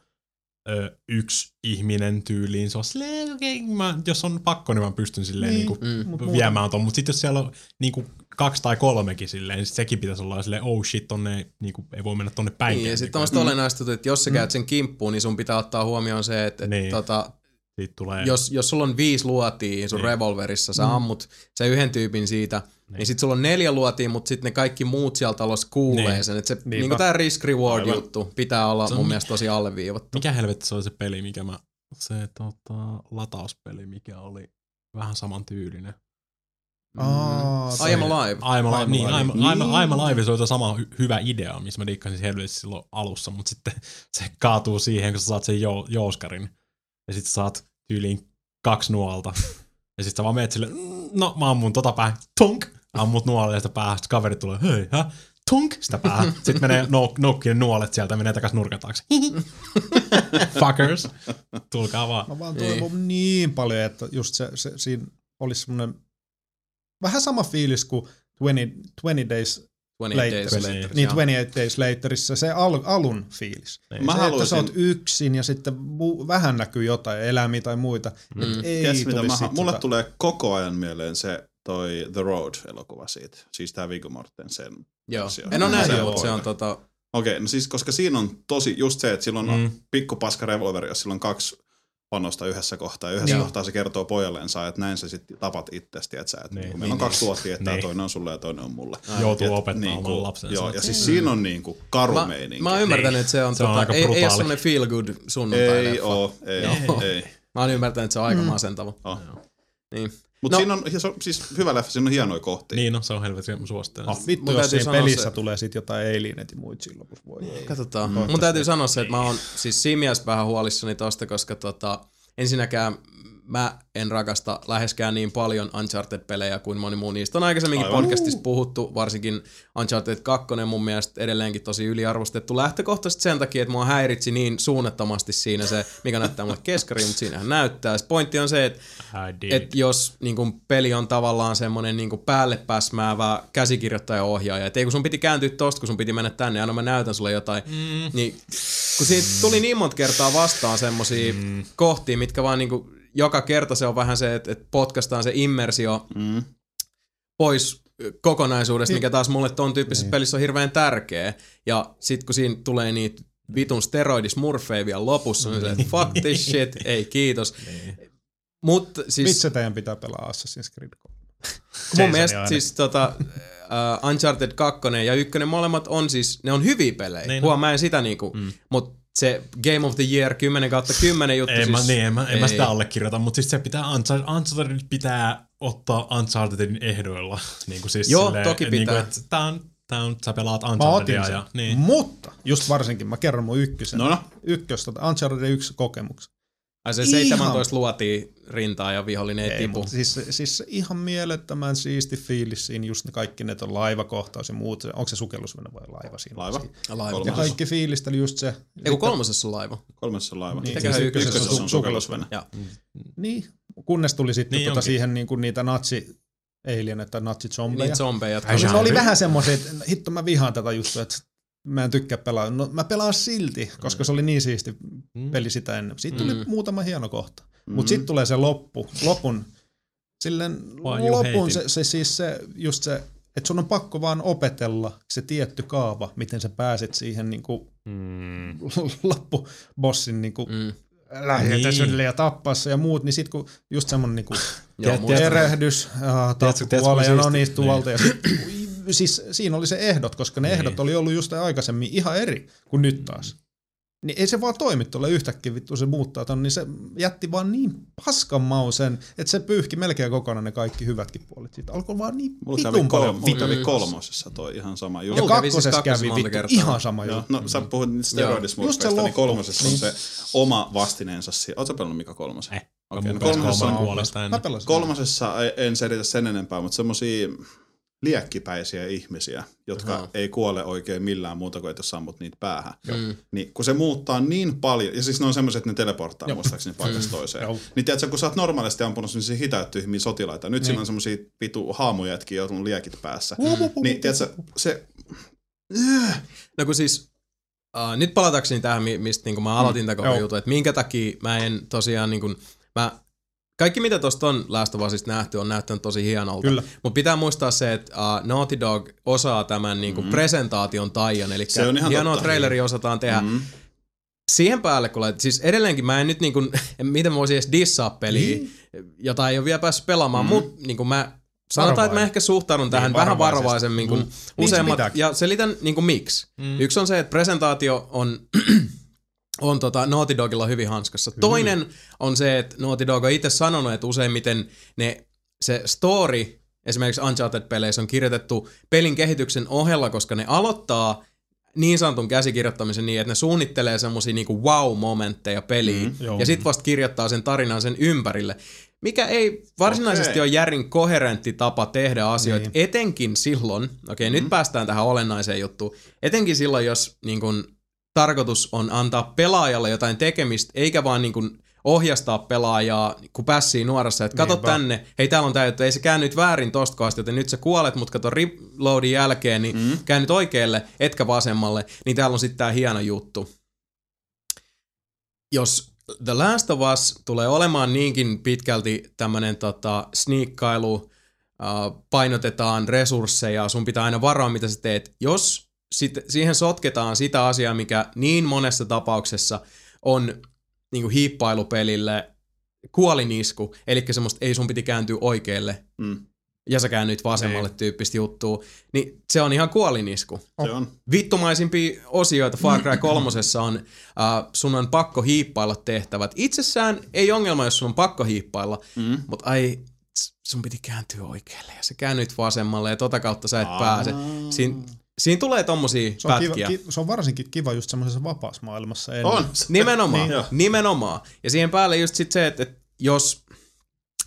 [SPEAKER 6] ö, yksi ihminen tyyliin, se on silleen, okei, mä, jos on pakko, niin mä pystyn silleen
[SPEAKER 4] Niin.
[SPEAKER 6] niinku,
[SPEAKER 3] mm,
[SPEAKER 4] Mut
[SPEAKER 6] mm. viemään ton. Mutta sitten jos siellä on niinku, kaksi tai kolmekin silleen, niin sit sekin pitäisi olla silleen, oh shit, tonne, ei- niinku, ei voi mennä tonne päin.
[SPEAKER 3] Niin, ja
[SPEAKER 6] kentiin,
[SPEAKER 3] sitten
[SPEAKER 6] kun
[SPEAKER 3] on sitä olennaista, että jos sä käyt sen kimppuun, niin sun pitää ottaa huomioon se, että, että
[SPEAKER 6] Niin.
[SPEAKER 3] tota,
[SPEAKER 6] siitä tulee.
[SPEAKER 3] jos, jos sulla on viisi luotia sun
[SPEAKER 6] Niin.
[SPEAKER 3] revolverissa,
[SPEAKER 5] Mm.
[SPEAKER 3] sä ammut sen yhden tyypin siitä, niin, sit sulla on neljä luotia, mutta sitten ne kaikki muut sieltä talossa kuulee
[SPEAKER 6] Niin.
[SPEAKER 3] sen. Että se, niin tämä risk-reward juttu pitää olla
[SPEAKER 5] niin.
[SPEAKER 3] mun mielestä tosi alleviivattu.
[SPEAKER 6] Mikä helvetti se oli se peli, mikä mä, se
[SPEAKER 3] mm.
[SPEAKER 6] tota, latauspeli, mikä oli vähän saman tyylinen.
[SPEAKER 4] Aa,
[SPEAKER 3] I am alive.
[SPEAKER 6] I'm Alive, niin, I'm, I'm, I'm Alive se oli tuo sama hy- hyvä idea, missä mä diikkasin helvetissä silloin alussa, mutta sitten se kaatuu siihen, kun sä saat sen jou- jouskarin, ja sitten saat tyyliin kaksi nuolta, ja sitten sä vaan meet sille, "Mm, no mä ammun tota päähän, tonk, ammut nuolelle ja sitä päähän, sitten kaveri tulee, hei, hä? Tunk, sitä päähän. Sitten menee no, nokkii ne nuolet sieltä ja menee takas nurkan taakse. Fuckers. Tulkaa vaan.
[SPEAKER 4] Mä vaan toivon niin. niin paljon, että just se, se siinä olisi semmoinen vähän sama fiilis kuin 20, 20 days,
[SPEAKER 3] 20
[SPEAKER 4] Later.
[SPEAKER 3] days
[SPEAKER 6] Niin.
[SPEAKER 3] later.
[SPEAKER 4] niin
[SPEAKER 3] Niin,
[SPEAKER 4] 28 days laterissa, se al, alun fiilis.
[SPEAKER 5] Mä
[SPEAKER 4] se, että sä
[SPEAKER 5] haluaisin,
[SPEAKER 4] oot yksin ja sitten mu- vähän näkyy jotain eläimiä tai muita. Mm. Ei
[SPEAKER 5] ties mitä
[SPEAKER 4] tulisi
[SPEAKER 5] mä, ha-
[SPEAKER 4] sit
[SPEAKER 5] mulle
[SPEAKER 4] sitä-
[SPEAKER 5] tulee koko ajan mieleen se toi The Road-elokuva siitä, siis tää Viggo Mortensen
[SPEAKER 3] Joo.
[SPEAKER 5] Se on-
[SPEAKER 3] En ole
[SPEAKER 5] se
[SPEAKER 3] nähnyt,
[SPEAKER 5] on
[SPEAKER 3] mutta se on
[SPEAKER 5] poika.
[SPEAKER 3] tota...
[SPEAKER 5] Okei, no siis koska siinä on tosi just se, että sillä on
[SPEAKER 6] Mm.
[SPEAKER 5] mm. pikku paska revolveri, jos sillä on kaksi panosta yhdessä kohtaa. Ja Yhdessä
[SPEAKER 3] Joo.
[SPEAKER 5] Joo. kohtaa se kertoo pojallensa, että näin sä sitten tapat itsesi, että sä, että
[SPEAKER 6] Niin.
[SPEAKER 5] niin, meillä on kaksi tuottia, että
[SPEAKER 6] Niin.
[SPEAKER 5] niin. toinen on sulle ja toinen on mulle.
[SPEAKER 6] Joutuu
[SPEAKER 5] Et
[SPEAKER 6] opettamaan
[SPEAKER 5] niinku-
[SPEAKER 6] oman lapsensa.
[SPEAKER 5] Joo, ja siis siinä on niinku karu
[SPEAKER 3] Mä,
[SPEAKER 5] meininki.
[SPEAKER 3] mä oon ymmärtänyt, että se on,
[SPEAKER 6] Se on
[SPEAKER 3] tota,
[SPEAKER 6] aika
[SPEAKER 3] ei, ei ole
[SPEAKER 6] brutaali.
[SPEAKER 3] semmoinen feel good sunnuntai
[SPEAKER 5] ei oo, ei,
[SPEAKER 3] Joo.
[SPEAKER 5] ei.
[SPEAKER 3] Mä oon ymmärtänyt, että se on aika masentava.
[SPEAKER 5] Oh.
[SPEAKER 3] Niin. No.
[SPEAKER 5] Mutta no. siinä on, ja se on siis hyvä läffä, siinä on hienoja kohtia.
[SPEAKER 6] Niin, no se on helvetin mä suosittelen.
[SPEAKER 4] Ah, vittu,
[SPEAKER 3] Mun
[SPEAKER 4] jos
[SPEAKER 3] täytyy
[SPEAKER 4] siinä
[SPEAKER 3] sanoa
[SPEAKER 4] pelissä
[SPEAKER 3] se-
[SPEAKER 4] se... tulee sit jotain alienetin muita silloin, kun voi Niin. ei.
[SPEAKER 3] Katsotaan. Mm, Mun täytyy sanoa se, että mä oon siis siinä mielessä vähän huolissani tosta, koska tota, ensinnäkään mä en rakasta läheskään niin paljon Uncharted-pelejä kuin moni muu. Niistä on aikaisemminkin
[SPEAKER 5] Aivan.
[SPEAKER 3] podcastissa puhuttu, varsinkin Uncharted 2 mun mielestä edelleenkin tosi yliarvostettu lähtökohtaisesti sen takia, että mua häiritsi niin suunnattomasti siinä se, mikä näyttää mulle keskariin, mutta siinähän näyttää. Se pointti on se, että
[SPEAKER 6] I did.
[SPEAKER 3] et jos niin kun peli on tavallaan semmoinen niin kun päälle päsmäävä käsikirjoittaja ohjaaja, että ei kun sun piti kääntyä tosta, kun sun piti mennä tänne, aina mä näytän sulle jotain. Mm. Niin, kun siitä tuli niin monta kertaa vastaan semmosia mm. kohtia, mitkä vaan niin kun, joka kerta se on vähän se, että, että potkastaan se immersio
[SPEAKER 5] Mm.
[SPEAKER 3] pois kokonaisuudesta, mikä taas mulle ton tyyppisessä pelissä on hirveän tärkeä. Ja sit kun siinä tulee niitä vitun steroidismurfeja vielä lopussa, niin se, että fuck this shit, ei kiitos. Mutta siis...
[SPEAKER 4] Mitse teidän pitää pelaa Assassin's Creed 3?
[SPEAKER 3] Mun
[SPEAKER 6] Jason
[SPEAKER 3] mielestä
[SPEAKER 6] Jaane.
[SPEAKER 3] siis tota, uh, Uncharted 2 ja 1 molemmat on siis, ne on hyviä pelejä.
[SPEAKER 6] Niin
[SPEAKER 3] Niin
[SPEAKER 6] on.
[SPEAKER 3] Huomaa en sitä niinku, mm. mutta se Game of the Year 10 kautta 10 juttu
[SPEAKER 6] En
[SPEAKER 3] siis,
[SPEAKER 6] mä, niin, en mä, en
[SPEAKER 3] ei.
[SPEAKER 6] mä sitä allekirjoita, mutta siis se pitää, Uncharted, Uncharted pitää ottaa Unchartedin ehdoilla. Niin kuin siis
[SPEAKER 3] Joo, toki
[SPEAKER 6] Niin kuin,
[SPEAKER 3] pitää.
[SPEAKER 6] että tää on, tää on, sä pelaat
[SPEAKER 4] Mä otin
[SPEAKER 6] Unchartedia
[SPEAKER 4] sen.
[SPEAKER 6] ja niin.
[SPEAKER 4] Mutta, just varsinkin, mä kerron mun ykkösen.
[SPEAKER 5] No no,
[SPEAKER 4] Ykköstä, Uncharted 1 kokemuksen.
[SPEAKER 3] Ai se
[SPEAKER 4] Ihan.
[SPEAKER 3] 17 luotiin rintaa ja vihollinen ei
[SPEAKER 4] Ei,
[SPEAKER 3] tipu.
[SPEAKER 4] mutta siis, se- siis se ihan mielettömän siisti fiilis siinä, just ne kaikki ne on laivakohtaus ja muut. Se- Onko se sukellusvene vai laiva siinä?
[SPEAKER 5] laiva.
[SPEAKER 4] Siinä.
[SPEAKER 3] Laiva.
[SPEAKER 4] Ja
[SPEAKER 5] Kolmas.
[SPEAKER 4] kaikki fiilisteli just se.
[SPEAKER 3] Ei kun kolmosessa on laiva.
[SPEAKER 5] Kolmessa on laiva.
[SPEAKER 4] Niin,
[SPEAKER 3] Mitäköhän
[SPEAKER 4] siis
[SPEAKER 3] ykkösessä
[SPEAKER 5] Ykkösessä on
[SPEAKER 4] su-
[SPEAKER 5] sukellusvene.
[SPEAKER 4] Niin, kunnes tuli sitten
[SPEAKER 6] Niin
[SPEAKER 4] niin tota
[SPEAKER 6] onkin.
[SPEAKER 4] siihen niin kuin niitä natsi alien, että natsi zombeja.
[SPEAKER 3] Niitä zombeja, jotka
[SPEAKER 4] Niin se oli vähän semmoisia, että hitto mä vihaan tätä juttua, että mä en tykkää pelaa. No mä pelaan silti, koska se oli niin siisti
[SPEAKER 6] Mm.
[SPEAKER 4] peli sitä ennen. Siitä tuli
[SPEAKER 3] Mm.
[SPEAKER 4] muutama hieno kohta.
[SPEAKER 5] Mm.
[SPEAKER 4] Mutta sitten tulee se loppu, lopun, silleen
[SPEAKER 6] Why you hate
[SPEAKER 4] lopun se, se, siis se, just se, että sun on pakko vaan opetella se tietty kaava, miten sä pääset siihen niinku
[SPEAKER 6] Mm.
[SPEAKER 4] loppubossin niinku Niin.
[SPEAKER 3] Mm.
[SPEAKER 4] lähietäisyydelle ja tappassa ja muut, niin sitten kun just semmoinen niinku
[SPEAKER 3] Joo,
[SPEAKER 6] Tiedät-
[SPEAKER 3] mut-
[SPEAKER 6] tiedät-
[SPEAKER 4] erehdys, ah,
[SPEAKER 6] Tiedätkö- tiedätkö,
[SPEAKER 4] tappuvaaleja,
[SPEAKER 6] kun
[SPEAKER 4] no niin
[SPEAKER 6] siisti-
[SPEAKER 4] tuolta. Ja sit, ui, siis siinä oli se ehdot, koska ne
[SPEAKER 6] Niin.
[SPEAKER 4] ehdot oli ollut just aikaisemmin ihan eri kuin nyt taas. Niin ei se vaan toimi tuolla yhtäkkiä vittu se muuttaa ton, niin se jätti vaan niin paskan mausen, että se pyyhki melkein kokonaan ne kaikki hyvätkin puolet. Siitä alkoi vaan niin
[SPEAKER 5] Mulla kävi,
[SPEAKER 4] vitun
[SPEAKER 5] kol-
[SPEAKER 4] paljon.
[SPEAKER 5] mulla kävi
[SPEAKER 3] Mm.
[SPEAKER 5] kolmosessa toi ihan sama juttu.
[SPEAKER 4] Ja
[SPEAKER 3] Mulla kävi siis
[SPEAKER 4] kakkosessa
[SPEAKER 3] kakkosessa
[SPEAKER 4] kävi
[SPEAKER 3] monta
[SPEAKER 4] vittu
[SPEAKER 3] kertaa.
[SPEAKER 4] ihan sama
[SPEAKER 5] Joo,
[SPEAKER 4] juttu.
[SPEAKER 5] no sä puhut niitä steroidismurfeista,
[SPEAKER 4] Just se
[SPEAKER 5] niin
[SPEAKER 4] loppu.
[SPEAKER 5] kolmosessa on
[SPEAKER 4] Niin.
[SPEAKER 5] se oma vastineensa siihen. Oletko pelannut Mika kolmosen?
[SPEAKER 6] Eh.
[SPEAKER 5] Okei, no
[SPEAKER 6] Mun pääsi
[SPEAKER 5] kolmosessa,
[SPEAKER 6] kolmannen
[SPEAKER 5] on,
[SPEAKER 6] puolesta
[SPEAKER 4] Mä
[SPEAKER 6] ennen.
[SPEAKER 4] pelasin.
[SPEAKER 5] kolmosessa ei- en selitä sen enempää, mutta semmosia liekkipäisiä ihmisiä, jotka
[SPEAKER 3] Aha.
[SPEAKER 5] ei kuole oikein millään muuta kuin, että jos sammut niitä päähän.
[SPEAKER 3] Mm.
[SPEAKER 5] Niin, kun se muuttaa niin paljon, ja siis ne on semmoiset, että ne teleporttaa muistaakseni
[SPEAKER 3] Mm.
[SPEAKER 5] paikasta toiseen.
[SPEAKER 4] Joo.
[SPEAKER 5] Niin tiedätkö, kun sä oot normaalisti ampunut semmoisia hitaita tyhmiä sotilaita, nyt
[SPEAKER 3] Niin.
[SPEAKER 5] siinä on semmoisia vitu haamujätkiä, joilla on liekit päässä. Niin tiedätkö, se...
[SPEAKER 3] No kun siis, uh, nyt palatakseni tähän, mi- mistä niin mä
[SPEAKER 6] Mm.
[SPEAKER 3] aloitin tämän koko
[SPEAKER 4] joo.
[SPEAKER 3] jutun, että minkä takia mä en tosiaan niin kuin, mä, kaikki mitä tosta on Last of Usista nähty on näyttänyt tosi hienolta.
[SPEAKER 4] Kyllä.
[SPEAKER 3] Mutta pitää muistaa se, että uh, Naughty Dog osaa tämän niin kuin mm. presentaation taian, eli
[SPEAKER 5] Mm-hmm. Se on ihan
[SPEAKER 3] hienoa
[SPEAKER 5] totta.
[SPEAKER 3] traileri osataan tehdä. Mm.
[SPEAKER 5] Mm.
[SPEAKER 3] Siihen päälle, kun lait, siis edelleenkin mä en nyt niin kuin, miten mä voisin edes dissaa peliä,
[SPEAKER 5] Niin.
[SPEAKER 3] jota ei ole vielä päässyt pelaamaan, mm.
[SPEAKER 5] Mm-hmm.
[SPEAKER 3] mutta niin kuin mä Sanotaan, että mä
[SPEAKER 4] Varovainen.
[SPEAKER 3] ehkä suhtaudun tähän
[SPEAKER 4] Niin,
[SPEAKER 3] vähän
[SPEAKER 4] varovaisesti.
[SPEAKER 3] varovaisemmin
[SPEAKER 5] Mm-hmm.
[SPEAKER 3] kuin mm.
[SPEAKER 4] Niin se
[SPEAKER 3] useimmat.
[SPEAKER 4] pitääkin.
[SPEAKER 3] ja selitän niin kuin miksi. Mm. Yksi on se, että presentaatio on, on tota Naughty Dogilla hyvin hanskassa.
[SPEAKER 5] Mm-hmm.
[SPEAKER 3] Mm. Toinen on se, että Naughty Dog on itse sanonut, että useimmiten ne, se story esimerkiksi Uncharted-peleissä on kirjoitettu pelin kehityksen ohella, koska ne aloittaa niin sanotun käsikirjoittamisen niin, että ne suunnittelee semmosia niinku wow-momentteja peliin, mm,
[SPEAKER 4] joo.
[SPEAKER 3] ja sit vasta kirjoittaa sen tarinan sen ympärille. Mikä ei varsinaisesti okay.
[SPEAKER 5] Okei.
[SPEAKER 3] ole järin koherentti tapa tehdä asioita, niin. etenkin silloin, okei okay, mm. nyt päästään tähän olennaiseen juttuun, etenkin silloin, jos niin kun, tarkoitus on antaa pelaajalle jotain tekemistä, eikä vaan niin kun, ohjastaa pelaajaa, kun pässii nuorassa, että kato
[SPEAKER 4] Niinpä.
[SPEAKER 3] tänne, hei täällä on tää, että ei se käänny nyt väärin tosta kohdasta, joten nyt sä kuolet, mutta kato reloadin jälkeen, niin mm. käännyt oikealle, etkä vasemmalle, niin täällä on sitten tää hieno juttu jos The Last of Us tulee olemaan niinkin pitkälti tämmönen tota, sniikkailu, äh, painotetaan resursseja, sun pitää aina varoa, mitä sä teet. Jos sit, siihen sotketaan sitä asiaa, mikä niin monessa tapauksessa on niin kuin hiippailupelille kuolinisku, eli semmoista ei sun piti kääntyä oikealle,
[SPEAKER 5] Mm.
[SPEAKER 3] ja sä käännyt vasemmalle ei. tyyppistä juttua, niin se on ihan kuolinisku
[SPEAKER 5] Se on.
[SPEAKER 3] vittumaisimpia osioita Far Cry 3 on, äh, sun on pakko hiippailla tehtävät. Itsessään ei ongelma, jos sun on pakko hiippailla, mm. mutta ai, s- sun piti kääntyä oikealle ja sä käännyt vasemmalle ja tota kautta sä et Aa. pääse. Siin, siinä tulee tommosia
[SPEAKER 4] Se on, kiva,
[SPEAKER 3] pätkiä.
[SPEAKER 4] ki, se on varsinkin kiva just semmoisessa vapaassa maailmassa. Ennen.
[SPEAKER 5] On.
[SPEAKER 3] Nimenomaan,
[SPEAKER 5] Niin,
[SPEAKER 3] niin,
[SPEAKER 5] joo.
[SPEAKER 3] nimenomaan. Ja siihen päälle just sit se, että, että jos,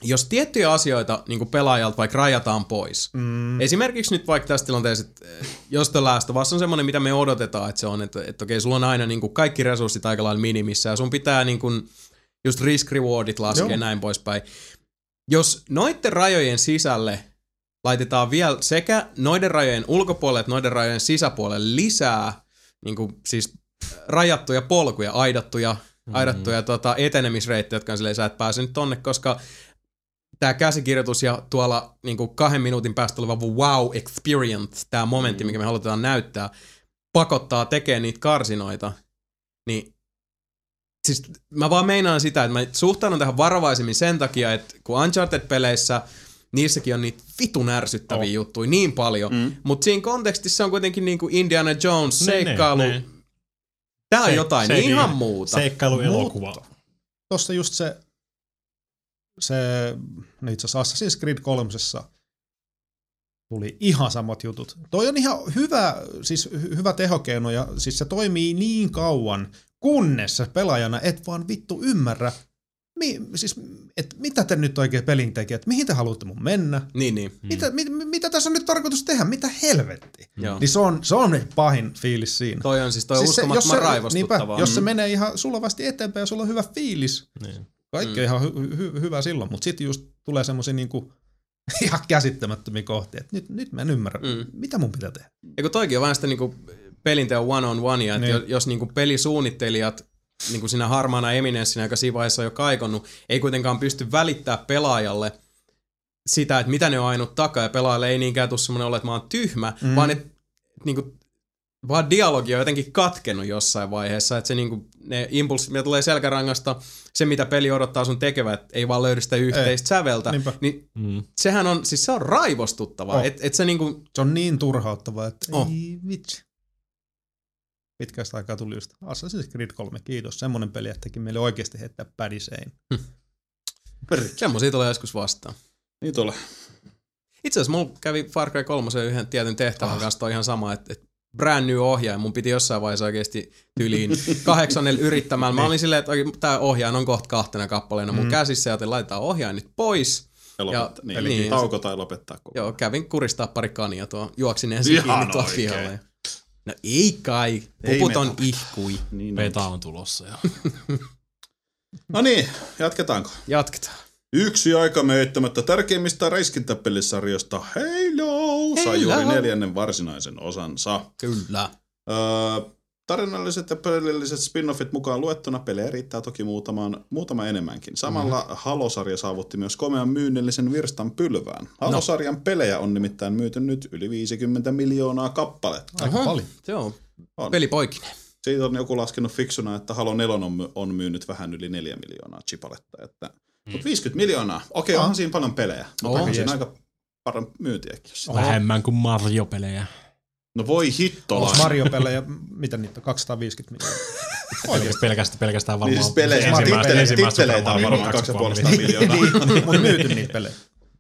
[SPEAKER 3] jos tiettyjä asioita niin pelaajalta vaikka rajataan pois, mm. esimerkiksi nyt vaikka tässä tilanteessa, että eh, jos The Last of Us on semmoinen, mitä me odotetaan, että se on, että, että okei, sulla on aina niin kuin kaikki resurssit aika lailla minimissä ja sun pitää niin kuin, just risk-rewardit laskea
[SPEAKER 4] Joo.
[SPEAKER 3] ja näin poispäin. Jos noiden rajojen sisälle laitetaan vielä sekä noiden rajojen ulkopuolelle että noiden rajojen sisäpuolelle lisää niin kuin, siis rajattuja polkuja, aidattuja, aidattuja tota, etenemisreittejä, jotka on silleen, sä et pääse nyt tonne, koska tämä käsikirjoitus ja tuolla niin kuin kahden minuutin päästä oleva wow experience, tämä momentti, mikä me halutaan näyttää, pakottaa tekemään niitä karsinoita, niin siis mä vaan meinaan sitä, että mä suhtaudun tähän varovaisemmin sen takia, että kun Uncharted-peleissä niissäkin on niitä vitun ärsyttäviä oh. juttuja niin paljon, mm. mutta siinä kontekstissa on kuitenkin niin kuin Indiana Jones,
[SPEAKER 6] Ne, ne,
[SPEAKER 3] seikkailu,
[SPEAKER 6] ne.
[SPEAKER 3] Tää on
[SPEAKER 6] Se-
[SPEAKER 3] jotain
[SPEAKER 6] se-
[SPEAKER 3] ihan muuta.
[SPEAKER 6] Seikkailuelokuva.
[SPEAKER 4] Tuossa just se, se no itse asiassa Assassin's Creed 3 tuli ihan samat jutut. Toi on ihan hyvä, siis hy- hyvä tehokeino ja siis se toimii niin kauan, kunnes sä pelaajana et vaan vittu ymmärrä, mi, siis, et mitä te nyt oikein pelin tekijät, mihin te haluatte mun mennä,
[SPEAKER 3] Niin, niin.
[SPEAKER 4] mm. mitä, mit, mitä tässä on nyt tarkoitus tehdä, mitä helvetti.
[SPEAKER 3] Joo.
[SPEAKER 4] Niin se on, se on pahin fiilis siinä
[SPEAKER 3] Toi on siis toi siis uskomattoman
[SPEAKER 4] se-
[SPEAKER 3] raivostuttavaa.
[SPEAKER 4] niinpä, jos se menee ihan sulavasti eteenpäin ja sulla on hyvä fiilis,
[SPEAKER 7] Niin.
[SPEAKER 4] kaikki on ihan hy- hy- hyvä silloin, mutta sitten just tulee semmoisia niinku, ihan käsittämättömiä kohtia, että nyt, nyt mä en ymmärrä,
[SPEAKER 3] Mm.
[SPEAKER 4] mm. mitä mun pitää tehdä.
[SPEAKER 3] Ja kun toikin on vähän sitä niinku pelinteon one on onea, että
[SPEAKER 4] Niin.
[SPEAKER 3] niin. jos niinku pelisuunnittelijat niinku sinä harmaana eminenssinä, joka siinä vaiheessa on jo kaikonnut, ei kuitenkaan pysty välittää pelaajalle sitä, että mitä ne on ainut takaa, ja pelaajalle ei niinkään tule semmoinen ole, että mä oon tyhmä, mm. vaan että niinku, vaan dialogi on jotenkin katkenut jossain vaiheessa, että se niinku, ne impulssit, mitä tulee selkärangasta, se mitä peli odottaa sun tekevät, ei vaan löydy sitä yhteistä ei. säveltä,
[SPEAKER 4] Niinpä.
[SPEAKER 3] niin
[SPEAKER 7] Mm.
[SPEAKER 3] sehän on, siis se on raivostuttavaa, oh.
[SPEAKER 4] On.
[SPEAKER 3] että et se niinku,
[SPEAKER 4] Se on niin turhauttavaa, että
[SPEAKER 3] On.
[SPEAKER 4] ei vitsi. Oh. Pitkästä aikaa tuli just Assassin's Creed 3, kiitos. Semmoinen peli, että teki meille oikeasti heittää pädisein.
[SPEAKER 3] semmoisia tulee joskus vastaan.
[SPEAKER 5] Niin tulee.
[SPEAKER 3] Itse asiassa mulla kävi Far Cry 3 yhden tietyn tehtävän ah. kanssa toi ihan sama, että, että brand new ohjaaja, mun piti jossain vaiheessa oikeasti tyliin kahdeksannella yrittämällä.
[SPEAKER 5] Niin.
[SPEAKER 3] Mä olin silleen, että oikein, tää ohjaaja on kohta kahtena kappaleena mun mm. käsissä, joten laitetaan ohjaaja nyt pois.
[SPEAKER 5] Ja lopettaa.
[SPEAKER 3] Ja-
[SPEAKER 5] niin,
[SPEAKER 3] niin.
[SPEAKER 5] niin. Tauko tai lopettaa koko.
[SPEAKER 3] Joo, kävin kuristaa pari kania tuo, juoksin ensin
[SPEAKER 5] Ihan
[SPEAKER 3] kiinni tuolla
[SPEAKER 5] oikein.
[SPEAKER 3] pihalle. ja- No ei kai,
[SPEAKER 5] Ei
[SPEAKER 3] puput
[SPEAKER 5] me
[SPEAKER 3] on
[SPEAKER 5] tapeta.
[SPEAKER 3] ihkui.
[SPEAKER 5] Niin, niin.
[SPEAKER 7] Beta on tulossa. Ja.
[SPEAKER 5] No niin, jatketaanko?
[SPEAKER 3] Jatketaan.
[SPEAKER 5] Yksi aikamme eittämättä tärkeimmistä räiskintäpelisarjoista Halo sai
[SPEAKER 3] Halo!
[SPEAKER 5] juuri neljännen varsinaisen osansa.
[SPEAKER 3] Kyllä.
[SPEAKER 5] Öö, tarinalliset ja pelilliset spin-offit mukaan luettuna pelejä riittää toki muutamaan, muutama enemmänkin. Samalla mm. Halosarja saavutti myös komean myynnillisen virstan pylvään. Halosarjan no. pelejä on nimittäin myyty nyt yli 50 miljoonaa kappaletta.
[SPEAKER 4] Aika paljon.
[SPEAKER 3] Se on.
[SPEAKER 5] On.
[SPEAKER 3] Pelipoikinen.
[SPEAKER 5] Siitä on joku laskenut fiksuna, että Halo 4 on, my- on myynyt vähän yli 4 miljoonaa chipaletta. Että, mm. Mutta 50 miljoonaa, okei onhan siinä paljon pelejä, mutta onhan siinä aika paljon myyntiäkin. jos-
[SPEAKER 7] Vähemmän kuin Mario-pelejä.
[SPEAKER 5] No voi hittola.
[SPEAKER 4] Onks Mario-pelejä, mitä niitä on, 250 miljoonaa.
[SPEAKER 7] Oikeasti. Pelkästään, pelkästään varmaan.
[SPEAKER 5] Niin siis pelejä,
[SPEAKER 7] ensimmäistä-
[SPEAKER 5] titteleitä,
[SPEAKER 7] ensimmäistä
[SPEAKER 5] titteleitä on
[SPEAKER 7] Super Mario
[SPEAKER 5] varmaan 2,5 miljoonaa.
[SPEAKER 4] Mutta myyty niitä pelejä.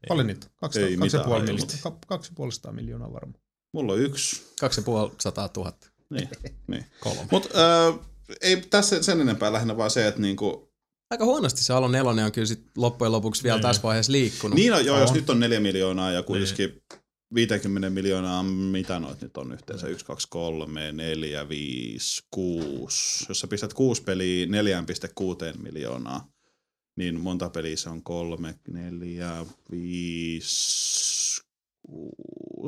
[SPEAKER 4] Paljon niitä? on? Kaksi,
[SPEAKER 5] Ei
[SPEAKER 4] kaksi, ja
[SPEAKER 5] mitään
[SPEAKER 4] puoli
[SPEAKER 5] hajua.
[SPEAKER 4] miljoonaa, ka, kaksi ja puolisataa miljoonaa varmaan.
[SPEAKER 5] Mulla on yksi.
[SPEAKER 3] 2500 000.
[SPEAKER 5] Niin, niin.
[SPEAKER 6] Kolme.
[SPEAKER 5] Mutta ei tässä sen enempää lähinnä vaan se, että niinku,
[SPEAKER 3] Aika huonosti se Alo nelonen on kyllä sit loppujen lopuksi vielä tässä vaiheessa liikkunut.
[SPEAKER 5] niin on, Niin. joo, jos nyt on neljä miljoonaa ja kuitenkin 50 miljoonaa, mitä noit nyt on yhteensä? 1, 2, 3, 4, 5, 6. Jos sä pistät kuusi peliä 4,6 miljoonaa, niin monta peliä se on? 3, 4, 5,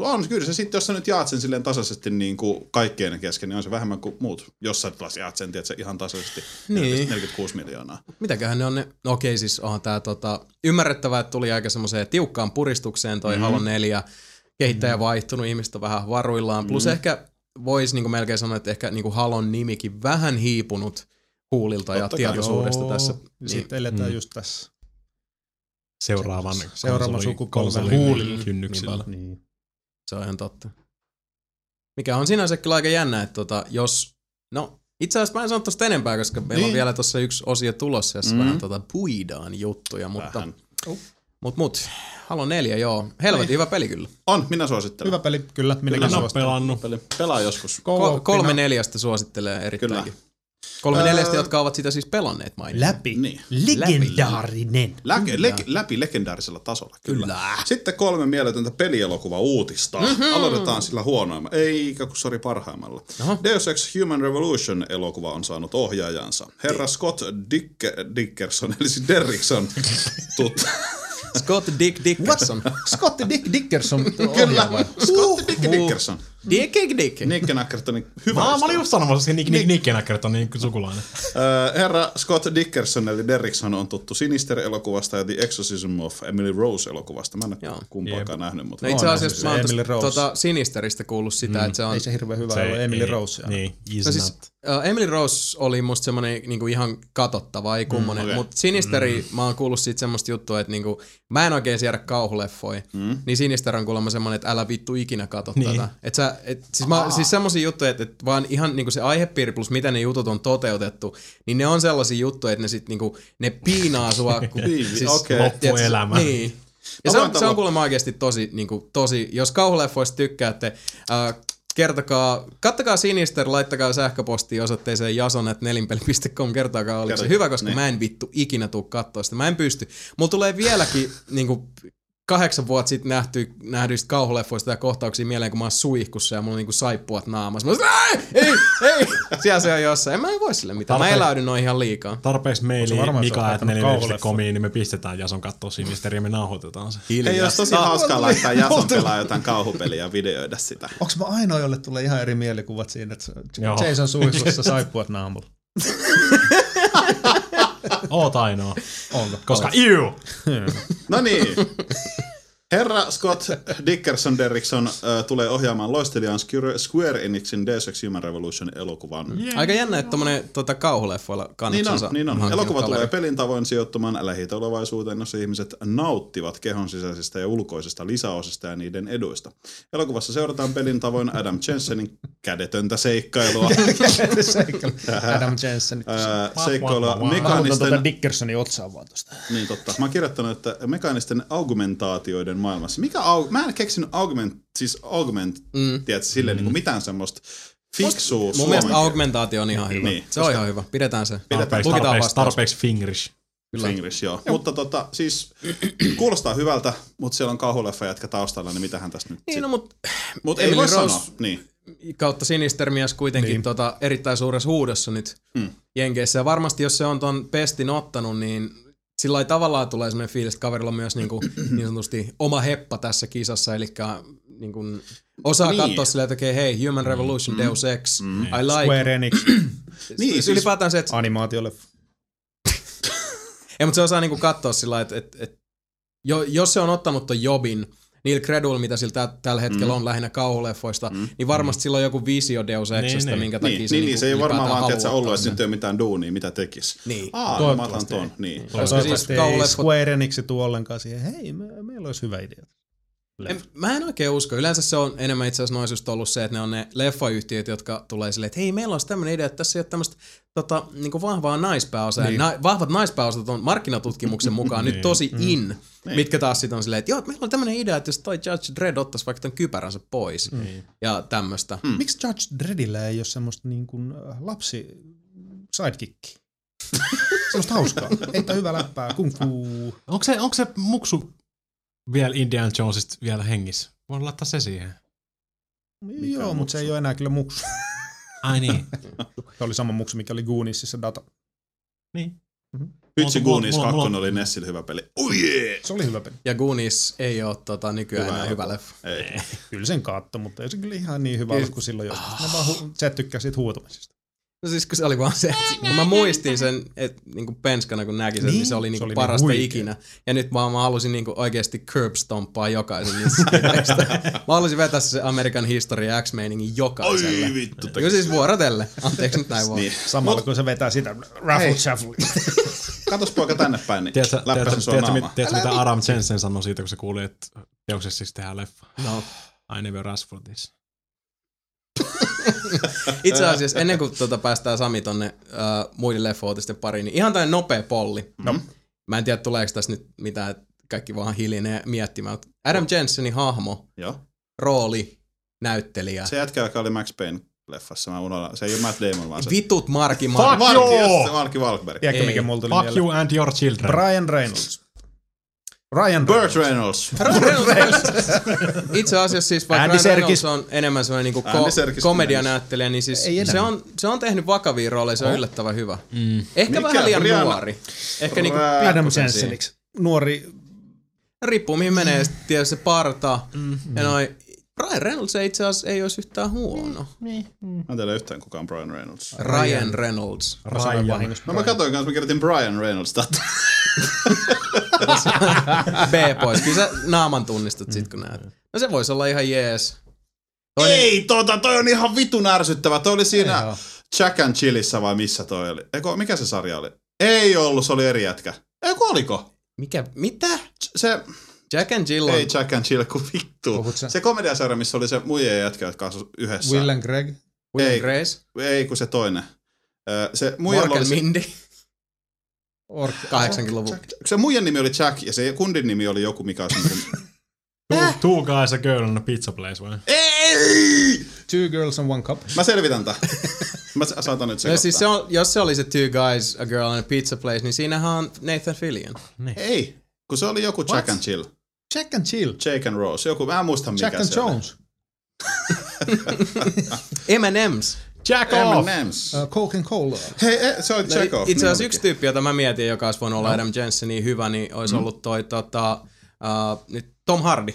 [SPEAKER 5] on kyllä se sitten, jos sä nyt jaat sen silleen tasaisesti niin kuin kaikkien kesken, niin on se vähemmän kuin muut. Jos sä taas jaat sen, tiedätkö, ihan tasaisesti
[SPEAKER 3] Niin.
[SPEAKER 5] 46 miljoonaa.
[SPEAKER 3] Mitäköhän ne on ne? No okei, siis onhan tää tota, ymmärrettävää, että tuli aika semmoiseen tiukkaan puristukseen
[SPEAKER 5] Mhm.
[SPEAKER 3] toi mm. Halo 4. Kehittäjä mm. vaihtunut, ihmiset on vähän varuillaan. Plus
[SPEAKER 5] Mhm.
[SPEAKER 3] mm. ehkä voisi niinku melkein sanoa, että ehkä niinku Halon nimikin vähän hiipunut huulilta ja
[SPEAKER 5] Totta kai.
[SPEAKER 3] tietoisuudesta tässä.
[SPEAKER 4] Niin.
[SPEAKER 3] Niin,
[SPEAKER 4] Sitten eletään mm. just tässä.
[SPEAKER 6] Seuraavan
[SPEAKER 4] Seuraavan
[SPEAKER 6] konsoli-
[SPEAKER 4] sukupolven
[SPEAKER 6] konsolin
[SPEAKER 4] huulilla.
[SPEAKER 6] kynnyksillä.
[SPEAKER 4] Niin.
[SPEAKER 3] se on ihan totta. Mikä on sinänsä kyllä aika jännä, että tota, jos... No itse asiassa mä en sano tosta enempää, koska meillä niin. on
[SPEAKER 5] Niin.
[SPEAKER 3] vielä tuossa yksi osio tulossa, jossa
[SPEAKER 5] Mm.
[SPEAKER 3] mm. vähän tota puidaan juttuja, mutta...
[SPEAKER 5] Vähän. Niin.
[SPEAKER 3] Mut mut, Halo 4, joo. Helvetin hyvä peli kyllä.
[SPEAKER 5] On, minä suosittelen.
[SPEAKER 4] Hyvä peli, kyllä,
[SPEAKER 6] En
[SPEAKER 4] minäkin
[SPEAKER 6] ole
[SPEAKER 4] suostelen.
[SPEAKER 6] pelannut.
[SPEAKER 5] Peli. Pelaa joskus.
[SPEAKER 3] Ko-
[SPEAKER 4] Co-opina.
[SPEAKER 3] kolme neljästä suosittelee erittäinkin. Kyllä. Kolme
[SPEAKER 5] Öö,
[SPEAKER 3] neljästä, jotka ovat sitä siis pelanneet mainitsen.
[SPEAKER 8] Läpi.
[SPEAKER 5] Niin.
[SPEAKER 8] Legendaarinen.
[SPEAKER 5] Läke, le, läpi legendaarisella tasolla. Kyllä.
[SPEAKER 3] Kyllä.
[SPEAKER 5] Sitten kolme mieletöntä pelielokuva uutista. Mm-hmm. Aloitetaan sillä huonoimmalla. Ei, kun sori parhaimmalla.
[SPEAKER 3] Aha.
[SPEAKER 5] Deus Ex Human Revolution elokuva on saanut ohjaajansa. Herra Scott Dick, Dickerson, eli siis Derrickson. Tut.
[SPEAKER 3] Scott Dick Dickerson.
[SPEAKER 4] Scott Dick Dickerson.
[SPEAKER 3] Niin
[SPEAKER 5] Kyllä. Scott Dick Dickerson.
[SPEAKER 3] Dick Dick Dick.
[SPEAKER 5] Nick Nackertonin hyvä.
[SPEAKER 7] Mä, mä
[SPEAKER 5] ystävä.
[SPEAKER 7] olin just sanomassa, että Nick Nick Nackert on niin kuin sukulainen.
[SPEAKER 5] Ö, Äh, Herra Scott Dickerson eli Derrickson on tuttu Sinister-elokuvasta ja The Exorcism of Emily Rose-elokuvasta. Mä en ole
[SPEAKER 3] Joo.
[SPEAKER 5] kumpaakaan nähnyt, mutta...
[SPEAKER 3] No itse
[SPEAKER 4] siis
[SPEAKER 3] asiassa mä oon
[SPEAKER 4] Emily
[SPEAKER 3] tosta-
[SPEAKER 4] Rose.
[SPEAKER 3] tota Sinisteristä kuullut sitä, mm. että se on...
[SPEAKER 4] Ei se hirveän hyvä ole, Emily Rose. aina.
[SPEAKER 7] Niin, is
[SPEAKER 3] No siis, uh, Emily Rose oli musta semmonen niinku ihan katottava, ei kummonen, mm,
[SPEAKER 5] okei.
[SPEAKER 3] okay. mutta Sinisteri, mm. mä oon kuullut siitä semmoista juttua, että niinku, mä en oikein siedä kauhuleffoja, mm. niin Sinister on kuulemma semmonen, että älä vittu ikinä kato niin. tätä. Et sä, et, siis, mä, siis semmosia juttuja, että et vaan ihan niinku se aihepiiri plus mitä ne jutut on toteutettu, niin ne on sellaisia juttuja, että ne sit niinku, ne piinaa sua. Kun,
[SPEAKER 5] Niin, okei.
[SPEAKER 3] tiedätkö,
[SPEAKER 7] Loppuelämä.
[SPEAKER 3] Niin. Ja
[SPEAKER 5] Mä
[SPEAKER 3] se
[SPEAKER 5] voin
[SPEAKER 3] on, se on
[SPEAKER 5] tavalla-
[SPEAKER 3] kuulemma oikeasti tosi, niin kuin, tosi, jos kauhuleffoista tykkäätte, ää, kertokaa, kattakaa Sinister, laittakaa sähköpostiin osoitteeseen jason.nelinpeli.com, kertokaa oliko se
[SPEAKER 5] Kertokaa,
[SPEAKER 3] hyvä, koska
[SPEAKER 5] niin.
[SPEAKER 3] niin. mä en vittu ikinä tuu katsoa sitä, mä en pysty. Mulla tulee vieläkin niin kuin, kahdeksan vuotta sitten nähty, nähdyistä kauhuleffoista ja kohtauksia mieleen, kun mä oon suihkussa ja mulla on niinku saippuat naamassa. Mä oon, "Ai, ei, ei, siellä se on jossain. En Mä en voi sille mitään, mä
[SPEAKER 7] Tarpeeksi-
[SPEAKER 3] eläydyn noihin ihan liikaa.
[SPEAKER 7] Tarpeeksi meili
[SPEAKER 4] Oot sä varmaan, jos
[SPEAKER 7] Mika,
[SPEAKER 4] oot
[SPEAKER 7] että
[SPEAKER 4] kattonut
[SPEAKER 7] neljä
[SPEAKER 4] kauhuleffa?
[SPEAKER 7] komiin, niin me pistetään Jason kattoo sinisteri ja me nauhoitetaan se.
[SPEAKER 5] Ei olisi tosi hauskaa laittaa Jason pelaa jotain kauhupeliä ja videoida sitä.
[SPEAKER 4] Onks mä ainoa, jolle tulee ihan eri mielikuvat siinä, että
[SPEAKER 7] Joo.
[SPEAKER 4] Jason suihkussa saippuat naamulla?
[SPEAKER 7] Oot ainoa.
[SPEAKER 4] Onko?
[SPEAKER 7] Koska iu!
[SPEAKER 5] No niin. Herra Scott Dickerson Derrickson äh, tulee ohjaamaan loistelijan Skyr- Square Enixin Deus Ex Human Revolution elokuvan. Yeah.
[SPEAKER 3] Aika jännä, että tommonen tota, kauhuleffoilla
[SPEAKER 5] Niin on,
[SPEAKER 3] kannuksensa
[SPEAKER 5] niin on.
[SPEAKER 3] hankkinut
[SPEAKER 5] Elokuva
[SPEAKER 3] kaveri.
[SPEAKER 5] tulee pelin tavoin sijoittumaan lähitulevaisuuteen, jossa ihmiset nauttivat kehon sisäisistä ja ulkoisista lisäosista ja niiden eduista. Elokuvassa seurataan pelin tavoin Adam Jensenin kädetöntä seikkailua,
[SPEAKER 4] Adam Jensen.
[SPEAKER 5] ää, seikkailua
[SPEAKER 4] Mä otan
[SPEAKER 5] mekaanisten
[SPEAKER 4] tuota Dickersonin otsaa vaan tosta.
[SPEAKER 5] Niin totta. Mä oon kirjoittanut, että mekaanisten augmentaatioiden maailmassa. Mikä au- Mä en keksinyt augment, siis augment, mm. tiedätkö, sille mm. niin kuin mitään semmoista fiksua
[SPEAKER 3] Mun
[SPEAKER 5] suomen
[SPEAKER 3] mielestä augmentaatio on ihan hyvä.
[SPEAKER 5] Niin.
[SPEAKER 3] Niin, se on ihan hyvä. Pidetään se.
[SPEAKER 7] Tarpeeksi,
[SPEAKER 3] Lukitaan
[SPEAKER 7] tarpeeksi,
[SPEAKER 3] vastaus.
[SPEAKER 7] tarpeeksi fingerish.
[SPEAKER 5] kieltä. English, joo. joo. Mutta tota, siis kuulostaa hyvältä, mutta siellä on kauhuleffa jätkä taustalla, niin mitähän tästä nyt
[SPEAKER 3] Niin,
[SPEAKER 5] sit-
[SPEAKER 3] no, mut
[SPEAKER 5] Mut ei
[SPEAKER 3] Emily
[SPEAKER 5] voi
[SPEAKER 3] Rose-
[SPEAKER 5] sanoa. Niin.
[SPEAKER 3] kautta sinistermies kuitenkin niin. tota, erittäin suuressa huudossa nyt
[SPEAKER 5] Mm.
[SPEAKER 3] mm. Jenkeissä. Ja varmasti jos se on ton pestin ottanut, niin sillä lailla tavallaan tulee semmoinen fiilis, että kaverilla on myös niinku, niin sanotusti oma heppa tässä kisassa, eli niinku, osaa
[SPEAKER 5] Niin.
[SPEAKER 3] niin. katsoa silleen, että okei, hei, Human Revolution, mm. Deus Ex, mm. I like.
[SPEAKER 4] Square Enix,
[SPEAKER 5] Niin,
[SPEAKER 3] Niin,
[SPEAKER 5] siis-
[SPEAKER 3] siis... Ylipäätään se, että
[SPEAKER 4] animaatiolle.
[SPEAKER 3] Ei, mutta se osaa niinku katsoa sillä lailla, että et, et, jo, jos se on ottanut ton jobin, niillä kreduilla, mitä sillä tä- tällä hetkellä mm. on lähinnä kauhuleffoista, mm. niin varmasti mm. sillä on joku visio Deus Exista,
[SPEAKER 7] niin.
[SPEAKER 3] minkä takia
[SPEAKER 5] Niin,
[SPEAKER 3] se, niinku
[SPEAKER 5] niin, niin, se ei
[SPEAKER 3] ylipäätään
[SPEAKER 5] varmaan vaan
[SPEAKER 3] haluaa
[SPEAKER 5] tiedä, ollut,
[SPEAKER 3] ottaa
[SPEAKER 5] että
[SPEAKER 3] sen.
[SPEAKER 5] nyt ei ole mitään duunia, mitä tekis.
[SPEAKER 3] Niin.
[SPEAKER 5] Aa, no mä otan
[SPEAKER 4] Toivottavasti
[SPEAKER 5] ton. Niin.
[SPEAKER 3] Koska siis
[SPEAKER 4] Toivottavasti ei
[SPEAKER 3] kauhuleffot,
[SPEAKER 4] Square Enix tuo ollenkaan siihen, hei, me, meillä olisi hyvä idea.
[SPEAKER 3] En, mä en oikein usko. Yleensä se on enemmän itse asiassa noin just ollut se, että ne on ne leffayhtiöt, jotka tulee silleen, että hei, meillä olisi tämmöinen idea, että tässä ei ole tämmöistä tota, niin vahvaa naispääosaa. Niin. Na, vahvat naispääosat on markkinatutkimuksen mukaan nyt
[SPEAKER 7] Mm.
[SPEAKER 3] tosi in, niin. mitkä taas sitten on silleen, että joo, meillä on tämmöinen idea, että jos toi Judge Dredd ottaisi vaikka ton kypäränsä pois niin. ja tämmöistä. Mm.
[SPEAKER 4] Miksi Judge Dreddillä ei ole semmoista niin kuin äh, lapsi sidekicki? semmoista hauskaa. Heitä hyvä läppää, kung fu.
[SPEAKER 6] Onko se, onko se muksu vielä Indiana Jonesista vielä hengissä? Voin laittaa se siihen.
[SPEAKER 4] Joo, mutta se ei ole enää kyllä muksu.
[SPEAKER 6] Ai niin.
[SPEAKER 4] Se oli sama muksu, mikä oli Gooniesissa data.
[SPEAKER 6] niin.
[SPEAKER 5] Vitsi
[SPEAKER 6] Mulla-
[SPEAKER 5] Goonies
[SPEAKER 6] mulla-
[SPEAKER 5] 2
[SPEAKER 6] mulla-
[SPEAKER 5] oli Nessille hyvä peli. Oh yeah!
[SPEAKER 4] Se oli hyvä peli.
[SPEAKER 3] Ja Goonies ei ole tota, nykyään
[SPEAKER 5] Hyvä
[SPEAKER 3] hyvä enää
[SPEAKER 5] elokuva.
[SPEAKER 3] hyvä leffa.
[SPEAKER 5] Ei.
[SPEAKER 4] Kyllä sen katto, mutta ei se kyllä ihan niin hyvä ollut kuin silloin joskus. Mä vaan hu- sä et tykkää siitä huutamisesta.
[SPEAKER 3] No siis kun se oli vaan se, että kun mä muistin sen, että niinku penskana kun näki sen, niin,
[SPEAKER 4] Niin.
[SPEAKER 3] niin se oli
[SPEAKER 4] Se
[SPEAKER 3] niinku
[SPEAKER 4] oli niin
[SPEAKER 3] parasta
[SPEAKER 4] huikea.
[SPEAKER 3] ikinä. Ja nyt vaan mä halusin niinku oikeasti curb stomppaa jokaisen niistä skidistä. Mä halusin vetää se American History X-meiningin jokaiselle.
[SPEAKER 5] Oi vittu.
[SPEAKER 3] Joo siis vuorotelle. Anteeksi nyt näin vaan.
[SPEAKER 5] Niin.
[SPEAKER 4] Samalla kun se vetää sitä raffle shuffle.
[SPEAKER 5] Katos poika tänne päin, niin
[SPEAKER 6] Tiedätkö, tiedätkö,
[SPEAKER 5] läppäsen sua
[SPEAKER 6] tiedätkö,
[SPEAKER 5] naamaa.
[SPEAKER 6] mit- tiedätkö mitä Adam Jensen sanoi siitä, kun se kuuli, että teoksessa siis tehdään leffa?
[SPEAKER 3] No,
[SPEAKER 6] I never asked for this.
[SPEAKER 3] itse asiassa ennen kuin tuota päästään Sami tonne äh, muiden leffootisten pariin, niin ihan tämmöinen nopea polli.
[SPEAKER 5] No.
[SPEAKER 6] Mm.
[SPEAKER 3] Mä en tiedä tuleeko tässä nyt mitään, että kaikki vaan hiljenee miettimään. mut Adam Jensenin hahmo,
[SPEAKER 5] Joo.
[SPEAKER 3] rooli, näyttelijä.
[SPEAKER 5] Se jätkä, joka oli Max Payne leffassa, mä unohdan. Se ei ole Matt Damon, vaan se...
[SPEAKER 3] Vitut Marki Mark.
[SPEAKER 5] Marki,
[SPEAKER 6] Joo!
[SPEAKER 5] just se Marki Wahlberg.
[SPEAKER 4] Tiedätkö,
[SPEAKER 3] Ei.
[SPEAKER 4] mikä mulla tuli
[SPEAKER 6] Fuck
[SPEAKER 4] mieleen?
[SPEAKER 6] you and your children.
[SPEAKER 4] Brian Reynolds. Ryan
[SPEAKER 5] Burt
[SPEAKER 4] Reynolds.
[SPEAKER 5] Reynolds.
[SPEAKER 3] Itse asiassa siis vaikka
[SPEAKER 4] Andy
[SPEAKER 3] Andy Ryan Reynolds
[SPEAKER 4] Serkis.
[SPEAKER 3] on enemmän semmoinen niinku
[SPEAKER 5] Andy
[SPEAKER 3] ko-
[SPEAKER 5] Serkis
[SPEAKER 3] komedianäyttelijä, niin siis
[SPEAKER 4] Ei enää.
[SPEAKER 3] se on, se on tehnyt vakavia rooleja, se on yllättävän hyvä.
[SPEAKER 6] Mm.
[SPEAKER 3] Ehkä
[SPEAKER 5] Mikä
[SPEAKER 3] vähän liian
[SPEAKER 5] Brian-
[SPEAKER 3] nuori. Ehkä niinku
[SPEAKER 4] Adam
[SPEAKER 5] Adam
[SPEAKER 4] Jenseniksi. Nuori
[SPEAKER 3] riippuu mihin menee,
[SPEAKER 5] Mm.
[SPEAKER 3] ja sit tietysti se parta
[SPEAKER 5] Mm-hmm.
[SPEAKER 3] ja noi. Ryan Reynolds ei itse asiassa ei olisi yhtään huono.
[SPEAKER 5] Mm. Mä en tiedä yhtään kukaan Brian Reynolds.
[SPEAKER 3] Ryan Reynolds.
[SPEAKER 6] Ryan.
[SPEAKER 5] No mä katsoin kanssa, mä kirjoitin Brian Reynolds täältä.
[SPEAKER 3] B pois. Kyllä sä naaman tunnistat sit kun näet. No se voisi olla ihan jees.
[SPEAKER 5] Mm.
[SPEAKER 6] No niin.
[SPEAKER 5] Ei, tota, toi on ihan vitun ärsyttävä. Toi oli siinä Jack and Chillissä vai missä toi oli? Eikö, mikä se sarja oli? Ei ollut, se oli eri jätkä. Eikö oliko?
[SPEAKER 3] Mikä? Mitä?
[SPEAKER 5] Se,
[SPEAKER 3] Jack and Jill on
[SPEAKER 5] ei Jack and Jill, kun vittu.
[SPEAKER 4] Puhut sä?
[SPEAKER 5] Se komediasarja, missä oli se muija ja jätkä, jotka asuivat yhdessä.
[SPEAKER 4] Will and Greg.
[SPEAKER 3] Will
[SPEAKER 5] ei.
[SPEAKER 3] and Grace,
[SPEAKER 5] Ei, kun se toinen. Ö, Se muijalla oli
[SPEAKER 3] Morgan
[SPEAKER 5] se,
[SPEAKER 3] Mindy,
[SPEAKER 4] Ork.
[SPEAKER 3] 80-luvun.
[SPEAKER 5] se muijan nimi oli Jack ja se kundin nimi oli joku, mikä niinku- on
[SPEAKER 6] Two, two guys a girl on a pizza place. Well.
[SPEAKER 5] Ei!
[SPEAKER 4] Two girls and one cup.
[SPEAKER 5] Mä selvitän tän. Mä sa- saatan nyt
[SPEAKER 3] No
[SPEAKER 5] sekoittaa.
[SPEAKER 3] siis se on, jos se oli se Two Guys, A Girl and a Pizza Place, niin siinähän on Nathan Fillion.
[SPEAKER 5] Ei, kun se oli joku Jack and Jill.
[SPEAKER 4] Jack and Jill.
[SPEAKER 5] Jake and Rose, joku, mä en muista mikä
[SPEAKER 4] Jack and
[SPEAKER 5] se oli.
[SPEAKER 4] Jones.
[SPEAKER 3] M&M's.
[SPEAKER 6] Jack off!
[SPEAKER 5] M&M's.
[SPEAKER 4] Uh, Coke and Cola.
[SPEAKER 5] Hei, e, se oli
[SPEAKER 3] No,
[SPEAKER 5] Chekhov.
[SPEAKER 3] Itse asiassa
[SPEAKER 5] niin
[SPEAKER 3] yksi tyyppi, jota mä mietin, joka olisi voinut olla no. Adam Jensen niin hyvä, niin olisi mm. ollut toi tota, uh, nyt Tom Hardy.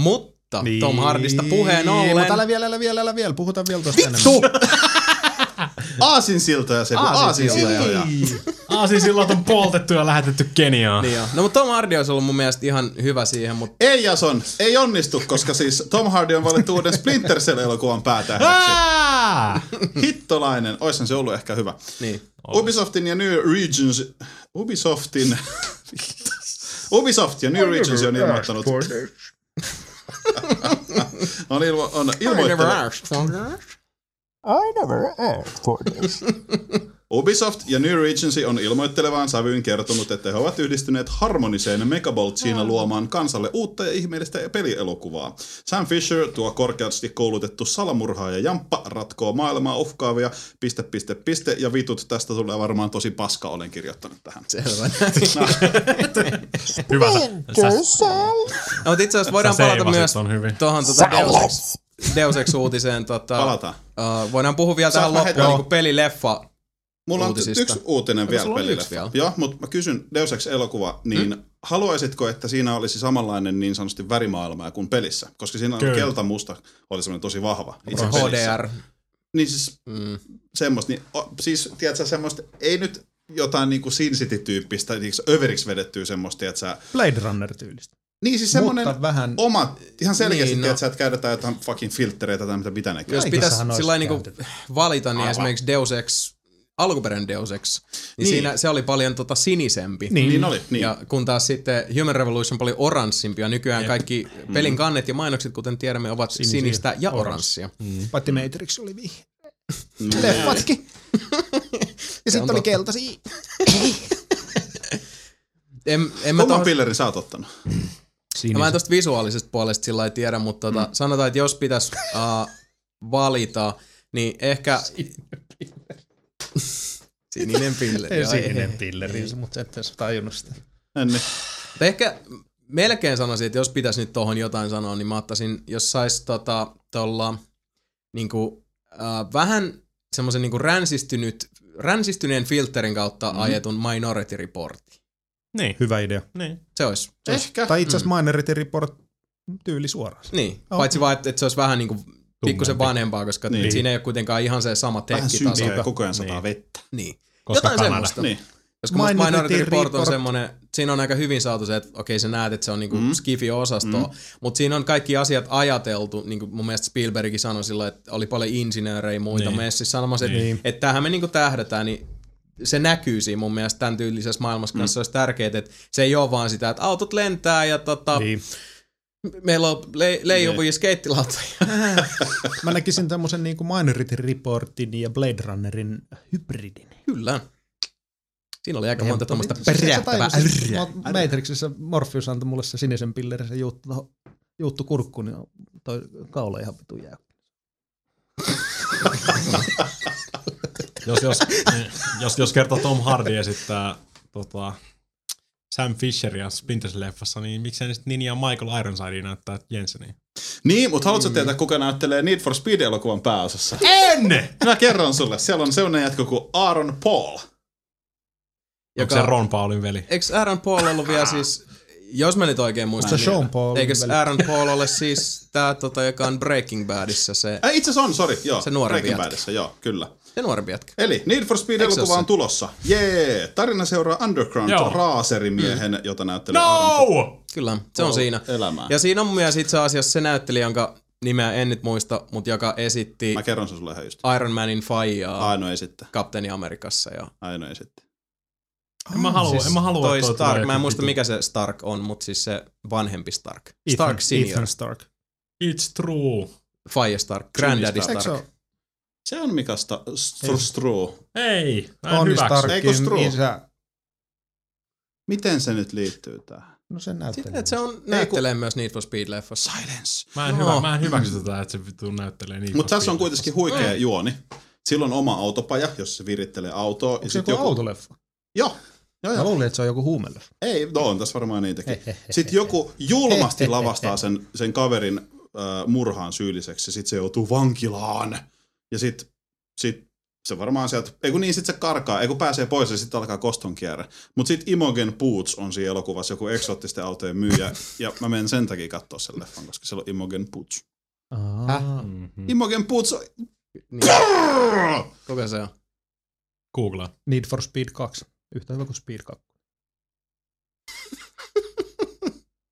[SPEAKER 3] Mutta niin. Tom Hardista puheen ollen.
[SPEAKER 4] Mutta älä vielä, älä vielä, älä vielä. Puhutaan vielä tosta enemmän.
[SPEAKER 5] olikin. Aasinsiltoja se, kun aasinsiltoja.
[SPEAKER 6] Ah, siis silloin on poltettu ja lähetetty Keniaan.
[SPEAKER 3] Niin joo. No mutta Tom Hardy olisi ollut mun mielestä ihan hyvä siihen, mutta
[SPEAKER 5] Ei Jason, ei onnistu, koska siis Tom Hardy on valittu uuden Splinter Cell-elokuvan päätähdeksi.
[SPEAKER 6] Ah!
[SPEAKER 5] Hittolainen, oishan se ollut ehkä hyvä.
[SPEAKER 3] niin.
[SPEAKER 5] Ubisoftin ja New Regions... Ubisoftin... Ubisoft ja New Regions on ilmoittanut... on, ilmo, on ilmoittanut, Ubisoft ja New Regency on ilmoittelevaan sävyyn kertonut, että he ovat yhdistyneet harmoniseen Megaboltsiina luomaan kansalle uutta ja ihmeellistä pelielokuvaa. Sam Fisher, tuo korkeasti koulutettu salamurhaaja Jamppa, ratkoo maailmaa uhkaavia, piste, piste, piste, ja vitut, tästä tulee varmaan tosi paska, olen kirjoittanut tähän.
[SPEAKER 3] Selvä.
[SPEAKER 6] Hyvä. Sä, sä,
[SPEAKER 3] No, mutta itse asiassa voidaan
[SPEAKER 6] sä
[SPEAKER 3] palata
[SPEAKER 6] seivasit
[SPEAKER 3] myös
[SPEAKER 6] ton hyvin.
[SPEAKER 3] tuohon tuota Deus Ex, Deus Ex uutiseen. Tota,
[SPEAKER 5] Palataan.
[SPEAKER 3] Uh, voidaan puhua vielä tähän
[SPEAKER 5] mä heti-
[SPEAKER 3] loppuun niin pelileffa.
[SPEAKER 5] Mulla on
[SPEAKER 3] Uutisista.
[SPEAKER 5] yksi uutinen vielä
[SPEAKER 3] sulla oli
[SPEAKER 5] pelille.
[SPEAKER 3] yksi vielä? Hmm?
[SPEAKER 5] Joo, mutta mä kysyn, Deus Ex elokuva, niin mm? haluaisitko, että siinä olisi samanlainen niin sanotusti värimaailma kuin pelissä? Koska siinä on
[SPEAKER 6] Kyllä.
[SPEAKER 5] kelta-musta, oli semmoinen tosi vahva. Itse pelissä.
[SPEAKER 3] HDR.
[SPEAKER 5] Niin siis
[SPEAKER 3] Mm.
[SPEAKER 5] semmoista, niin, o, siis tiedätkö semmoista, ei nyt jotain niinku Sin City-tyyppistä, niin överiksi vedettyä semmoista, tiedätkö,
[SPEAKER 4] Blade Runner-tyylistä.
[SPEAKER 5] niin siis semmoinen
[SPEAKER 4] Mutta vähän...
[SPEAKER 5] oma, ihan selkeästi,
[SPEAKER 3] Niin, no.
[SPEAKER 5] niin, tiedätkö, että käytetään jotain fucking filttereitä tai mitä pitää näkyy.
[SPEAKER 3] Jos pitäisi
[SPEAKER 4] Kaikissahan
[SPEAKER 3] sillä
[SPEAKER 4] olisi
[SPEAKER 3] niinku
[SPEAKER 4] käytetty.
[SPEAKER 3] valita, niin esimerkiksi Deus Ex alkuperäinen Deus Ex, niin, niin. siinä se oli paljon tota sinisempi.
[SPEAKER 5] Niin, niin oli. Niin.
[SPEAKER 3] Ja kun taas sitten Human Revolution paljon oranssimpi ja nykyään kaikki pelin kannet ja mainokset, kuten tiedämme, ovat sinistä, ja oranssia.
[SPEAKER 5] Mm.
[SPEAKER 9] Paitsi Matrix oli vihreä.
[SPEAKER 5] No,
[SPEAKER 9] Leffatkin. ja
[SPEAKER 3] on
[SPEAKER 9] sitten oli
[SPEAKER 3] totta.
[SPEAKER 9] keltaisia.
[SPEAKER 3] En, en mä
[SPEAKER 5] Mä Oman
[SPEAKER 3] tohon-
[SPEAKER 5] pilleri sä oot ottanut.
[SPEAKER 3] No mä en tosta visuaalisesta puolesta sillä lailla tiedä, mutta tota, mm. sanotaan, että jos pitäisi uh, valita, niin ehkä... Sininen pilleri.
[SPEAKER 4] Ei
[SPEAKER 3] ai
[SPEAKER 4] sininen
[SPEAKER 3] ei.
[SPEAKER 4] pilleri, mutta et olisi tajunnut sitä.
[SPEAKER 5] En niin.
[SPEAKER 3] Mutta ehkä melkein sanoisin, että jos pitäisi nyt tuohon jotain sanoa, niin mä ottaisin, jos sais tota, tuolla niinku, äh, vähän semmoisen niinku ränsistynyt, ränsistyneen filterin kautta mm. ajetun Minority Reportin.
[SPEAKER 6] Niin,
[SPEAKER 4] Hyvä idea.
[SPEAKER 6] niin.
[SPEAKER 3] Se olisi. Se olisi
[SPEAKER 5] Ehkä.
[SPEAKER 9] Tai itse asiassa Minority Report tyyli suoraan.
[SPEAKER 3] niin, oh. paitsi vaan, että, että se olisi vähän niinku pikkusen vanhempaa, koska niin.
[SPEAKER 5] Niin.
[SPEAKER 3] siinä ei ole kuitenkaan ihan se sama
[SPEAKER 5] Vähän
[SPEAKER 3] tekkitaso.
[SPEAKER 5] sympiä ja koko ajan sataa
[SPEAKER 6] Niin.
[SPEAKER 5] vettä.
[SPEAKER 3] Niin.
[SPEAKER 6] Koska
[SPEAKER 3] Jotain
[SPEAKER 6] Kanada.
[SPEAKER 3] semmoista.
[SPEAKER 5] Niin.
[SPEAKER 3] Koska Minority, Minority
[SPEAKER 9] Minority
[SPEAKER 3] Report on
[SPEAKER 9] Report.
[SPEAKER 3] semmoinen, siinä on aika hyvin saatu se, että okei sä näet, että se on niinku mm. skifi-osasto, mm. mutta siinä on kaikki asiat ajateltu, niin kuin mun mielestä Spielbergkin sanoi silloin, että oli paljon insinöörejä muita niin. messissä sanomassa, että niin. et tämähän me niinku tähdätään, niin se näkyy siinä mun mielestä tämän tyylisessä maailmassa kanssa, mm. se olisi tärkeää, että se ei ole vaan sitä, että autot lentää ja tota, niin. meillä on le- leijuvia skeittilautoja.
[SPEAKER 9] Mä näkisin tämmöisen
[SPEAKER 4] niinku
[SPEAKER 9] niin Minority Reportin ja Blade Runnerin hybridin.
[SPEAKER 3] Kyllä. Siinä oli aika monta tuommoista
[SPEAKER 9] Perättävä
[SPEAKER 3] perähtävää ärrää.
[SPEAKER 9] siis Matrixissa Morpheus antoi mulle se sinisen pillerin, se juuttu, toho- juuttu kurkku, niin toi kaula ihan vitu jää.
[SPEAKER 6] Jos, jos, niin, jos, jos kerta Tom Hardy esittää tota, Sam Fisheria Splinter-leffassa, niin miksei ne sitten Ninja Michael Ironside näyttää Jenseniä?
[SPEAKER 5] Niin, mutta haluatko tietää, kuka näyttelee Need for Speed-elokuvan pääosassa?
[SPEAKER 6] En!
[SPEAKER 5] Mä kerron sulle, siellä on sellainen jätkä kuin Aaron Paul.
[SPEAKER 6] Onko se Ron Paulin veli?
[SPEAKER 3] Eikö Aaron Paul ollut vielä siis, jos mä nyt oikein muistan,
[SPEAKER 9] Se Sean Paul.
[SPEAKER 3] eikö
[SPEAKER 9] väli-
[SPEAKER 3] Aaron Paul ole siis tää, tota, joka on Breaking Badissa, se,
[SPEAKER 5] Äh, itse asiassa on, sori, joo.
[SPEAKER 3] Se nuorempi
[SPEAKER 5] Breaking
[SPEAKER 3] jätkä.
[SPEAKER 5] Badissa, joo, kyllä.
[SPEAKER 3] se nuorempi jätkä?
[SPEAKER 5] Eli Need
[SPEAKER 3] Eikö
[SPEAKER 5] for
[SPEAKER 3] se
[SPEAKER 5] Speed-elokuva
[SPEAKER 3] ole
[SPEAKER 5] on
[SPEAKER 3] se?
[SPEAKER 5] tulossa. Jee! Tarina seuraa Underground
[SPEAKER 6] Joo.
[SPEAKER 5] raaserimiehen, jota näyttelee Aaron Paul.
[SPEAKER 6] No!
[SPEAKER 3] Kyllä, Mm. se on siinä.
[SPEAKER 5] Elämää.
[SPEAKER 3] Ja siinä on myös itse asiassa se näyttelijä, jonka nimeä en nyt muista, mutta joka esitti
[SPEAKER 5] Mä kerron sen sulle ihan just.
[SPEAKER 3] Iron Manin faijaa
[SPEAKER 5] Aino ei sitten.
[SPEAKER 3] Kapteeni Amerikassa ja
[SPEAKER 5] Aino ei sitten.
[SPEAKER 6] En mä halua, siis en mä halua.
[SPEAKER 3] toi
[SPEAKER 6] että tulee
[SPEAKER 3] Stark,
[SPEAKER 6] joku
[SPEAKER 3] mä en muista
[SPEAKER 6] vitu-
[SPEAKER 3] mikä se Stark on, mutta siis se vanhempi Stark.
[SPEAKER 4] Ethan,
[SPEAKER 3] Stark Senior,
[SPEAKER 4] Ethan Stark.
[SPEAKER 6] It's true.
[SPEAKER 3] Faija Stark,
[SPEAKER 5] Jimmy
[SPEAKER 3] Granddaddy
[SPEAKER 5] Stark.
[SPEAKER 3] Stark.
[SPEAKER 9] Eikö se ole
[SPEAKER 5] Se on Mikasta Strustru.
[SPEAKER 6] Ei, mä en
[SPEAKER 4] niin
[SPEAKER 9] Tony
[SPEAKER 6] hyväksy.
[SPEAKER 5] Eikö
[SPEAKER 9] Starkin
[SPEAKER 5] Struve?
[SPEAKER 9] isä?
[SPEAKER 5] Miten se nyt liittyy tähän?
[SPEAKER 9] No sen
[SPEAKER 3] Sitten,
[SPEAKER 9] näyttelee.
[SPEAKER 3] että se on, näyttelee myös Need for Speed-leffassa.
[SPEAKER 5] Silence.
[SPEAKER 6] Mä en,
[SPEAKER 3] No.
[SPEAKER 6] hyvä, mä en hyväksy tätä, että se vittu näyttelee niin.
[SPEAKER 5] Mutta tässä on kuitenkin huikea juoni. Sillä on oma autopaja, jossa se virittelee autoa.
[SPEAKER 9] Onko se joku autoleffa?
[SPEAKER 5] Joo. Joo,
[SPEAKER 9] Mä
[SPEAKER 5] joo.
[SPEAKER 9] luulin, että se on joku huumeleffa.
[SPEAKER 5] Ei, no on tässä varmaan niitäkin. Sitten joku julmasti lavastaa sen, sen kaverin äh, murhaan syylliseksi. Sitten se joutuu vankilaan. Ja sitten sit se varmaan sieltä, ei kun niin, sitten se karkaa, ei kun pääsee pois ja sitten alkaa koston kierre. Mutta sitten Imogen Boots on siinä elokuvassa joku eksoottisten autojen myyjä. ja mä menen sen takia katsoa sen leffan, koska siellä on Imogen Boots.
[SPEAKER 6] Mm-hmm.
[SPEAKER 5] Imogen Boots on...
[SPEAKER 3] Niin, kuka se on?
[SPEAKER 6] Googlaa.
[SPEAKER 9] Need for Speed 2. Yhtä hyvä kuin Speed 2.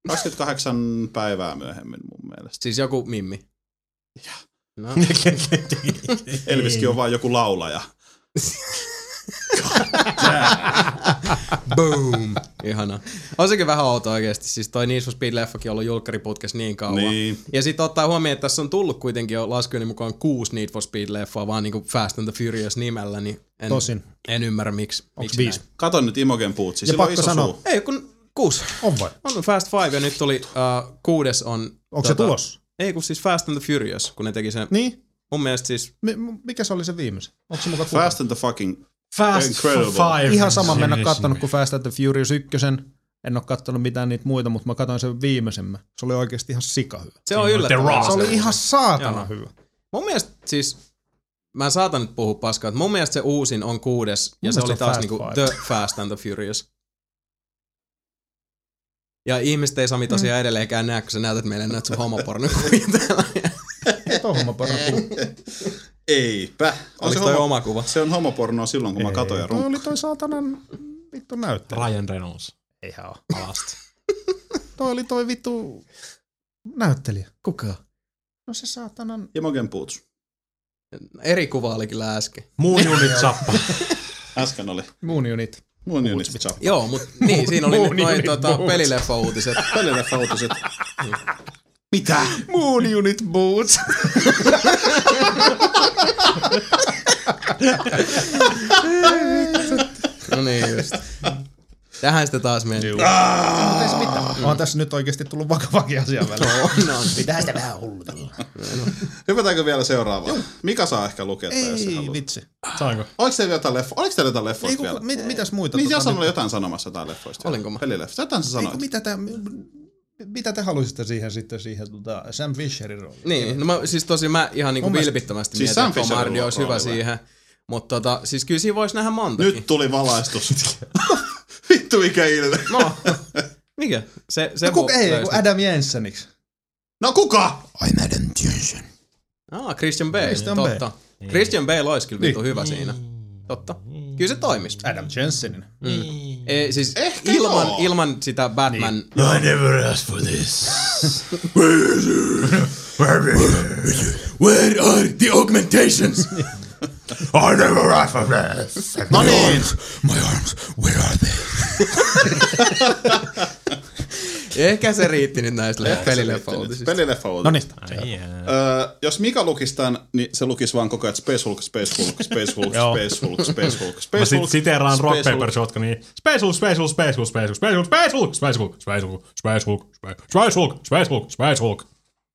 [SPEAKER 5] 28 päivää myöhemmin mun mielestä.
[SPEAKER 3] Siis joku Mimmi. No.
[SPEAKER 5] Elviskin on vaan joku laulaja.
[SPEAKER 3] Boom. Ihana. On sekin vähän outo oikeasti. Siis toi Need for Speed-leffakin on ollut julkkariputkessa niin kauan.
[SPEAKER 5] Niin.
[SPEAKER 3] Ja sitten ottaa huomioon, että tässä on tullut kuitenkin jo laskujeni mukaan kuusi Need for Speed-leffaa, vaan niinku Fast and the Furious nimellä, niin en,
[SPEAKER 9] Tosin.
[SPEAKER 3] en ymmärrä miksi. miksi
[SPEAKER 9] viisi?
[SPEAKER 3] näin.
[SPEAKER 5] Kato nyt Imogen Bootsi,
[SPEAKER 9] Ja
[SPEAKER 5] sillä on
[SPEAKER 9] pakko
[SPEAKER 5] iso
[SPEAKER 9] sanoa-
[SPEAKER 5] suu.
[SPEAKER 3] Ei, kun kuusi.
[SPEAKER 9] On vai?
[SPEAKER 3] On Fast Five ja nyt tuli uh, kuudes on... tota-
[SPEAKER 9] Onko se tulossa?
[SPEAKER 3] Ei, kun siis Fast and the Furious, kun ne teki sen.
[SPEAKER 9] Niin?
[SPEAKER 3] Mun mielestä siis...
[SPEAKER 9] Mi- m- Mikä se oli se viimeisen? Onko se muka kuva?
[SPEAKER 5] Fast and the fucking...
[SPEAKER 6] Fast
[SPEAKER 5] Incredible.
[SPEAKER 6] Five.
[SPEAKER 9] Ihan sama mennä
[SPEAKER 6] Generation.
[SPEAKER 9] kattonut kuin Fast and the Furious 1. En ole kattonut mitään niitä muita, mutta mä katsoin sen viimeisemmän. Se oli oikeasti ihan sika hyvä.
[SPEAKER 3] Ah, Se on
[SPEAKER 6] Siinä on Niin, no, The
[SPEAKER 3] yllättävää.
[SPEAKER 6] Rock.
[SPEAKER 9] Se oli ihan saatana
[SPEAKER 3] Joo.
[SPEAKER 9] hyvä.
[SPEAKER 3] Mun mielestä siis, mä saatan nyt puhua paskaa, että mun mielestä se uusin on kuudes, ja
[SPEAKER 9] Mun mielestä
[SPEAKER 3] se oli
[SPEAKER 9] on
[SPEAKER 3] taas
[SPEAKER 9] Fast
[SPEAKER 3] niinku
[SPEAKER 9] Five.
[SPEAKER 3] The Fast and the Furious. Ja ihmiset ei Sami
[SPEAKER 9] Mm.
[SPEAKER 3] tosiaan edelleenkään näe, kun sä näytät meille näitä sun homopornokuvia täällä.
[SPEAKER 9] Tuo homma parantuu.
[SPEAKER 5] Eipä. On se,
[SPEAKER 3] Oliko toi
[SPEAKER 5] homo...
[SPEAKER 3] oma kuva?
[SPEAKER 5] se on homopornoa silloin, kun mä katoin ja
[SPEAKER 9] Toi
[SPEAKER 5] run...
[SPEAKER 9] oli toi saatanan vittu näyttö.
[SPEAKER 6] Ryan Reynolds.
[SPEAKER 9] Eihän oo.
[SPEAKER 6] Palasta.
[SPEAKER 9] Toi oli toi vittu näyttelijä.
[SPEAKER 3] Kuka?
[SPEAKER 9] No se saatanan...
[SPEAKER 5] Imogen Boots.
[SPEAKER 3] Eri kuva oli kyllä äsken.
[SPEAKER 6] Muun junit sappa.
[SPEAKER 5] Äsken oli.
[SPEAKER 9] Moon Unit.
[SPEAKER 5] Muun unit chappi.
[SPEAKER 3] Joo, mutta niin, siinä oli nyt noin tota, pelileffa-uutiset.
[SPEAKER 5] Pelileffa uutiset. Mitä?
[SPEAKER 9] Moon Unit Boots.
[SPEAKER 3] No niin just. Tähän sitä taas mentiin.
[SPEAKER 9] Ah! On tässä nyt oikeasti tullut vakavakin asia välillä.
[SPEAKER 3] No,
[SPEAKER 8] Pitää sitä vähän hullutella.
[SPEAKER 5] Hypätäänkö vielä seuraavaan? Mika saa ehkä lukea, Ei, jos se
[SPEAKER 9] Ei
[SPEAKER 5] haluaa.
[SPEAKER 9] vitsi.
[SPEAKER 6] Saanko?
[SPEAKER 5] Oliko teillä jotain leffa? Oliko teillä jotain leffoista
[SPEAKER 9] Ei, kun,
[SPEAKER 5] vielä?
[SPEAKER 9] mit, mitäs muita?
[SPEAKER 5] Niin,
[SPEAKER 9] tota,
[SPEAKER 5] Jasan
[SPEAKER 9] nyt-
[SPEAKER 5] oli jotain sanomassa jotain leffoista.
[SPEAKER 3] Olinko mä?
[SPEAKER 5] Pelileffoista. Jotain sä
[SPEAKER 9] Ei, kun
[SPEAKER 5] sanoit.
[SPEAKER 9] Niin, mitä, te, mitä te haluaisitte siihen sitten siihen tota, Sam Fisherin rooliin?
[SPEAKER 3] Niin, no mä, siis tosi mä ihan niinku
[SPEAKER 9] Mun mielestä-
[SPEAKER 3] vilpittömästi
[SPEAKER 5] Siis
[SPEAKER 3] mietin,
[SPEAKER 5] Sam
[SPEAKER 3] että Tom
[SPEAKER 5] Fisherin
[SPEAKER 3] Hardy olisi
[SPEAKER 5] rooli
[SPEAKER 3] hyvä
[SPEAKER 5] on hyvä.
[SPEAKER 3] siihen. Mutta tota, siis kyllä siinä voisi nähdä montakin.
[SPEAKER 5] Nyt tuli valaistus. Vittu mikä ilme.
[SPEAKER 3] No. Mikä? Se, se
[SPEAKER 9] No kuka,
[SPEAKER 3] vo-
[SPEAKER 9] ei,
[SPEAKER 3] löysi-
[SPEAKER 9] kun Adam Jenseniksi.
[SPEAKER 5] No kuka?
[SPEAKER 3] Aa, Christian Bale.
[SPEAKER 9] Christian
[SPEAKER 3] totta.
[SPEAKER 6] Niin.
[SPEAKER 3] Christian Bale olisi kyllä vittu hyvä siinä. Totta. Kyllä se toimisi.
[SPEAKER 9] Adam Jensenin.
[SPEAKER 3] Ei, siis
[SPEAKER 5] Ehkä
[SPEAKER 3] ilman,
[SPEAKER 5] joo.
[SPEAKER 3] ilman sitä Batman... Niin.
[SPEAKER 2] No,
[SPEAKER 7] I never asked for this.
[SPEAKER 2] Where are the augmentations? I never have a laugh. No niin. My arms, where are they?
[SPEAKER 3] Ehkä se riitti nyt näistä Siis pelileffa
[SPEAKER 5] Pelileffa uutisista.
[SPEAKER 9] niin.
[SPEAKER 5] Öö, jos Mika lukisi tämän, niin se lukisi vaan koko ajan että Space Hulk, Space Hulk, Space Hulk, Space Hulk, Space Hulk,
[SPEAKER 6] Mä
[SPEAKER 5] Space
[SPEAKER 6] sit
[SPEAKER 5] Hulk.
[SPEAKER 6] siteeraan Rock
[SPEAKER 5] Space Hulk.
[SPEAKER 6] Paper Shotka niin Space Hulk, Space Hulk, Space Hulk, Space Hulk, Space Hulk, Space Hulk, Space Hulk, Space Hulk, Space Hulk, Space Hulk, Space Hulk, Space Hulk.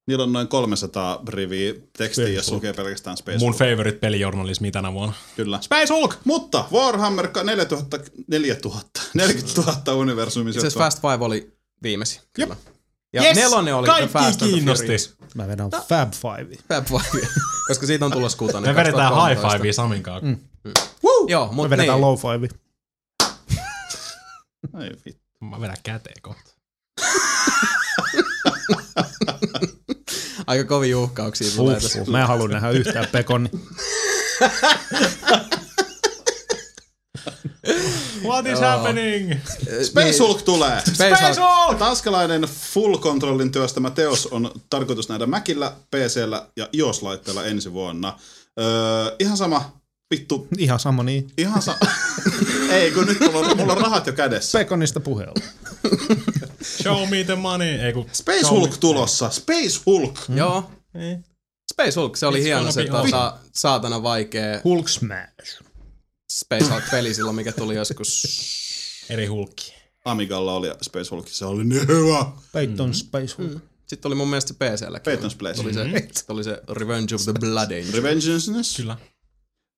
[SPEAKER 5] Niillä on noin 300 riviä tekstiä, jos lukee pelkästään Space
[SPEAKER 6] Mun
[SPEAKER 5] Hulk.
[SPEAKER 6] favorite pelijournalismi tänä vuonna.
[SPEAKER 5] Kyllä.
[SPEAKER 6] Space Hulk!
[SPEAKER 5] Mutta Warhammer ka- 4000, 4000, 40 000 universumissa.
[SPEAKER 3] Itse asiassa Fast Five oli viimeisin. Jep. Ja
[SPEAKER 6] Yes!
[SPEAKER 3] nelonen oli
[SPEAKER 6] Kaikki
[SPEAKER 3] The Fast and the
[SPEAKER 6] kiinnosti.
[SPEAKER 3] Furious.
[SPEAKER 9] Mä vedän Fab Five.
[SPEAKER 3] Fab Five. Koska siitä on tulossa kutonen.
[SPEAKER 6] Me vedetään high
[SPEAKER 3] 2013.
[SPEAKER 6] fivea Samin kanssa.
[SPEAKER 3] Mm. Joo,
[SPEAKER 9] Me
[SPEAKER 3] mutta
[SPEAKER 9] vedetään
[SPEAKER 3] niin.
[SPEAKER 9] Low Five.
[SPEAKER 5] Ei vittu.
[SPEAKER 6] Mä vedän käteen kohta.
[SPEAKER 3] Aika kovin uhkauksia tulee tässä.
[SPEAKER 9] Mä en halua nähdä yhtään Pekoni.
[SPEAKER 6] What is happening?
[SPEAKER 3] Äh, niin.
[SPEAKER 5] Space Hulk tulee!
[SPEAKER 3] Space Hulk.
[SPEAKER 5] Tanskalainen Full Controlin työstämä teos on tarkoitus nähdä Mäkillä, PCllä ja iOS-laitteella ensi vuonna. Öö, ihan sama, vittu,
[SPEAKER 9] Ihan sama niin.
[SPEAKER 5] ihan sama. Ei, kun nyt mulla on, mulla on rahat jo kädessä.
[SPEAKER 9] Pekonista puheella.
[SPEAKER 6] Show me the money. Ei kun...
[SPEAKER 5] Space Hulk tulossa, Space Hulk!
[SPEAKER 3] Joo. Space Hulk, se oli
[SPEAKER 6] Mm. Niin. It's
[SPEAKER 3] hieno
[SPEAKER 6] gonna
[SPEAKER 3] se
[SPEAKER 6] be awesome.
[SPEAKER 3] tota, saatana vaikea
[SPEAKER 9] Hulk Smash.
[SPEAKER 3] Space Hulk-peli silloin, mikä tuli joskus.
[SPEAKER 6] Eri hulkki.
[SPEAKER 5] Amigalla oli Space Hulk, se oli niin hyvä.
[SPEAKER 9] Peyton Space Hulk.
[SPEAKER 3] Sitten oli mun mielestä se PClläkin.
[SPEAKER 5] Peyton's Place.
[SPEAKER 3] Tuli se, tuli se Revenge of the Blood Angel.
[SPEAKER 5] Revengeousness.
[SPEAKER 6] Kyllä.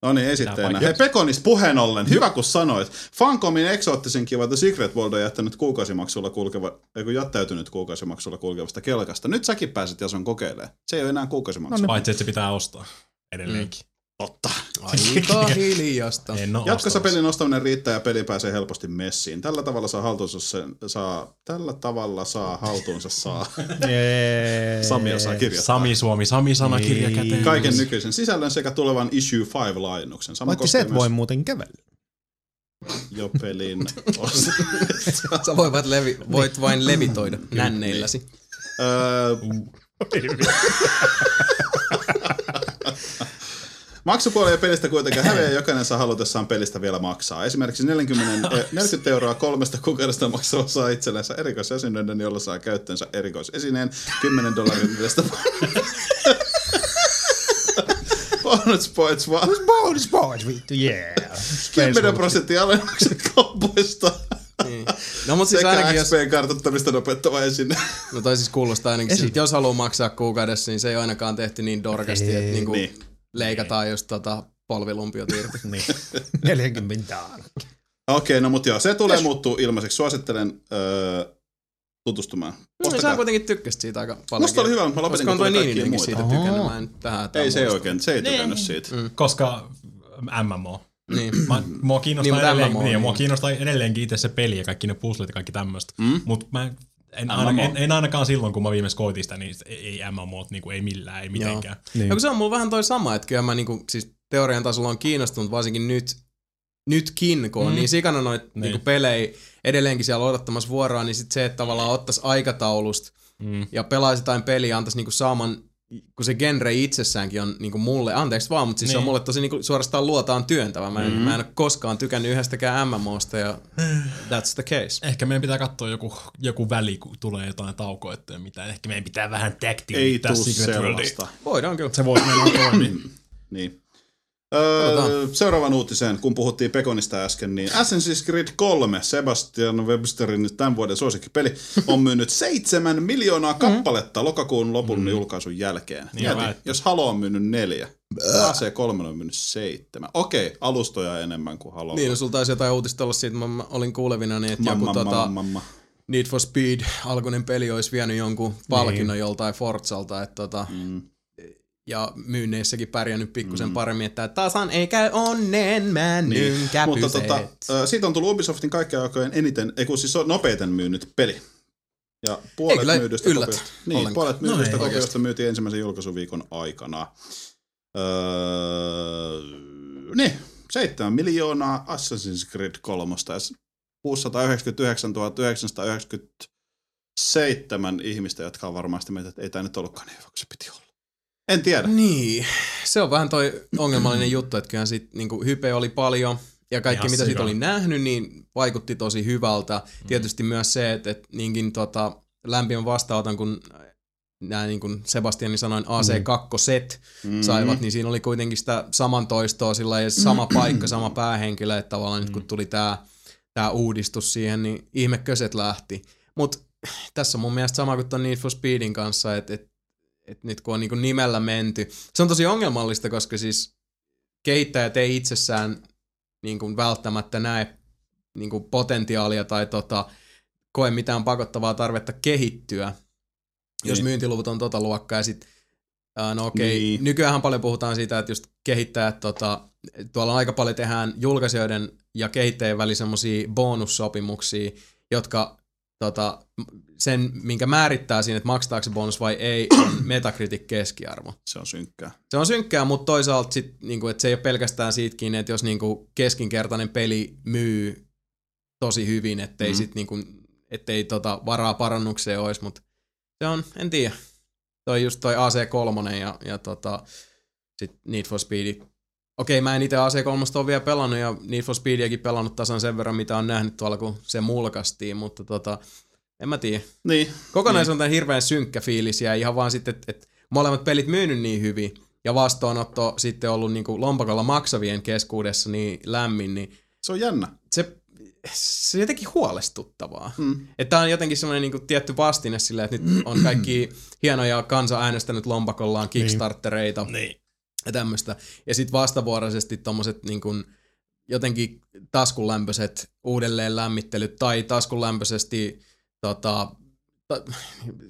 [SPEAKER 5] No niin, esitteenä. Hei, Pekonis puheen ollen. Hyvä, kun sanoit. Fancomin eksoottisen kiva The Secret World on jättänyt kuukausimaksulla kulkeva, ei kun jättäytynyt kuukausimaksulla kulkevasta kelkasta. Nyt säkin pääset ja on kokeilemaan. Se ei ole enää kuukausimaksu. No,
[SPEAKER 6] Paitsi, että se pitää ostaa. Edelleenkin.
[SPEAKER 5] Totta.
[SPEAKER 3] Aika hiljasta.
[SPEAKER 6] En oo
[SPEAKER 5] Mm. Jatkossa
[SPEAKER 6] ostamassa.
[SPEAKER 5] pelin ostaminen riittää ja peli pääsee helposti messiin. Tällä tavalla saa haltuunsa sen, saa, tällä tavalla saa haltuunsa saa.
[SPEAKER 9] Jee.
[SPEAKER 5] Sami osaa kirjoittaa.
[SPEAKER 6] Sami Suomi, Sami sanakirja käteen.
[SPEAKER 5] Kaiken nykyisen sisällön sekä tulevan Issue 5-laajennuksen. Sama
[SPEAKER 9] Matti, se
[SPEAKER 5] koskee
[SPEAKER 9] et
[SPEAKER 5] myös
[SPEAKER 9] voi muuten kävellä.
[SPEAKER 5] jo pelin osa.
[SPEAKER 3] Sä voit, vain levi, voit vain levitoida nänneilläsi.
[SPEAKER 5] Öö, Maksupuolia pelistä kuitenkaan häviää, jokainen saa halutessaan pelistä vielä maksaa. Esimerkiksi 40, eh, 40 euroa kolmesta kuukaudesta maksaa saa itsellensä erikoisjäsenyyden, jolla saa käyttöönsä erikoisesineen 10 dollarin edestä. Bonus points vaan.
[SPEAKER 9] Bonus points, vittu, yeah.
[SPEAKER 5] 10 prosenttia alennuksen kaupoista.
[SPEAKER 3] Niin. No mut siis
[SPEAKER 5] Sekä
[SPEAKER 3] ainakin jos,
[SPEAKER 5] XP-kartoittamista nopeuttava esine.
[SPEAKER 3] no toi siis kuulostaa ainakin siltä, että jos haluaa maksaa kuukaudessa, niin se ei ainakaan tehty niin dorkasti, että niinku
[SPEAKER 5] Niin.
[SPEAKER 3] leikataan just tota polvilumpiot irti.
[SPEAKER 9] Niin. 40 taan.
[SPEAKER 5] Okei, no mut joo, se tulee muuttuu ilmaiseksi. Suosittelen öö, tutustumaan.
[SPEAKER 3] No,
[SPEAKER 5] Ostakaa.
[SPEAKER 3] sä kuitenkin tykkäsit siitä aika paljon.
[SPEAKER 5] Musta oli hyvä, mutta mä lopetin, niinku
[SPEAKER 3] Koska on
[SPEAKER 5] kun
[SPEAKER 3] toi
[SPEAKER 5] tuli
[SPEAKER 3] niin
[SPEAKER 5] kaikkia
[SPEAKER 3] jotenkin
[SPEAKER 5] muita.
[SPEAKER 3] siitä tykännyt. Mä en tähän
[SPEAKER 5] Ei se ei
[SPEAKER 3] muista.
[SPEAKER 5] oikein, se ei tykännyt siitä.
[SPEAKER 6] Koska äh, MMO.
[SPEAKER 3] Niin.
[SPEAKER 6] Mä,
[SPEAKER 5] Mm.
[SPEAKER 6] mua
[SPEAKER 3] Niin,
[SPEAKER 6] kiinnostaa,
[SPEAKER 3] mutta
[SPEAKER 6] niin, edelleen,
[SPEAKER 3] MMO,
[SPEAKER 6] niin, niin. Mua
[SPEAKER 3] niin.
[SPEAKER 6] kiinnostaa edelleenkin itse se peli ja kaikki ne puzzlet ja kaikki tämmöistä. Mm? Mutta mä en, aina,
[SPEAKER 5] MMO.
[SPEAKER 6] en, en, ainakaan silloin, kun mä viimeksi koitin sitä, niin ei MMO, niinku, ei millään, ei mitenkään.
[SPEAKER 3] Niin. No kun se on mulla vähän toi sama, että kyllä mä niinku, siis teorian tasolla on kiinnostunut varsinkin nyt, nytkin, kun on mm. niin sikana noit niin. niinku pelejä edelleenkin siellä odottamassa vuoroa, niin sit se, että tavallaan ottaisi aikataulusta mm. ja pelaisi jotain peliä, antaisi niinku saman kun se genre itsessäänkin on niinku mulle, anteeksi vaan, mutta siis niin. se on mulle tosi niinku suorastaan luotaan työntävä. Mä en, mm-hmm. mä en ole koskaan tykännyt yhdestäkään MMOsta ja that's the case.
[SPEAKER 6] Ehkä meidän pitää katsoa joku, joku väli, kun tulee jotain taukoa, että mitä. Ehkä meidän pitää vähän
[SPEAKER 5] Ei
[SPEAKER 6] taktiikkaa
[SPEAKER 5] tuu sellaista.
[SPEAKER 3] Voidaan kyllä.
[SPEAKER 6] Se voi meillä toimia.
[SPEAKER 5] Niin. Öö,
[SPEAKER 3] Katsotaan.
[SPEAKER 5] seuraavan uutiseen, kun puhuttiin Pekonista äsken, niin Assassin's Creed 3, Sebastian Websterin tämän vuoden suosikkipeli, on myynyt 7 miljoonaa
[SPEAKER 3] Mhm.
[SPEAKER 5] kappaletta lokakuun lopun julkaisun jälkeen.
[SPEAKER 6] Niin
[SPEAKER 5] Mieti,
[SPEAKER 6] väitti.
[SPEAKER 5] jos Halo on myynyt neljä, AC3 on myynyt seitsemän. Okei, alustoja enemmän kuin Halo.
[SPEAKER 3] Niin, no sulla taisi jotain uutista olla siitä, mä, mä olin kuulevina, niin että joku
[SPEAKER 5] Mamma,
[SPEAKER 3] tota,
[SPEAKER 5] mamma, mamma.
[SPEAKER 3] Need for Speed alkuinen peli olisi vienyt jonkun palkinnon niin. joltain Forzalta, että tota, mm. ja myynneissäkin pärjännyt pikkusen mm. paremmin, että tasan ei käy onnen männyn niin.
[SPEAKER 5] Mutta tota, ö, siitä on tullut Ubisoftin kaikkien aikojen eniten, ei kun siis on nopeiten myynyt peli. Ja puolet
[SPEAKER 3] kyllä
[SPEAKER 5] myydystä
[SPEAKER 3] yllät
[SPEAKER 5] kopioista, niin,
[SPEAKER 3] ollenkaan.
[SPEAKER 5] puolet myydystä
[SPEAKER 3] ei
[SPEAKER 5] no, kopioista
[SPEAKER 3] oikeasti.
[SPEAKER 5] myytiin ensimmäisen julkaisuviikon aikana. Öö, niin, 7 miljoonaa Assassin's Creed 3. 699 997 ihmistä, jotka on varmasti meitä, että ei tämä nyt ollutkaan niin hyvä kuin se piti olla. En tiedä.
[SPEAKER 3] Niin, se on vähän toi ongelmallinen juttu, että kyllähän sit niinku hype oli paljon ja kaikki
[SPEAKER 6] Ihan
[SPEAKER 3] mitä siitä
[SPEAKER 6] sikana.
[SPEAKER 3] oli nähnyt, niin vaikutti tosi hyvältä. Mm. Tietysti myös se, että, että niinkin tota, lämpimän vastaanotan, kun nämä niin kuin Sebastianin sanoin AC2-set
[SPEAKER 5] Mm.
[SPEAKER 3] saivat, niin siinä oli kuitenkin sitä samantoistoa sillä ja sama paikka, sama päähenkilö, että tavallaan nyt kun tuli tämä tää uudistus siihen, niin ihmeköset lähti. Mutta tässä on mun mielestä sama kuin ton Need for Speedin kanssa, että et, et nyt kun on niinku nimellä menty. Se on tosi ongelmallista, koska siis kehittäjät ei itsessään niinku välttämättä näe niinku potentiaalia tai tota, koe mitään pakottavaa tarvetta kehittyä, jos
[SPEAKER 5] Niin.
[SPEAKER 3] myyntiluvut on tota luokkaa. Ja sit, ää, no okei,
[SPEAKER 5] Niin.
[SPEAKER 3] niin. nykyään paljon puhutaan siitä, että just kehittäjät, tota, tuolla aika paljon tehdään julkaisijoiden ja kehittäjien välillä semmoisia bonussopimuksia, jotka tota, m- sen, minkä määrittää siinä, että maksetaanko se bonus vai ei, on Metacritic keskiarvo.
[SPEAKER 5] Se on synkkää.
[SPEAKER 3] Se on synkkää, mutta toisaalta sit, niinku, et se ei ole pelkästään siitäkin, että jos niinku, keskinkertainen peli myy tosi hyvin, ettei, mm.
[SPEAKER 5] Mm.
[SPEAKER 3] sit, niinku, ettei tota, varaa parannukseen olisi, mutta se on, en tiedä. Toi just toi AC3 ja, ja tota, sit Need for Speed. Okei, mä en itse AC3 ole vielä pelannut ja Need for Speediäkin pelannut tasan sen verran, mitä on nähnyt tuolla, kun se mulkaistiin, mutta tota, en mä tiedä.
[SPEAKER 5] Niin,
[SPEAKER 3] Kokonaisuus on tämän hirveän synkkä fiilis ja ihan vaan sitten, että et molemmat pelit myynyt niin hyvin ja vastaanotto sitten ollut niinku lompakolla maksavien keskuudessa niin lämmin, niin
[SPEAKER 5] se on jännä.
[SPEAKER 3] se, se on jotenkin huolestuttavaa.
[SPEAKER 5] Mm.
[SPEAKER 3] Että tämä on jotenkin semmoinen niinku tietty vastine sille, että nyt on kaikki hienoja kansa äänestänyt lompakollaan Kickstartereita
[SPEAKER 6] Niin.
[SPEAKER 3] ja tämmöistä. Ja sitten vastavuoroisesti tommoset niin kun, jotenkin taskunlämpöiset uudelleen lämmittelyt tai taskunlämpöisesti tota, ta,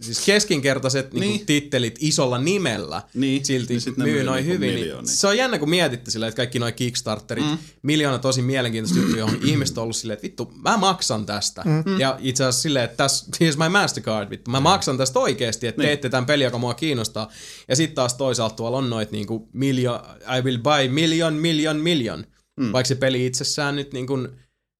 [SPEAKER 3] siis keskinkertaiset niin. Niin
[SPEAKER 5] Niin.
[SPEAKER 3] tittelit isolla nimellä
[SPEAKER 5] Niin,
[SPEAKER 3] silti
[SPEAKER 5] niin sit ne
[SPEAKER 3] myy
[SPEAKER 5] myy
[SPEAKER 3] noin
[SPEAKER 5] niinku
[SPEAKER 3] hyvin. Niin
[SPEAKER 5] miljoonia.
[SPEAKER 3] se on jännä, kun mietitte sillä, että kaikki noin Kickstarterit, mm. miljoona tosi mielenkiintoista juttuja, johon ihmiset on ollut silleen, että vittu, mä maksan tästä. Mm. Ja itse asiassa silleen, että tässä, here's my mastercard, vittu, mä maksan tästä oikeasti, että Mm. niin. teette tämän peli, joka mua kiinnostaa. Ja sitten taas toisaalta tuolla on noit niinku miljo, I will buy million, million, million. Mm. Vaikka se peli itsessään nyt niin kuin,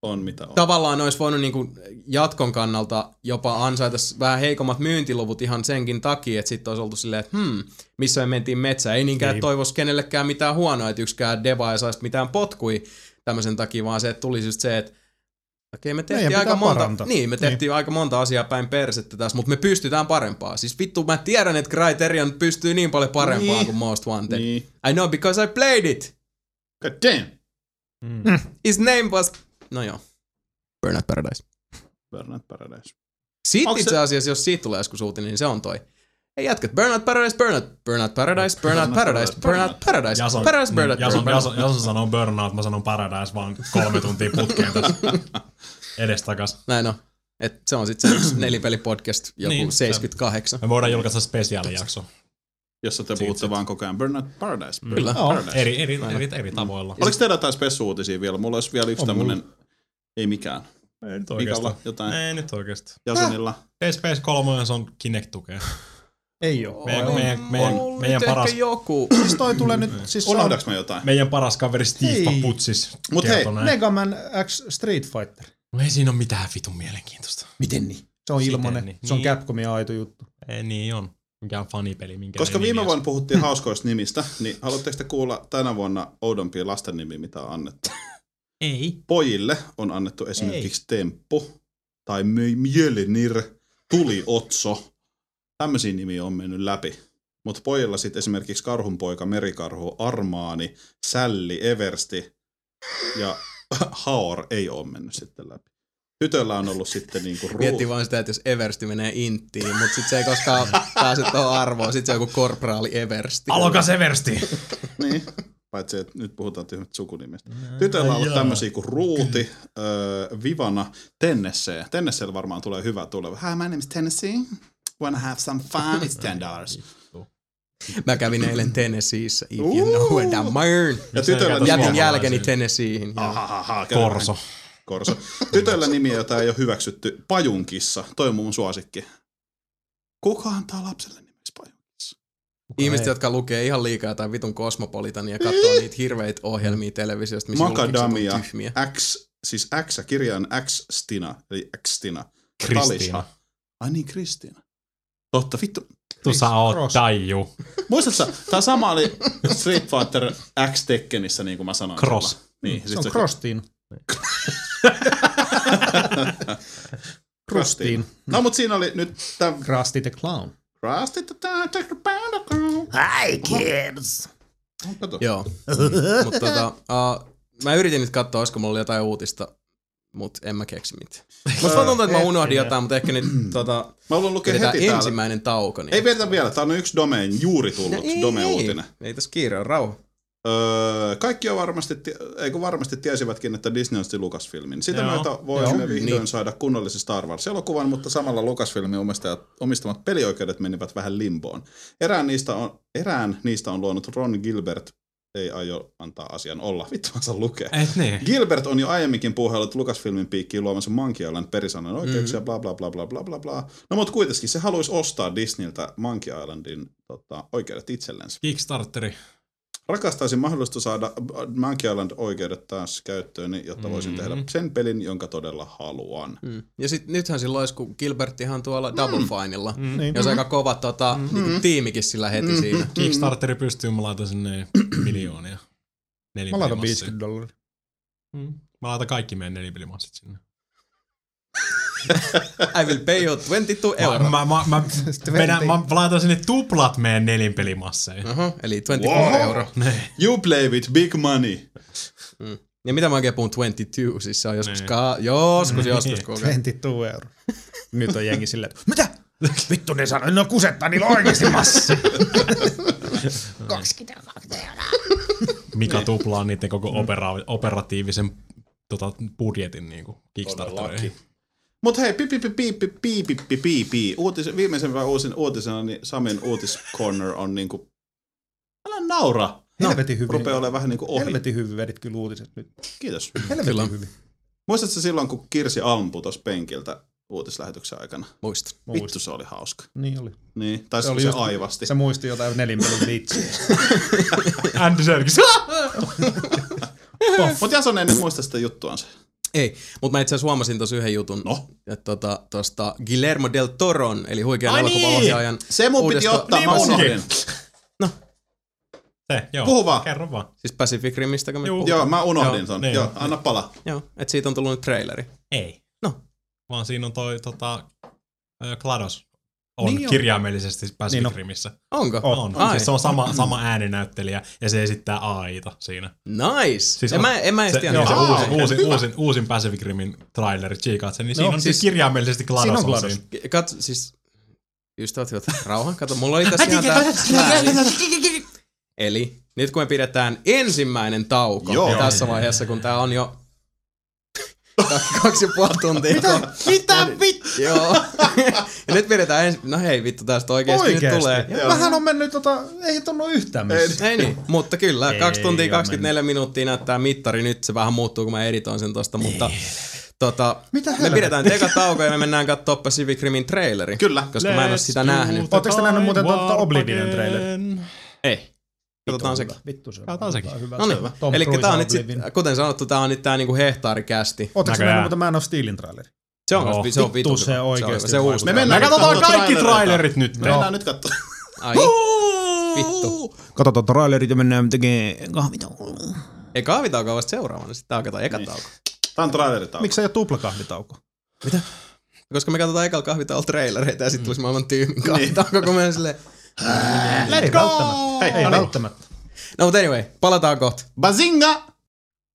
[SPEAKER 5] On mitä on.
[SPEAKER 3] tavallaan olisi voinut niin kuin jatkon kannalta jopa ansaita s- vähän heikommat myyntiluvut ihan senkin takia, että sitten olisi oltu silleen, että hmm, missä me mentiin metsään. Ei niinkään niin. toivoisi kenellekään mitään huonoa, että yksikään deva ei saisi mitään potkui tämmöisen takia, vaan se, että tulisi just se, että Okei, me tehtiin,
[SPEAKER 9] pitää
[SPEAKER 3] aika monta,
[SPEAKER 9] parantaa.
[SPEAKER 3] niin, me tehtiin niin. aika monta asiaa päin persettä tässä, mutta me pystytään parempaa. Siis vittu, mä tiedän, että Criterion pystyy niin paljon parempaa niin.
[SPEAKER 5] Niin.
[SPEAKER 3] kuin Most Wanted. Niin.
[SPEAKER 5] Niin.
[SPEAKER 3] I know because I played it.
[SPEAKER 5] God damn.
[SPEAKER 3] His name was... No joo. Burnout Paradise.
[SPEAKER 5] Burnout Paradise.
[SPEAKER 3] Sitten
[SPEAKER 5] Onks
[SPEAKER 3] itse
[SPEAKER 5] se-
[SPEAKER 3] asiassa, jos siitä tulee joskus uutinen, niin se on toi. Ei jätkät, Burnout Paradise, Burnout, Burnout Paradise, Burnout Paradise, Burnout Paradise,
[SPEAKER 6] Jason, niin,
[SPEAKER 3] Paradise, Burnout,
[SPEAKER 6] Jason,
[SPEAKER 3] Burnout.
[SPEAKER 6] Jason, Jason sanoo burnout, mä sanon paradise vaan kolme tuntia putkeen tässä edestakas.
[SPEAKER 3] Näin on. Et se on sitten se yksi nelipelipodcast, joku
[SPEAKER 6] Niin, se-
[SPEAKER 3] 78.
[SPEAKER 6] Me voidaan julkaista spesiaalijakso
[SPEAKER 5] Jossa te puhutte vaan koko ajan Burnout Paradise. Burnout
[SPEAKER 3] Kyllä.
[SPEAKER 5] Paradise.
[SPEAKER 6] eri, eri, eri, eri tavoilla.
[SPEAKER 5] Oliko teillä jotain spessuutisia vielä? Mulla olisi vielä yksi tämmönen, ei mikään.
[SPEAKER 6] Ei nyt
[SPEAKER 5] Mikalla
[SPEAKER 6] oikeastaan.
[SPEAKER 5] jotain.
[SPEAKER 6] Ei nyt oikeastaan.
[SPEAKER 5] Jasonilla.
[SPEAKER 6] Dead Space 3 on Kinect-tukea.
[SPEAKER 9] Ei oo.
[SPEAKER 6] Meidän, meidän, meidän,
[SPEAKER 3] Ollut
[SPEAKER 6] meidän,
[SPEAKER 3] ehkä
[SPEAKER 6] paras,
[SPEAKER 3] joku.
[SPEAKER 9] Siis toi tulee nyt, siis se on
[SPEAKER 5] Unohdaks mä jotain?
[SPEAKER 6] meidän paras kaveri Steve
[SPEAKER 9] Hei.
[SPEAKER 6] Putsis
[SPEAKER 5] Mut hei,
[SPEAKER 6] kertoi näin.
[SPEAKER 9] Mega Man X Street Fighter.
[SPEAKER 6] No ei siinä ole mitään vitun mielenkiintoista.
[SPEAKER 9] Miten niin? Se on
[SPEAKER 6] Siten
[SPEAKER 9] ilmanen.
[SPEAKER 6] niin.
[SPEAKER 9] Se on
[SPEAKER 6] Niin.
[SPEAKER 9] Capcomin aito juttu.
[SPEAKER 6] Ei niin on. mikään fanipeli. Minkä
[SPEAKER 5] Koska viime vuonna puhuttiin hauskoista nimistä, niin haluatteko te kuulla tänä vuonna oudompia lasten nimiä, mitä on annettu?
[SPEAKER 7] Ei.
[SPEAKER 5] Pojille on annettu esimerkiksi Temppu tai My- Mjölnir, Tuliotso. Tämmöisiä nimiä on mennyt läpi. Mutta pojilla sitten esimerkiksi Karhunpoika, Merikarhu, Armaani, Sälli, Eversti ja Haor ei ole mennyt sitten läpi. Tytöllä on ollut sitten niinku
[SPEAKER 3] Mietti
[SPEAKER 5] ruu...
[SPEAKER 3] vaan sitä, että jos Eversti menee inttiin, mutta sit se ei koskaan pääse tuohon arvoon. Sit se on joku korporaali Eversti.
[SPEAKER 7] Aloka Seversti.
[SPEAKER 5] Niin. Paitsi, että nyt puhutaan tyhmät sukunimistä. Mm. Tytöllä on ollut tämmöisiä kuin Ruuti, öö, Vivana, Tennessee. Tennesseellä varmaan tulee hyvä tuleva. Hi, my name is Tennessee. Wanna have some fun? It's ten dollars.
[SPEAKER 3] Mä kävin eilen Tennesseeissä. If you know what I mean.
[SPEAKER 5] Ja tytöllä nimi
[SPEAKER 3] Jätin
[SPEAKER 5] on...
[SPEAKER 3] jälkeni Tennesseeihin. Ja
[SPEAKER 5] Ahahaha, käydään.
[SPEAKER 6] Korso.
[SPEAKER 5] Korso. Tytöllä nimi, jota ei ole hyväksytty, Pajunkissa. Toi on mun suosikki. Kuka antaa lapselle nimeksi Pajunkissa?
[SPEAKER 3] ihmiset, jotka lukee ihan liikaa jotain vitun Cosmopolitan ja katsoo niitä hirveitä ohjelmia televisiosta, missä julkikset on
[SPEAKER 5] Makadamia,
[SPEAKER 3] tyhmiä.
[SPEAKER 5] X, siis X, kirjan X Stina, eli X Stina.
[SPEAKER 6] Kristiina.
[SPEAKER 5] Ai niin, Kristiina. Totta, vittu.
[SPEAKER 6] Tu sä oot Taiju.
[SPEAKER 5] Muistatko, tämä sama oli Street Fighter X Tekkenissä, niin kuin mä sanoin.
[SPEAKER 6] Cross.
[SPEAKER 5] sulla. Niin,
[SPEAKER 9] Se on Krostin.
[SPEAKER 5] Krustiin. No, mutta siinä oli nyt tämä
[SPEAKER 9] Krusty the Clown.
[SPEAKER 5] Krusty, tämä Take the Panda.
[SPEAKER 8] Hi kids!
[SPEAKER 5] Kato.
[SPEAKER 3] Joo. Mutta tota, uh, mä yritin nyt katsoa, olisiko mulla jotain uutista, mutta en mä keksi mitään. Musta vaan tuntuu, että mä unohdin jotain, mutta ehkä nyt tota,
[SPEAKER 5] Mä haluan lukea
[SPEAKER 3] pidetään
[SPEAKER 5] heti täällä.
[SPEAKER 3] ensimmäinen tauko. Niin Mm.
[SPEAKER 5] Ei vielä vielä, tää on yksi domain juuri tullut,
[SPEAKER 3] Ei,
[SPEAKER 5] domain-uutinen.
[SPEAKER 3] Ei, ei tässä kiire on rauha.
[SPEAKER 5] Öö, kaikki on varmasti, ti- eikö varmasti tiesivätkin, että Disney osti Lucasfilmin. Sitä
[SPEAKER 6] Joo.
[SPEAKER 5] myötä voimme vihdoin saada kunnollisen Star Wars-elokuvan, mutta samalla Lucasfilmin omistajat, omistamat pelioikeudet menivät vähän limboon. Erään niistä on, erään niistä on luonut Ron Gilbert, ei aio antaa asian olla, vittu mä saan lukea.
[SPEAKER 6] Et niin.
[SPEAKER 5] Gilbert on jo aiemminkin puuhaillut Lucasfilmin piikkiin luomansa Monkey Island perisanan oikeuksia,
[SPEAKER 6] Mm.
[SPEAKER 5] bla bla bla bla bla bla bla. No mutta kuitenkin se haluaisi ostaa Disneyltä Monkey Islandin tota, oikeudet itsellensä.
[SPEAKER 6] Kickstarteri.
[SPEAKER 5] Rakastaisin mahdollista saada äh, Monkey Island-oikeudet taas käyttööni, jotta voisin
[SPEAKER 9] Mm-hmm.
[SPEAKER 6] Mhm.
[SPEAKER 5] tehdä sen pelin, jonka todella haluan.
[SPEAKER 3] Mm. Ja sit, nythän silloin olisi, kun Gilberttihan tuolla Double Finella. Mm.
[SPEAKER 6] Mm.
[SPEAKER 3] Niin. Jos aika kova tota, mm. niin tiimikin sillä heti mm. siinä.
[SPEAKER 6] Kickstarteri pystyy, mä laitan sinne miljoonia. Neli
[SPEAKER 9] Mä laitan 50 dollaria.
[SPEAKER 6] Mm. Mä laitan kaikki meidän nelipelimassit sinne.
[SPEAKER 3] I will pay you 22
[SPEAKER 6] Mä,
[SPEAKER 3] euroa.
[SPEAKER 6] mä, mä, mä, vedän, mä laitan sinne tuplat meidän nelinpelimasseja.
[SPEAKER 3] Oho, eli 24 wow.
[SPEAKER 5] Wow.
[SPEAKER 3] euroa.
[SPEAKER 5] You play with big money.
[SPEAKER 3] Ja mitä mä oikein puhun 22, siis se on joskus, ka- joskus,
[SPEAKER 6] Niin.
[SPEAKER 3] joskus kuka.
[SPEAKER 9] 22 euroa. Nyt on jengi silleen, että
[SPEAKER 8] Mitä? Vittu ne sanoi, no kusettaa niillä on oikeasti massi.
[SPEAKER 6] Mika
[SPEAKER 9] Niin.
[SPEAKER 6] tuplaa niiden koko
[SPEAKER 9] Mm.
[SPEAKER 6] opera- operatiivisen tota, budjetin niinku Kickstartereihin.
[SPEAKER 5] Mutta hei, pipi pipi pipi pipi pipi. Uutis, viimeisen vai uusin uutisena, niin Samin uutiscorner on niinku... Älä naura! No,
[SPEAKER 9] helvetin hyvin.
[SPEAKER 5] Rupeaa olemaan vähän niinku ohi.
[SPEAKER 9] Helvetin hyvin vedit kyllä uutiset nyt.
[SPEAKER 5] Kiitos.
[SPEAKER 9] Helvetin hyvin.
[SPEAKER 5] Muistatko silloin, kun Kirsi Alm putosi penkiltä uutislähetyksen aikana?
[SPEAKER 3] Muista.
[SPEAKER 5] Vittu, se oli hauska.
[SPEAKER 9] Niin oli.
[SPEAKER 5] Niin, tai se,
[SPEAKER 9] oli
[SPEAKER 5] se
[SPEAKER 9] just-
[SPEAKER 5] aivasti.
[SPEAKER 9] Se muisti jotain nelinpelin vitsiä.
[SPEAKER 6] Andersenkin.
[SPEAKER 5] Mutta Jason ei nyt muista sitä juttuansa.
[SPEAKER 3] Ei, mutta mä itse asiassa huomasin tuossa yhden jutun. No. Että tota, tosta Guillermo del Toron, eli huikean
[SPEAKER 6] Ai
[SPEAKER 3] elokuvaohjaajan.
[SPEAKER 5] Se mun piti
[SPEAKER 3] Uudesta-
[SPEAKER 5] ottaa,
[SPEAKER 6] Niin,
[SPEAKER 5] mä
[SPEAKER 6] mä
[SPEAKER 5] unohdin.
[SPEAKER 6] Se, joo.
[SPEAKER 5] Puhu vaan.
[SPEAKER 6] Kerro vaan.
[SPEAKER 3] Siis Pacific Rimistä, kun me
[SPEAKER 6] Juu.
[SPEAKER 3] puhutaan.
[SPEAKER 5] Joo, mä unohdin
[SPEAKER 6] Joo,
[SPEAKER 5] ton.
[SPEAKER 6] niin.
[SPEAKER 5] Joo, anna pala.
[SPEAKER 3] Joo, että siitä on tullut nyt traileri.
[SPEAKER 6] Ei.
[SPEAKER 3] No.
[SPEAKER 6] Vaan siinä on toi tota, ö, GLaDOS on
[SPEAKER 9] Niin
[SPEAKER 6] niin
[SPEAKER 9] on.
[SPEAKER 6] kirjaimellisesti Pacific
[SPEAKER 9] Niin on.
[SPEAKER 6] Rimissä.
[SPEAKER 3] Onko?
[SPEAKER 6] On. on.
[SPEAKER 3] Ai.
[SPEAKER 6] Siis se on sama, sama ääninäyttelijä ja se esittää AIta siinä.
[SPEAKER 3] Nice! Siis
[SPEAKER 6] Siis
[SPEAKER 3] en,
[SPEAKER 6] on-
[SPEAKER 3] mä, en mä edes
[SPEAKER 6] Se,
[SPEAKER 3] tiennyt.
[SPEAKER 6] joo, se
[SPEAKER 3] sitä.
[SPEAKER 6] uusin, uusin, uusin, uusin Pacific Rimin traileri, tsiikaat sen, niin no, siinä on siis, kirjaimellisesti GLaDOS.
[SPEAKER 9] siinä on
[SPEAKER 6] on
[SPEAKER 9] GLaDOS.
[SPEAKER 6] siinä.
[SPEAKER 3] Katso, siis... Ystävät, hyvät, rauha. Kato, mulla oli tässä ihan tää plääni. Eli nyt kun me pidetään ensimmäinen tauko
[SPEAKER 5] Joo.
[SPEAKER 3] tässä vaiheessa, kun tää on jo kaksi ja puoli tuntia. Mitä, mitä vittu? Joo. ja nyt pidetään ensi... No hei vittu, tästä oikeesti, nyt
[SPEAKER 9] Oikeesti?
[SPEAKER 3] tulee.
[SPEAKER 5] Joo.
[SPEAKER 9] Vähän on mennyt tota, ei tunnu yhtään
[SPEAKER 5] Ei,
[SPEAKER 9] missään.
[SPEAKER 3] Ei niin, mutta kyllä,
[SPEAKER 9] Ei
[SPEAKER 3] 2 tuntia
[SPEAKER 9] ole
[SPEAKER 3] 24 minuuttia näyttää mittari, nyt se vähän muuttuu, kun mä editoin sen tosta, mutta tota,
[SPEAKER 9] Mitä
[SPEAKER 3] me
[SPEAKER 9] helvettiä?
[SPEAKER 3] pidetään teka tauko ja me mennään katsoa Pacific Rimin traileri,
[SPEAKER 5] Kyllä.
[SPEAKER 3] koska mä en oo sitä nähnyt.
[SPEAKER 9] Ootteko te nähnyt muuten tuota Oblivionin trailerin?
[SPEAKER 3] Ei. Katsotaan tota sekin.
[SPEAKER 9] Vittu se on.
[SPEAKER 6] Katsotaan sekin.
[SPEAKER 9] Hyvä.
[SPEAKER 3] No niin,
[SPEAKER 9] Tom
[SPEAKER 3] eli
[SPEAKER 9] Cruise
[SPEAKER 3] tää on
[SPEAKER 9] on
[SPEAKER 3] nyt sit,
[SPEAKER 9] Oblivion.
[SPEAKER 3] kuten sanottu, tää on nyt tää niinku hehtaarikästi.
[SPEAKER 9] Ootteko te
[SPEAKER 6] Näköjään.
[SPEAKER 9] nähnyt muuten Man of Steelin traileri?
[SPEAKER 3] Se on,
[SPEAKER 6] Joo.
[SPEAKER 3] se on vittu.
[SPEAKER 9] se oikeesti
[SPEAKER 3] Se, on hyvä. se uusi.
[SPEAKER 5] Me mennään
[SPEAKER 6] Me
[SPEAKER 5] nyt
[SPEAKER 6] katsotaan
[SPEAKER 3] tuota
[SPEAKER 5] katsomaan
[SPEAKER 6] tuota kaikki
[SPEAKER 5] trailereita.
[SPEAKER 6] trailerit nyt.
[SPEAKER 5] Mennään nyt katsomaan.
[SPEAKER 6] Ai, vittu.
[SPEAKER 4] Katsotaan trailerit ja mennään tekemään kahvitauko.
[SPEAKER 6] Ei kahvitauko on vasta seuraavana, sitten hakataan eka
[SPEAKER 5] Niin.
[SPEAKER 6] tauko.
[SPEAKER 5] Tää on traileritauko.
[SPEAKER 4] Miksi ei ole tuplakahvitauko?
[SPEAKER 6] Koska me katsotaan ekalla kahvitauolla trailereita ja sitten tulisi maailman tyymin kahvitauko, kun meidän silleen...
[SPEAKER 4] Let's go! Ei, ei välttämättä.
[SPEAKER 6] No mutta anyway, palataan kohta.
[SPEAKER 5] Bazinga!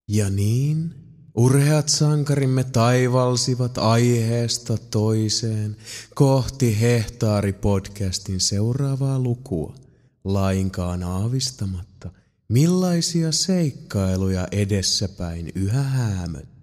[SPEAKER 3] Ja niin, urheat sankarimme taivalsivat aiheesta toiseen kohti Hehtaari-podcastin seuraavaa lukua, lainkaan aavistamatta, millaisia seikkailuja edessäpäin yhä häämöttää.